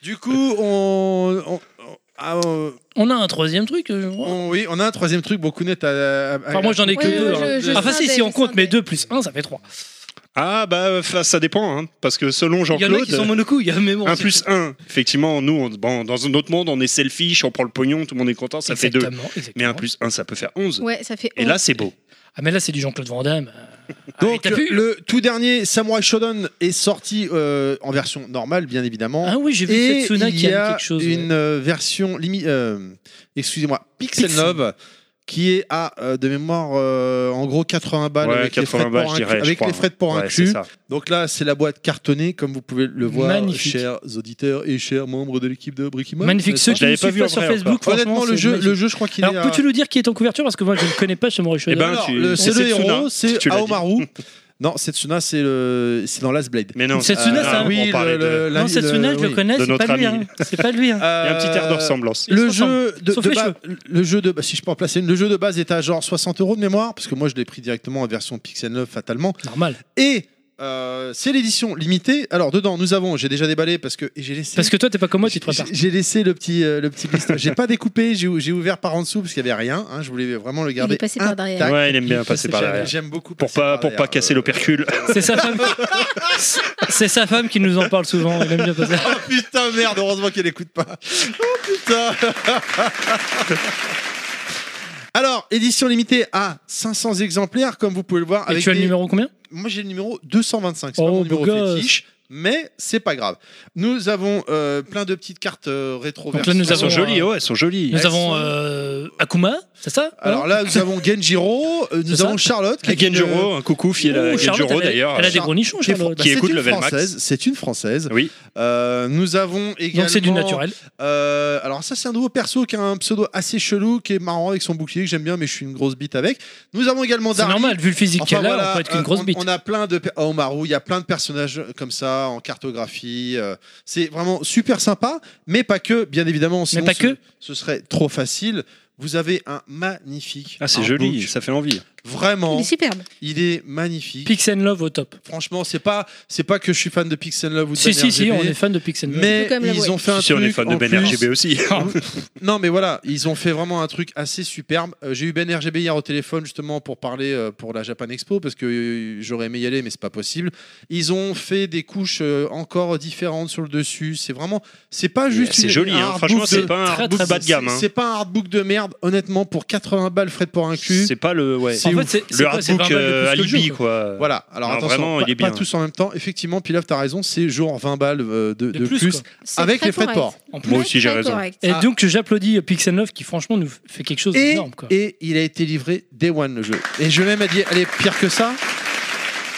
Speaker 3: Du coup, on. on- on- ah, euh,
Speaker 4: On a un troisième truc, euh, je crois.
Speaker 3: on- oui, on a un troisième truc. Bokounet à.
Speaker 4: Enfin, moi, j'en ai que
Speaker 5: Oui,
Speaker 4: deux.
Speaker 5: oui,
Speaker 4: hein.
Speaker 5: je- je
Speaker 4: enfin, si,
Speaker 5: sentais,
Speaker 4: si on
Speaker 5: je
Speaker 4: compte, mais
Speaker 5: sentais.
Speaker 4: 2 plus 1, ça fait 3.
Speaker 6: Ah bah euh, fa- ça dépend hein, parce que selon
Speaker 4: Il y en a qui sont
Speaker 6: Jean-Claude
Speaker 4: monocouilles, mais bon.
Speaker 6: 1
Speaker 4: c'est-
Speaker 6: plus 1, effectivement, nous, on- bon, dans un autre monde, on est selfish, on prend le pognon, tout le monde est content, ça fait 2.
Speaker 4: Exactement, exactement.
Speaker 6: Mais 1 plus 1, ça peut faire 11.
Speaker 5: Ouais, ça fait.
Speaker 6: Et là, c'est beau.
Speaker 4: Ah mais là c'est du Jean-Claude Van Damme. Ah,
Speaker 3: Donc,
Speaker 4: t'as vu hein
Speaker 3: le tout dernier Samurai Shodown est sorti euh, en version normale, bien évidemment.
Speaker 4: Ah oui, j'ai vu
Speaker 3: Et
Speaker 4: Setsuna
Speaker 3: il y
Speaker 4: qui aime
Speaker 3: a
Speaker 4: quelque chose.
Speaker 3: une euh, version limi- euh, excusez-moi, Pixel
Speaker 4: Pixel.
Speaker 3: Love qui est à euh, de mémoire euh, en gros 80 balles
Speaker 6: Ouais,
Speaker 3: avec
Speaker 6: 80
Speaker 3: les frais de
Speaker 6: balles,
Speaker 3: port
Speaker 6: je
Speaker 3: inclus-
Speaker 6: dirais, je
Speaker 3: avec
Speaker 6: crois, hein.
Speaker 3: les frais de port
Speaker 6: Ouais, c'est
Speaker 3: inclus.
Speaker 6: ça.
Speaker 3: Donc là, c'est la boîte cartonnée comme vous pouvez le voir,
Speaker 4: Magnifique.
Speaker 3: chers auditeurs et chers membres de l'équipe de Bricky Mode,
Speaker 4: Magnifique,
Speaker 3: n'est-ce
Speaker 4: ceux
Speaker 3: pas
Speaker 6: je
Speaker 4: qui ne
Speaker 6: l'avais pas
Speaker 4: suivent
Speaker 6: vu
Speaker 4: pas
Speaker 6: en
Speaker 4: sur
Speaker 6: vrai
Speaker 4: Facebook,
Speaker 3: Honnêtement,
Speaker 4: franchement,
Speaker 3: le
Speaker 4: c'est
Speaker 3: jeu,
Speaker 4: magnifique.
Speaker 3: le jeu, je crois qu'il est
Speaker 4: Alors
Speaker 3: à-
Speaker 4: peux-tu nous dire qui est en couverture parce que moi je ne connais pas Samurai
Speaker 6: Eh
Speaker 4: Shodown.
Speaker 6: ben,
Speaker 3: Alors,
Speaker 6: tu-
Speaker 3: le
Speaker 6: c'est
Speaker 3: Setsuna,
Speaker 6: Setsuna, si
Speaker 3: c'est
Speaker 6: tu l'as dit.
Speaker 3: Aomaru. non, Setsuna, c'est le, c'est dans Last Blade.
Speaker 6: Mais non,
Speaker 4: Setsuna,
Speaker 6: ah,
Speaker 4: c'est un-
Speaker 6: on
Speaker 3: oui,
Speaker 6: parlait
Speaker 3: le,
Speaker 6: de-
Speaker 3: le- la-
Speaker 4: non Setsuna, je le connais,
Speaker 6: de
Speaker 4: c'est
Speaker 6: notre
Speaker 4: pas, lui,
Speaker 6: ami. Ah.
Speaker 4: hein. C'est pas lui. hein.
Speaker 6: Il y a un petit air de
Speaker 3: Euh,
Speaker 6: ressemblance.
Speaker 4: Ils
Speaker 3: le
Speaker 4: se
Speaker 3: jeu de,
Speaker 4: sauf
Speaker 3: de
Speaker 4: les
Speaker 3: ba-
Speaker 4: cheveux.
Speaker 3: le jeu de bah, si je peux en placer une, le jeu de base est à genre 60 euros de mémoire parce que moi je l'ai pris directement en version Pixel 9 fatalement
Speaker 4: Normal.
Speaker 3: et euh, c'est l'édition limitée. Alors dedans, nous avons, j'ai déjà déballé parce que et j'ai laissé.
Speaker 4: Parce que toi, t'es pas comme moi, tu te prépares.
Speaker 3: J'ai- J'ai laissé le petit, euh, le petit liston. J'ai pas découpé, j'ai j'ai ouvert par en dessous parce qu'il y avait rien. hein, je voulais vraiment le garder.
Speaker 5: passé par derrière.
Speaker 3: intact.
Speaker 6: Ouais, il aime bien passer par
Speaker 3: J'aime-
Speaker 6: derrière.
Speaker 3: J'aime beaucoup.
Speaker 6: Pour
Speaker 3: passer
Speaker 6: pas,
Speaker 3: par
Speaker 6: pour pas
Speaker 3: derrière.
Speaker 6: casser
Speaker 3: Euh,
Speaker 6: l'opercule.
Speaker 4: C'est sa femme. qui- C'est sa femme qui nous en parle souvent. Elle aime bien passer.
Speaker 3: Oh putain, merde, heureusement qu'elle écoute pas. Oh putain. Alors, édition limitée à 500 exemplaires, comme vous pouvez le voir.
Speaker 4: Et
Speaker 3: avec
Speaker 4: tu as le
Speaker 3: des-
Speaker 4: numéro combien
Speaker 3: Moi, j'ai le numéro 225. C'est
Speaker 4: Oh,
Speaker 3: pas mon
Speaker 4: beau
Speaker 3: numéro
Speaker 4: gosse.
Speaker 3: fétiche, mais c'est pas grave. Nous avons euh, plein de petites cartes euh, rétro.
Speaker 4: Donc là, nous
Speaker 6: Elles
Speaker 3: version-
Speaker 6: sont
Speaker 4: avons,
Speaker 6: jolies,
Speaker 4: euh,
Speaker 6: ouais, elles sont jolies.
Speaker 4: Nous
Speaker 3: Elles
Speaker 4: avons
Speaker 3: sont-
Speaker 4: euh, Akuma, c'est ça
Speaker 3: Alors là, nous avons Genjiro, euh, nous
Speaker 4: C'est ça
Speaker 3: avons Charlotte, qui est
Speaker 6: Et
Speaker 3: une-
Speaker 6: Genjuro, un coucou, fiel
Speaker 4: Ouh,
Speaker 6: à
Speaker 4: Charlotte,
Speaker 6: Genjuro
Speaker 4: elle a-
Speaker 6: d'ailleurs.
Speaker 4: Elle a des
Speaker 3: Char-
Speaker 4: gros nichons,
Speaker 3: qui est fran-
Speaker 4: Charlotte.
Speaker 6: Qui
Speaker 3: c'est
Speaker 6: écoute
Speaker 3: une
Speaker 6: Level Max.
Speaker 3: française, C'est une française.
Speaker 6: Oui.
Speaker 3: Euh, nous avons également.
Speaker 4: Donc c'est du naturel.
Speaker 3: Euh, alors ça c'est un nouveau perso qui a un pseudo assez chelou qui est marrant avec son bouclier que j'aime bien mais je suis une grosse bite avec. Nous avons également
Speaker 4: C'est
Speaker 3: Darly.
Speaker 4: normal, vu le physique
Speaker 3: Enfin,
Speaker 4: qu'elle a,
Speaker 3: voilà,
Speaker 4: on peut être
Speaker 3: euh,
Speaker 4: qu'une grosse bite.
Speaker 3: On a plein de per- à Omaru, il y a plein de personnages comme ça en cartographie. euh, c'est vraiment super sympa, mais pas que. Bien évidemment, sinon
Speaker 4: pas
Speaker 3: ce,
Speaker 4: que.
Speaker 3: ce serait trop facile. Vous avez un magnifique.
Speaker 6: Ah, c'est
Speaker 3: artbook.
Speaker 6: joli, ça fait envie.
Speaker 5: Il
Speaker 3: Vraiment,
Speaker 5: est superbe.
Speaker 3: il est magnifique.
Speaker 4: Pix and Love au top.
Speaker 3: Franchement, c'est pas c'est pas que je suis fan de Pixel Love ou de
Speaker 4: Si,
Speaker 3: Ben
Speaker 4: si, si,
Speaker 3: RGB,
Speaker 4: on est fan de Pix and Love.
Speaker 3: Mais
Speaker 5: On peut quand même
Speaker 3: ils ont fait un
Speaker 6: Si on
Speaker 3: truc
Speaker 6: est fan de
Speaker 3: en
Speaker 6: Ben
Speaker 3: plus.
Speaker 6: RGB aussi.
Speaker 3: Non, mais voilà, ils ont fait vraiment un truc assez superbe. Euh, J'ai eu Ben RGB hier au téléphone justement pour parler euh, pour la Japan Expo parce que euh, j'aurais aimé y aller, mais c'est pas possible. Ils ont fait des couches euh, encore différentes sur le dessus. C'est vraiment, c'est pas juste.
Speaker 6: C'est
Speaker 3: une-
Speaker 6: joli,
Speaker 3: un
Speaker 6: hein.
Speaker 3: artbook
Speaker 6: franchement,
Speaker 3: de-
Speaker 6: c'est pas un
Speaker 4: très,
Speaker 6: artbook
Speaker 4: très
Speaker 6: bas de
Speaker 3: c'est-
Speaker 6: gamme. hein.
Speaker 3: C'est pas un artbook de merde, honnêtement, pour 80 balles frais pour un cul.
Speaker 6: C'est pas le. Ouais.
Speaker 4: en
Speaker 3: c'est
Speaker 4: fait,
Speaker 3: ouf.
Speaker 4: c'est c'est
Speaker 6: Le
Speaker 4: quoi, c'est 20
Speaker 6: artbook
Speaker 4: balles de
Speaker 6: euh,
Speaker 4: plus que le jeu,
Speaker 6: alibi,
Speaker 4: quoi.
Speaker 6: quoi.
Speaker 3: Voilà, alors
Speaker 6: Non,
Speaker 3: attention,
Speaker 6: vraiment,
Speaker 3: pas,
Speaker 6: il est
Speaker 3: pas
Speaker 6: bien. hein.
Speaker 3: tous en même temps. Effectivement, Pilaf, t'as raison, c'est genre 20 balles euh, de,
Speaker 4: De
Speaker 3: de
Speaker 4: plus,
Speaker 3: plus,
Speaker 4: quoi.
Speaker 5: C'est
Speaker 3: avec
Speaker 5: très
Speaker 3: les frais de
Speaker 5: correct.
Speaker 3: port.
Speaker 4: En plus.
Speaker 6: Moi aussi, j'ai
Speaker 5: Très
Speaker 6: raison.
Speaker 5: correct.
Speaker 4: Et
Speaker 3: Ah.
Speaker 4: donc j'applaudis euh, Pix and Love qui franchement nous fait quelque chose
Speaker 3: et,
Speaker 4: d'énorme quoi.
Speaker 3: et il a été livré Day One le jeu. Et je même a dit, allez, pire que ça,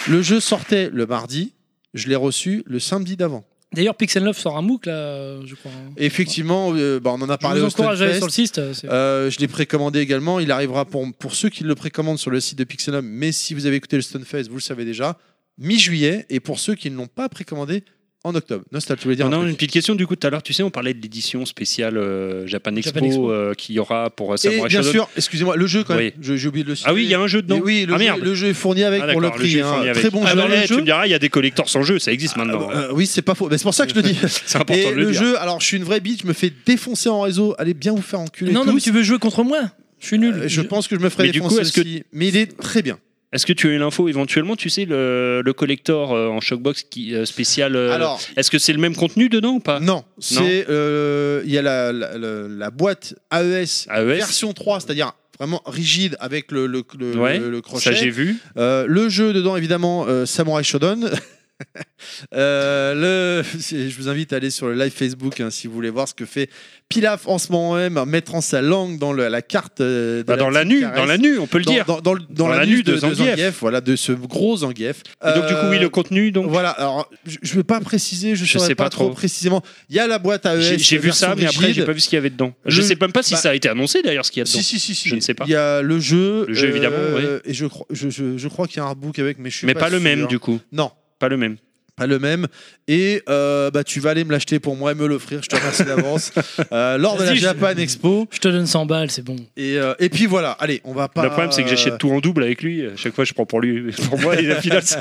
Speaker 3: le jeu sortait le mardi, je l'ai reçu le samedi d'avant.
Speaker 4: D'ailleurs Pix and Love sort un MOOC là, euh, je crois. hein.
Speaker 3: Effectivement, euh, bah, on en a
Speaker 4: Je
Speaker 3: parlé
Speaker 4: vous
Speaker 3: au
Speaker 4: encourage à aller
Speaker 3: Stunfest.
Speaker 4: sur le site. euh, c'est-
Speaker 3: Euh, je l'ai précommandé également. Il arrivera pour, pour ceux qui le précommandent sur le site de Pixelum. Mais si vous avez écouté le Stunfest, vous le savez déjà, mi-juillet. Et pour ceux qui ne l'ont pas précommandé, en octobre. Nostal, tu voulais dire
Speaker 6: Non,
Speaker 3: un
Speaker 6: non,
Speaker 3: truc
Speaker 6: une petite question. Du coup, tout à l'heure, tu sais, on parlait de l'édition spéciale euh, Japan Expo,
Speaker 4: Expo.
Speaker 6: euh, qu'il y aura pour euh,
Speaker 3: Et
Speaker 6: Samurai
Speaker 3: bien
Speaker 6: Shodown.
Speaker 3: sûr, excusez-moi, le jeu quand même.
Speaker 6: Oui.
Speaker 3: Je- J'ai oublié de le citer.
Speaker 6: Ah oui, il y a un jeu
Speaker 3: Mais
Speaker 6: dedans.
Speaker 3: oui, le,
Speaker 6: Ah,
Speaker 3: jeu,
Speaker 6: merde.
Speaker 3: le jeu est fourni avec
Speaker 6: Ah,
Speaker 3: pour le
Speaker 6: d'accord,
Speaker 3: prix.
Speaker 6: jeu est
Speaker 3: hein.
Speaker 6: fourni avec.
Speaker 3: Très bon
Speaker 6: Ah,
Speaker 3: jeu.
Speaker 6: bah,
Speaker 3: Le
Speaker 6: eh, Tu
Speaker 3: jeu-
Speaker 6: me diras, il y a des collecteurs sans jeu, ça existe maintenant.
Speaker 3: Euh, oui, c'est pas faux. Mais c'est pour ça que je le dis.
Speaker 6: C'est important
Speaker 3: Et
Speaker 6: de le
Speaker 3: le
Speaker 6: dire.
Speaker 3: jeu, alors je suis une vraie bite, je me fais défoncer en réseau. Allez bien vous faire enculer.
Speaker 4: non,
Speaker 3: tous.
Speaker 4: non, mais tu veux jouer contre moi Je suis nul.
Speaker 3: Euh, Je pense que je me ferai
Speaker 6: Mais du coup,
Speaker 3: défoncer
Speaker 6: est-ce que-
Speaker 3: aussi. Mais il est très bien.
Speaker 6: Est-ce que tu as eu l'info éventuellement Tu sais, le, le collector euh, en Shockbox qui, euh, spécial. euh,
Speaker 3: Alors,
Speaker 6: Est-ce que c'est le même contenu dedans ou pas
Speaker 3: non, c'est euh, il y a la, la- la- la boîte AES,
Speaker 6: AES
Speaker 3: version 3, c'est-à-dire vraiment rigide avec le, le, le-
Speaker 6: Ouais,
Speaker 3: le- le
Speaker 6: Ça, j'ai
Speaker 3: crochet.
Speaker 6: vu.
Speaker 3: Euh, le jeu dedans, évidemment, euh, Samurai Shodown. Euh, le, je vous invite à aller sur le live Facebook hein, si vous voulez voir ce que fait Pilaf en ce moment même, mettre en sa langue dans le- la carte. euh, de
Speaker 6: Bah, dans la
Speaker 3: petite
Speaker 6: nu,
Speaker 3: caresse.
Speaker 6: dans la nu, on peut le
Speaker 3: dans,
Speaker 6: dire.
Speaker 3: dans- dans le- dans
Speaker 6: Dans
Speaker 3: la,
Speaker 6: la
Speaker 3: nuque
Speaker 6: nuque
Speaker 3: de,
Speaker 6: de
Speaker 3: de
Speaker 6: Zangief.
Speaker 3: Zangief, voilà, de ce gros Zangief.
Speaker 6: Et donc, du coup, oui,
Speaker 3: Euh,
Speaker 6: le contenu. Donc,
Speaker 3: Voilà, alors je ne vais pas préciser, je ne
Speaker 6: Je
Speaker 3: sais
Speaker 6: sais
Speaker 3: pas,
Speaker 6: pas
Speaker 3: trop
Speaker 6: trop.
Speaker 3: précisément. Il y a la boîte AES.
Speaker 6: j'ai j'ai vu
Speaker 3: version
Speaker 6: ça, mais après,
Speaker 3: rigide.
Speaker 6: j'ai pas vu ce qu'il y avait dedans. Je
Speaker 3: Le-
Speaker 6: sais même pas si
Speaker 3: bah-
Speaker 6: ça a été annoncé d'ailleurs ce qu'il y a dedans.
Speaker 3: Si, si, si, si.
Speaker 6: Je ne sais pas.
Speaker 3: Il y a le jeu. euh,
Speaker 6: Le jeu, évidemment,
Speaker 3: Et je crois, je, je- je crois qu'il y a un artbook avec, mais je suis
Speaker 6: Mais
Speaker 3: pas,
Speaker 6: pas le même,
Speaker 3: sûr.
Speaker 6: du coup.
Speaker 3: Non,
Speaker 6: Pas le même.
Speaker 3: pas le même. Et euh, bah, tu vas aller me l'acheter pour moi et me l'offrir, je te remercie d'avance, euh, lors de la
Speaker 4: Vas-y, je-
Speaker 3: Japan Expo.
Speaker 4: Je te donne 100 balles, c'est bon.
Speaker 3: Et, euh, et puis voilà, allez, on va pas.
Speaker 6: Le problème, c'est que
Speaker 3: euh,
Speaker 6: j'achète tout en double avec lui. À chaque fois, je prends pour lui, pour moi, et au final, c'est-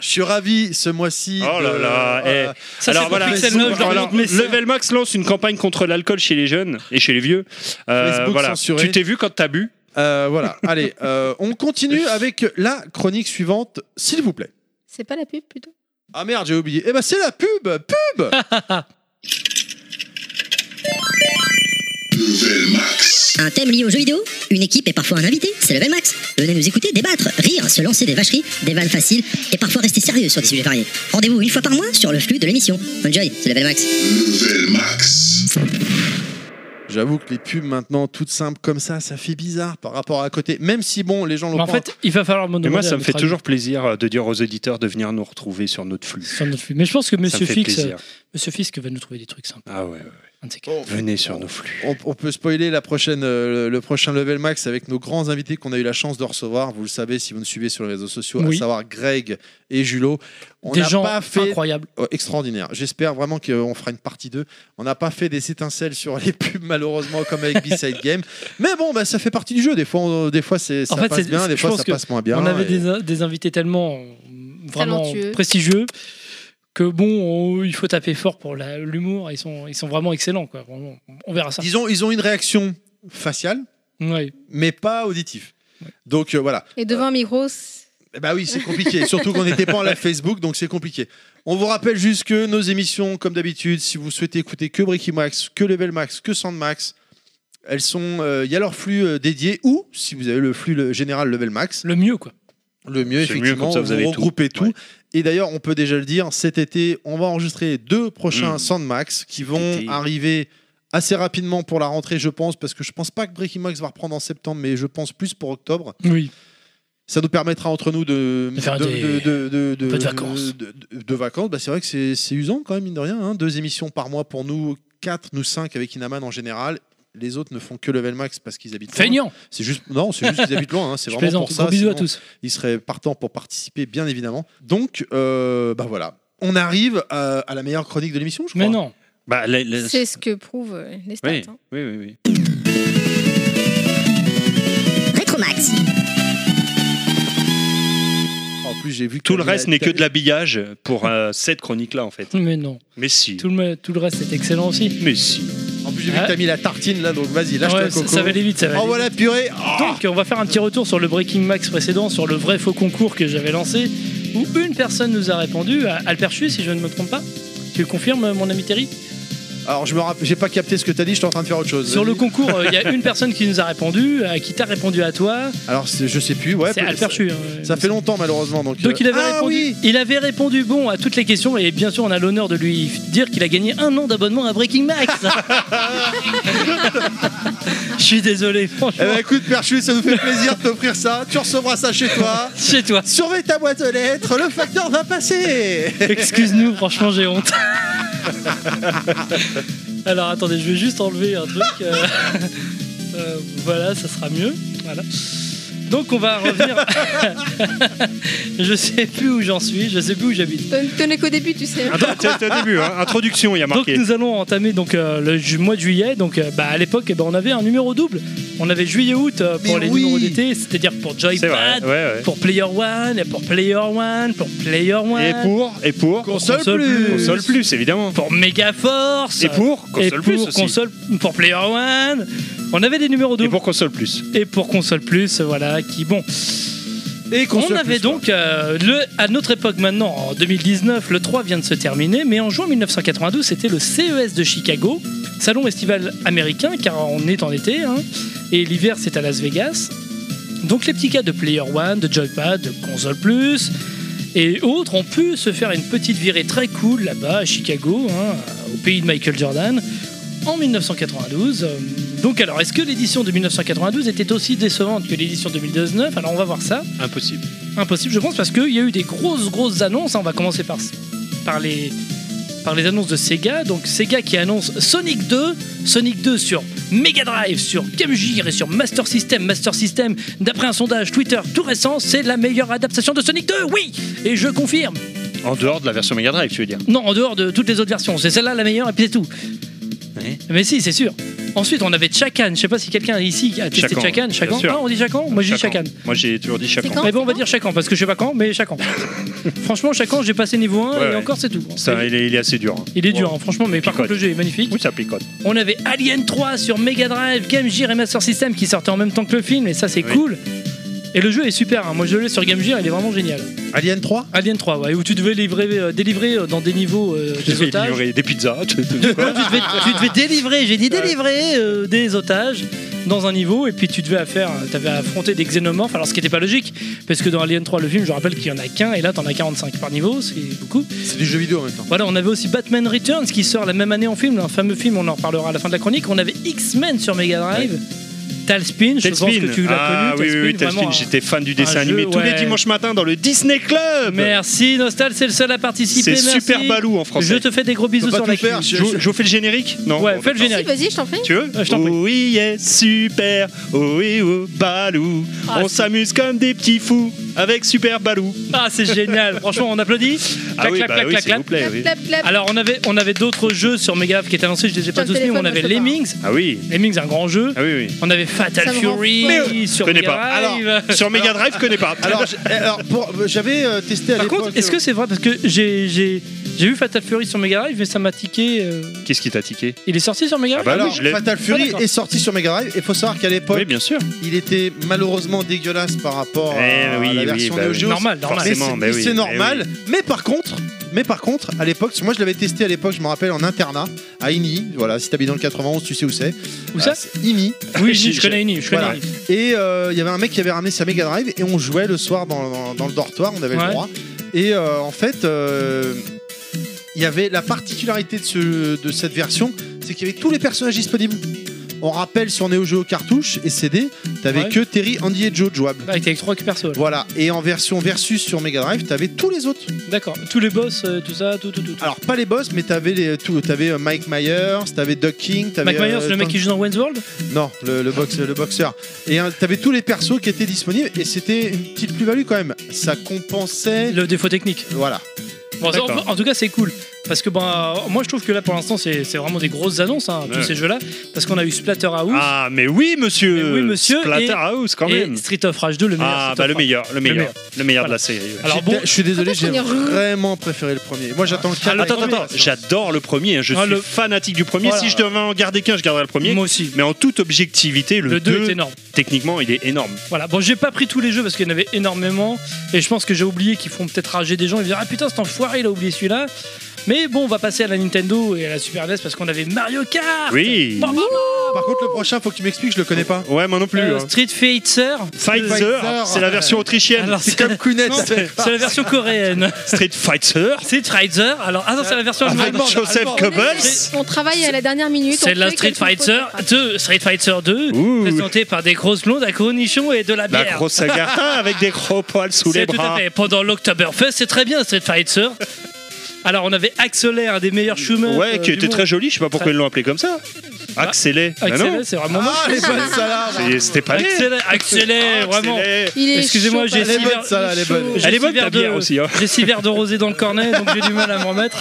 Speaker 3: Je suis ravi ce mois-ci.
Speaker 6: Oh là
Speaker 3: de-
Speaker 6: là, eh.
Speaker 4: Ça,
Speaker 6: alors
Speaker 4: c'est
Speaker 6: voilà,
Speaker 4: pour Pixel
Speaker 6: Facebook,
Speaker 4: 9, je leur
Speaker 6: alors,
Speaker 4: montre mes seins.
Speaker 6: Level Max lance une campagne contre l'alcool chez les jeunes et chez les vieux. Euh,
Speaker 3: Facebook
Speaker 6: voilà.
Speaker 3: censuré.
Speaker 6: Tu t'es vu quand t'as bu
Speaker 3: Euh, voilà, allez, euh, on continue avec la chronique suivante, s'il vous plaît.
Speaker 5: C'est pas la pub plutôt
Speaker 3: Ah merde, j'ai oublié. Eh ben c'est la pub, pub
Speaker 1: Un thème lié aux jeux vidéo, une équipe et parfois un invité, c'est Level Max. Venez nous écouter, débattre, rire, se lancer des vacheries, des vannes faciles et parfois rester sérieux sur des sujets variés. Rendez-vous une fois par mois sur le flux de l'émission. Enjoy, c'est Level Max.
Speaker 3: J'avoue que les pubs maintenant toutes simples comme ça, ça fait bizarre par rapport à à côté. Même si bon, les gens l'ont
Speaker 4: Mais en
Speaker 3: pas-
Speaker 4: fait, il va falloir me
Speaker 6: Et
Speaker 4: demander.
Speaker 6: moi, ça
Speaker 4: à
Speaker 6: me fait
Speaker 4: votre
Speaker 6: toujours plaisir euh, de dire aux auditeurs de venir nous retrouver sur notre
Speaker 4: avis
Speaker 6: flux.
Speaker 4: sur notre flux. Mais je pense que
Speaker 6: Ça me
Speaker 4: Monsieur
Speaker 6: fait
Speaker 4: Fix, euh,
Speaker 6: plaisir.
Speaker 4: Monsieur Fisk va nous trouver des trucs simples.
Speaker 6: Ah ouais, ouais.
Speaker 4: Un de ces quatre.
Speaker 3: Bon,
Speaker 6: venez sur nos flux.
Speaker 3: on, on peut spoiler la prochaine, euh, le- le prochain level max avec nos grands invités qu'on a eu la chance de recevoir. Vous le savez si vous nous suivez sur les réseaux sociaux,
Speaker 4: Oui.
Speaker 3: à savoir Greg et Julo. On
Speaker 4: Des
Speaker 3: n'a
Speaker 4: gens
Speaker 3: pas fait
Speaker 4: incroyables.
Speaker 3: Oh, extraordinaire. J'espère vraiment qu'on fera une partie 2. On n'a pas fait des étincelles sur les pubs, malheureusement, comme avec B-Side Game. Mais bon, bah, ça fait partie du jeu. Des fois, on- des fois c'est- ça
Speaker 4: En fait,
Speaker 3: passe
Speaker 4: c'est-
Speaker 3: bien, des
Speaker 4: je
Speaker 3: fois,
Speaker 4: pense
Speaker 3: ça
Speaker 4: que
Speaker 3: passe moins bien.
Speaker 4: on avait
Speaker 3: Et-
Speaker 4: des, des invités tellement euh, vraiment
Speaker 5: Talentueux.
Speaker 4: prestigieux. Que bon, on- il faut taper fort pour la- l'humour. Ils sont, ils sont vraiment excellents, quoi. Vraiment, on verra ça.
Speaker 3: Disons, ils ont une réaction faciale,
Speaker 4: Ouais.
Speaker 3: mais pas auditive. Donc euh, voilà.
Speaker 5: Et devant un micro, c'est-
Speaker 4: Euh,
Speaker 3: Eh Bah oui, c'est compliqué. Surtout qu'on n'était pas en live Facebook, donc c'est compliqué. On vous rappelle juste que nos émissions, comme d'habitude, si vous souhaitez écouter que Bricky Max, que Level Max, que Sandmax, elles sont. euh, Il y a leur flux euh, dédié ou si vous avez le flux le- général Level Max,
Speaker 4: Le mieux, quoi.
Speaker 3: le mieux
Speaker 6: C'est mieux,
Speaker 3: effectivement,
Speaker 6: comme ça, vous avez tout.
Speaker 3: regroupez tout.
Speaker 6: Ouais.
Speaker 3: Et d'ailleurs, on peut déjà le dire, cet été, on va enregistrer deux prochains
Speaker 6: Mm.
Speaker 3: Sandmax qui vont
Speaker 6: Été.
Speaker 3: arriver assez rapidement pour la rentrée, je pense, parce que je pense pas que Bricky Max va reprendre en septembre, mais je pense plus pour octobre.
Speaker 4: Oui.
Speaker 3: Ça nous permettra entre nous de
Speaker 4: De faire des-
Speaker 3: de- de-
Speaker 4: peu de vacances.
Speaker 3: de- de- de vacances. Bah, c'est vrai que c'est c'est usant quand même mine de rien. hein. Deux émissions par mois pour nous, quatre, nous cinq avec Inaman en général. Les autres ne font que level max parce qu'ils habitent. loin.
Speaker 4: Feignant.
Speaker 3: C'est juste non, c'est juste qu'ils habitent loin. hein. C'est
Speaker 4: Je
Speaker 3: vraiment
Speaker 4: plaisante.
Speaker 3: pour ça.
Speaker 4: Gros bisous à
Speaker 3: sinon,
Speaker 4: tous.
Speaker 3: Ils seraient partants pour participer bien évidemment. Donc euh, bah voilà, on arrive à, à la meilleure chronique de l'émission, je crois.
Speaker 4: Mais non.
Speaker 6: Bah, la- la-
Speaker 5: c'est ce que prouvent euh, les stats.
Speaker 6: Oui,
Speaker 5: hein.
Speaker 6: oui, oui, oui.
Speaker 1: Rétromax.
Speaker 3: En plus j'ai vu que
Speaker 6: Tout le
Speaker 3: t'as mis
Speaker 6: reste
Speaker 3: la-
Speaker 6: n'est que
Speaker 3: t'as-
Speaker 6: de l'habillage pour euh, cette chronique-là, en fait.
Speaker 4: Mais non.
Speaker 6: Mais si.
Speaker 4: Tout le, tout le reste est excellent aussi.
Speaker 6: Mais si.
Speaker 3: En plus j'ai vu que
Speaker 4: Ah.
Speaker 3: t'as mis la tartine là, donc vas-y lâche
Speaker 4: Ouais,
Speaker 3: la
Speaker 4: ça,
Speaker 3: coco. Oh,
Speaker 4: ça va aller vite, ça va aller
Speaker 3: Envoie la purée. Ah
Speaker 4: Donc on va faire un petit retour sur le Breaking Max précédent, sur le vrai faux concours que j'avais lancé, où une personne nous a répondu, à Alperchu si je ne me trompe pas. Tu confirmes mon ami Terry
Speaker 3: Alors je me rappelle, j'ai pas capté ce que t'as dit. J'étais en train de faire autre chose.
Speaker 4: Sur le concours, euh, il y a une personne qui nous a répondu, euh, qui t'a répondu à toi,
Speaker 3: Alors c'est- je sais plus, ouais.
Speaker 4: c'est
Speaker 3: peut-
Speaker 4: Alperchu. hein.
Speaker 3: Ça fait longtemps malheureusement donc.
Speaker 4: Donc
Speaker 3: euh,
Speaker 4: il avait,
Speaker 3: ah
Speaker 4: répondu,
Speaker 3: oui
Speaker 4: il avait répondu bon à toutes les questions et bien sûr on a l'honneur de lui dire qu'il a gagné un an d'abonnement à Breaking Max. Je suis désolé,
Speaker 3: Eh
Speaker 4: franchement.
Speaker 3: ben, écoute Perchu, ça nous fait plaisir de t'offrir ça. Tu recevras ça chez toi.
Speaker 4: Chez toi.
Speaker 3: Surveille ta boîte aux lettres, le facteur va passer.
Speaker 4: Excuse-nous, franchement, j'ai honte. Alors attendez, je vais juste enlever un truc. euh, euh, voilà, ça sera mieux. Voilà. Donc on va revenir. je sais plus où j'en suis, je sais plus où j'habite.
Speaker 5: T'en- T'en es qu'au début, tu sais.
Speaker 6: C'est au début, hein. introduction, il y a
Speaker 4: Donc
Speaker 6: marqué.
Speaker 4: nous allons entamer donc euh, le ju- mois de juillet. Donc euh, bah, à l'époque, eh ben, on avait un numéro double. On avait juillet-août euh, pour
Speaker 3: Mais
Speaker 4: les
Speaker 3: oui.
Speaker 4: numéros d'été, c'est-à-dire pour
Speaker 6: C'est vrai.
Speaker 4: Joypad,
Speaker 6: Ouais, ouais.
Speaker 4: pour Player One, et pour Player One, pour Player One,
Speaker 6: Et pour Et pour
Speaker 3: Console,
Speaker 4: Console
Speaker 3: plus.
Speaker 4: plus.
Speaker 6: Console plus, évidemment.
Speaker 4: pour Megaforce.
Speaker 6: Et pour
Speaker 4: et
Speaker 6: Console
Speaker 4: pour
Speaker 6: plus aussi.
Speaker 4: console pour Player One on avait des numéros
Speaker 6: Et
Speaker 4: doubles
Speaker 6: pour console plus.
Speaker 4: et pour console plus voilà qui bon
Speaker 3: Et console
Speaker 4: on avait
Speaker 3: plus,
Speaker 4: donc euh, le à notre époque maintenant en 2019 le 3 vient de se terminer mais en juin 1992 c'était le CES de Chicago salon estival américain car on est en été hein, et l'hiver c'est à Las Vegas donc les petits cas de Player One de Joypad de console plus et autres ont pu se faire une petite virée très cool là-bas à Chicago hein, au pays de Michael Jordan en 1992. Euh, Donc alors, est-ce que l'édition de 1992 était aussi décevante que l'édition 2019 Alors on va voir ça.
Speaker 6: Impossible.
Speaker 4: Impossible, je pense, parce qu'il y a eu des grosses, grosses annonces. Hein, On va commencer par, par, les, par les annonces de Sega. Donc Sega qui annonce Sonic 2, Sonic 2 sur Mega Drive, sur Game Gear et sur Master System. Master System, d'après un sondage Twitter tout récent, c'est la meilleure adaptation de Sonic 2, oui Et je confirme
Speaker 6: En dehors de la version Mega Drive, tu veux dire.
Speaker 4: non, en dehors de toutes les autres versions. C'est celle-là la meilleure et puis c'est tout.
Speaker 6: Ouais.
Speaker 4: Mais si, c'est sûr. Ensuite, on avait Chakan. Je sais pas si quelqu'un ici a testé
Speaker 6: Chakan,
Speaker 4: Chakan.
Speaker 6: bien
Speaker 4: Chakan.
Speaker 6: sûr.
Speaker 4: Ah, on dit Chakan Moi, je dis Chakan.
Speaker 6: Moi, j'ai toujours dit
Speaker 5: C'est
Speaker 6: Chacan.
Speaker 5: quand
Speaker 4: Eh ben, on va
Speaker 5: C'est
Speaker 4: dire Chakan parce que je sais pas quand, mais Chakan. franchement, Chakan, j'ai passé niveau 1
Speaker 6: Ouais,
Speaker 4: et
Speaker 6: ouais.
Speaker 4: encore, c'est tout.
Speaker 6: Ça, il est, il est assez dur. hein.
Speaker 4: Il est dur, hein, franchement, mais par
Speaker 6: Picote.
Speaker 4: contre, le jeu est magnifique.
Speaker 6: Oui, ça picote.
Speaker 4: On avait Alien 3 sur Mega Drive, Game Gear et Master System qui sortaient en même temps que le film, et ça, c'est
Speaker 6: Oui.
Speaker 4: cool. Et le jeu est super, hein. moi je l'ai sur Game Gear, il est vraiment génial.
Speaker 3: euh. Alien 3
Speaker 4: Alien 3, ouais, où tu devais livrer, euh, délivrer euh, dans des niveaux euh,
Speaker 6: J'ai
Speaker 4: des
Speaker 6: fait
Speaker 4: otages.
Speaker 6: livrer des pizzas.
Speaker 4: Non, tu, devais, tu devais délivrer, j'ai dit délivrer euh, des otages dans un niveau et puis tu devais affaire, avais affronté des xénomorphes, alors ce qui n'était pas logique, parce que dans Alien 3 le film, je rappelle qu'il y en a qu'un et là t'en as 45 par niveau, c'est beaucoup.
Speaker 3: C'est du jeu vidéo en même temps.
Speaker 4: Voilà, on avait aussi Batman Returns qui sort la même année en film, un fameux film, on en reparlera à la fin de la chronique. On avait X-Men sur Mega Drive, Talspin, je pense que tu l'as
Speaker 6: Ah
Speaker 4: connu.
Speaker 6: oui, oui, oui,
Speaker 4: Talspin,
Speaker 6: Tailspin,
Speaker 4: vraiment,
Speaker 6: j'étais fan du dessin
Speaker 4: un
Speaker 6: animé
Speaker 4: jeu,
Speaker 6: tous les
Speaker 4: ouais.
Speaker 6: dimanches matins dans le Disney Club.
Speaker 4: Merci Nostal, c'est le seul à participer.
Speaker 6: C'est
Speaker 4: merci.
Speaker 6: super balou en
Speaker 4: Je
Speaker 6: français.
Speaker 4: te fais des gros bisous
Speaker 3: pas
Speaker 4: sur
Speaker 3: tout
Speaker 4: la
Speaker 3: faire,
Speaker 4: cuisse.
Speaker 6: Je, je- je fais le générique Non
Speaker 4: euh, Ouais,
Speaker 6: Bon,
Speaker 4: fais le
Speaker 6: d'accord.
Speaker 5: Si,
Speaker 4: générique.
Speaker 5: vas-y, je t'en prie.
Speaker 6: Tu veux
Speaker 4: Euh, je t'en prie.
Speaker 6: Oui, yeah, super. Oh oui, oh, balou.
Speaker 4: Ah,
Speaker 6: On
Speaker 4: c'est-
Speaker 6: s'amuse comme des petits fous. avec Super Baloo.
Speaker 4: Ah, c'est génial. Franchement, on applaudit.
Speaker 6: Ah
Speaker 4: Clac,
Speaker 6: oui,
Speaker 4: clac,
Speaker 6: bah
Speaker 4: clac,
Speaker 6: oui,
Speaker 4: clac,
Speaker 6: s'il vous
Speaker 4: clac.
Speaker 6: plaît. oui.
Speaker 5: Clap, clap, clap.
Speaker 4: Alors, on avait, on avait d'autres jeux sur Megav qui étaient annoncés, je les ai pas
Speaker 5: Tiens,
Speaker 4: tous
Speaker 5: le
Speaker 4: mis. On
Speaker 5: téléphone,
Speaker 4: avait
Speaker 5: moi, je peux pas.
Speaker 4: Lemmings,
Speaker 6: Ah oui.
Speaker 4: Lemmings, un grand jeu.
Speaker 6: Ah oui, oui.
Speaker 4: On avait Fatal
Speaker 5: Ça me rend
Speaker 4: Fury
Speaker 5: folle.
Speaker 4: sur
Speaker 6: connais
Speaker 4: Mega
Speaker 6: pas.
Speaker 4: Drive.
Speaker 6: Sur Mega Drive, je connais pas.
Speaker 3: Alors, j'- eh, alors, pour- j'avais euh, testé à
Speaker 4: Par
Speaker 3: l'époque.
Speaker 4: contre, est-ce que c'est vrai Parce que j'ai j'ai- j'ai vu Fatal Fury sur Mega Drive, mais ça m'a tiqué. euh,
Speaker 6: qu'est-ce qui t'a tiqué
Speaker 4: Il est sorti sur Mega
Speaker 6: Ah
Speaker 4: Drive
Speaker 6: bah
Speaker 3: Alors,
Speaker 6: oui, je l'ai-
Speaker 3: Fatal Fury
Speaker 4: Ah, d'accord.
Speaker 3: est sorti sur Mega Drive. Et faut savoir qu'à l'époque,
Speaker 6: Oui, bien sûr.
Speaker 3: il était malheureusement dégueulasse par rapport à
Speaker 6: Eh oui,
Speaker 3: la
Speaker 6: oui,
Speaker 3: version
Speaker 6: bah
Speaker 3: Neo
Speaker 6: oui.
Speaker 3: Geo.
Speaker 4: Normal, normal.
Speaker 3: Mais
Speaker 6: Forcément,
Speaker 3: c'est
Speaker 6: bah oui,
Speaker 3: c'est
Speaker 6: bah
Speaker 3: normal. Mais par contre, mais par contre, à l'époque, parce que moi je l'avais testé à l'époque, je me rappelle en internat à INI. Voilà, si t'habites dans le 91, tu sais où c'est.
Speaker 4: Où ça
Speaker 3: Ah, c'est INI.
Speaker 4: Oui, je je connais Ini, je connais
Speaker 3: Voilà.
Speaker 4: Ini.
Speaker 3: Et euh, il y avait un mec qui avait ramené sa Mega Drive et on jouait le soir dans, dans- dans le dortoir, on avait
Speaker 4: Ouais.
Speaker 3: le droit. Et euh, en fait, euh, il y avait la particularité de, ce- de cette version, c'est qu'il y avait tous les personnages disponibles. On rappelle sur Neo Geo cartouche et CD, t'avais
Speaker 4: Ouais.
Speaker 3: que Terry, Andy et Joe jouables.
Speaker 4: Ah, il était avec trois persos. alors.
Speaker 3: Voilà, et en version versus sur Mega Drive, t'avais tous les autres.
Speaker 4: D'accord. Tous les boss, euh, tout ça, tout, tout, tout. tout.
Speaker 3: Alors pas les boss, mais t'avais les, tout, t'avais euh, Mike Myers, t'avais Doug King,
Speaker 6: Ah,
Speaker 3: t'avais
Speaker 4: Mike Myers,
Speaker 3: euh,
Speaker 4: le mec
Speaker 3: plein-
Speaker 4: qui joue dans Wayne's World
Speaker 3: non, le, le boxe- le boxeur. Et hein, t'avais tous les persos qui étaient disponibles et c'était une petite plus-value quand même. Ça compensait.
Speaker 4: Le défaut technique.
Speaker 3: Voilà.
Speaker 4: Bon, ça,
Speaker 6: D'accord.
Speaker 4: en, en tout cas, c'est cool. Parce que bah, moi, je trouve que là, pour l'instant, c'est c'est vraiment des grosses annonces, hein, tous
Speaker 6: Ouais.
Speaker 4: ces jeux-là. Parce qu'on a eu Splatterhouse
Speaker 6: Ah, mais oui, monsieur.
Speaker 4: Mais oui, monsieur, et-
Speaker 6: Splatterhouse, quand
Speaker 4: et
Speaker 6: même.
Speaker 4: Street of Rage 2, le meilleur.
Speaker 6: Ah,
Speaker 4: Street
Speaker 6: bah
Speaker 4: of
Speaker 6: le
Speaker 4: Rage.
Speaker 6: meilleur, le meilleur,
Speaker 4: meilleur.
Speaker 6: le meilleur de
Speaker 4: Voilà.
Speaker 6: la série.
Speaker 4: Alors
Speaker 3: J'ai-
Speaker 4: bon, Ah,
Speaker 3: je suis désolé,
Speaker 5: Attends,
Speaker 3: j'ai
Speaker 5: on y rejoue.
Speaker 3: vraiment préféré le premier. Moi j'attends le 4.
Speaker 4: Alors,
Speaker 6: Attends,
Speaker 4: premier,
Speaker 6: attends, j'adore le premier, hein, je
Speaker 4: Ah,
Speaker 6: suis
Speaker 4: le-
Speaker 6: fanatique du premier.
Speaker 4: Voilà.
Speaker 6: Si je devais en garder qu'un, je garderais le premier.
Speaker 4: moi aussi.
Speaker 6: Mais en toute objectivité, le,
Speaker 4: Le 2 est
Speaker 6: 2,
Speaker 4: énorme.
Speaker 6: techniquement, il est énorme.
Speaker 4: Voilà. Bon, j'ai pas pris tous les jeux parce qu'il y en avait énormément. Et je pense que j'ai oublié qu'ils font peut-être rager des gens et dire Ah putain, cet enfoiré, il a oublié celui-là. Mais bon, on va passer à la Nintendo et à la Super NES parce qu'on avait Mario Kart
Speaker 6: Oui.
Speaker 4: Bam, bam,
Speaker 3: Par contre, le prochain, faut que tu m'expliques, je le connais pas.
Speaker 6: Ouais, moi non plus.
Speaker 4: Euh,
Speaker 6: hein.
Speaker 4: Street Fighter.
Speaker 6: Pfizer,
Speaker 3: Pfizer.
Speaker 6: c'est la version autrichienne.
Speaker 4: Alors,
Speaker 3: C'est comme Kounet.
Speaker 4: Non, c'est c'est la version coréenne.
Speaker 6: Street Fighter.
Speaker 4: Street Fighter. Alors, ah non, c'est la version
Speaker 6: Avec
Speaker 4: allemande.
Speaker 6: Joseph
Speaker 5: On est-
Speaker 6: Goebbels.
Speaker 5: On travaille à la dernière minute.
Speaker 4: C'est
Speaker 5: on
Speaker 4: de la
Speaker 5: fait
Speaker 4: Street
Speaker 5: quelques fautes.
Speaker 4: Fighter 2, Street Fighter 2,
Speaker 6: Ouh.
Speaker 4: présenté par des grosses blondes à cornichons et de la
Speaker 6: La
Speaker 4: bière.
Speaker 6: grosse agartha avec des gros poils sous les
Speaker 4: C'est tout à
Speaker 6: bras.
Speaker 4: fait. Pendant l'Octoberfest, c'est très bien Street Fighter. Alors on avait Axeler, un des meilleurs euh, Schumer.
Speaker 6: Ouais, qui était très joli, je sais pas pourquoi
Speaker 4: Très-
Speaker 6: ils l'ont appelé comme ça.
Speaker 4: Ah.
Speaker 6: Accélé. Bah non, Ah,
Speaker 4: c'est vraiment.
Speaker 3: Ah, les bonnes salades.
Speaker 6: c'est- c'était pas né.
Speaker 4: Axeler, Axeler,
Speaker 6: Accélé.
Speaker 4: vraiment.
Speaker 5: Il est
Speaker 4: Excusez-moi,
Speaker 5: chaud,
Speaker 4: j'ai
Speaker 5: par-
Speaker 3: Elle est
Speaker 4: six
Speaker 3: bonne,
Speaker 4: verres-
Speaker 3: ça, là, elle est bonne.
Speaker 4: chaud.
Speaker 6: Elle
Speaker 4: J'ai
Speaker 6: est bonne
Speaker 4: six verres
Speaker 6: ta bière
Speaker 4: de-
Speaker 6: aussi. hein.
Speaker 4: J'ai six verres de rosé dans le cornet, donc j'ai du mal à m'en remettre.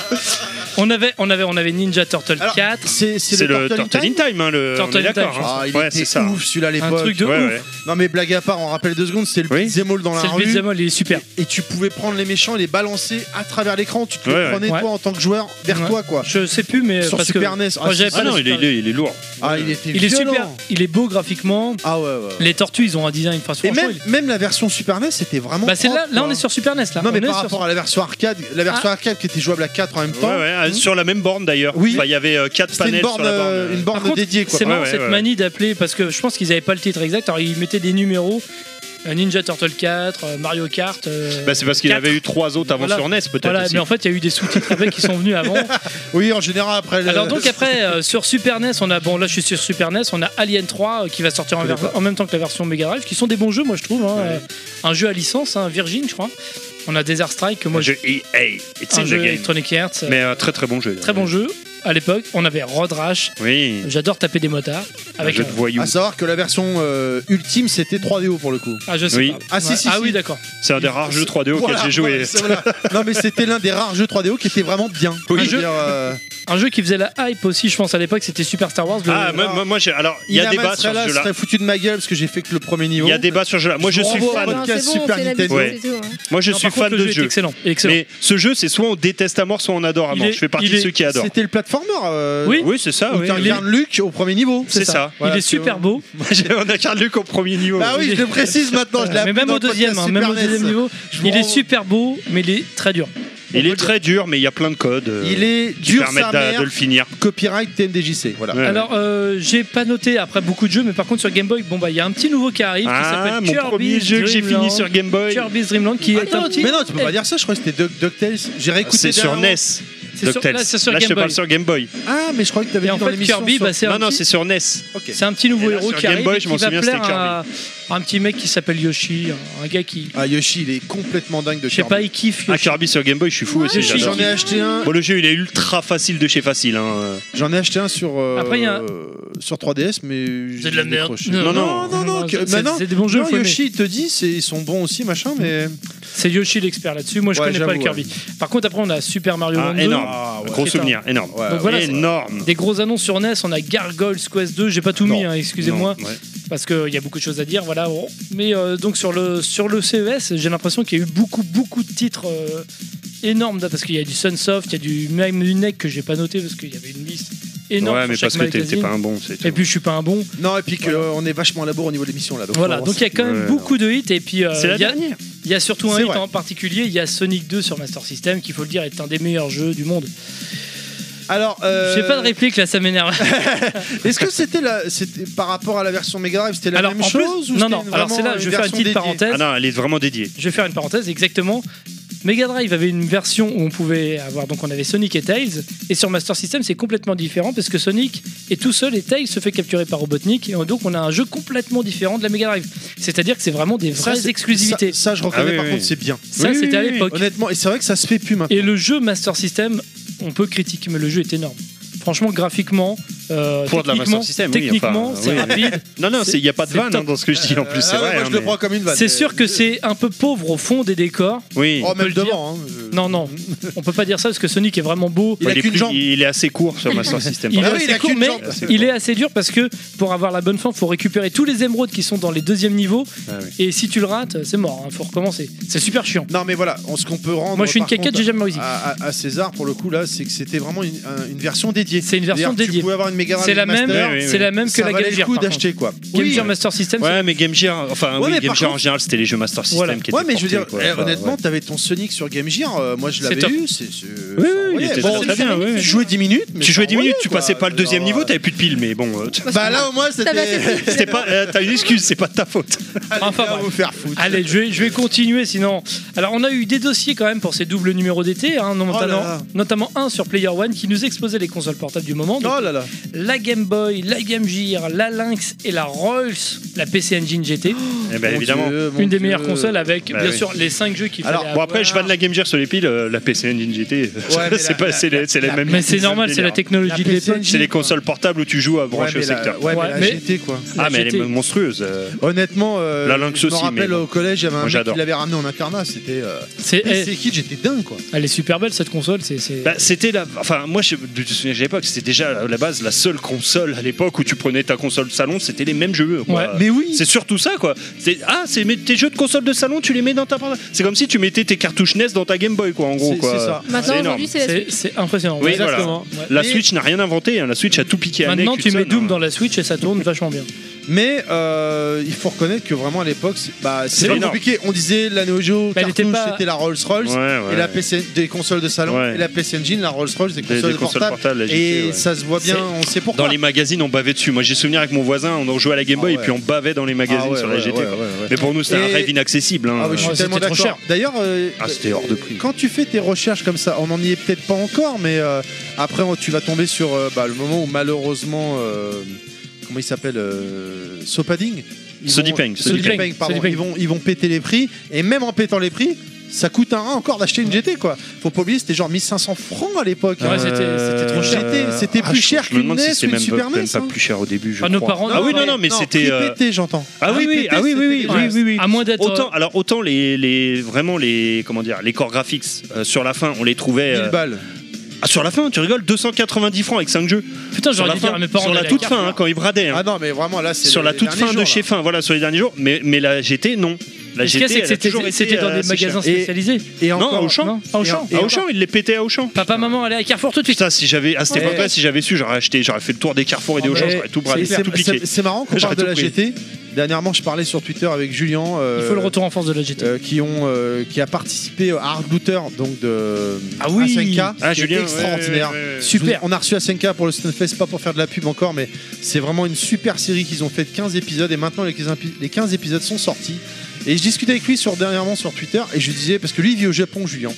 Speaker 4: On avait, on avait, on avait Ninja Turtle
Speaker 3: Alors,
Speaker 4: 4,
Speaker 3: C'est
Speaker 6: C'est le Turtle in
Speaker 3: Time
Speaker 6: Time, hein, le... on
Speaker 4: Turtle
Speaker 6: est
Speaker 4: in Time,
Speaker 6: d'accord.
Speaker 4: je
Speaker 6: hein.
Speaker 3: Ah, il
Speaker 6: Ouais,
Speaker 3: était
Speaker 6: c'est ça.
Speaker 3: ouf celui-là à
Speaker 4: un
Speaker 3: l'époque.
Speaker 4: truc de
Speaker 6: Ouais,
Speaker 4: ouf.
Speaker 6: ouais.
Speaker 3: Non mais blague à part, on rappelle deux secondes, c'est le
Speaker 6: Oui.
Speaker 3: beat'em all dans la
Speaker 4: C'est le
Speaker 3: rue.
Speaker 4: beat'em up, il est super.
Speaker 3: et tu pouvais prendre les méchants et les balancer à travers l'écran. Tu te
Speaker 6: Ouais,
Speaker 3: les prenais
Speaker 4: ouais.
Speaker 3: toi en tant que joueur vers
Speaker 4: Ouais.
Speaker 3: toi quoi.
Speaker 4: Je sais plus, mais
Speaker 3: Sur
Speaker 4: parce
Speaker 3: Super
Speaker 4: que
Speaker 3: NES.
Speaker 4: moi, j'avais
Speaker 3: si,
Speaker 6: Ah
Speaker 4: pas
Speaker 6: non,
Speaker 4: le
Speaker 6: il est, il est- il est lourd.
Speaker 3: Ah, il était
Speaker 4: il est
Speaker 3: violent.
Speaker 4: super, il est beau graphiquement.
Speaker 3: Ah ouais, ouais.
Speaker 4: Les tortues, ils ont un design. Enfin,
Speaker 3: Et
Speaker 4: franchement,
Speaker 3: même, même la version Super NES c'était vraiment.
Speaker 4: il- bah c'est là,
Speaker 3: propre,
Speaker 4: là on
Speaker 3: quoi.
Speaker 4: est sur Super NES là.
Speaker 3: Non mais
Speaker 4: On est
Speaker 3: par
Speaker 4: sur- Ah.
Speaker 3: rapport à la version arcade, la version arcade qui était jouable à 4 en même
Speaker 6: Ouais,
Speaker 3: temps.
Speaker 6: ouais, euh, Sur la même borne d'ailleurs.
Speaker 3: Oui.
Speaker 6: Enfin, il y avait euh, quatre
Speaker 3: C'était
Speaker 6: panels
Speaker 3: une borne,
Speaker 6: sur la borne.
Speaker 3: euh,
Speaker 6: euh.
Speaker 3: une borne
Speaker 4: Par contre,
Speaker 3: dédiée quoi.
Speaker 4: E C'est marrant
Speaker 6: Ouais, ouais,
Speaker 4: cette
Speaker 6: ouais.
Speaker 4: manie d'appeler parce que je pense qu'ils n'avaient pas le titre exact. Alors ils mettaient des numéros euh, Ninja Turtle 4, euh, Mario Kart. euh,
Speaker 6: Bah, c'est parce qu'il
Speaker 4: Quatre.
Speaker 6: avait eu trois autres avant
Speaker 4: Voilà.
Speaker 6: sur NES peut-être.
Speaker 4: voilà,
Speaker 6: aussi.
Speaker 4: mais en fait il y a eu des sous-titres avec qui sont venus avant.
Speaker 3: Oui, en général après. le-
Speaker 4: Alors donc après euh, sur Super NES on a bon là je suis sur Super NES on a Alien 3 euh, qui va sortir en,
Speaker 3: Je connais
Speaker 4: ver- en même temps que la version Mega Drive qui sont des bons jeux moi je trouve. hein,
Speaker 6: Ouais.
Speaker 4: euh, un jeu à licence hein, Virgin je crois. On a Desert Strike que moi
Speaker 6: Un
Speaker 4: je
Speaker 6: jeu EA, it's
Speaker 4: un
Speaker 6: in the
Speaker 4: jeu
Speaker 6: game.
Speaker 4: Electronic Arts. euh,
Speaker 6: Mais euh, très très bon jeu.
Speaker 4: Très bon jeu à l'époque. On avait Road Rash.
Speaker 6: Oui.
Speaker 4: J'adore taper des motards
Speaker 6: Un
Speaker 4: avec
Speaker 6: jeu de
Speaker 4: un-
Speaker 6: voyous.
Speaker 3: À savoir que la version euh, ultime c'était 3DO pour le coup.
Speaker 4: Ah je sais
Speaker 6: Oui.
Speaker 4: pas.
Speaker 3: Ah, si, si,
Speaker 4: ah
Speaker 3: si.
Speaker 4: oui d'accord.
Speaker 6: C'est un des rares jeux 3D auxquels
Speaker 3: Voilà,
Speaker 6: j'ai joué.
Speaker 3: voilà, c'est- voilà. Non mais c'était l'un des rares jeux 3DO qui était vraiment bien.
Speaker 6: Oui.
Speaker 3: Je veux dire, euh,
Speaker 4: Un jeu qui faisait la hype aussi, je pense à l'époque, c'était Super Star Wars. le-
Speaker 6: Ah, moi, moi, moi, j'ai- alors, il y a
Speaker 3: Inaman
Speaker 6: débat
Speaker 3: serait
Speaker 6: sur ce
Speaker 3: là,
Speaker 6: jeu-là.
Speaker 3: serait foutu de ma gueule parce que j'ai fait que le premier niveau.
Speaker 6: Il y a débat sur ce jeu-là. Moi, je
Speaker 3: Je
Speaker 6: suis
Speaker 3: renvoie au
Speaker 6: fan.
Speaker 3: podcast.
Speaker 5: Non, c'est bon,
Speaker 3: Super
Speaker 5: c'est l'habitude,
Speaker 3: Nintendo.
Speaker 5: c'est tout, hein.
Speaker 6: Moi, je
Speaker 4: Non,
Speaker 6: suis
Speaker 4: par contre, le
Speaker 6: fan de
Speaker 4: jeu est
Speaker 6: jeu.
Speaker 4: excellent, excellent.
Speaker 6: Mais ce jeu, c'est soit on déteste à mort, soit on adore à
Speaker 4: Il
Speaker 6: mort.
Speaker 4: est-
Speaker 6: Je fais partie
Speaker 4: il
Speaker 6: de
Speaker 4: est-
Speaker 6: ceux qui adorent.
Speaker 3: C'était le platformer. euh,
Speaker 4: Oui.
Speaker 6: Oui, c'est ça.
Speaker 3: Où
Speaker 6: oui.
Speaker 3: tu incarnes Luke au premier niveau.
Speaker 6: C'est ça.
Speaker 4: il
Speaker 3: Voilà,
Speaker 4: est
Speaker 3: c'est
Speaker 4: super
Speaker 3: bon.
Speaker 4: beau,
Speaker 6: On a Carl Luc au premier niveau.
Speaker 3: Bah oui, je le précise maintenant. Je l'ai
Speaker 4: mais
Speaker 3: appris
Speaker 4: même
Speaker 3: dans
Speaker 4: au
Speaker 3: le podcast
Speaker 4: deuxième, hein,
Speaker 3: Super
Speaker 4: même au
Speaker 3: NES.
Speaker 4: deuxième niveau,
Speaker 3: Je vous
Speaker 4: il est
Speaker 3: renvoie-
Speaker 4: super beau, mais il est très dur.
Speaker 6: Il est très dur, mais il y a plein de codes euh,
Speaker 3: Il est
Speaker 6: qui
Speaker 3: dur
Speaker 6: permettent
Speaker 3: sa
Speaker 6: d'a-
Speaker 3: mère.
Speaker 6: de le finir.
Speaker 3: Copyright TMDJC. Voilà.
Speaker 6: Ouais.
Speaker 4: Alors, euh, j'ai pas noté après beaucoup de jeux, mais par contre sur Game Boy, bon bah il y a un petit nouveau qui arrive qui
Speaker 6: Ah,
Speaker 4: s'appelle
Speaker 6: mon
Speaker 4: Kirby's
Speaker 6: premier jeu que j'ai
Speaker 4: Dream
Speaker 6: fini
Speaker 4: Land.
Speaker 6: sur Game Boy.
Speaker 4: Kirby's Dream Land qui est
Speaker 3: Attends,
Speaker 4: un petit. Eh,
Speaker 3: mais non, tu peux pas dire ça. Je crois que c'était Duck- DuckTales. J'ai réécouté.
Speaker 6: Ah, C'est sur
Speaker 3: dernièrement.
Speaker 6: NES.
Speaker 4: C'est sur-
Speaker 6: DuckTales.
Speaker 4: là, c'est sur
Speaker 6: Là, je
Speaker 4: Game
Speaker 6: te parle
Speaker 4: Boy.
Speaker 6: sur Game Boy.
Speaker 3: Ah, mais je crois que t'avais
Speaker 4: Et
Speaker 3: dit
Speaker 4: en
Speaker 3: dans
Speaker 4: fait,
Speaker 3: l'émission.
Speaker 4: Kirby,
Speaker 3: sur-
Speaker 4: bah, c'est
Speaker 6: Non,
Speaker 4: un,
Speaker 6: non,
Speaker 4: petit-
Speaker 6: c'est sur E NES.
Speaker 3: Ok.
Speaker 4: c'est un petit nouveau
Speaker 6: Et là,
Speaker 4: héros
Speaker 6: sur
Speaker 4: qui
Speaker 6: Game
Speaker 4: arrive
Speaker 6: Boy,
Speaker 4: et
Speaker 6: je
Speaker 4: qui
Speaker 6: m'en
Speaker 4: va
Speaker 6: souviens, c'était
Speaker 4: plaire à à un petit mec qui s'appelle Yoshi, un- un gars qui,
Speaker 3: Ah, Yoshi, il est complètement dingue de
Speaker 4: je sais pas,
Speaker 3: Kirby.
Speaker 4: il kiffe
Speaker 6: Ah,
Speaker 4: Yoshi.
Speaker 6: Kirby sur Game Boy, je suis fou aussi.
Speaker 4: Yoshi,
Speaker 6: j'adore.
Speaker 3: J'en ai acheté un.
Speaker 6: Bon, le jeu, il est ultra facile de chez facile. hein.
Speaker 3: J'en ai acheté un sur. euh,
Speaker 4: Après, il y a
Speaker 3: Sur 3DS, mais. j'ai
Speaker 4: de la merde.
Speaker 3: décroché. Non,
Speaker 4: Non,
Speaker 6: non,
Speaker 3: non, non,
Speaker 4: non,
Speaker 3: trucs.
Speaker 4: c'est-
Speaker 3: Maintenant,
Speaker 4: c'est des bons jeux.
Speaker 3: non,
Speaker 4: faut aimer.
Speaker 3: Yoshi, il te dit, c'est- ils sont bons aussi, machin, mais.
Speaker 4: C'est Yoshi l'expert là-dessus. Moi, je
Speaker 3: Ouais,
Speaker 4: connais pas le
Speaker 3: j'avoue,
Speaker 4: Kirby. Par contre, après, on a Super Mario
Speaker 6: Ah,
Speaker 4: Land 2.
Speaker 6: énorme. Gros
Speaker 4: C'est
Speaker 6: souvenir, énorme.
Speaker 3: Ouais,
Speaker 4: Donc voilà, c'est-
Speaker 6: énorme.
Speaker 4: Des grosses annonces sur NES, on a Gargoyles Quest 2, j'ai pas tout mis,
Speaker 6: Non.
Speaker 4: hein, excusez-moi,
Speaker 6: Non, ouais.
Speaker 4: parce qu'il y a beaucoup de choses à dire, voilà. Oh. Mais euh, donc sur le, sur le CES, j'ai l'impression qu'il y a eu beaucoup, beaucoup de titres euh, énormes, là, parce qu'il y a du Sunsoft, il y a du même du NEC que j'ai pas noté, parce qu'il y avait une liste énorme.
Speaker 6: Ouais,
Speaker 4: sur
Speaker 6: mais
Speaker 4: chaque
Speaker 6: parce que t'es- t'es
Speaker 4: magazine.
Speaker 6: pas un bon, c'est tout.
Speaker 4: Et puis je suis pas un bon.
Speaker 3: Non, et puis qu'on est vachement à la bourre au niveau de l'émission, là.
Speaker 4: Voilà, donc il y a quand même
Speaker 6: Ouais,
Speaker 4: beaucoup de hits. Et puis euh,
Speaker 6: C'est la
Speaker 4: il y a-
Speaker 6: dernière.
Speaker 4: il y a surtout un
Speaker 3: C'est
Speaker 4: hit
Speaker 3: vrai.
Speaker 4: en particulier, il y a Sonic 2 sur Master System, qui faut le dire est un des meilleurs jeux du monde.
Speaker 3: Alors, euh,
Speaker 4: J'ai pas de réplique là, ça m'énerve.
Speaker 3: Est-ce que c'était la, c'était par rapport à la version Mega Drive, c'était la
Speaker 4: Alors,
Speaker 3: même
Speaker 4: en plus-
Speaker 3: chose ou
Speaker 4: non,
Speaker 3: c'était
Speaker 4: non, alors
Speaker 3: vraiment
Speaker 4: c'est là, je vais faire une
Speaker 3: version
Speaker 4: petite
Speaker 3: dédiée
Speaker 4: parenthèse.
Speaker 6: Ah non, elle est vraiment dédiée.
Speaker 4: Je vais faire une parenthèse, exactement. Mega Drive avait une version où on pouvait avoir, donc on avait Sonic et Tails, et sur Master System c'est complètement différent parce que Sonic est tout seul et Tails se fait capturer par Robotnik, et donc on a un jeu complètement différent de la Mega Drive. C'est-à-dire que c'est vraiment des
Speaker 3: Ça,
Speaker 4: vraies
Speaker 3: c'est-
Speaker 4: exclusivités.
Speaker 3: Ça,
Speaker 4: Ça,
Speaker 3: ça, je reconnais
Speaker 6: Ah oui,
Speaker 3: par
Speaker 6: oui.
Speaker 3: contre, c'est bien.
Speaker 6: oui,
Speaker 4: c'était
Speaker 6: oui,
Speaker 4: à
Speaker 6: oui.
Speaker 4: l'époque.
Speaker 3: Honnêtement, et c'est vrai que ça se fait plus maintenant.
Speaker 4: Et le jeu Master System, on peut critiquer, mais le jeu est énorme. Franchement, graphiquement, euh,
Speaker 6: Pour de la
Speaker 4: techniquement,
Speaker 6: Master System, oui,
Speaker 4: techniquement,
Speaker 6: enfin,
Speaker 4: c'est
Speaker 6: oui.
Speaker 4: rapide.
Speaker 6: Non, non,
Speaker 4: C'est-
Speaker 6: il n'y a pas de
Speaker 4: c'est
Speaker 6: vanne
Speaker 4: top.
Speaker 6: hein, dans ce que je dis en plus, c'est
Speaker 3: Ah ouais,
Speaker 6: vrai.
Speaker 3: moi,
Speaker 6: hein,
Speaker 3: je le
Speaker 6: mais-
Speaker 3: prends comme une vanne. Euh,
Speaker 4: C'est sûr que c'est un peu pauvre au fond des décors.
Speaker 6: Oui.
Speaker 3: Oh,
Speaker 4: peut
Speaker 3: même
Speaker 4: le dire.
Speaker 3: devant. hein.
Speaker 4: Non, non, on peut pas dire ça parce que Sonic est vraiment beau.
Speaker 3: Il a
Speaker 6: Bah, est
Speaker 3: qu'une
Speaker 6: plus-
Speaker 3: jambe.
Speaker 6: Il est assez court sur Master System.
Speaker 4: Il
Speaker 3: Ah
Speaker 4: est
Speaker 3: oui,
Speaker 4: assez
Speaker 3: il a
Speaker 4: court,
Speaker 3: qu'une
Speaker 4: mais
Speaker 3: jambe.
Speaker 4: il est assez dur parce que pour avoir la bonne fin, faut récupérer tous les émeraudes qui sont dans les deuxièmes niveaux.
Speaker 6: Ah oui.
Speaker 4: Et si tu le rates, c'est mort. Il faut recommencer. C'est super chiant.
Speaker 3: Non, mais voilà, on- ce qu'on peut rendre.
Speaker 4: Moi, je suis une
Speaker 3: par
Speaker 4: caquette,
Speaker 3: contre,
Speaker 4: j'ai jamais réussi.
Speaker 3: à, à- à César, pour le coup, là, c'est que c'était vraiment une, un- une version dédiée.
Speaker 4: C'est une version
Speaker 3: C'est-à-dire que
Speaker 4: dédiée.
Speaker 3: Tu pouvais avoir une Mega Drive
Speaker 4: C'est la même,
Speaker 3: Master,
Speaker 6: Oui, oui,
Speaker 4: c'est
Speaker 6: oui.
Speaker 4: la même que
Speaker 3: ça
Speaker 4: la
Speaker 3: valait
Speaker 4: Game
Speaker 3: le
Speaker 4: Gear.
Speaker 3: coup
Speaker 4: par contre.
Speaker 3: d'acheter, quoi.
Speaker 4: Game
Speaker 3: Oui.
Speaker 4: Gear Master System,
Speaker 6: Ouais, mais Game Gear, enfin,
Speaker 3: Ouais,
Speaker 6: oui,
Speaker 3: mais
Speaker 6: Game
Speaker 3: par
Speaker 6: Gear en
Speaker 3: contre-
Speaker 6: général, c'était les jeux Master System
Speaker 4: Voilà.
Speaker 6: qui étaient
Speaker 3: Ouais, mais je veux dire,
Speaker 6: portés, quoi.
Speaker 3: eh,
Speaker 6: Enfin,
Speaker 3: honnêtement,
Speaker 6: ouais.
Speaker 3: t'avais ton Sonic sur Game Gear. euh, moi, je l'avais
Speaker 4: top.
Speaker 3: eu. c'est- c'est-
Speaker 6: Oui,
Speaker 3: ça
Speaker 6: oui, il
Speaker 3: envoyait.
Speaker 6: était
Speaker 3: Bon,
Speaker 6: très, très bien. ouais.
Speaker 3: Tu jouais 10 minutes. mais
Speaker 6: Tu jouais
Speaker 3: ça
Speaker 6: 10 minutes,
Speaker 3: envoyait,
Speaker 6: tu
Speaker 3: quoi.
Speaker 6: passais pas le deuxième
Speaker 3: Genre,
Speaker 6: niveau, t'avais plus de piles, mais bon. euh, tu-
Speaker 3: Bah là, au moins,
Speaker 5: T'avais assez
Speaker 3: c'était.
Speaker 5: de piles.
Speaker 6: C'était pas, euh, t'as une excuse, c'est pas de ta faute.
Speaker 3: Allez,
Speaker 4: Enfin,
Speaker 3: là,
Speaker 4: bref.
Speaker 3: vous faire foutre.
Speaker 4: Allez, je vais, je vais continuer sinon. Alors, on a eu des dossiers quand même pour ces doubles numéros d'été, hein,
Speaker 3: Oh là
Speaker 4: notamment,
Speaker 3: là.
Speaker 4: notamment un sur Player One qui nous exposait les consoles portables du moment. Donc,
Speaker 3: Oh là là.
Speaker 4: La Game Boy, la Game Gear, la Lynx et la Rolls, la PC Engine GT.
Speaker 6: Eh ben,
Speaker 3: Mon
Speaker 6: évidemment.
Speaker 3: Dieu, Oh, mon
Speaker 4: une des
Speaker 3: Dieu.
Speaker 4: meilleures consoles avec,
Speaker 6: Bah
Speaker 4: bien
Speaker 6: oui.
Speaker 4: sûr, les 5 jeux qu'il fallait
Speaker 3: Alors,
Speaker 6: Bon, après,
Speaker 4: avoir.
Speaker 6: je vanne la Game Gear sur les piles, euh, la PC Engine GT,
Speaker 3: mais
Speaker 6: c'est
Speaker 3: la-
Speaker 6: pas-
Speaker 3: la-
Speaker 6: c'est les c'est les
Speaker 3: la-
Speaker 6: mêmes.
Speaker 4: Mais c'est normal, c'est la
Speaker 6: délire.
Speaker 4: technologie
Speaker 3: La
Speaker 4: de
Speaker 3: PC
Speaker 4: l'époque.
Speaker 3: Engine.
Speaker 6: C'est les consoles portables où tu joues à brancher
Speaker 3: mais
Speaker 6: au
Speaker 3: la-
Speaker 6: secteur.
Speaker 3: ouais, mais
Speaker 4: Ouais,
Speaker 3: la
Speaker 4: mais-
Speaker 3: GT, quoi.
Speaker 6: Ah, mais elle
Speaker 4: GT.
Speaker 6: est monstrueuse. euh.
Speaker 3: Honnêtement, euh,
Speaker 6: La Lynx
Speaker 3: je me
Speaker 6: aussi, mais
Speaker 3: rappelle
Speaker 6: bon.
Speaker 3: au collège, il y avait un
Speaker 6: Moi,
Speaker 3: mec
Speaker 6: j'adore.
Speaker 3: qui l'avait ramené en internat. C'était. euh,
Speaker 4: C'est-
Speaker 3: PC
Speaker 4: eh,
Speaker 3: Kid, j'étais dingue, quoi.
Speaker 4: Elle est super belle cette console. C'est c'est-
Speaker 6: Bah, c'était la. Enfin, moi, je me souviens à l'époque, c'était déjà à la base la seule console à l'époque où tu prenais ta console de salon, c'était les mêmes jeux. quoi.
Speaker 4: Ouais.
Speaker 3: Mais oui.
Speaker 6: C'est surtout ça, quoi. C'est- Ah, c'est mes- tes jeux de console de salon, tu les mets dans ta. C'est comme si tu mettais tes cartouches NES dans ta Game Boy, quoi, en gros,
Speaker 3: C'est-
Speaker 6: Oh, quoi.
Speaker 3: c'est ça.
Speaker 5: Maintenant,
Speaker 6: C'est
Speaker 5: aujourd'hui, c'est la
Speaker 4: c'est-
Speaker 5: Switch.
Speaker 4: c'est impressionnant.
Speaker 6: Oui,
Speaker 4: Ouais.
Speaker 6: voilà.
Speaker 3: Exactement.
Speaker 4: Ouais.
Speaker 6: La
Speaker 3: Mais-
Speaker 6: Switch n'a rien inventé, hein. la Switch a tout piqué à
Speaker 4: Maintenant,
Speaker 6: Nick
Speaker 4: tu mets
Speaker 6: Hudson,
Speaker 4: Doom
Speaker 6: hein.
Speaker 4: dans la Switch et ça tourne vachement bien.
Speaker 3: Mais euh, il faut reconnaître que vraiment à l'époque, c'est bah, c'est
Speaker 6: C'est
Speaker 3: pas
Speaker 6: énorme. Bah,
Speaker 3: compliqué. On disait la Neo Geo,
Speaker 4: Mais elle était
Speaker 3: cartouche,
Speaker 4: pas-
Speaker 3: c'était la Rolls Royce.
Speaker 6: Ouais, ouais.
Speaker 3: Et la PC, des consoles de salon,
Speaker 6: Ouais.
Speaker 3: et la PC Engine, la Rolls-Royce, des
Speaker 6: Des-
Speaker 3: consoles,
Speaker 6: des consoles
Speaker 3: portables.
Speaker 6: portables, la
Speaker 3: et
Speaker 6: GT, ouais.
Speaker 3: ça se voit bien,
Speaker 4: C'est-
Speaker 3: on sait pourquoi.
Speaker 6: Dans les magazines, on bavait dessus. Moi, j'ai souvenir avec mon voisin, on en jouait à la Game
Speaker 3: Ah
Speaker 6: Boy
Speaker 3: ouais.
Speaker 6: et puis on bavait dans les magazines
Speaker 3: Ah ouais,
Speaker 6: sur la
Speaker 3: ouais,
Speaker 6: GT.
Speaker 3: ouais,
Speaker 6: quoi.
Speaker 3: ouais, ouais.
Speaker 6: Mais pour nous, c'était un
Speaker 3: Et-
Speaker 6: rêve inaccessible. hein.
Speaker 3: Ah oui, je suis
Speaker 4: Ouais,
Speaker 3: tellement
Speaker 4: c'était trop
Speaker 3: d'accord.
Speaker 4: cher.
Speaker 3: D'ailleurs, euh,
Speaker 6: Ah, c'était hors de prix.
Speaker 3: quand tu fais tes recherches comme ça, on n'en y est peut-être pas encore, mais euh, après, on- tu vas tomber sur euh, bah, le moment où malheureusement. euh, Comment il s'appelle euh, Sopading
Speaker 6: Sony Peng,
Speaker 3: Sony
Speaker 6: Sony
Speaker 4: Peng.
Speaker 3: Peng, pardon.
Speaker 4: Sony Peng.
Speaker 3: Ils vont, ils vont péter les prix. Et même en pétant les prix, ça coûte un rein encore d'acheter une GT, quoi. Faut pas oublier, c'était genre 1500 francs à l'époque. hein.
Speaker 4: Ouais, c'était-
Speaker 6: Euh,
Speaker 4: c'était trop cher.
Speaker 3: GT, c'était
Speaker 6: ah,
Speaker 3: plus
Speaker 6: je-
Speaker 3: cher
Speaker 6: je me
Speaker 3: qu'une
Speaker 6: demande si
Speaker 3: NES ou
Speaker 6: c'était
Speaker 3: une
Speaker 6: même pas-
Speaker 3: Super
Speaker 6: même
Speaker 3: NES,
Speaker 6: pas
Speaker 3: hein.
Speaker 6: plus cher au début, je
Speaker 4: Ah, nos
Speaker 6: crois.
Speaker 4: parents-
Speaker 6: Ah oui, non, non, mais c'était.
Speaker 3: prix
Speaker 6: euh,
Speaker 3: pété, j'entends.
Speaker 6: Ah oui, oui,
Speaker 3: Pété,
Speaker 6: ah oui, oui, oui,
Speaker 3: c'était-
Speaker 6: oui, oui, oui.
Speaker 4: À moins d'être.
Speaker 3: euh,
Speaker 6: Autant, alors autant les, les vraiment les comment dire les corps graphiques euh, sur la fin on les trouvait euh,
Speaker 3: 1000 balles.
Speaker 6: ah, sur la fin tu rigoles 290 francs avec 5 jeux
Speaker 4: Putain,
Speaker 6: sur
Speaker 4: j'aurais
Speaker 6: la
Speaker 4: dû dire
Speaker 6: fin
Speaker 4: à mes parents.
Speaker 6: sur la
Speaker 4: d'aller à
Speaker 6: toute
Speaker 4: Carrefour.
Speaker 6: fin hein, quand ils bradaient hein.
Speaker 3: Ah non, mais vraiment, là, c'est.
Speaker 6: sur la
Speaker 3: les
Speaker 6: toute
Speaker 3: derniers
Speaker 6: fin de
Speaker 3: jours,
Speaker 6: chez
Speaker 3: là.
Speaker 6: fin voilà sur les derniers jours mais mais la GT non la
Speaker 4: Mais Ce qu'il y a,
Speaker 6: GT
Speaker 4: c'est que
Speaker 6: elle a toujours
Speaker 4: c'était
Speaker 6: été,
Speaker 4: c'était dans
Speaker 6: euh,
Speaker 4: des
Speaker 6: assez
Speaker 4: magasins
Speaker 6: chère.
Speaker 3: Et-
Speaker 4: spécialisés.
Speaker 3: Et
Speaker 6: non à
Speaker 3: encore.
Speaker 6: Auchan
Speaker 4: Non, à Auchan.
Speaker 3: Et-
Speaker 6: à Auchan ils les pétaient à Auchan
Speaker 4: Papa, maman, allez à Carrefour tout de suite.
Speaker 6: putain si j'avais à cette
Speaker 3: Ouais.
Speaker 6: époque là si j'avais su j'aurais acheté j'aurais fait le tour des carrefours et des Auchan
Speaker 3: Et-
Speaker 6: j'aurais tout bradé
Speaker 3: c'est- c'est-
Speaker 6: tout piqué
Speaker 3: c'est- C'est marrant qu'on parle
Speaker 6: J'aurais
Speaker 3: de
Speaker 6: tout
Speaker 3: la
Speaker 6: pris.
Speaker 3: GT. Dernièrement, je parlais sur Twitter avec Julien. euh,
Speaker 4: Il faut le retour en force de la GT.
Speaker 3: euh, qui, ont, euh, qui a participé à Hard Looter, donc de
Speaker 4: Ah oui.
Speaker 3: Asenka.
Speaker 6: ah
Speaker 3: qui est
Speaker 6: Julien ouais,
Speaker 3: extraordinaire.
Speaker 6: ouais, ouais, ouais.
Speaker 4: Super.
Speaker 3: On a reçu Asenka pour le Stunfest, pas pour faire de la pub encore, mais c'est vraiment une super série qu'ils ont fait de 15 épisodes et maintenant les 15, épi- les 15 épisodes sont sortis. Et je discutais avec lui sur, dernièrement sur Twitter et je lui disais, parce que lui il vit au Japon, Julien.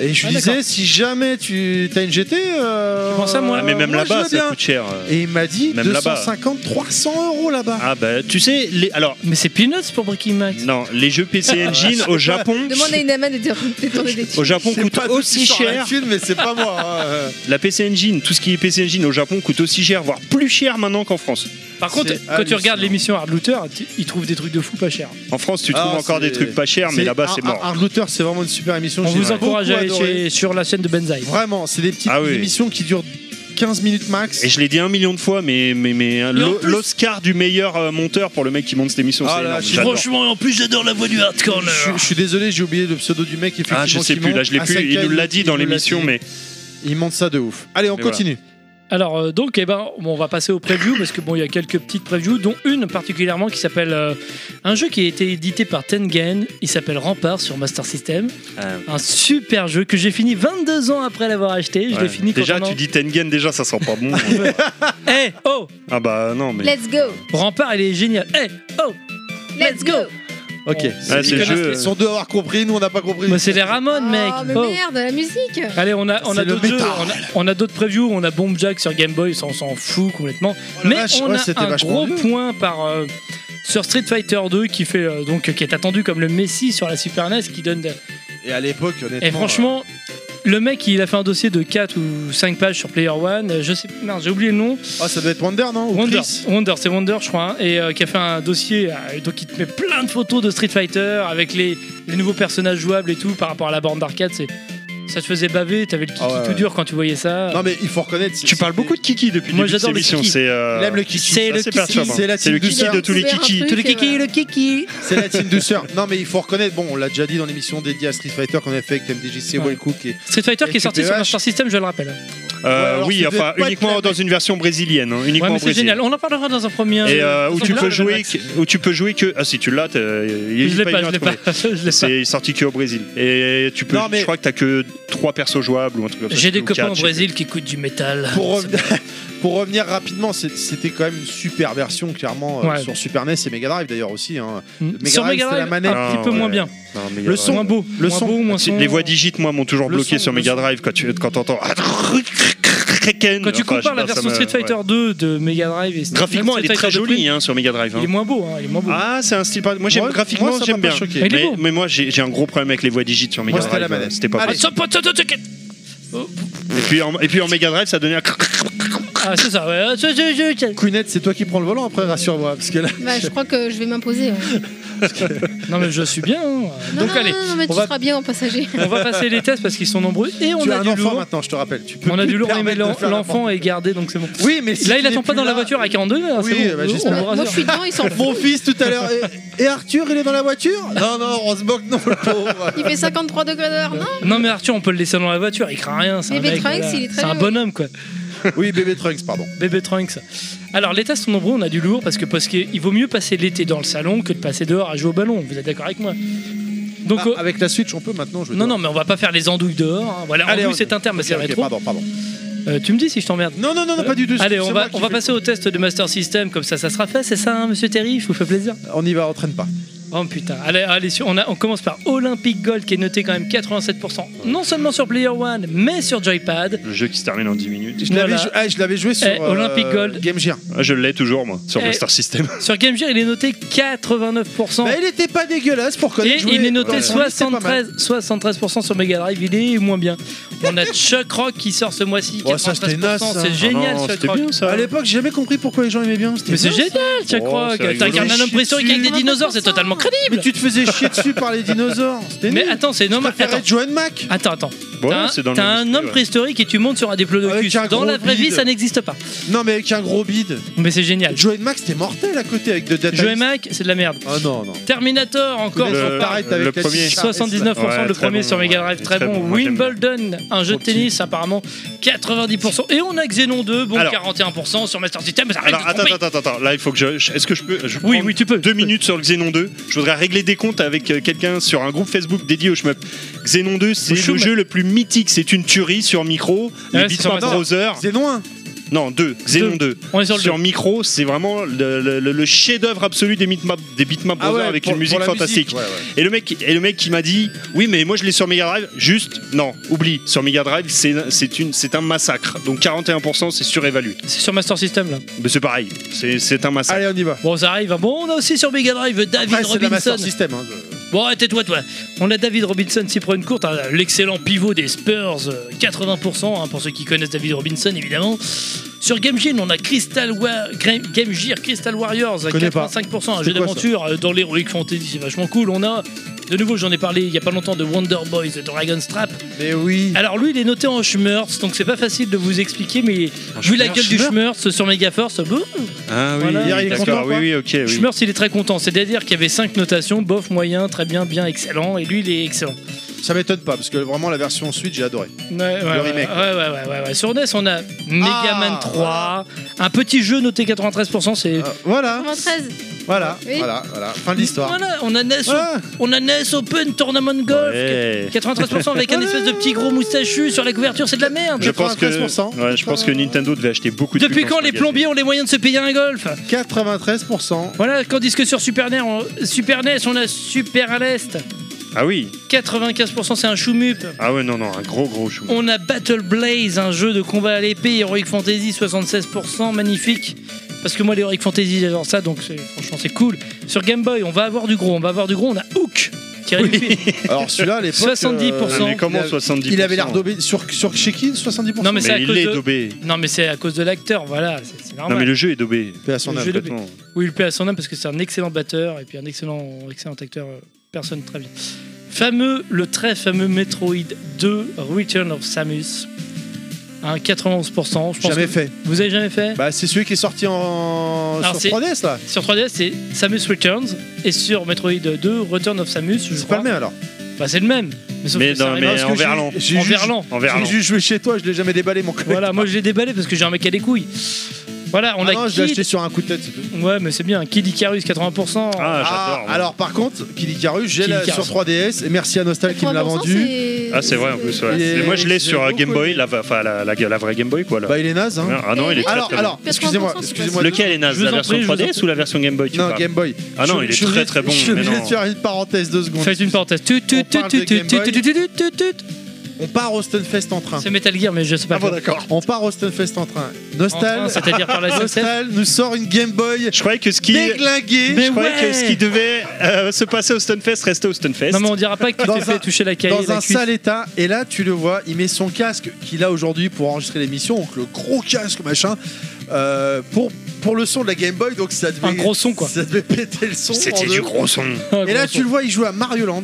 Speaker 3: Et je
Speaker 4: Ah,
Speaker 3: lui disais,
Speaker 4: d'accord.
Speaker 3: si jamais tu as une GT, euh,
Speaker 4: Tu penses à moi
Speaker 6: Ah, mais même
Speaker 3: moi, je
Speaker 6: là-bas
Speaker 3: veux
Speaker 6: ça
Speaker 3: bien.
Speaker 6: coûte cher euh.
Speaker 3: Et il m'a dit
Speaker 6: Même là-bas.
Speaker 3: 250, 300 euros là-bas.
Speaker 6: ah bah tu sais les alors
Speaker 4: Mais c'est Peanuts pour Breaking Max.
Speaker 6: Non, les jeux PC Engine au Japon.
Speaker 5: Demande à une amène de dire- de tourner des
Speaker 6: Au
Speaker 5: trucs.
Speaker 6: Japon
Speaker 3: C'est
Speaker 6: coûte
Speaker 3: pas nous qui
Speaker 6: aussi
Speaker 3: sort la
Speaker 6: cher.
Speaker 3: thune, mais c'est pas moi. hein.
Speaker 6: La PC Engine, tout ce qui est PC Engine au Japon coûte aussi cher, voire plus cher maintenant qu'en France.
Speaker 4: Par contre,
Speaker 3: C'est
Speaker 4: quand tu regardes
Speaker 3: hallucinant.
Speaker 4: l'émission Hard Looter, tu- ils trouvent des trucs de fou pas cher.
Speaker 6: En France, tu
Speaker 3: Ah,
Speaker 6: trouves encore
Speaker 3: c'est-
Speaker 6: des trucs pas chers, mais là-bas, c'est
Speaker 3: Har-
Speaker 6: mort.
Speaker 3: Har- Hard Looter, c'est vraiment une super émission.
Speaker 4: On
Speaker 3: j'ai
Speaker 4: vous
Speaker 3: beaucoup
Speaker 4: encourage à aller
Speaker 3: adoré.
Speaker 4: chez- sur la chaîne de Benzaï.
Speaker 3: Vraiment, c'est des petites
Speaker 6: Ah oui.
Speaker 3: émissions qui durent 15 minutes max.
Speaker 6: Et je l'ai dit un million de fois, mais, mais, mais hein,
Speaker 4: Mais en
Speaker 6: l'o-
Speaker 4: plus-
Speaker 6: l'Oscar du meilleur euh, monteur pour le mec qui monte cette émission,
Speaker 3: Ah
Speaker 6: c'est
Speaker 3: là,
Speaker 6: énorme.
Speaker 3: je suis
Speaker 6: J'adore.
Speaker 4: Franchement, en plus, j'adore la voix du hardcore.
Speaker 3: Je, suis- je suis désolé, j'ai oublié le pseudo du mec. Effectivement,
Speaker 6: Ah, je sais
Speaker 3: qui
Speaker 6: plus,
Speaker 3: monte.
Speaker 6: là je l'ai plus, il
Speaker 3: Asakai,
Speaker 6: nous l'a dit dans
Speaker 3: il nous l'a
Speaker 6: l'émission,
Speaker 3: dit.
Speaker 6: mais
Speaker 3: Il monte ça de ouf. Allez, on
Speaker 6: Mais
Speaker 3: continue.
Speaker 4: Alors, euh, donc, eh ben, bon, on va passer aux previews parce que bon, il y a quelques petites previews, dont une particulièrement qui s'appelle euh, un jeu qui a été édité par Tengen. Il s'appelle Rampart sur Master System.
Speaker 6: Ah,
Speaker 4: Un super jeu que j'ai fini 22 ans après l'avoir acheté. Je
Speaker 6: ouais.
Speaker 4: l'ai fini quand
Speaker 6: Déjà,
Speaker 4: on en-
Speaker 6: tu dis Tengen, déjà ça sent pas bon.
Speaker 4: Eh, oh
Speaker 6: ah bah non, mais.
Speaker 5: Let's go
Speaker 4: Rampart, il est génial. Eh, oh
Speaker 5: Let's go
Speaker 3: Ok. Ah,
Speaker 4: Ouais,
Speaker 6: c'est le
Speaker 3: Nicolas,
Speaker 6: jeu,
Speaker 3: Ils sont deux à avoir compris, nous on n'a pas compris.
Speaker 4: Bah, C'est les Ramones, mec.
Speaker 5: Oh, mais
Speaker 4: Oh.
Speaker 5: merde, la musique
Speaker 4: Allez, on a, on a
Speaker 3: C'est le
Speaker 4: d'autres jeux,
Speaker 3: métal.
Speaker 4: on a, on a d'autres previews, on a Bomb Jack sur Game Boy, ça on s'en fout complètement.
Speaker 3: Oh la
Speaker 4: Mais
Speaker 3: vache,
Speaker 4: on
Speaker 3: ouais,
Speaker 4: a
Speaker 3: c'était
Speaker 4: un
Speaker 3: vachement
Speaker 4: gros
Speaker 3: vieux.
Speaker 4: point par euh, sur Street Fighter 2 qui fait euh, donc qui est attendu comme le Messi sur la Super NES qui donne. de-
Speaker 3: Et à l'époque, honnêtement.
Speaker 4: Et franchement, le mec il a fait un dossier de 4 ou 5 pages sur Player One, euh, je sais merde, j'ai oublié le nom.
Speaker 3: euh, oh, ça devait être Wonder, non Ou
Speaker 4: Wonder,
Speaker 3: Chris
Speaker 4: Wonder, c'est Wonder, je crois, hein, et euh, qui a fait un dossier. euh, donc, il te met plein de photos de Street Fighter avec les, les nouveaux personnages jouables et tout par rapport à la borne d'arcade. C'est ça te faisait baver, t'avais le kiki
Speaker 3: Ah ouais,
Speaker 4: tout
Speaker 3: ouais.
Speaker 4: dur quand tu voyais ça.
Speaker 3: Non, mais il faut reconnaître. c'est-
Speaker 6: Tu parles
Speaker 3: c'est-
Speaker 6: beaucoup de Kiki depuis le
Speaker 4: Moi,
Speaker 6: début de cette
Speaker 4: j'adore le
Speaker 6: émission,
Speaker 4: Kiki.
Speaker 6: c'est. euh,
Speaker 3: Il aime le kiki.
Speaker 4: c'est
Speaker 6: ça,
Speaker 4: le
Speaker 6: c'est
Speaker 4: kiki,
Speaker 6: perturbant.
Speaker 3: c'est la
Speaker 6: C'est le
Speaker 3: team
Speaker 6: Kiki de
Speaker 3: douceur.
Speaker 6: tous les
Speaker 5: Découvert un
Speaker 6: Kiki.
Speaker 5: truc.
Speaker 4: le kiki, le kiki.
Speaker 3: C'est la team douceur. Non, mais il faut reconnaître. Bon, on l'a déjà dit dans l'émission dédiée à Street Fighter qu'on a fait avec MDJC,
Speaker 4: Ouais.
Speaker 3: Will Cook et.
Speaker 4: Street Fighter
Speaker 3: Et
Speaker 4: qui est sorti
Speaker 3: QPH.
Speaker 4: sur Master System, je le rappelle. hein.
Speaker 3: Ouais,
Speaker 6: Euh,
Speaker 3: alors,
Speaker 6: oui,
Speaker 3: ça devait
Speaker 6: enfin,
Speaker 3: pas être
Speaker 6: uniquement
Speaker 3: clair,
Speaker 6: dans
Speaker 3: mais-
Speaker 6: une version brésilienne, hein,
Speaker 4: Ouais,
Speaker 6: uniquement
Speaker 4: mais
Speaker 6: au
Speaker 4: c'est
Speaker 6: Brésil.
Speaker 4: génial. On en parlera dans un premier.
Speaker 6: Et euh,
Speaker 4: dans
Speaker 6: où
Speaker 4: un
Speaker 6: tu
Speaker 4: premier
Speaker 6: peux jouer,
Speaker 4: Max.
Speaker 6: que- où tu peux jouer que ah si tu l'as, t'es- il est
Speaker 4: Je l'ai
Speaker 6: pas
Speaker 4: pas,
Speaker 6: évident
Speaker 4: je
Speaker 6: à
Speaker 4: l'ai
Speaker 6: trouver.
Speaker 4: pas. je l'ai pas.
Speaker 6: C'est sorti que au Brésil. Et tu peux,
Speaker 3: Non, mais-
Speaker 6: je crois que t'as que trois persos jouables ou un truc comme ça.
Speaker 4: J'ai des
Speaker 6: Ou
Speaker 4: copains
Speaker 6: quatre,
Speaker 4: au
Speaker 6: je sais
Speaker 4: Brésil qui écoutent du métal.
Speaker 3: Pour, euh, revenir- pour revenir rapidement, c'est- c'était quand même une super version, clairement, euh,
Speaker 4: Ouais.
Speaker 3: sur Super NES et Mega Drive d'ailleurs aussi. hein.
Speaker 4: Hmm.
Speaker 3: Mega
Speaker 4: Sur
Speaker 3: Drive,
Speaker 4: Mega
Speaker 3: c'est la
Speaker 4: Drive, un
Speaker 3: manette.
Speaker 4: petit
Speaker 6: Ah,
Speaker 4: peu moins
Speaker 6: ouais.
Speaker 4: bien.
Speaker 6: plus. Non, mais il y a-
Speaker 3: Le son,
Speaker 4: Moins beau,
Speaker 3: Le
Speaker 4: moins
Speaker 3: son.
Speaker 4: beau, moins son.
Speaker 6: Les voix digites, moi, m'ont toujours
Speaker 3: Le
Speaker 6: bloqué
Speaker 3: son,
Speaker 6: sur
Speaker 3: le
Speaker 6: Mega
Speaker 3: son.
Speaker 6: Drive quand tu quand t'entends. Kraken.
Speaker 4: Quand tu
Speaker 6: Enfin, je sais
Speaker 4: compares la
Speaker 6: pas, ça
Speaker 4: version
Speaker 6: me-
Speaker 4: Street Fighter
Speaker 6: ouais.
Speaker 4: 2 de Mega Drive et Street-
Speaker 6: Graphiquement,
Speaker 4: même
Speaker 6: elle
Speaker 4: Street
Speaker 6: est très
Speaker 4: Fighter 2
Speaker 6: jolie hein, sur Mega Drive. hein.
Speaker 4: Il est moins beau, hein, il est moins beau.
Speaker 6: Ah, c'est un style pas. Moi, j'aime
Speaker 3: Moi,
Speaker 6: graphiquement,
Speaker 3: moi, ça m'a
Speaker 6: j'aime
Speaker 3: pas
Speaker 6: bien.
Speaker 3: choqué.
Speaker 4: Mais il est
Speaker 6: Mais,
Speaker 4: beau.
Speaker 6: mais moi, j'ai j'ai un gros problème avec les voix digites sur Mega
Speaker 3: Moi, c'était
Speaker 6: Drive.
Speaker 3: la
Speaker 6: euh,
Speaker 3: manette.
Speaker 6: C'était pas.
Speaker 3: Allez.
Speaker 4: Ah, ça, pas- Oh.
Speaker 6: Et puis, en, et puis en Mega Drive, ça donnait un.
Speaker 4: Ah, c'est ça, ouais. Je- je- je- je-
Speaker 3: Kounet, c'est toi qui prends le volant après, rassure-moi. Parce que là,
Speaker 5: Bah, je crois que je vais m'imposer. hein.
Speaker 4: Non, mais je suis bien. hein.
Speaker 5: Non,
Speaker 4: Donc,
Speaker 5: non,
Speaker 4: allez,
Speaker 5: non, non, mais
Speaker 3: on
Speaker 5: tu
Speaker 3: va-
Speaker 5: seras bien en passager.
Speaker 4: on va passer les tests parce qu'ils sont nombreux et on
Speaker 3: tu as
Speaker 4: a
Speaker 3: un
Speaker 4: du
Speaker 3: enfant
Speaker 4: lourd.
Speaker 3: maintenant, je te rappelle. Tu peux
Speaker 4: On a
Speaker 3: plus
Speaker 4: du
Speaker 3: te
Speaker 4: lourd, non, mais
Speaker 3: permettre de
Speaker 4: l'en-
Speaker 3: faire
Speaker 4: l'enfant est gardé, donc c'est bon.
Speaker 3: n'importe- Oui, mais si
Speaker 4: Là,
Speaker 3: tu
Speaker 4: il attend
Speaker 3: n'es
Speaker 4: pas
Speaker 3: plus
Speaker 4: dans la
Speaker 3: là-
Speaker 4: voiture à 42. hein,
Speaker 3: Oui,
Speaker 4: c'est bon,
Speaker 3: bah,
Speaker 4: on
Speaker 3: j'espère.
Speaker 4: le
Speaker 5: Moi,
Speaker 4: rassure.
Speaker 5: je suis dedans, il s'en
Speaker 3: Mon
Speaker 5: fout.
Speaker 3: fils tout à l'heure. Et, et Arthur, il est dans la voiture Non, non, on se moque, non, le pauvre.
Speaker 5: Il fait 53 degrés dehors, non
Speaker 4: Non mais Arthur, on peut le laisser dans la voiture, il craint rien. C'est un,
Speaker 5: Bébé
Speaker 4: mec,
Speaker 5: Trunks,
Speaker 4: voilà.
Speaker 5: il est très
Speaker 4: C'est un
Speaker 5: bien.
Speaker 4: bonhomme quoi.
Speaker 3: Oui, bébé Trunks, pardon.
Speaker 4: Bébé Trunks. Alors les tests sont nombreux, on a du lourd parce que parce qu'il vaut mieux passer l'été dans le salon que de passer dehors à jouer au ballon. Vous êtes d'accord avec moi Donc
Speaker 3: Ah,
Speaker 4: euh,
Speaker 3: Avec la Switch, on peut maintenant, je veux
Speaker 4: non
Speaker 3: dire.
Speaker 4: non mais on va pas faire les andouilles dehors. hein. Voilà,
Speaker 3: Allez,
Speaker 4: andouille
Speaker 3: on-
Speaker 4: c'est un terme, mais
Speaker 3: Ok,
Speaker 4: c'est
Speaker 3: ok,
Speaker 4: rétro.
Speaker 3: Pardon, pardon.
Speaker 4: Euh, tu me dis si je t'emmerde.
Speaker 3: Non, non, non, non, pas du tout.
Speaker 4: Allez,
Speaker 3: c'est moi
Speaker 4: on va,
Speaker 3: qui
Speaker 4: on va
Speaker 3: fais-
Speaker 4: passer au test de Master System, comme ça ça sera fait, c'est ça, hein, monsieur Terry Je vous fais plaisir
Speaker 3: On y va, on traîne pas.
Speaker 4: Oh putain, allez, allez sur- on, a- on commence par Olympic Gold qui est noté quand même 87%, non seulement sur Player One, mais sur Joypad.
Speaker 6: Le jeu qui se termine en 10 minutes.
Speaker 3: Je l'avais
Speaker 4: Voilà.
Speaker 3: jou- ah, je l'avais joué sur euh,
Speaker 4: Eh, Olympic Gold.
Speaker 3: Game Gear.
Speaker 6: Ah, Je l'ai toujours, moi, sur
Speaker 4: Eh.
Speaker 6: Master System.
Speaker 4: Sur Game Gear, il est noté 89%.
Speaker 3: Bah, il était pas dégueulasse pour
Speaker 4: Et
Speaker 3: connaître. jouer.
Speaker 4: il est noté
Speaker 3: Ouais.
Speaker 4: 73, 73% sur Mega Drive, il est moins bien. On a Chuck Rock qui sort ce mois-ci,
Speaker 3: Oh, ça,
Speaker 4: 93%,
Speaker 3: c'était naze, ça.
Speaker 4: c'est génial
Speaker 6: Ah non,
Speaker 4: Chuck
Speaker 6: c'était
Speaker 4: Rock.
Speaker 6: bien, ça.
Speaker 3: À l'époque, j'ai jamais compris pourquoi les gens aimaient bien. c'était
Speaker 4: Mais c'est
Speaker 3: bien.
Speaker 4: génial Chuck
Speaker 6: Oh,
Speaker 4: Rock,
Speaker 6: c'est rigolo.
Speaker 4: t'incarnes un homme
Speaker 3: Chier
Speaker 4: préhistorique avec des
Speaker 5: dessus.
Speaker 4: dinosaures, c'est totalement
Speaker 3: Mais
Speaker 4: crédible.
Speaker 3: tu te faisais chier dessus par les dinosaures. C'était
Speaker 4: Mais
Speaker 3: nul.
Speaker 4: attends, c'est
Speaker 3: Je
Speaker 4: non, mais
Speaker 3: préférais
Speaker 4: attends.
Speaker 3: Joan Mac.
Speaker 4: Attends, attends.
Speaker 6: Ouais,
Speaker 4: T'as un-
Speaker 6: c'est dans le
Speaker 4: T'as
Speaker 6: même
Speaker 4: un
Speaker 6: esprit,
Speaker 4: homme
Speaker 6: ouais.
Speaker 4: préhistorique et tu montes sur un diplodocus.
Speaker 3: Avec un
Speaker 4: Dans
Speaker 3: gros
Speaker 4: la vraie vie,
Speaker 3: bide.
Speaker 4: ça n'existe pas.
Speaker 3: Non, mais avec un gros bide.
Speaker 4: Mais c'est génial.
Speaker 3: Joan Mac, c'était mortel à côté avec de data.
Speaker 4: Joe Mac, c'est de la merde.
Speaker 3: Oh non, non.
Speaker 4: Terminator, encore.
Speaker 3: Le-
Speaker 4: on parle.
Speaker 3: pareil, t'avais la
Speaker 6: le premier.
Speaker 3: chicha.
Speaker 4: 79%
Speaker 6: Ouais,
Speaker 4: le
Speaker 6: très
Speaker 4: premier
Speaker 6: bon,
Speaker 4: sur Mega
Speaker 6: ouais,
Speaker 4: Drive, très,
Speaker 6: très
Speaker 4: bon.
Speaker 6: bon, moi, j'aime bien.
Speaker 4: Wimbledon, un jeu de
Speaker 3: petit.
Speaker 4: tennis apparemment 90%. Et on a Xenon 2, bon
Speaker 6: Alors-
Speaker 4: 41% sur Master System, mais ça arrête
Speaker 6: Alors,
Speaker 4: de
Speaker 6: attends,
Speaker 4: tromper.
Speaker 6: attends, attends, attends. Là, il faut que je. je- Est-ce que je peux. Je
Speaker 4: Oui,
Speaker 6: prends
Speaker 4: oui, tu peux.
Speaker 6: Deux minutes sur le Xenon 2. Je voudrais régler des comptes avec euh, quelqu'un sur un groupe Facebook dédié au shmup. Xenon 2, c'est
Speaker 4: Au
Speaker 6: le
Speaker 4: shmup.
Speaker 6: jeu le plus mythique. C'est une tuerie sur micro.
Speaker 4: Ouais,
Speaker 6: les
Speaker 4: c'est sur
Speaker 6: Beatmap
Speaker 4: Master.
Speaker 6: Browser.
Speaker 3: C'est loin.
Speaker 6: Non, 2. Xenon 2.
Speaker 4: On est sur le
Speaker 6: sur
Speaker 4: deux.
Speaker 6: micro, c'est vraiment le, le- le- le chef-d'œuvre absolu des beatmap, des beatmap
Speaker 4: Ah
Speaker 6: brothers Ah avec
Speaker 3: pour-
Speaker 6: une musique
Speaker 3: pour la
Speaker 6: fantastique.
Speaker 3: musique, ouais, ouais.
Speaker 6: Et le mec, et le mec qui m'a dit, oui, mais moi je l'ai sur Mega Drive. Juste, non, oublie. Sur Mega Drive, c'est c'est une, c'est un massacre. Donc 41%, c'est surévalué.
Speaker 4: C'est sur Master System là.
Speaker 6: Mais c'est pareil, c'est c'est un massacre.
Speaker 3: Allez, on y va.
Speaker 4: Bon, ça arrive. hein. Bon, on a aussi sur Mega Drive David
Speaker 3: Ouais, c'est de la
Speaker 4: Robinson.
Speaker 3: Master System. hein.
Speaker 4: Bon, ouais, tais-toi, toi. On a David Robinson, Cyprien Court, hein, l'excellent pivot des Spurs, euh, 80%, hein, pour ceux qui connaissent David Robinson, évidemment. Sur Game Gear, on a Crystal Wa- Gra- Game Gear Crystal Warriors à
Speaker 3: connais pas.
Speaker 4: 85%, un
Speaker 3: C'est
Speaker 4: jeu
Speaker 3: quoi,
Speaker 4: d'aventure euh, dans l'Heroic Fantasy, c'est vachement cool. On a, de nouveau, j'en ai parlé il y a pas longtemps, de Wonder Boys et Dragon's Trap.
Speaker 3: Mais oui.
Speaker 4: Alors lui, il est noté en Schmerz, donc c'est pas facile de vous expliquer, mais vu la gueule du Schmerz Eh sur Megaforce, bon,
Speaker 6: Ah oui,
Speaker 4: Voilà, il est
Speaker 6: d'accord,
Speaker 3: content,
Speaker 6: oui,
Speaker 3: quoi.
Speaker 6: oui, ok. oui.
Speaker 4: Schmerz, il est très content. C'est-à-dire qu'il y avait 5 notations, bof, moyen, très bien, bien, excellent, et lui, il est excellent.
Speaker 3: Ça m'étonne pas parce que vraiment la version Switch j'ai adoré.
Speaker 4: Ouais, ouais, ouais,
Speaker 3: remake.
Speaker 4: Ouais, ouais, ouais, ouais, ouais. Sur NES, on a Megaman
Speaker 3: Ah,
Speaker 4: 3, un petit jeu noté 93%, c'est...
Speaker 3: Ah, voilà,
Speaker 5: 93.
Speaker 3: voilà,
Speaker 5: Oui.
Speaker 3: voilà, voilà. Fin de l'histoire.
Speaker 4: Voilà, on a NES,
Speaker 3: Ah,
Speaker 4: on a NES Open Tournament Golf.
Speaker 6: Ouais.
Speaker 4: 93% avec un espèce de petit gros moustachu sur la couverture, c'est de la merde.
Speaker 6: Je pense, que,
Speaker 3: 93%.
Speaker 6: ouais, je pense que Nintendo devait acheter beaucoup de
Speaker 4: Depuis
Speaker 6: trucs en
Speaker 4: quand les
Speaker 6: magasin.
Speaker 4: plombiers ont les moyens de se payer un golf
Speaker 3: 93%.
Speaker 4: Voilà, quand disent que sur Super NES, on, Super NES, on a Super E à l'Est.
Speaker 6: Ah oui,
Speaker 4: 95% c'est un choumup.
Speaker 6: ah ouais, non, non, un gros gros Ah, chou.
Speaker 4: On a Battle Blaze, un jeu de combat à l'épée, Heroic Fantasy 76%, magnifique. Parce que moi, les Heroic Fantasy, j'adore ça, donc c'est- franchement, c'est cool. Sur Game Boy, on va avoir du gros, on va avoir du gros, on a Hook. qui arrive.
Speaker 3: Alors celui-là à l'époque. euh,
Speaker 4: 70%.
Speaker 6: Mais comment
Speaker 3: il a-
Speaker 6: 70%
Speaker 3: Il avait l'air daubé sur, sur chez qui 70%
Speaker 4: Non, mais c'est à
Speaker 6: Mais il
Speaker 4: cause
Speaker 6: est
Speaker 4: de-
Speaker 6: daubé.
Speaker 4: Non, mais c'est à cause de l'acteur, voilà, c'est c'est normal.
Speaker 6: Non, mais le jeu est daubé.
Speaker 3: Paix à son
Speaker 4: Le
Speaker 3: âme.
Speaker 4: jeu de-
Speaker 6: complètement.
Speaker 4: Oui, il plaît à son âme parce que c'est un excellent batteur et puis un excellent, excellent acteur, euh, personne très bien. Fameux, le très fameux Metroid 2 Return of Samus. Un 91%, je pense.
Speaker 3: Jamais
Speaker 4: que-
Speaker 3: fait.
Speaker 4: Vous avez jamais fait
Speaker 3: Bah c'est celui qui est sorti en
Speaker 4: Alors, c'est-
Speaker 3: sur 3DS là.
Speaker 4: Sur 3DS, c'est Samus Returns et sur Metroid 2 Return of Samus, je
Speaker 3: C'est
Speaker 4: crois.
Speaker 3: pas le même alors.
Speaker 4: Bah, c'est le même. Mais, sauf
Speaker 6: Mais
Speaker 4: que ça
Speaker 6: non,
Speaker 4: arrive-
Speaker 6: mais
Speaker 4: parce que
Speaker 6: en
Speaker 4: j'ai-
Speaker 6: verlan.
Speaker 3: J'ai
Speaker 4: En
Speaker 3: juste-
Speaker 4: verlan.
Speaker 6: En
Speaker 3: J'ai
Speaker 6: verlan.
Speaker 3: juste joué chez toi, je l'ai jamais déballé mon collègue.
Speaker 4: Voilà, moi je l'ai déballé parce que j'ai un mec à les couilles. Voilà, on
Speaker 3: Ah
Speaker 4: a
Speaker 3: non, je l'ai
Speaker 4: Kid...
Speaker 3: acheté sur un coup de tête, c'est tout.
Speaker 4: Ouais, mais c'est bien. Kid Icarus 80%.
Speaker 3: Ah,
Speaker 6: Ah, j'adore. moi.
Speaker 3: alors par contre, Kid Icarus, j'ai
Speaker 4: Kid
Speaker 3: la sur
Speaker 4: Icarus.
Speaker 3: 3DS et merci à Nostal qui me l'a
Speaker 5: 80%,
Speaker 3: vendu.
Speaker 5: c'est-
Speaker 6: Ah, c'est vrai en plus. ouais.
Speaker 3: Il est-
Speaker 6: Mais moi je l'ai
Speaker 3: c'est
Speaker 6: sur euh,
Speaker 3: beaucoup,
Speaker 6: Game Boy,
Speaker 3: oui.
Speaker 6: la, enfin, la, la, la vraie Game Boy quoi. Là.
Speaker 3: Bah il est naze hein.
Speaker 6: ah non, il est très,
Speaker 3: Alors
Speaker 6: très
Speaker 3: alors,
Speaker 6: bon.
Speaker 5: 80%,
Speaker 3: excusez-moi,
Speaker 5: c'est pas
Speaker 3: excusez-moi.
Speaker 6: Lequel est naze
Speaker 4: Je vous
Speaker 6: La
Speaker 4: en
Speaker 6: version
Speaker 4: prie, je vous en
Speaker 6: 3DS ou la version Game Boy tu
Speaker 3: Non,
Speaker 6: parles
Speaker 3: Game Boy.
Speaker 6: Ah non,
Speaker 3: Je-
Speaker 6: il est
Speaker 3: je
Speaker 6: très,
Speaker 3: voulais-
Speaker 6: très bon,
Speaker 3: Je
Speaker 6: mais
Speaker 3: voulais
Speaker 6: non.
Speaker 3: faire une parenthèse deux secondes.
Speaker 4: Faites une parenthèse. Tut, tut,
Speaker 3: On
Speaker 4: tut,
Speaker 3: parle
Speaker 4: tut,
Speaker 3: de Game
Speaker 4: tut,
Speaker 3: Boy.
Speaker 4: tut, tut, tut, tut, tut.
Speaker 3: On part au Stunfest en train.
Speaker 4: C'est Metal Gear, mais je sais pas.
Speaker 3: Ah bon
Speaker 4: quoi.
Speaker 3: d'accord. On part au Stunfest en train.
Speaker 4: En train,
Speaker 3: Nostal,
Speaker 4: C'est-à-dire par la SNCF.
Speaker 3: Nostal nous sort une Game Boy
Speaker 6: Je croyais que ce qui.
Speaker 3: déglinguée.
Speaker 4: Mais
Speaker 6: Je croyais
Speaker 4: ouais.
Speaker 6: que ce qui devait euh, se passer au Stunfest restait au Stunfest.
Speaker 4: Non, mais on dira pas que tu
Speaker 3: Dans
Speaker 4: t'es fait
Speaker 3: un-
Speaker 4: toucher la caille.
Speaker 3: dans
Speaker 4: la
Speaker 3: un
Speaker 4: cuisse.
Speaker 3: sale état. Et là, tu le vois, il met son casque qu'il a aujourd'hui pour enregistrer l'émission, donc le gros casque machin, euh, pour, pour le son de la Game Boy. Donc ça devait,
Speaker 4: Un gros son, quoi.
Speaker 3: Ça devait péter le son. en
Speaker 6: C'était du
Speaker 3: deux.
Speaker 6: gros son.
Speaker 4: Ah,
Speaker 3: Et là,
Speaker 4: gros
Speaker 3: tu le vois, il joue à Mario Land,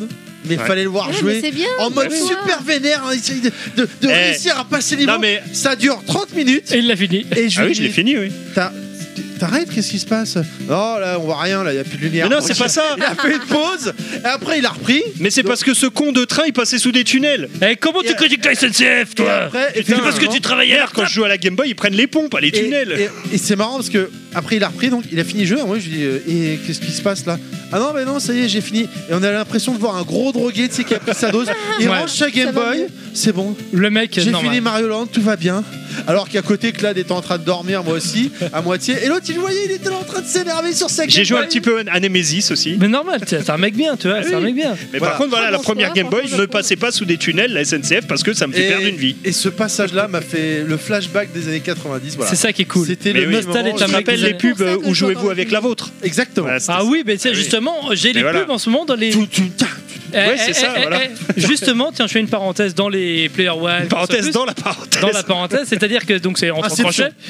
Speaker 3: mais
Speaker 6: Ouais.
Speaker 3: fallait le voir
Speaker 5: Ouais, mais
Speaker 3: jouer.
Speaker 5: c'est bien.
Speaker 3: En mode
Speaker 5: Ouais.
Speaker 3: super vénère, hein, essayer de, de- de
Speaker 6: Eh.
Speaker 3: réussir à passer les
Speaker 6: Non,
Speaker 3: mots.
Speaker 6: mais-
Speaker 3: Ça dure 30 minutes.
Speaker 4: Et il l'a fini.
Speaker 3: Et je
Speaker 6: Ah
Speaker 3: lui
Speaker 6: oui, je l'ai
Speaker 3: dis,
Speaker 6: fini, oui.
Speaker 3: T'as- T'arrêtes Qu'est-ce qui se passe Non, là, on voit rien, là, il n'y a plus de lumière.
Speaker 6: Mais non, c'est pas ça.
Speaker 3: Il a fait une pause, et après, il a repris.
Speaker 6: Mais c'est parce que ce con de train il passait sous des tunnels.
Speaker 4: Eh, comment tu
Speaker 3: Et-
Speaker 4: critiques la SNCF,
Speaker 3: Et
Speaker 4: toi
Speaker 3: après,
Speaker 6: C'est parce que
Speaker 3: effectivement,
Speaker 6: tu travaillais hier quand je joue à la Game Boy, ils prennent les pompes, pas les
Speaker 3: Et-
Speaker 6: tunnels.
Speaker 3: Et, et c'est marrant parce que après il a repris donc il a fini le jeu. Et Moi je lui dis euh, et qu'est-ce qui se passe là Ah non mais non ça y est j'ai fini. Et on a l'impression de voir un gros drogué tu sais qui a pris sa dose. Il
Speaker 4: Ouais.
Speaker 3: range sa
Speaker 5: Ça
Speaker 3: Game
Speaker 5: va
Speaker 3: Boy.
Speaker 5: mieux.
Speaker 3: C'est bon.
Speaker 4: Le mec,
Speaker 3: J'ai
Speaker 4: normal.
Speaker 3: fini Mario Land tout va bien. Alors qu'à côté Clad était en train de dormir moi aussi à moitié. Et l'autre il le voyait il était là en train de s'énerver sur sa Game
Speaker 6: J'ai joué un
Speaker 3: Boy.
Speaker 6: petit peu à Nemesis aussi.
Speaker 4: Mais normal, t'es t'es un mec bien, tu vois, c'est un mec bien.
Speaker 6: Mais
Speaker 3: Voilà.
Speaker 6: par contre, voilà, la
Speaker 5: Franchement,
Speaker 6: première
Speaker 5: c'est
Speaker 6: Game Boy,
Speaker 5: vrai,
Speaker 6: je ne
Speaker 5: franchement,
Speaker 6: passais pas sous des tunnels, la SNCF, parce que ça me fait perdre une vie.
Speaker 3: et ce passage là m'a fait le flashback des années 90 voilà.
Speaker 4: C'est ça qui est cool.
Speaker 3: C'était
Speaker 6: Mais
Speaker 3: le
Speaker 6: oui,
Speaker 3: même
Speaker 4: Nostal
Speaker 3: moment,
Speaker 4: est un
Speaker 6: Je
Speaker 3: je-
Speaker 4: mec des
Speaker 6: rappelle les
Speaker 4: années-
Speaker 6: pubs
Speaker 5: C'est pour ça
Speaker 6: euh,
Speaker 5: que
Speaker 6: où
Speaker 5: je
Speaker 6: jouez-vous
Speaker 5: t'en
Speaker 6: avec
Speaker 5: prie.
Speaker 6: la vôtre.
Speaker 3: Exactement.
Speaker 6: Voilà, c'était
Speaker 4: Ah
Speaker 6: ça.
Speaker 4: oui, mais
Speaker 6: Ah
Speaker 4: tiens,
Speaker 6: oui.
Speaker 4: justement, j'ai les
Speaker 6: Mais voilà.
Speaker 4: pubs en ce moment dans les.
Speaker 3: Tout, tout, ta-
Speaker 4: Eh,
Speaker 6: Ouais,
Speaker 4: eh,
Speaker 6: c'est
Speaker 4: eh,
Speaker 6: ça,
Speaker 4: eh,
Speaker 6: voilà.
Speaker 4: eh. Justement, tiens, je fais une parenthèse dans les Player One.
Speaker 6: Parenthèse
Speaker 4: Plus,
Speaker 6: dans la parenthèse.
Speaker 4: dans la parenthèse, c'est-à-dire que donc c'est entre
Speaker 3: Inception.
Speaker 4: crochets.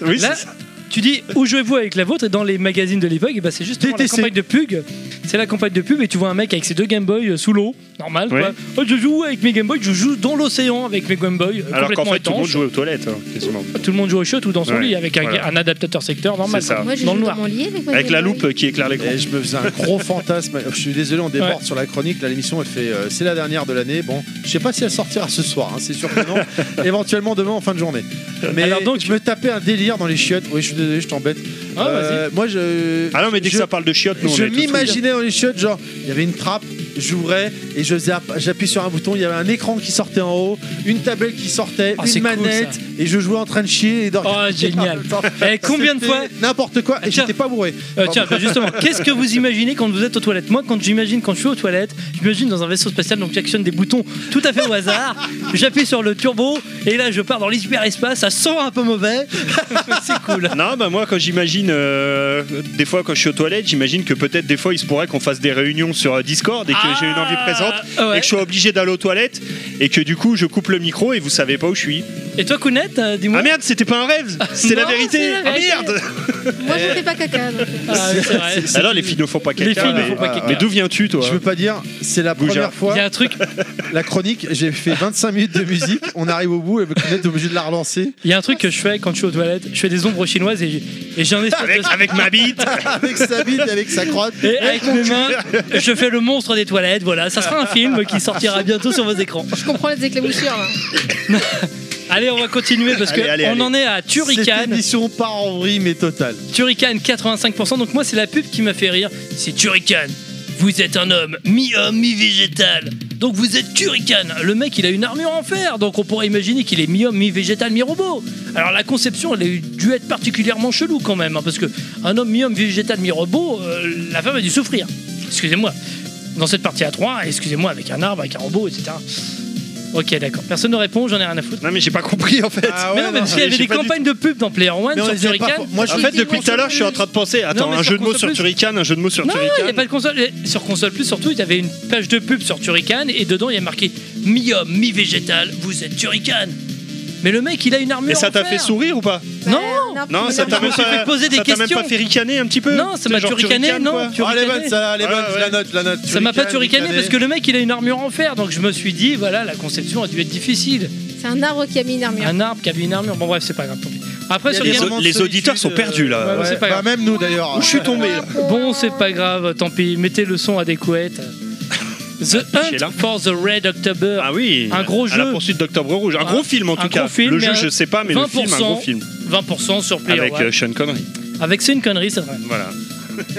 Speaker 6: Oui,
Speaker 4: Là,
Speaker 6: c'est ça.
Speaker 4: tu dis où jouez-vous avec la vôtre et dans les magazines de l'époque, et bah, c'est justement
Speaker 3: DTC.
Speaker 4: la campagne de Pug. C'est la campagne de pub et tu vois un mec avec ses deux Game Boy euh, sous l'eau, normal. quoi.
Speaker 6: Ouais.
Speaker 4: Oh, je joue avec mes Game Boy, je joue dans l'océan avec mes Game Boy, euh,
Speaker 6: Alors
Speaker 4: complètement
Speaker 6: qu'en fait, tout le monde
Speaker 4: étanche.
Speaker 6: jouait aux toilettes, hein, quasiment.
Speaker 4: Tout le monde joue au shot ou dans son
Speaker 6: Ouais,
Speaker 4: lit avec un,
Speaker 6: voilà.
Speaker 4: un adaptateur secteur normal.
Speaker 6: C'est ça.
Speaker 4: quoi.
Speaker 5: Moi, j'ai
Speaker 4: dans
Speaker 5: joué
Speaker 4: le
Speaker 5: dans
Speaker 4: noir.
Speaker 5: mon lit avec ma
Speaker 6: Avec la
Speaker 5: Game Boy.
Speaker 6: loupe qui éclaire l'écran.
Speaker 3: Et je me faisais un gros fantasme. Je suis désolé, on déborde sur la chronique. Là, l'émission, elle fait. euh, c'est la dernière de l'année. Bon, je sais pas si elle sortira ce soir. hein, c'est sûr que non. Éventuellement demain en fin de journée. Mais
Speaker 4: Alors donc-
Speaker 3: je me tapais un délire dans les chiottes. Oui, je suis désolé, je t'embête.
Speaker 4: Ah,
Speaker 3: Euh, moi, je.
Speaker 6: Ah non, mais dès que
Speaker 3: je-
Speaker 6: ça parle de chiottes, nous on
Speaker 3: je
Speaker 6: est tous ouïes.
Speaker 3: m'imaginais dans les chiottes, genre, il y avait une trappe, j'ouvrais et je faisais app- j'appuie sur un bouton, il y avait un écran qui sortait en haut, une tablette qui sortait,
Speaker 4: Ah, c'est
Speaker 3: une
Speaker 4: cool,
Speaker 3: manette,
Speaker 4: ça.
Speaker 3: et je jouais en train de chier et de regarder
Speaker 4: Oh, génial.
Speaker 3: en même temps.
Speaker 4: Eh, combien de
Speaker 3: C'était
Speaker 4: fois
Speaker 3: N'importe quoi, et
Speaker 4: Tiens.
Speaker 3: j'étais pas bourré.
Speaker 4: Euh, tiens, bah, justement, qu'est-ce que vous imaginez quand vous êtes aux toilettes Moi, quand j'imagine quand je suis aux toilettes, j'imagine dans un vaisseau spatial, donc j'actionne des boutons tout à fait au hasard, j'appuie sur le turbo, et là je pars dans l'hyperespace, ça sent un peu mauvais, mais c'est cool.
Speaker 6: Non, bah moi quand j'imagine, euh, des fois quand je suis aux toilettes, j'imagine que peut-être des fois il se pourrait qu'on fasse des réunions sur euh, Discord et que que j'ai une envie présente
Speaker 4: Ah ouais.
Speaker 6: et que je sois obligé d'aller aux toilettes et que du coup je coupe le micro et vous savez pas où je suis.
Speaker 4: Et toi, Kounet, euh, dis-moi.
Speaker 6: Ah merde, c'était pas un rêve, c'est la
Speaker 5: Non,
Speaker 6: vérité.
Speaker 5: c'est la
Speaker 6: Ah
Speaker 5: vérité.
Speaker 6: merde.
Speaker 5: Moi, je fais pas caca. donc, euh,
Speaker 4: Ah, oui, c'est vrai.
Speaker 6: Alors les filles ne font pas
Speaker 4: Les filles
Speaker 6: caca.
Speaker 4: ne
Speaker 6: mais-
Speaker 4: font pas
Speaker 3: mais
Speaker 4: caca.
Speaker 6: Mais d'où viens-tu toi
Speaker 3: Je peux pas dire, c'est la
Speaker 6: Bougeur.
Speaker 3: première fois,
Speaker 4: Il y a un truc,
Speaker 3: la chronique, j'ai fait 25 minutes de musique, on arrive au bout et Kounet est obligé de la relancer.
Speaker 4: il y a un truc que je fais quand je suis aux toilettes. Je fais des ombres chinoises et et j'ai un espèce
Speaker 6: avec,
Speaker 4: de-
Speaker 6: avec ma bite.
Speaker 3: avec sa bite, avec sa crotte.
Speaker 4: Et avec mes mains, je fais le monstre des toilettes. Voilà, ça sera un film qui sortira bientôt sur vos écrans.
Speaker 5: je comprends les éclaboussures. là.
Speaker 4: Allez, on va continuer parce que
Speaker 6: Allez, allez,
Speaker 4: on
Speaker 6: allez.
Speaker 4: en est à
Speaker 3: Cette
Speaker 4: Turrican.
Speaker 3: émission part en vrille mais totale.
Speaker 4: Turrican 85%. Donc moi, c'est la pub qui m'a fait rire. C'est Turrican. Vous êtes un homme, mi-homme, mi-végétal. Donc vous êtes Turrican. Le mec, il a une armure en fer. Donc on pourrait imaginer qu'il est mi-homme, mi-végétal, mi-robot. Alors la conception, elle a eu- dû être particulièrement chelou quand même. hein, parce que un homme mi-homme, mi-végétal, mi-robot, euh, la femme a dû souffrir. Excusez-moi. Dans cette partie à 3, excusez-moi, avec un arbre, avec un robot, etc. Ok, d'accord. Personne ne répond, j'en ai rien à foutre.
Speaker 6: Non mais j'ai pas compris en fait.
Speaker 3: Ah
Speaker 4: mais
Speaker 3: ouais,
Speaker 4: non,
Speaker 3: non,
Speaker 4: mais parce qu'il y
Speaker 6: mais
Speaker 4: avait
Speaker 6: j'ai
Speaker 4: des
Speaker 6: pas du
Speaker 4: campagnes de pub dans Player One
Speaker 3: Mais on
Speaker 4: sur
Speaker 3: les avait pas
Speaker 4: Turrican.
Speaker 3: pour- Moi, je
Speaker 6: En
Speaker 5: Ah,
Speaker 3: suis-
Speaker 6: fait,
Speaker 5: Dis-moi
Speaker 6: depuis tout
Speaker 5: sur
Speaker 6: à l'heure, je suis en
Speaker 5: plus.
Speaker 6: train de penser. Attends,
Speaker 4: mais
Speaker 6: un
Speaker 4: sur
Speaker 6: jeu de mots
Speaker 4: console
Speaker 6: sur
Speaker 4: plus.
Speaker 6: Turrican, un jeu de mots sur
Speaker 4: Non, il n'y a
Speaker 6: Turrican.
Speaker 4: pas de console. Et Sur console plus, surtout, il y avait une page de pub sur Turrican et dedans il y a marqué mi-homme, mi-végétal, vous êtes Turrican. Mais le mec, il a une armure.
Speaker 6: Et ça
Speaker 4: en
Speaker 6: t'a
Speaker 4: fer.
Speaker 6: fait sourire ou pas
Speaker 4: Non,
Speaker 5: N'importe
Speaker 6: Non,
Speaker 5: quoi.
Speaker 6: ça
Speaker 4: je
Speaker 6: t'a
Speaker 4: me
Speaker 6: même
Speaker 4: suis fait
Speaker 6: pas
Speaker 4: poser des
Speaker 6: ça t'a même
Speaker 4: questions.
Speaker 6: pas fait ricaner un petit peu
Speaker 4: Non, ça
Speaker 6: C'est
Speaker 4: m'a
Speaker 6: genre
Speaker 4: turricané,
Speaker 6: Turrican,
Speaker 4: non,
Speaker 6: quoi.
Speaker 4: tu-
Speaker 3: Ah, elle est bonne, celle-là, elle est
Speaker 6: Ouais,
Speaker 3: bonne, je la
Speaker 6: ouais.
Speaker 3: note, je la note.
Speaker 4: ça m'a pas turricané
Speaker 3: Turricané
Speaker 4: parce que le mec, il a une armure en fer. Donc je me suis dit, voilà, la conception a dû être difficile.
Speaker 5: C'est un arbre qui a mis une armure.
Speaker 4: Un arbre qui avait une armure. Bon, bref, c'est pas grave. tant pis. Après, sur
Speaker 6: des
Speaker 4: Game- euh,
Speaker 6: autres- les auditeurs sont perdus, là.
Speaker 4: Ouais, c'est pas grave.
Speaker 3: Bah, même nous d'ailleurs.
Speaker 6: Où je suis tombé là
Speaker 4: Bon, c'est pas grave, tant pis. Mettez le son à des couettes. The
Speaker 6: Affichez-la.
Speaker 4: Hunt for the Red October.
Speaker 6: hein. Ah oui,
Speaker 4: Un gros
Speaker 6: à
Speaker 4: jeu.
Speaker 6: la poursuite d'Octobre Rouge. Un
Speaker 4: Un-
Speaker 6: gros film en
Speaker 4: un
Speaker 6: tout
Speaker 4: gros
Speaker 6: cas.
Speaker 4: film,
Speaker 6: le
Speaker 4: mais
Speaker 6: jeu,
Speaker 4: un-
Speaker 6: je sais pas, mais le film, un gros
Speaker 4: 20%
Speaker 6: film.
Speaker 4: 20% sur Player
Speaker 6: Avec
Speaker 4: One.
Speaker 6: euh, Sean Connery.
Speaker 4: Avec c'est une connerie, c'est vrai.
Speaker 6: Voilà.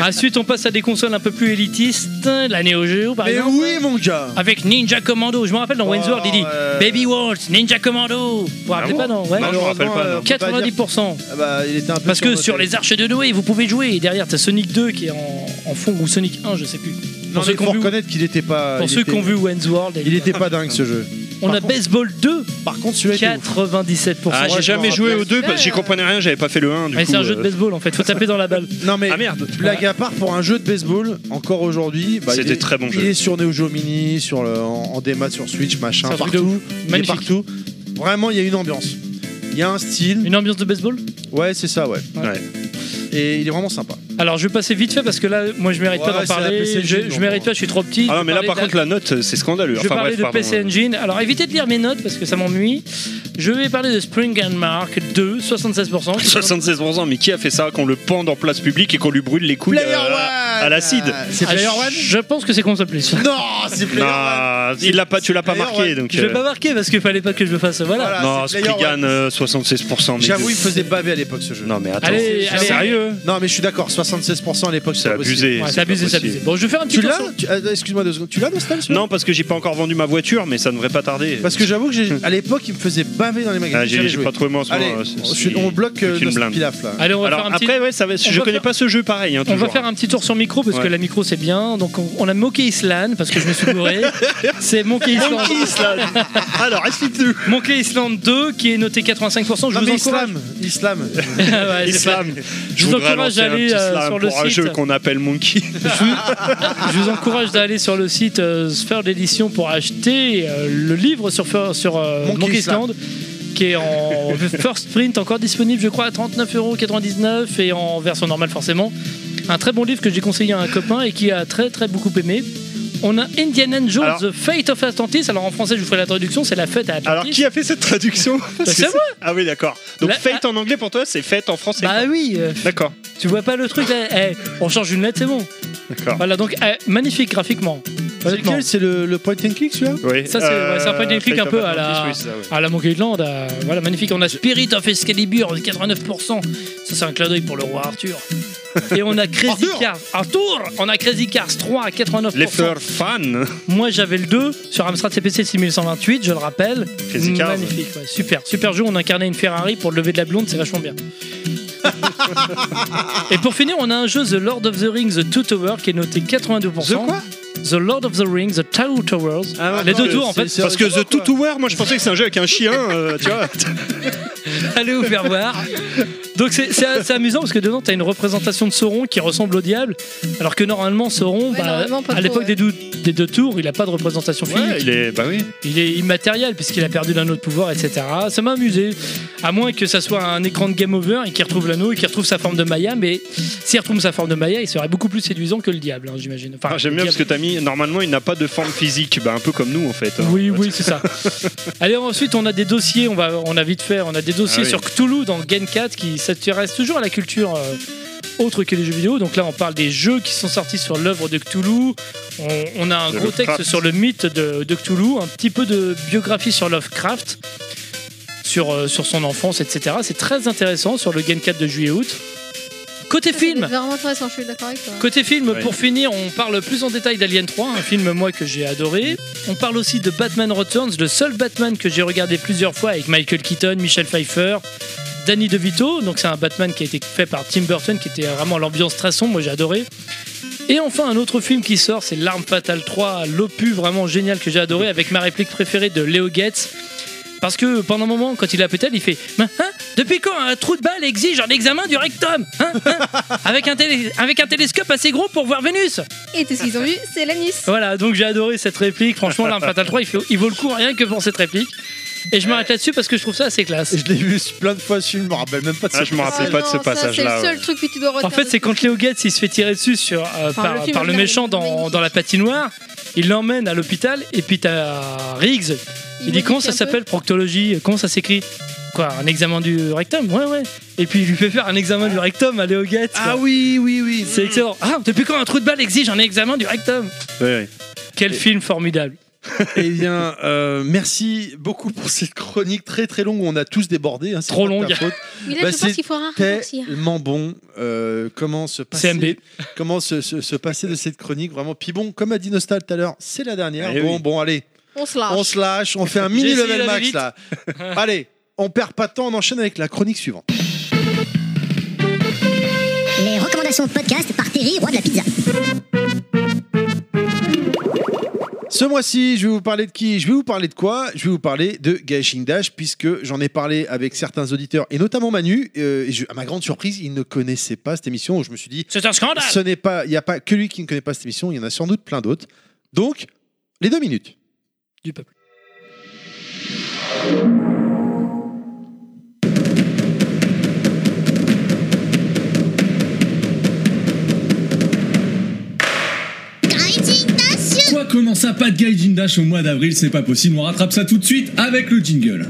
Speaker 4: Ensuite, on passe à des consoles un peu plus élitistes, la Neo Geo
Speaker 6: Bah,
Speaker 4: par
Speaker 3: Mais
Speaker 4: exemple.
Speaker 3: oui, mon gars.
Speaker 4: Avec Ninja Commando, je me rappelle dans
Speaker 3: Oh, Ah
Speaker 4: Windsor, il dit
Speaker 3: euh,
Speaker 4: Baby Waltz, Ninja Commando. Vous vous rappelez
Speaker 6: bon
Speaker 4: pas, non Ouais.
Speaker 6: Non, je me rappelle
Speaker 3: Malheureusement,
Speaker 6: pas, non.
Speaker 3: euh, on peut pas dire-
Speaker 4: 90%.
Speaker 3: Ah bah, il était un peu
Speaker 4: Parce que
Speaker 3: surnoté.
Speaker 4: sur les arches de Noé, vous pouvez jouer. Et derrière, t'as Sonic 2 qui est en, en fond, ou Sonic 1, je sais plus.
Speaker 3: Non,
Speaker 4: Pour ceux
Speaker 3: mais
Speaker 4: qui
Speaker 3: faut
Speaker 4: ont vu,
Speaker 3: reconnaître qu'il était pas.
Speaker 4: pour
Speaker 3: Ah, il
Speaker 4: ceux
Speaker 3: était-
Speaker 4: qui ont vu World,
Speaker 3: Il était pas dingue ce jeu.
Speaker 4: on
Speaker 3: par
Speaker 4: a
Speaker 3: contre-
Speaker 4: Baseball 2,
Speaker 3: Par contre, celui-là était ouf.
Speaker 4: 97%.
Speaker 6: Ah, j'ai
Speaker 3: je
Speaker 6: jamais
Speaker 3: me
Speaker 6: joué
Speaker 5: rappelle.
Speaker 6: aux deux parce que j'y comprenais rien, j'avais pas fait le 1. Du
Speaker 4: Mais
Speaker 6: coup,
Speaker 4: c'est un jeu
Speaker 6: euh,
Speaker 4: de baseball en fait, faut taper dans la balle.
Speaker 3: Non mais
Speaker 6: Ah merde
Speaker 3: blague à part pour un jeu de baseball encore aujourd'hui. bah, il
Speaker 6: C'était
Speaker 3: est-
Speaker 6: très bon
Speaker 3: il
Speaker 6: jeu.
Speaker 3: est sur Neo Geo Mini, sur le en, en démat sur Switch, machin,
Speaker 4: C'est un truc de
Speaker 3: partout.
Speaker 4: ouf.
Speaker 3: Il est
Speaker 4: Magnifique.
Speaker 3: partout. Vraiment, il y a une ambiance. Il y a un style.
Speaker 4: Une ambiance de baseball
Speaker 3: Ouais, c'est ça, ouais.
Speaker 4: Ouais.
Speaker 6: Ouais.
Speaker 3: Et il est vraiment sympa.
Speaker 4: Alors je vais passer vite fait parce que là, moi je mérite
Speaker 3: Ouais,
Speaker 4: pas d'en
Speaker 3: c'est la
Speaker 4: parler.
Speaker 3: PC
Speaker 4: Je,
Speaker 3: Engine,
Speaker 4: je mérite
Speaker 3: bon.
Speaker 4: pas, je suis trop petit.
Speaker 6: Ah non, mais là
Speaker 4: Je vais
Speaker 6: par
Speaker 4: parler
Speaker 6: contre, la note, euh, c'est scandaleux.
Speaker 4: Je vais
Speaker 6: Enfin
Speaker 4: parler
Speaker 6: bref,
Speaker 4: de
Speaker 6: pardon. euh,
Speaker 4: PC Engine. Alors évitez de lire mes notes parce que ça m'ennuie. Je vais parler de Spring and Mark 2, 76%.
Speaker 6: 76%, mais qui a fait ça Qu'on le pende en place publique et qu'on lui brûle les couilles
Speaker 3: Player
Speaker 6: à, Ah, à
Speaker 3: One
Speaker 6: l'acide
Speaker 3: C'est
Speaker 4: Ah,
Speaker 3: Player
Speaker 4: je-
Speaker 3: One
Speaker 4: Je pense que c'est console plus.
Speaker 3: Non, c'est Player One.
Speaker 6: Non, il l'a pas, tu l'as pas
Speaker 3: Player
Speaker 6: marqué.
Speaker 3: One.
Speaker 6: Donc,
Speaker 4: Je vais
Speaker 6: euh,
Speaker 4: pas marquer parce qu'il fallait pas que je le fasse. Voilà.
Speaker 3: Voilà.
Speaker 6: non,
Speaker 3: c'est Player
Speaker 6: Spriggan,
Speaker 3: One.
Speaker 6: euh, 76%. mais
Speaker 3: J'avoue,
Speaker 6: de-
Speaker 3: il faisait baver à l'époque ce jeu.
Speaker 6: Non, mais attends,
Speaker 4: Allez,
Speaker 6: c'est
Speaker 4: allez.
Speaker 6: sérieux
Speaker 3: Non, mais je suis d'accord, 76% à l'époque,
Speaker 6: C'est
Speaker 3: pas possible.
Speaker 6: abusé.
Speaker 4: Ouais,
Speaker 6: c'est
Speaker 4: c'est abusé,
Speaker 6: pas
Speaker 4: c'est
Speaker 6: possible.
Speaker 4: abusé. Bon, je vais faire un petit
Speaker 3: Tu
Speaker 4: tour
Speaker 3: l'as
Speaker 4: sur-
Speaker 3: Tu- euh, Excuse-moi deux secondes. Tu l'as, Nostal celui-là
Speaker 6: Non, parce que j'ai pas encore vendu ma voiture, mais ça ne devrait pas tarder.
Speaker 3: Parce que j'avoue que j'ai- à l'époque, il me faisait baver dans les magasins.
Speaker 6: Ah, j'ai
Speaker 3: J'avais
Speaker 6: j'ai
Speaker 3: joué.
Speaker 6: pas trouvé moi en ce
Speaker 3: Allez,
Speaker 6: moment. euh, c'est-
Speaker 3: on- je- on bloque euh,
Speaker 6: c'est une
Speaker 3: notre
Speaker 6: blinde.
Speaker 3: pilaf là.
Speaker 4: Allez, on va
Speaker 6: Alors
Speaker 4: faire un petit.
Speaker 6: après, ouais, ça va-
Speaker 4: on
Speaker 6: je
Speaker 4: va
Speaker 6: connais
Speaker 4: faire-
Speaker 6: pas ce jeu pareil. hein,
Speaker 4: On va
Speaker 6: toujours,
Speaker 4: faire
Speaker 6: hein.
Speaker 4: un petit tour sur micro parce que
Speaker 6: Ouais.
Speaker 4: la micro c'est bien. Donc on, on a Monkey Island parce que je me suis bourré. c'est Monkey Island.
Speaker 6: Monkey Island. Alors, explique-nous.
Speaker 4: Monkey Island 2 qui est noté 85%. Je
Speaker 3: Non,
Speaker 4: vous
Speaker 3: mais
Speaker 4: encourage.
Speaker 3: Islam, Islam.
Speaker 4: Ouais, c'est
Speaker 6: Islam.
Speaker 4: Je vous
Speaker 6: voudrais
Speaker 4: encourage
Speaker 6: lancer
Speaker 4: à
Speaker 6: un
Speaker 4: aller,
Speaker 6: petit
Speaker 4: euh,
Speaker 6: slam
Speaker 4: sur le
Speaker 6: pour un
Speaker 4: site.
Speaker 6: jeu qu'on appelle Monkey.
Speaker 4: Je vous encourage d'aller sur le site euh, Sphère d'édition pour acheter euh, le livre sur, Fur- sur euh,
Speaker 3: Monkey
Speaker 4: Monkey
Speaker 3: Island.
Speaker 4: Island qui est en first print encore disponible je crois à 39,99€ et en version normale forcément un très bon livre que j'ai conseillé à un copain et qui a très très beaucoup aimé on a Indiana Jones
Speaker 6: Alors-
Speaker 4: The Fate of Atlantis alors en français je vous ferai la traduction c'est la fête à Atlantis
Speaker 6: Alors, qui a fait cette traduction Parce que
Speaker 4: c'est moi.
Speaker 6: Ah oui, d'accord. Donc,
Speaker 4: La-
Speaker 6: fête en anglais pour toi, c'est fête en français.
Speaker 4: bah
Speaker 6: quoi.
Speaker 4: oui euh,
Speaker 6: D'accord,
Speaker 4: tu vois pas le truc là Eh, on change une lettre c'est bon
Speaker 6: Ah. d'accord.
Speaker 4: voilà donc euh, magnifique graphiquement
Speaker 3: C'est
Speaker 4: Honnêtement.
Speaker 3: lequel C'est le, le point and click celui-là
Speaker 6: Oui. euh,
Speaker 4: Ça, c'est- ouais, c'est un peu des flics
Speaker 6: Fate
Speaker 4: un peu
Speaker 6: of
Speaker 4: à la-
Speaker 6: Atlantis, oui, c'est ça, ouais.
Speaker 4: À la Monkey Island, euh, voilà, magnifique. On a Spirit of Excalibur, 89%. Ça, c'est un clin d'œil pour le roi Arthur. Et on a Crazy
Speaker 3: Arthur
Speaker 4: Cars. Arthur On a Crazy Cars 3 à 89%.
Speaker 6: Les Fur Fan.
Speaker 4: Moi, j'avais le 2 sur Amstrad CPC 6128, je le rappelle.
Speaker 6: Crazy Cars.
Speaker 4: Magnifique, ouais, super. Super jeu, on incarnait une Ferrari pour le lever de la blonde, c'est vachement bien. Et pour finir, on a un jeu The Lord of the Rings The Two Towers qui est noté 82%.
Speaker 3: The quoi
Speaker 4: The Lord of the Rings The Two Towers.
Speaker 3: Ah,
Speaker 4: Les
Speaker 3: d'accord,
Speaker 4: deux tours, en
Speaker 3: c'est-
Speaker 4: fait.
Speaker 3: c'est-
Speaker 6: Parce que The
Speaker 3: quoi.
Speaker 6: Tutuwer, moi je pensais que c'est un jeu avec un chien, euh, tu vois.
Speaker 4: Allez vous faire voir. Donc c'est- c'est c'est amusant parce que dedans t'as une représentation de Sauron qui ressemble au diable, alors que normalement Sauron,
Speaker 5: Ouais,
Speaker 4: bah,
Speaker 5: normalement, pas
Speaker 4: à
Speaker 5: trop,
Speaker 4: l'époque
Speaker 5: ouais.
Speaker 4: des, dou- des deux tours, il a pas de représentation physique.
Speaker 6: Ouais, il est. Bah oui.
Speaker 4: Il est immatériel puisqu'il a perdu l'anneau de pouvoir, etc. Ça m'a amusé. À moins que ça soit un écran de game over et qu'il retrouve l'anneau et qu'il retrouve sa forme de Maya, mais s'il retrouve sa forme de Maya, il serait beaucoup plus séduisant que le diable, hein, j'imagine. Enfin,
Speaker 6: Ah, J'aime bien
Speaker 4: le
Speaker 6: parce que
Speaker 4: diable.
Speaker 6: t'as mis. Normalement, il n'a pas de forme physique, bah, un peu comme nous en fait. hein.
Speaker 4: Oui, oui, c'est ça. Allez, ensuite, on a des dossiers, on, va, on a vite fait, on a des dossiers
Speaker 6: Ah oui.
Speaker 4: sur Cthulhu dans Gen 4 qui s'intéresse toujours à la culture euh, autre que les jeux vidéo. Donc là, on parle des jeux qui sont sortis sur l'œuvre de Cthulhu. On, on a un
Speaker 6: De
Speaker 4: gros texte
Speaker 6: Lovecraft.
Speaker 4: sur le mythe de, de Cthulhu, un petit peu de biographie sur Lovecraft, sur, euh, sur son enfance, etc. C'est très intéressant sur le Gen 4 de juillet-août. Côté film,
Speaker 5: Vraiment intéressant, je suis d'accord avec toi.
Speaker 4: Côté film,
Speaker 6: Oui.
Speaker 4: pour finir, on parle plus en détail d'Alien 3, un film moi que j'ai adoré. On parle aussi de Batman Returns, le seul Batman que j'ai regardé plusieurs fois avec Michael Keaton, Michel Pfeiffer, Danny DeVito. Donc c'est un Batman qui a été fait par Tim Burton, qui était vraiment l'ambiance très sombre, moi j'ai adoré. Et enfin un autre film qui sort, c'est L'Arme Fatale 3, l'opus vraiment génial que j'ai adoré avec ma réplique préférée de Léo Goetz. Parce que pendant un moment, quand il a pétale, il fait Mais, hein, Depuis quand un trou de balle exige un examen du rectum Hein Hein avec, un télé- avec un télescope assez gros pour voir Vénus
Speaker 5: Et tout ce qu'ils ont vu, c'est l'anus.
Speaker 4: Voilà, donc j'ai adoré cette réplique. Franchement, l'arme fatale 3, il, fait- il vaut le coup rien que pour cette réplique. Et je m'arrête là-dessus parce que je trouve ça assez classe.
Speaker 3: Je l'ai vu plein de fois, ce film, je me rappelle même pas de
Speaker 6: Ah,
Speaker 3: ça.
Speaker 6: je me rappelle
Speaker 5: Ah
Speaker 6: pas de
Speaker 5: non,
Speaker 6: ce
Speaker 5: ça,
Speaker 6: passage-là.
Speaker 5: C'est le
Speaker 6: ouais.
Speaker 5: seul truc que tu dois retenir.
Speaker 4: En fait, c'est quand Léo Gates il se fait tirer dessus sur, euh,
Speaker 5: Par
Speaker 4: par,
Speaker 5: le film,
Speaker 4: par le
Speaker 5: regarde,
Speaker 4: méchant
Speaker 5: il est
Speaker 4: dans,
Speaker 5: magnifique.
Speaker 4: dans la patinoire, il l'emmène à l'hôpital et puis t'as Riggs. Il dit comment ça s'appelle proctologie Comment ça s'écrit Quoi, un examen du rectum Ouais, ouais. Et puis il lui fait faire un examen du rectum à Léo Gates. quoi.
Speaker 3: Ah oui, oui, oui.
Speaker 4: C'est excellent. Ah, depuis quand un trou de balle exige un examen du rectum
Speaker 6: Ouais, ouais.
Speaker 4: Quel film formidable.
Speaker 3: Eh bien, euh, merci beaucoup pour cette chronique très très longue. On a tous débordé. hein, c'est
Speaker 4: Trop
Speaker 3: pas de ta
Speaker 4: longue.
Speaker 3: faute.
Speaker 5: Oui, là,
Speaker 3: Bah,
Speaker 5: je
Speaker 3: c'est
Speaker 5: pense qu'il faudra ralentir.
Speaker 3: Tellement bon. Euh, comment se passer
Speaker 4: CMB.
Speaker 3: Comment se, se- se passer de cette chronique vraiment Puis bon, comme a dit Nostal tout à l'heure, c'est la dernière.
Speaker 6: Eh
Speaker 3: bon,
Speaker 6: oui.
Speaker 3: bon, allez,
Speaker 5: On se lâche.
Speaker 3: on se lâche, on fait un
Speaker 4: J'ai
Speaker 3: mini
Speaker 4: essayé
Speaker 3: level
Speaker 4: d'aller
Speaker 3: max
Speaker 4: vite.
Speaker 3: là. allez, on perd pas de temps, on enchaîne avec la chronique suivante.
Speaker 1: Les recommandations podcast par Terry, roi de la pizza.
Speaker 3: Ce mois-ci, je vais vous parler de qui Je vais vous parler de quoi Je vais vous parler de Gaishing Dash, puisque j'en ai parlé avec certains auditeurs, et notamment Manu. euh, et je- à ma grande surprise, il ne connaissait pas cette émission. où Je me suis dit,
Speaker 4: C'est un scandale
Speaker 3: ce n'est pas, il n'y a pas que lui qui ne connaît pas cette émission, il y en a sans doute plein d'autres. Donc, les deux minutes.
Speaker 4: du peuple.
Speaker 7: Quoi comment ça, pas de Gaijin Dash au mois d'avril, c'est pas possible, on rattrape ça tout de suite avec le jingle.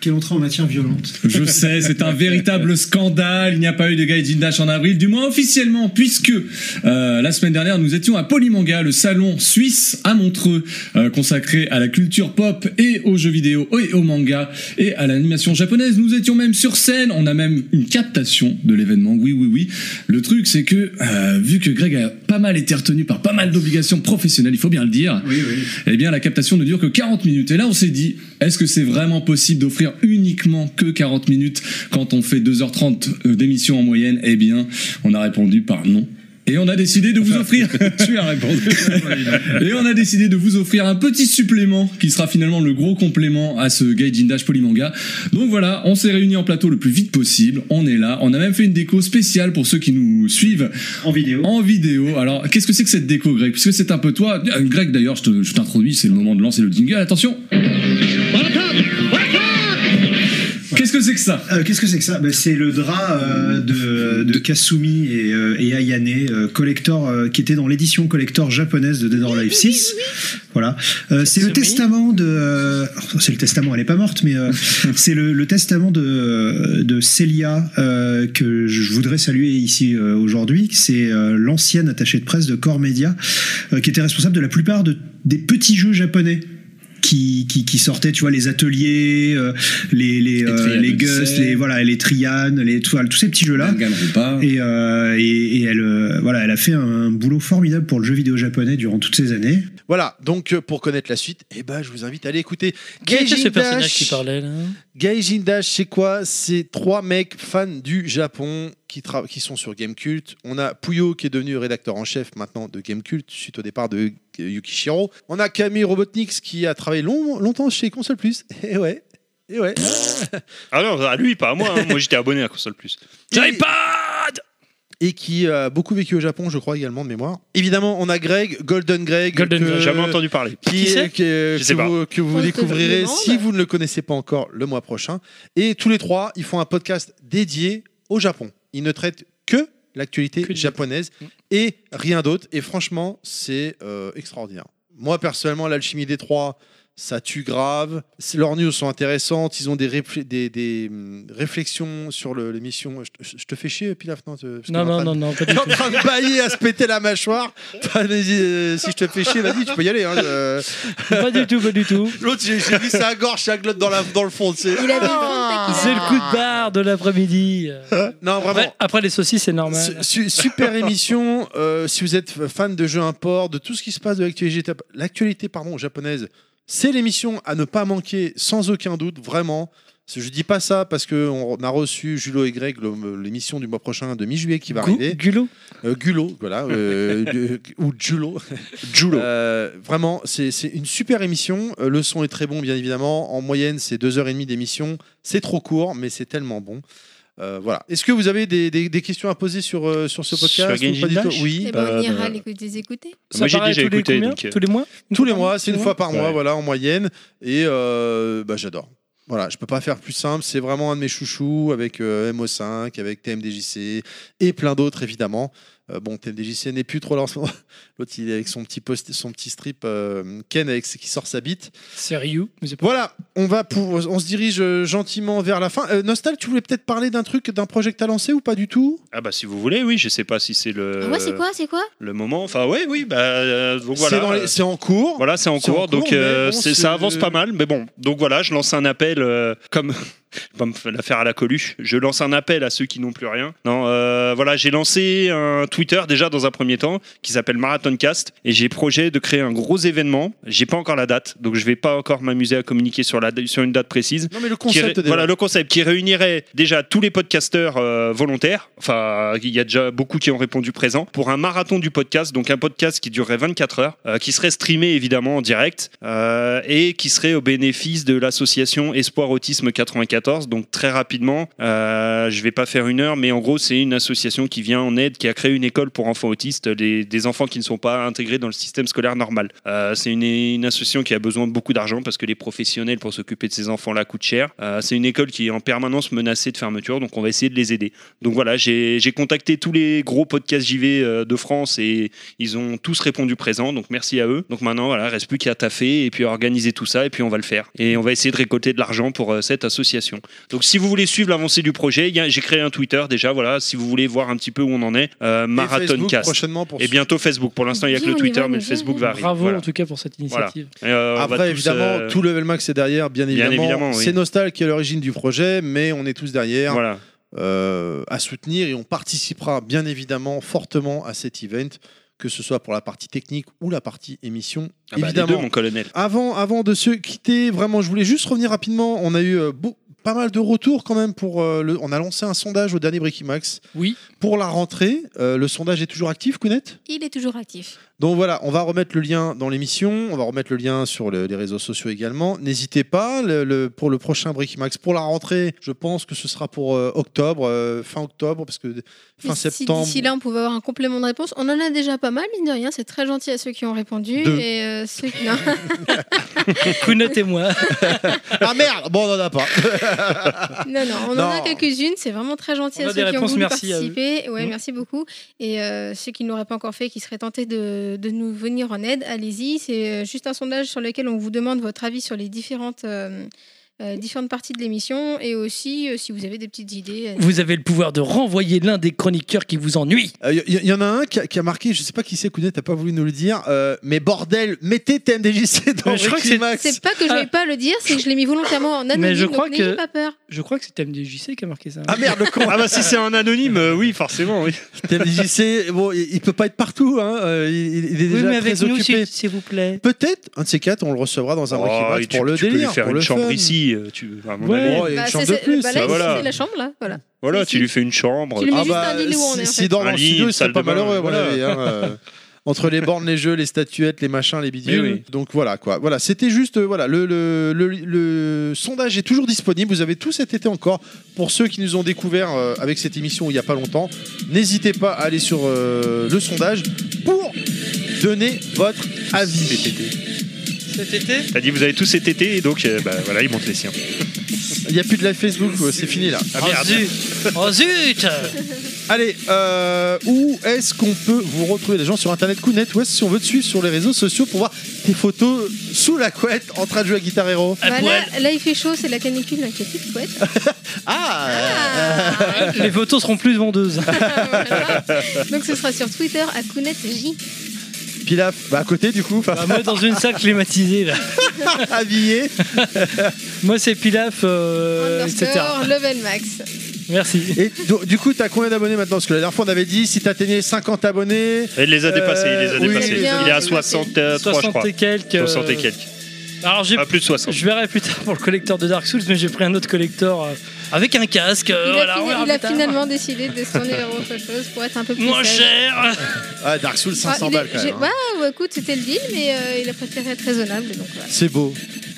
Speaker 8: Quelle entrée en matière violente.
Speaker 7: Je sais, c'est un véritable scandale. Il n'y a pas eu de Gaijin Dash en avril, du moins officiellement, puisque euh, la semaine dernière, nous étions à Polymanga, le salon suisse à Montreux, euh, consacré à la culture pop et aux jeux vidéo et au manga et à l'animation japonaise. Nous étions même sur scène. On a même une captation de l'événement. Oui, oui, oui. Le truc, c'est que euh, vu que Greg a pas mal été retenu par pas mal d'obligations professionnelles, il faut bien le dire.
Speaker 8: Oui, oui.
Speaker 7: Eh bien, la captation ne dure que 40 minutes. Et là, on s'est dit, est-ce que c'est vraiment possible d'offrir uniquement que 40 minutes quand on fait 2h30 euh, d'émission en moyenne Eh bien, on a répondu par non. Et on a décidé de vous offrir. tu as répondu. Et on a décidé de vous offrir un petit supplément qui sera finalement le gros complément à ce Gaijin Dash Polymanga. Donc voilà, on s'est réunis en plateau le plus vite possible. On est là. On a même fait une déco spéciale pour ceux qui nous suivent
Speaker 8: En vidéo.
Speaker 7: en vidéo. Alors, qu'est-ce que c'est que cette déco, Greg Puisque c'est un peu toi. Euh, Greg, d'ailleurs, je te- je t'introduis, c'est le moment de lancer le jingle. Attention Qu'est-ce que c'est que ça
Speaker 8: Euh, Qu'est-ce que c'est que ça Ben, C'est le drap euh, de, de Kasumi et, euh, et Ayane, euh, collector, euh, qui était dans l'édition collector japonaise de Dead or Alive 6. Voilà. Euh, c'est le
Speaker 4: Kasumi.
Speaker 8: testament de. euh, oh, c'est le testament, elle n'est pas morte, mais euh, c'est le, le testament de, de Celia euh, que je voudrais saluer ici euh, aujourd'hui. C'est euh, l'ancienne attachée de presse de Core Media, euh, qui était responsable de la plupart de, des petits jeux japonais. Qui, qui, qui sortaient, tu vois, les ateliers, euh, les, les, euh,
Speaker 7: Trial
Speaker 8: les
Speaker 7: de
Speaker 8: Gus,
Speaker 7: Cell.
Speaker 8: les, voilà, les Trian, les, tout- tous ces petits jeux-là.
Speaker 7: Danganronpa.
Speaker 8: Et, euh, et, et elle, euh, voilà, elle a fait un boulot formidable pour le jeu vidéo japonais durant toutes ces années.
Speaker 3: Voilà, donc euh, pour connaître la suite, eh ben, je vous invite à aller écouter
Speaker 4: Qui était ce
Speaker 3: Gaijin
Speaker 4: personnage
Speaker 3: Dash.
Speaker 4: qui parlait là
Speaker 3: Gaijin Dash, c'est quoi C'est trois mecs fans du Japon qui, tra- qui sont sur Gamecult. On a Puyo qui est devenu rédacteur en chef maintenant de Gamecult suite au départ de euh, Yukishiro. On a Camille Robotniks qui a travaillé long- longtemps chez Console Plus. Et ouais. Et ouais.
Speaker 6: Ah non, à lui, pas à moi. hein. Moi, j'étais abonné à Console Plus. J'ipad
Speaker 3: Et qui a beaucoup vécu au Japon, je crois également de mémoire. Évidemment, on a Greg, Golden Greg.
Speaker 4: Golden
Speaker 3: que-
Speaker 4: Greg,
Speaker 6: Jamais entendu parler.
Speaker 3: qui,
Speaker 4: Qui c'est
Speaker 3: que,
Speaker 6: Je sais
Speaker 3: que
Speaker 6: pas.
Speaker 3: vous, que vous
Speaker 5: Oh, je te
Speaker 3: découvrirez
Speaker 5: demande.
Speaker 3: si vous ne le connaissez pas encore le mois prochain. Et tous les trois, ils font un podcast dédié au Japon. Ils ne traitent que l'actualité
Speaker 4: Que du-
Speaker 3: japonaise
Speaker 4: Mm.
Speaker 3: et rien d'autre. Et franchement, c'est euh, extraordinaire. Moi, personnellement, l'alchimie des trois, ça tue grave. C'est- Leurs news sont intéressantes. Ils ont des, réfl- des, des, hum, réflexions sur le- l'émission. Je, te- je te fais chier, Pilaf, non te- parce que t'es
Speaker 4: Non,
Speaker 3: en
Speaker 4: non,
Speaker 3: train de-
Speaker 4: non, non, pas du
Speaker 3: T'es en
Speaker 4: tout.
Speaker 3: train de bailler à se péter la mâchoire. Vas-y, euh, si je te fais chier, vas-y, tu peux y aller. hein, je-
Speaker 4: Pas du tout, pas du tout.
Speaker 3: L'autre, j'ai j'ai vu sa gorge, sa glotte dans, la, dans le fond. tu sais.
Speaker 5: Il a des
Speaker 3: Ah.
Speaker 4: C'est le coup de barre de l'après-midi.
Speaker 3: Non,
Speaker 4: Après,
Speaker 3: vraiment.
Speaker 4: après les saucisses, c'est normal.
Speaker 3: su- su- super émission. euh, si vous êtes fan de jeux import, de tout ce qui se passe de l'actualité, jap- l'actualité pardon, japonaise, c'est l'émission à ne pas manquer sans aucun doute, vraiment. Je dis pas ça parce qu'on a reçu Julo et Greg le- l'émission du mois prochain de mi-juillet qui va
Speaker 4: Gu-
Speaker 3: arriver.
Speaker 4: Gulot
Speaker 3: Euh, Gulo, voilà, euh, de- ou Julo.
Speaker 6: Julo.
Speaker 3: Euh, vraiment, c'est c'est une super émission. Euh, le son est très bon, bien évidemment. En moyenne, c'est 2h30 d'émission. C'est trop court, mais c'est tellement bon. Euh, voilà. Est-ce que vous avez des, des- des questions à poser sur, euh, sur ce
Speaker 6: Sur
Speaker 3: podcast ou
Speaker 6: Gaijin
Speaker 3: pas du tout
Speaker 6: Dash
Speaker 3: Oui.
Speaker 5: Eh ben, on
Speaker 6: Euh,
Speaker 5: ira
Speaker 6: bah,
Speaker 5: les écouter- les écouter.
Speaker 4: Ça
Speaker 6: Moi, j'ai
Speaker 4: paraît
Speaker 6: déjà
Speaker 4: tous les
Speaker 6: écouté,
Speaker 4: combien
Speaker 6: donc, euh,
Speaker 4: Tous les mois
Speaker 3: Tous
Speaker 4: Une fois
Speaker 3: les
Speaker 4: par
Speaker 3: mois, c'est une
Speaker 4: Tous les
Speaker 3: fois par mois,
Speaker 6: Ouais.
Speaker 3: voilà, en moyenne. Et euh, bah, j'adore. Voilà, je peux pas faire plus simple. C'est vraiment un de mes chouchous avec euh, MO5, avec TMDJC et plein d'autres évidemment. Euh, bon, TMDJC n'est plus trop là en ce moment. L'autre, il est avec son petit post, son petit strip euh, Ken avec qui sort sa bite.
Speaker 4: C'est Ryu. mais c'est pas-
Speaker 3: Voilà, on va pour, on se dirige euh, gentiment vers la fin. Euh, Nostal, tu voulais peut-être parler d'un truc, d'un projet que t'as lancé ou pas du tout
Speaker 6: Ah bah si vous voulez, oui, je sais pas si c'est le,
Speaker 5: Ah ouais, c'est quoi, c'est quoi
Speaker 6: le moment. Enfin ouais, oui, bah euh, donc
Speaker 3: C'est
Speaker 6: voilà.
Speaker 3: dans les- C'est en cours.
Speaker 6: Voilà, c'est en
Speaker 3: C'est en
Speaker 6: cours,
Speaker 3: cours,
Speaker 6: donc euh,
Speaker 3: mais bon,
Speaker 6: c'est-
Speaker 3: c'est-
Speaker 6: ça avance pas mal. Mais bon, donc voilà, je lance un appel, euh, comme comme l'affaire à la Coluche, je lance un appel à ceux qui n'ont plus rien. Non, euh, voilà, j'ai lancé un Twitter déjà dans un premier temps qui s'appelle Marathoncast et j'ai projet de créer un gros événement. J'ai pas encore la date, donc je vais pas encore m'amuser à communiquer sur la sur une date précise.
Speaker 3: Non mais le
Speaker 6: qui
Speaker 3: concept.
Speaker 6: ré-
Speaker 3: déjà.
Speaker 6: voilà le concept qui réunirait déjà tous les podcasteurs euh, volontaires. Enfin, il y a déjà beaucoup qui ont répondu présent pour un marathon du podcast, donc un podcast qui durerait 24 heures, euh, qui serait streamé évidemment en direct euh, et qui serait au bénéfice de l'association Espoir Autisme 94. Donc très rapidement, euh, je vais pas faire une heure, mais en gros c'est une association qui vient en aide, qui a créé une école pour enfants autistes, les- des enfants qui ne sont pas intégrés dans le système scolaire normal. Euh, c'est une, une association qui a besoin de beaucoup d'argent parce que les professionnels pour s'occuper de ces enfants-là coûtent cher. Euh, c'est une école qui est en permanence menacée de fermeture, donc on va essayer de les aider. Donc voilà, j'ai j'ai contacté tous les gros podcasts JV euh, de France et ils ont tous répondu présent, donc merci à eux. Donc maintenant, voilà, reste plus qu'à taffer et puis à organiser tout ça et puis on va le faire. Et on va essayer de récolter de l'argent pour euh, cette association. Donc si vous voulez suivre l'avancée du projet, il y a- j'ai créé un Twitter déjà, voilà, si vous vovoulez voir un petit peu où on en est, euh,
Speaker 3: Et Facebook
Speaker 6: Marathoncast.
Speaker 3: prochainement pour.
Speaker 6: Et bientôt Facebook. Pour l'instant, il n'y a que
Speaker 5: Viens,
Speaker 6: le
Speaker 5: on y
Speaker 6: Twitter,
Speaker 5: va,
Speaker 6: mais
Speaker 5: on
Speaker 6: le
Speaker 5: y va.
Speaker 6: Facebook va arriver.
Speaker 4: Bravo
Speaker 6: Voilà.
Speaker 4: en tout cas pour cette initiative.
Speaker 6: Et, euh, on va
Speaker 3: Après,
Speaker 6: tous,
Speaker 3: évidemment,
Speaker 6: euh,
Speaker 3: tout level max est derrière, bien évidemment.
Speaker 6: évidemment, oui.
Speaker 3: C'est Nostal qui est à l'origine du projet, mais on est tous derrière
Speaker 6: Voilà.
Speaker 3: euh, à soutenir et on participera bien évidemment fortement à cet event, que ce soit pour la partie technique ou la partie émission.
Speaker 6: Ah bah, les
Speaker 3: évidemment.
Speaker 6: deux, mon colonel.
Speaker 3: Avant, avant de se quitter, vraiment, je voulais juste revenir rapidement. On a eu euh, beau- pas mal de retours quand même pour euh, le. On a lancé un sondage au dernier Breaking Max
Speaker 4: Oui.
Speaker 3: pour la rentrée. Euh, le sondage est toujours actif, Kounet
Speaker 5: Il est toujours actif.
Speaker 3: donc voilà, on va remettre le lien dans l'émission, on va remettre le lien sur le- les réseaux sociaux également. N'hésitez pas le- le- pour le prochain Bricky Max. Pour la rentrée, je pense que ce sera pour euh, octobre, euh, fin octobre, parce que fin
Speaker 5: Mais si
Speaker 3: septembre.
Speaker 5: D'ici là, on pouvait avoir un complément de réponse. On en a déjà pas mal, mine de rien. C'est très gentil à ceux qui ont répondu.
Speaker 3: Deux.
Speaker 5: Et euh, ceux qui... non.
Speaker 4: Kunat et moi.
Speaker 3: Ah merde Bon, on n'en a pas.
Speaker 5: Non, non, on en a
Speaker 3: Non.
Speaker 5: quelques-unes. C'est vraiment très gentil
Speaker 4: On
Speaker 5: à
Speaker 4: a
Speaker 5: ceux
Speaker 4: des
Speaker 5: qui ont
Speaker 4: réponses,
Speaker 5: voulu
Speaker 4: merci à eux.
Speaker 5: participer. Ouais,
Speaker 4: Mhm.
Speaker 5: Merci beaucoup. Et euh, ceux qui ne l'auraient pas encore fait, qui seraient tentés de, de nous venir en aide, allez-y. C'est euh, juste un sondage sur lequel on vous demande votre avis sur les différentes, euh, euh, différentes parties de l'émission et aussi euh, si vous avez des petites idées. euh,
Speaker 4: Vous avez le pouvoir de renvoyer l'un des chroniqueurs qui vous ennuie.
Speaker 3: Il Euh, y, y- y en a un qui a, qui a marqué, je sais pas qui c'est, Kounet, t'as pas voulu nous le dire, euh, mais bordel, mettez TMDJC dans
Speaker 4: Mais je crois que
Speaker 3: Bricky
Speaker 4: c'est-
Speaker 3: Max.
Speaker 5: C'est pas que je
Speaker 4: Ah.
Speaker 5: vais pas le dire, c'est que je l'ai mis volontairement en anonyme.
Speaker 4: Mais je
Speaker 5: donc
Speaker 4: crois
Speaker 5: n'ayez
Speaker 4: que-
Speaker 5: pas peur.
Speaker 4: Je crois que c'est MDJC qui a marqué ça.
Speaker 3: Ah merde, le con
Speaker 6: Ah bah si c'est un anonyme, euh, oui, forcément, oui.
Speaker 3: TMDJC, bon, il, il peut pas être partout, hein, euh, il, il est déjà très occupé.
Speaker 4: s'il vous plaît.
Speaker 3: Peut-être, un de ces quatre, on le recevra dans un Bricky
Speaker 6: Oh,
Speaker 3: Max
Speaker 6: et
Speaker 3: pour le
Speaker 6: tu peux
Speaker 3: délire,
Speaker 6: lui faire
Speaker 3: pour
Speaker 6: une
Speaker 3: le
Speaker 6: chambre
Speaker 3: fun.
Speaker 6: ici, petit. euh, Tu, à mon
Speaker 4: Ouais.
Speaker 6: avis,
Speaker 3: Oh, il y a
Speaker 5: Bah,
Speaker 3: une
Speaker 5: c'est
Speaker 3: chambre de
Speaker 5: c'est-
Speaker 3: plus.
Speaker 5: bah, là,
Speaker 6: ça,
Speaker 5: il-
Speaker 6: voilà.
Speaker 5: c'est la chambre, là. Voilà.
Speaker 6: Voilà,
Speaker 5: Si,
Speaker 6: tu
Speaker 5: si.
Speaker 6: lui fais une chambre.
Speaker 5: Tu lui mets
Speaker 6: Ah,
Speaker 5: juste un lit où on est, en
Speaker 3: bah,
Speaker 5: fait.
Speaker 3: si- S'il dort dans
Speaker 6: Un
Speaker 3: le
Speaker 6: lit,
Speaker 3: studio,
Speaker 6: une
Speaker 3: il serait
Speaker 6: salle
Speaker 3: pas
Speaker 6: de bain,
Speaker 3: malheureux. voilà,
Speaker 6: voilà.
Speaker 3: et, hein, euh, Entre les bornes, les jeux, les statuettes, les machins, les bidules.
Speaker 6: Oui, oui.
Speaker 3: Donc voilà quoi. Voilà, c'était juste euh, voilà le, le, le- le sondage est toujours disponible. Vous avez tout cet été encore. Pour ceux qui nous ont découvert euh, avec cette émission il y a pas longtemps, n'hésitez pas à aller sur euh, le sondage pour donner votre
Speaker 6: cet
Speaker 3: avis.
Speaker 6: été.
Speaker 9: Cet été
Speaker 6: T'as dit, vous avez tous cet été, et donc, euh, bah, voilà, il monte les siens.
Speaker 3: Il n'y a plus de live Facebook, euh, c'est fini là.
Speaker 4: Ah,
Speaker 6: Ah,
Speaker 9: Oh zut Oh zut
Speaker 3: Allez, euh, où est-ce qu'on peut vous retrouver les gens sur internet Kounet Où est-ce si on veut te suivre sur les réseaux sociaux pour voir tes photos sous la couette en train de jouer à Guitar Hero
Speaker 9: À
Speaker 5: Bah,
Speaker 9: poil.
Speaker 5: là, là, il fait chaud, c'est la canicule, là, qui est petite couette.
Speaker 3: Ah,
Speaker 5: Ah,
Speaker 4: Les photos seront plus vendeuses.
Speaker 5: voilà. Donc, ce sera sur Twitter à Kounette J.
Speaker 3: Pilaf, bah à côté du coup, enfin,
Speaker 4: Bah, moi, dans une salle climatisée, là.
Speaker 3: habillé.
Speaker 4: Moi, c'est Pilaf, euh, etc.
Speaker 5: Underscore level max.
Speaker 4: Merci.
Speaker 3: Et do- du coup, t'as combien d'abonnés maintenant Parce que la dernière fois, on avait dit si t'atteignais 50 abonnés.
Speaker 6: Et Il les a dépassés, il les
Speaker 3: Euh,
Speaker 6: a
Speaker 3: oui,
Speaker 6: dépassés.
Speaker 5: il les a
Speaker 6: il est à
Speaker 5: dépassés.
Speaker 6: 63, je
Speaker 4: 60
Speaker 6: crois.
Speaker 4: et quelques. euh,
Speaker 6: 60 et quelques.
Speaker 4: Alors, j'ai
Speaker 6: Pas plus de 60.
Speaker 4: Je verrai plus tard pour le collecteur de Dark Souls, mais j'ai pris un autre collecteur euh, avec un casque. euh,
Speaker 5: Il,
Speaker 4: voilà,
Speaker 5: a,
Speaker 4: on
Speaker 5: fini-
Speaker 4: verra
Speaker 5: il a
Speaker 4: plus tard.
Speaker 5: finalement décidé de se tourner vers autre chose pour être un peu plus
Speaker 4: Moins
Speaker 5: sage.
Speaker 4: cher
Speaker 3: Ah, Dark Souls
Speaker 5: Ah,
Speaker 3: 500
Speaker 5: il est-
Speaker 3: balles quand
Speaker 5: j'ai-
Speaker 3: même. hein.
Speaker 5: ouais, ouais, écoute, c'était le deal, mais euh, il a préféré être raisonnable. Donc, voilà.
Speaker 3: C'est beau.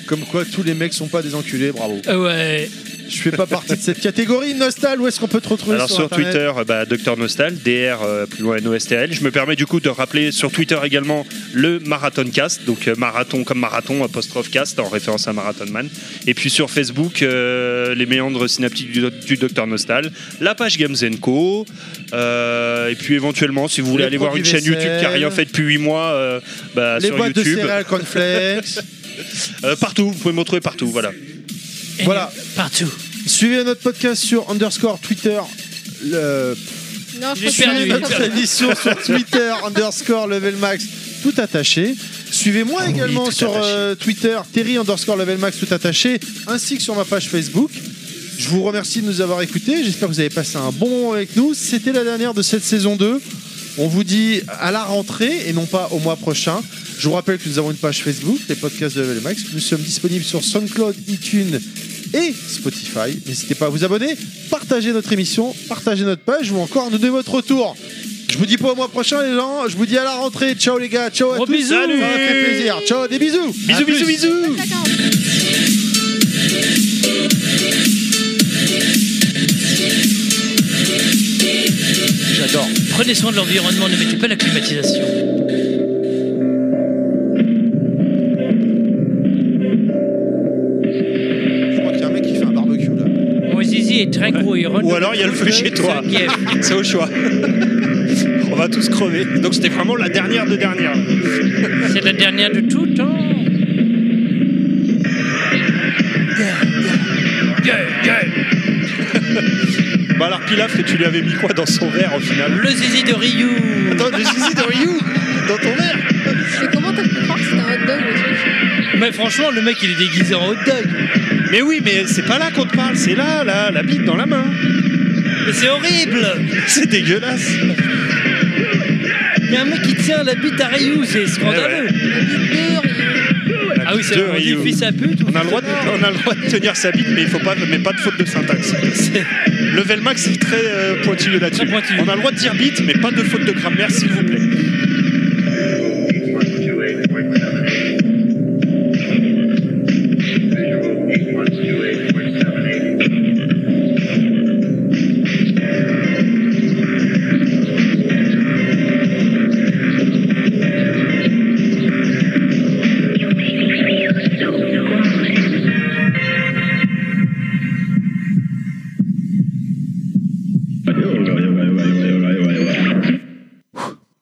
Speaker 3: Comme quoi, tous les mecs sont pas des enculés, bravo.
Speaker 4: Euh, Ouais.
Speaker 3: Je fais pas partie de cette catégorie. Nostal, où est-ce qu'on peut te retrouver
Speaker 6: Alors sur
Speaker 3: Internet
Speaker 6: Twitter, euh, bah, Dr Nostal, DR euh, plus loin NOSTL. Je me permets du coup de rappeler sur Twitter également le Marathon Cast, donc euh, marathon comme marathon apostrophe cast en référence à Marathon Man. Et puis sur Facebook, euh, les méandres synaptiques du, du Dr Nostal, la page Games Co. euh, et puis éventuellement, si vous voulez
Speaker 3: Les
Speaker 6: aller voir une
Speaker 3: produits
Speaker 6: chaîne YouTube
Speaker 3: vaisselle.
Speaker 6: qui a rien fait depuis 8 mois, euh, bah,
Speaker 3: Les
Speaker 6: sur
Speaker 3: boîtes
Speaker 6: YouTube,
Speaker 3: de céréales cornflakes.
Speaker 6: Euh, partout, vous pouvez me retrouver partout. Voilà.
Speaker 4: Et
Speaker 3: Voilà.
Speaker 4: Partout.
Speaker 3: Suivez notre podcast sur underscore Twitter. Le...
Speaker 5: Non,
Speaker 4: Il est
Speaker 5: je crois que
Speaker 4: perdu,
Speaker 5: c'est
Speaker 4: il est
Speaker 5: pas-
Speaker 4: perdu.
Speaker 3: Notre émission sur Twitter underscore level max tout attaché. Suivez-moi
Speaker 6: Ah oui,
Speaker 3: également
Speaker 6: tout
Speaker 3: sur
Speaker 6: attaché.
Speaker 3: euh, Twitter Terry underscore level max tout attaché ainsi que sur ma page Facebook. Je vous remercie de nous avoir écoutés. J'espère que vous avez passé un bon moment avec nous. C'était la dernière de cette saison 2. On vous dit à la rentrée et non pas au mois prochain. Je vous rappelle que nous avons une page Facebook, les podcasts de Level Max. Nous sommes disponibles sur SoundCloud, iTunes et Spotify. N'hésitez pas à vous abonner, partager notre émission, partager notre page ou encore nous donner votre retour. Je vous dis pas au mois prochain les gens, je vous dis à la rentrée. Ciao les gars, ciao à
Speaker 4: Gros
Speaker 3: tous.
Speaker 4: bisous.
Speaker 3: Ça m'a fait plaisir. Ciao, des bisous.
Speaker 6: Bisous,
Speaker 3: À
Speaker 6: bisous,
Speaker 3: plus.
Speaker 6: bisous.
Speaker 5: Chacun.
Speaker 3: J'adore.
Speaker 4: Prenez soin de l'environnement, ne mettez pas la climatisation.
Speaker 3: Je crois qu'il y a un mec qui fait un barbecue là.
Speaker 4: Mon Oh, zizi est très gros et
Speaker 6: Ou alors il y a le feu chez toi. C'est au choix. On va tous crever. Donc c'était vraiment la dernière de dernière.
Speaker 4: C'est la dernière de hein. tout temps.
Speaker 6: Bah alors Pilaf, tu lui avais mis quoi dans son verre au final
Speaker 4: Le zizi de Ryu.
Speaker 3: Attends, des zizi de Ryu dans ton verre.
Speaker 5: Mais comment t'as pu croire que c'était un hot dog le truc
Speaker 4: Mais franchement, le mec, il est déguisé en hot dog.
Speaker 6: Mais oui, mais c'est pas là qu'on te parle, c'est là, là, la bite dans la main.
Speaker 4: Mais c'est horrible.
Speaker 6: C'est dégueulasse.
Speaker 4: Il y a un mec qui tient la bite à Ryu, c'est scandaleux. Ah oui, c'est
Speaker 6: De
Speaker 4: on dit
Speaker 6: Ryu.
Speaker 4: fils à pute. ou
Speaker 6: On a, le droit de, on a le droit de tenir sa bite, mais il faut pas, mais pas de faute de syntaxe.
Speaker 4: C'est-
Speaker 6: Level max est très euh, pointilleux là-dessus.
Speaker 4: Très pointilleux.
Speaker 6: On a le droit de dire bite, mais pas de faute de grammaire, s'il vous plaît.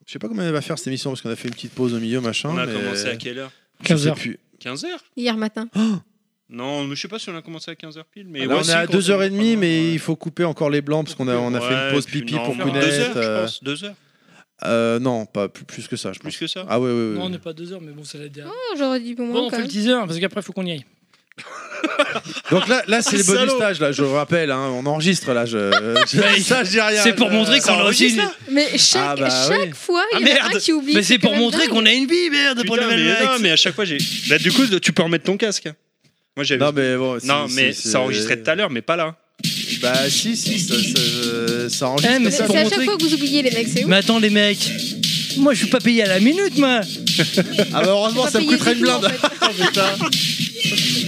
Speaker 3: Je sais pas comment elle va faire cette émission parce qu'on a fait une petite pause au milieu, machin. mais- euh,
Speaker 6: quelle heure
Speaker 3: Je sais
Speaker 4: 15 heures.
Speaker 3: plus.
Speaker 6: 15h
Speaker 5: Hier matin.
Speaker 6: Non, mais je sais pas si on a commencé à 15h pile, mais
Speaker 3: Là,
Speaker 6: ouais,
Speaker 3: Ah, on
Speaker 6: si,
Speaker 3: est à
Speaker 6: quand
Speaker 3: 2h30, mais
Speaker 6: Ouais.
Speaker 3: il faut couper encore les blancs parce qu'on a, on a fait une pause pipi pour Kounet.
Speaker 6: Deux heures,
Speaker 3: euh,
Speaker 6: je pense. Deux heures,
Speaker 3: euh, non, pas plus, plus que ça, je pense.
Speaker 6: plus que ça.
Speaker 3: Ah ouais, ouais, ouais.
Speaker 4: Non, on n'est pas à deux heures, mais bon, c'est la dernière.
Speaker 5: Oh, j'aurais dit bon
Speaker 4: Bon,
Speaker 5: moment
Speaker 4: on
Speaker 5: quand
Speaker 4: fait le
Speaker 5: même.
Speaker 4: teaser parce qu'après, faut qu'on y aille.
Speaker 3: Donc là, là c'est les
Speaker 6: Salaud.
Speaker 3: bonus stages, là, je le rappelle, hein, on enregistre là. Je, je- euh, ça, je dis rien.
Speaker 4: C'est pour
Speaker 3: je-
Speaker 4: montrer
Speaker 6: ça
Speaker 4: qu'on a aussi.
Speaker 6: enregistre,
Speaker 4: une-
Speaker 5: Mais chaque,
Speaker 3: Ah bah
Speaker 5: chaque
Speaker 3: oui.
Speaker 5: fois, il y
Speaker 4: Ah,
Speaker 5: en a un
Speaker 4: merde.
Speaker 5: qui oublie.
Speaker 4: Mais c'est pour
Speaker 5: quand même
Speaker 4: montrer
Speaker 5: dingue.
Speaker 4: qu'on a une bille, merde, pour
Speaker 6: Putain,
Speaker 4: le
Speaker 6: mais,
Speaker 4: Level
Speaker 6: non,
Speaker 4: Max.
Speaker 6: mais à chaque fois j'ai. Là, du coup, tu peux remettre ton casque. Moi, j'ai
Speaker 3: Non, mais bon.
Speaker 6: Non,
Speaker 3: c'est-
Speaker 6: mais
Speaker 3: c'est-
Speaker 6: ça enregistrait tout à l'heure, mais pas là.
Speaker 3: Bah, si, si, ça, ça, ça enregistre.
Speaker 4: Eh, mais
Speaker 5: Mais
Speaker 4: ça,
Speaker 5: C'est
Speaker 4: pour
Speaker 5: à
Speaker 4: montrer-
Speaker 5: chaque fois que vous oubliez les mecs, c'est ouf.
Speaker 4: Mais attends, les mecs, moi je suis pas payé à la minute, moi.
Speaker 3: Ah, bah, heureusement,
Speaker 5: Pas
Speaker 3: ça me
Speaker 5: payé
Speaker 3: coûterait
Speaker 5: du
Speaker 3: une
Speaker 5: tout, en
Speaker 3: blinde.
Speaker 5: fait.
Speaker 3: Oh, putain.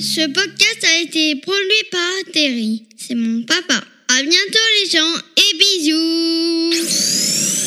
Speaker 10: Ce podcast a été produit par Terry. C'est mon papa. À bientôt les gens et bisous.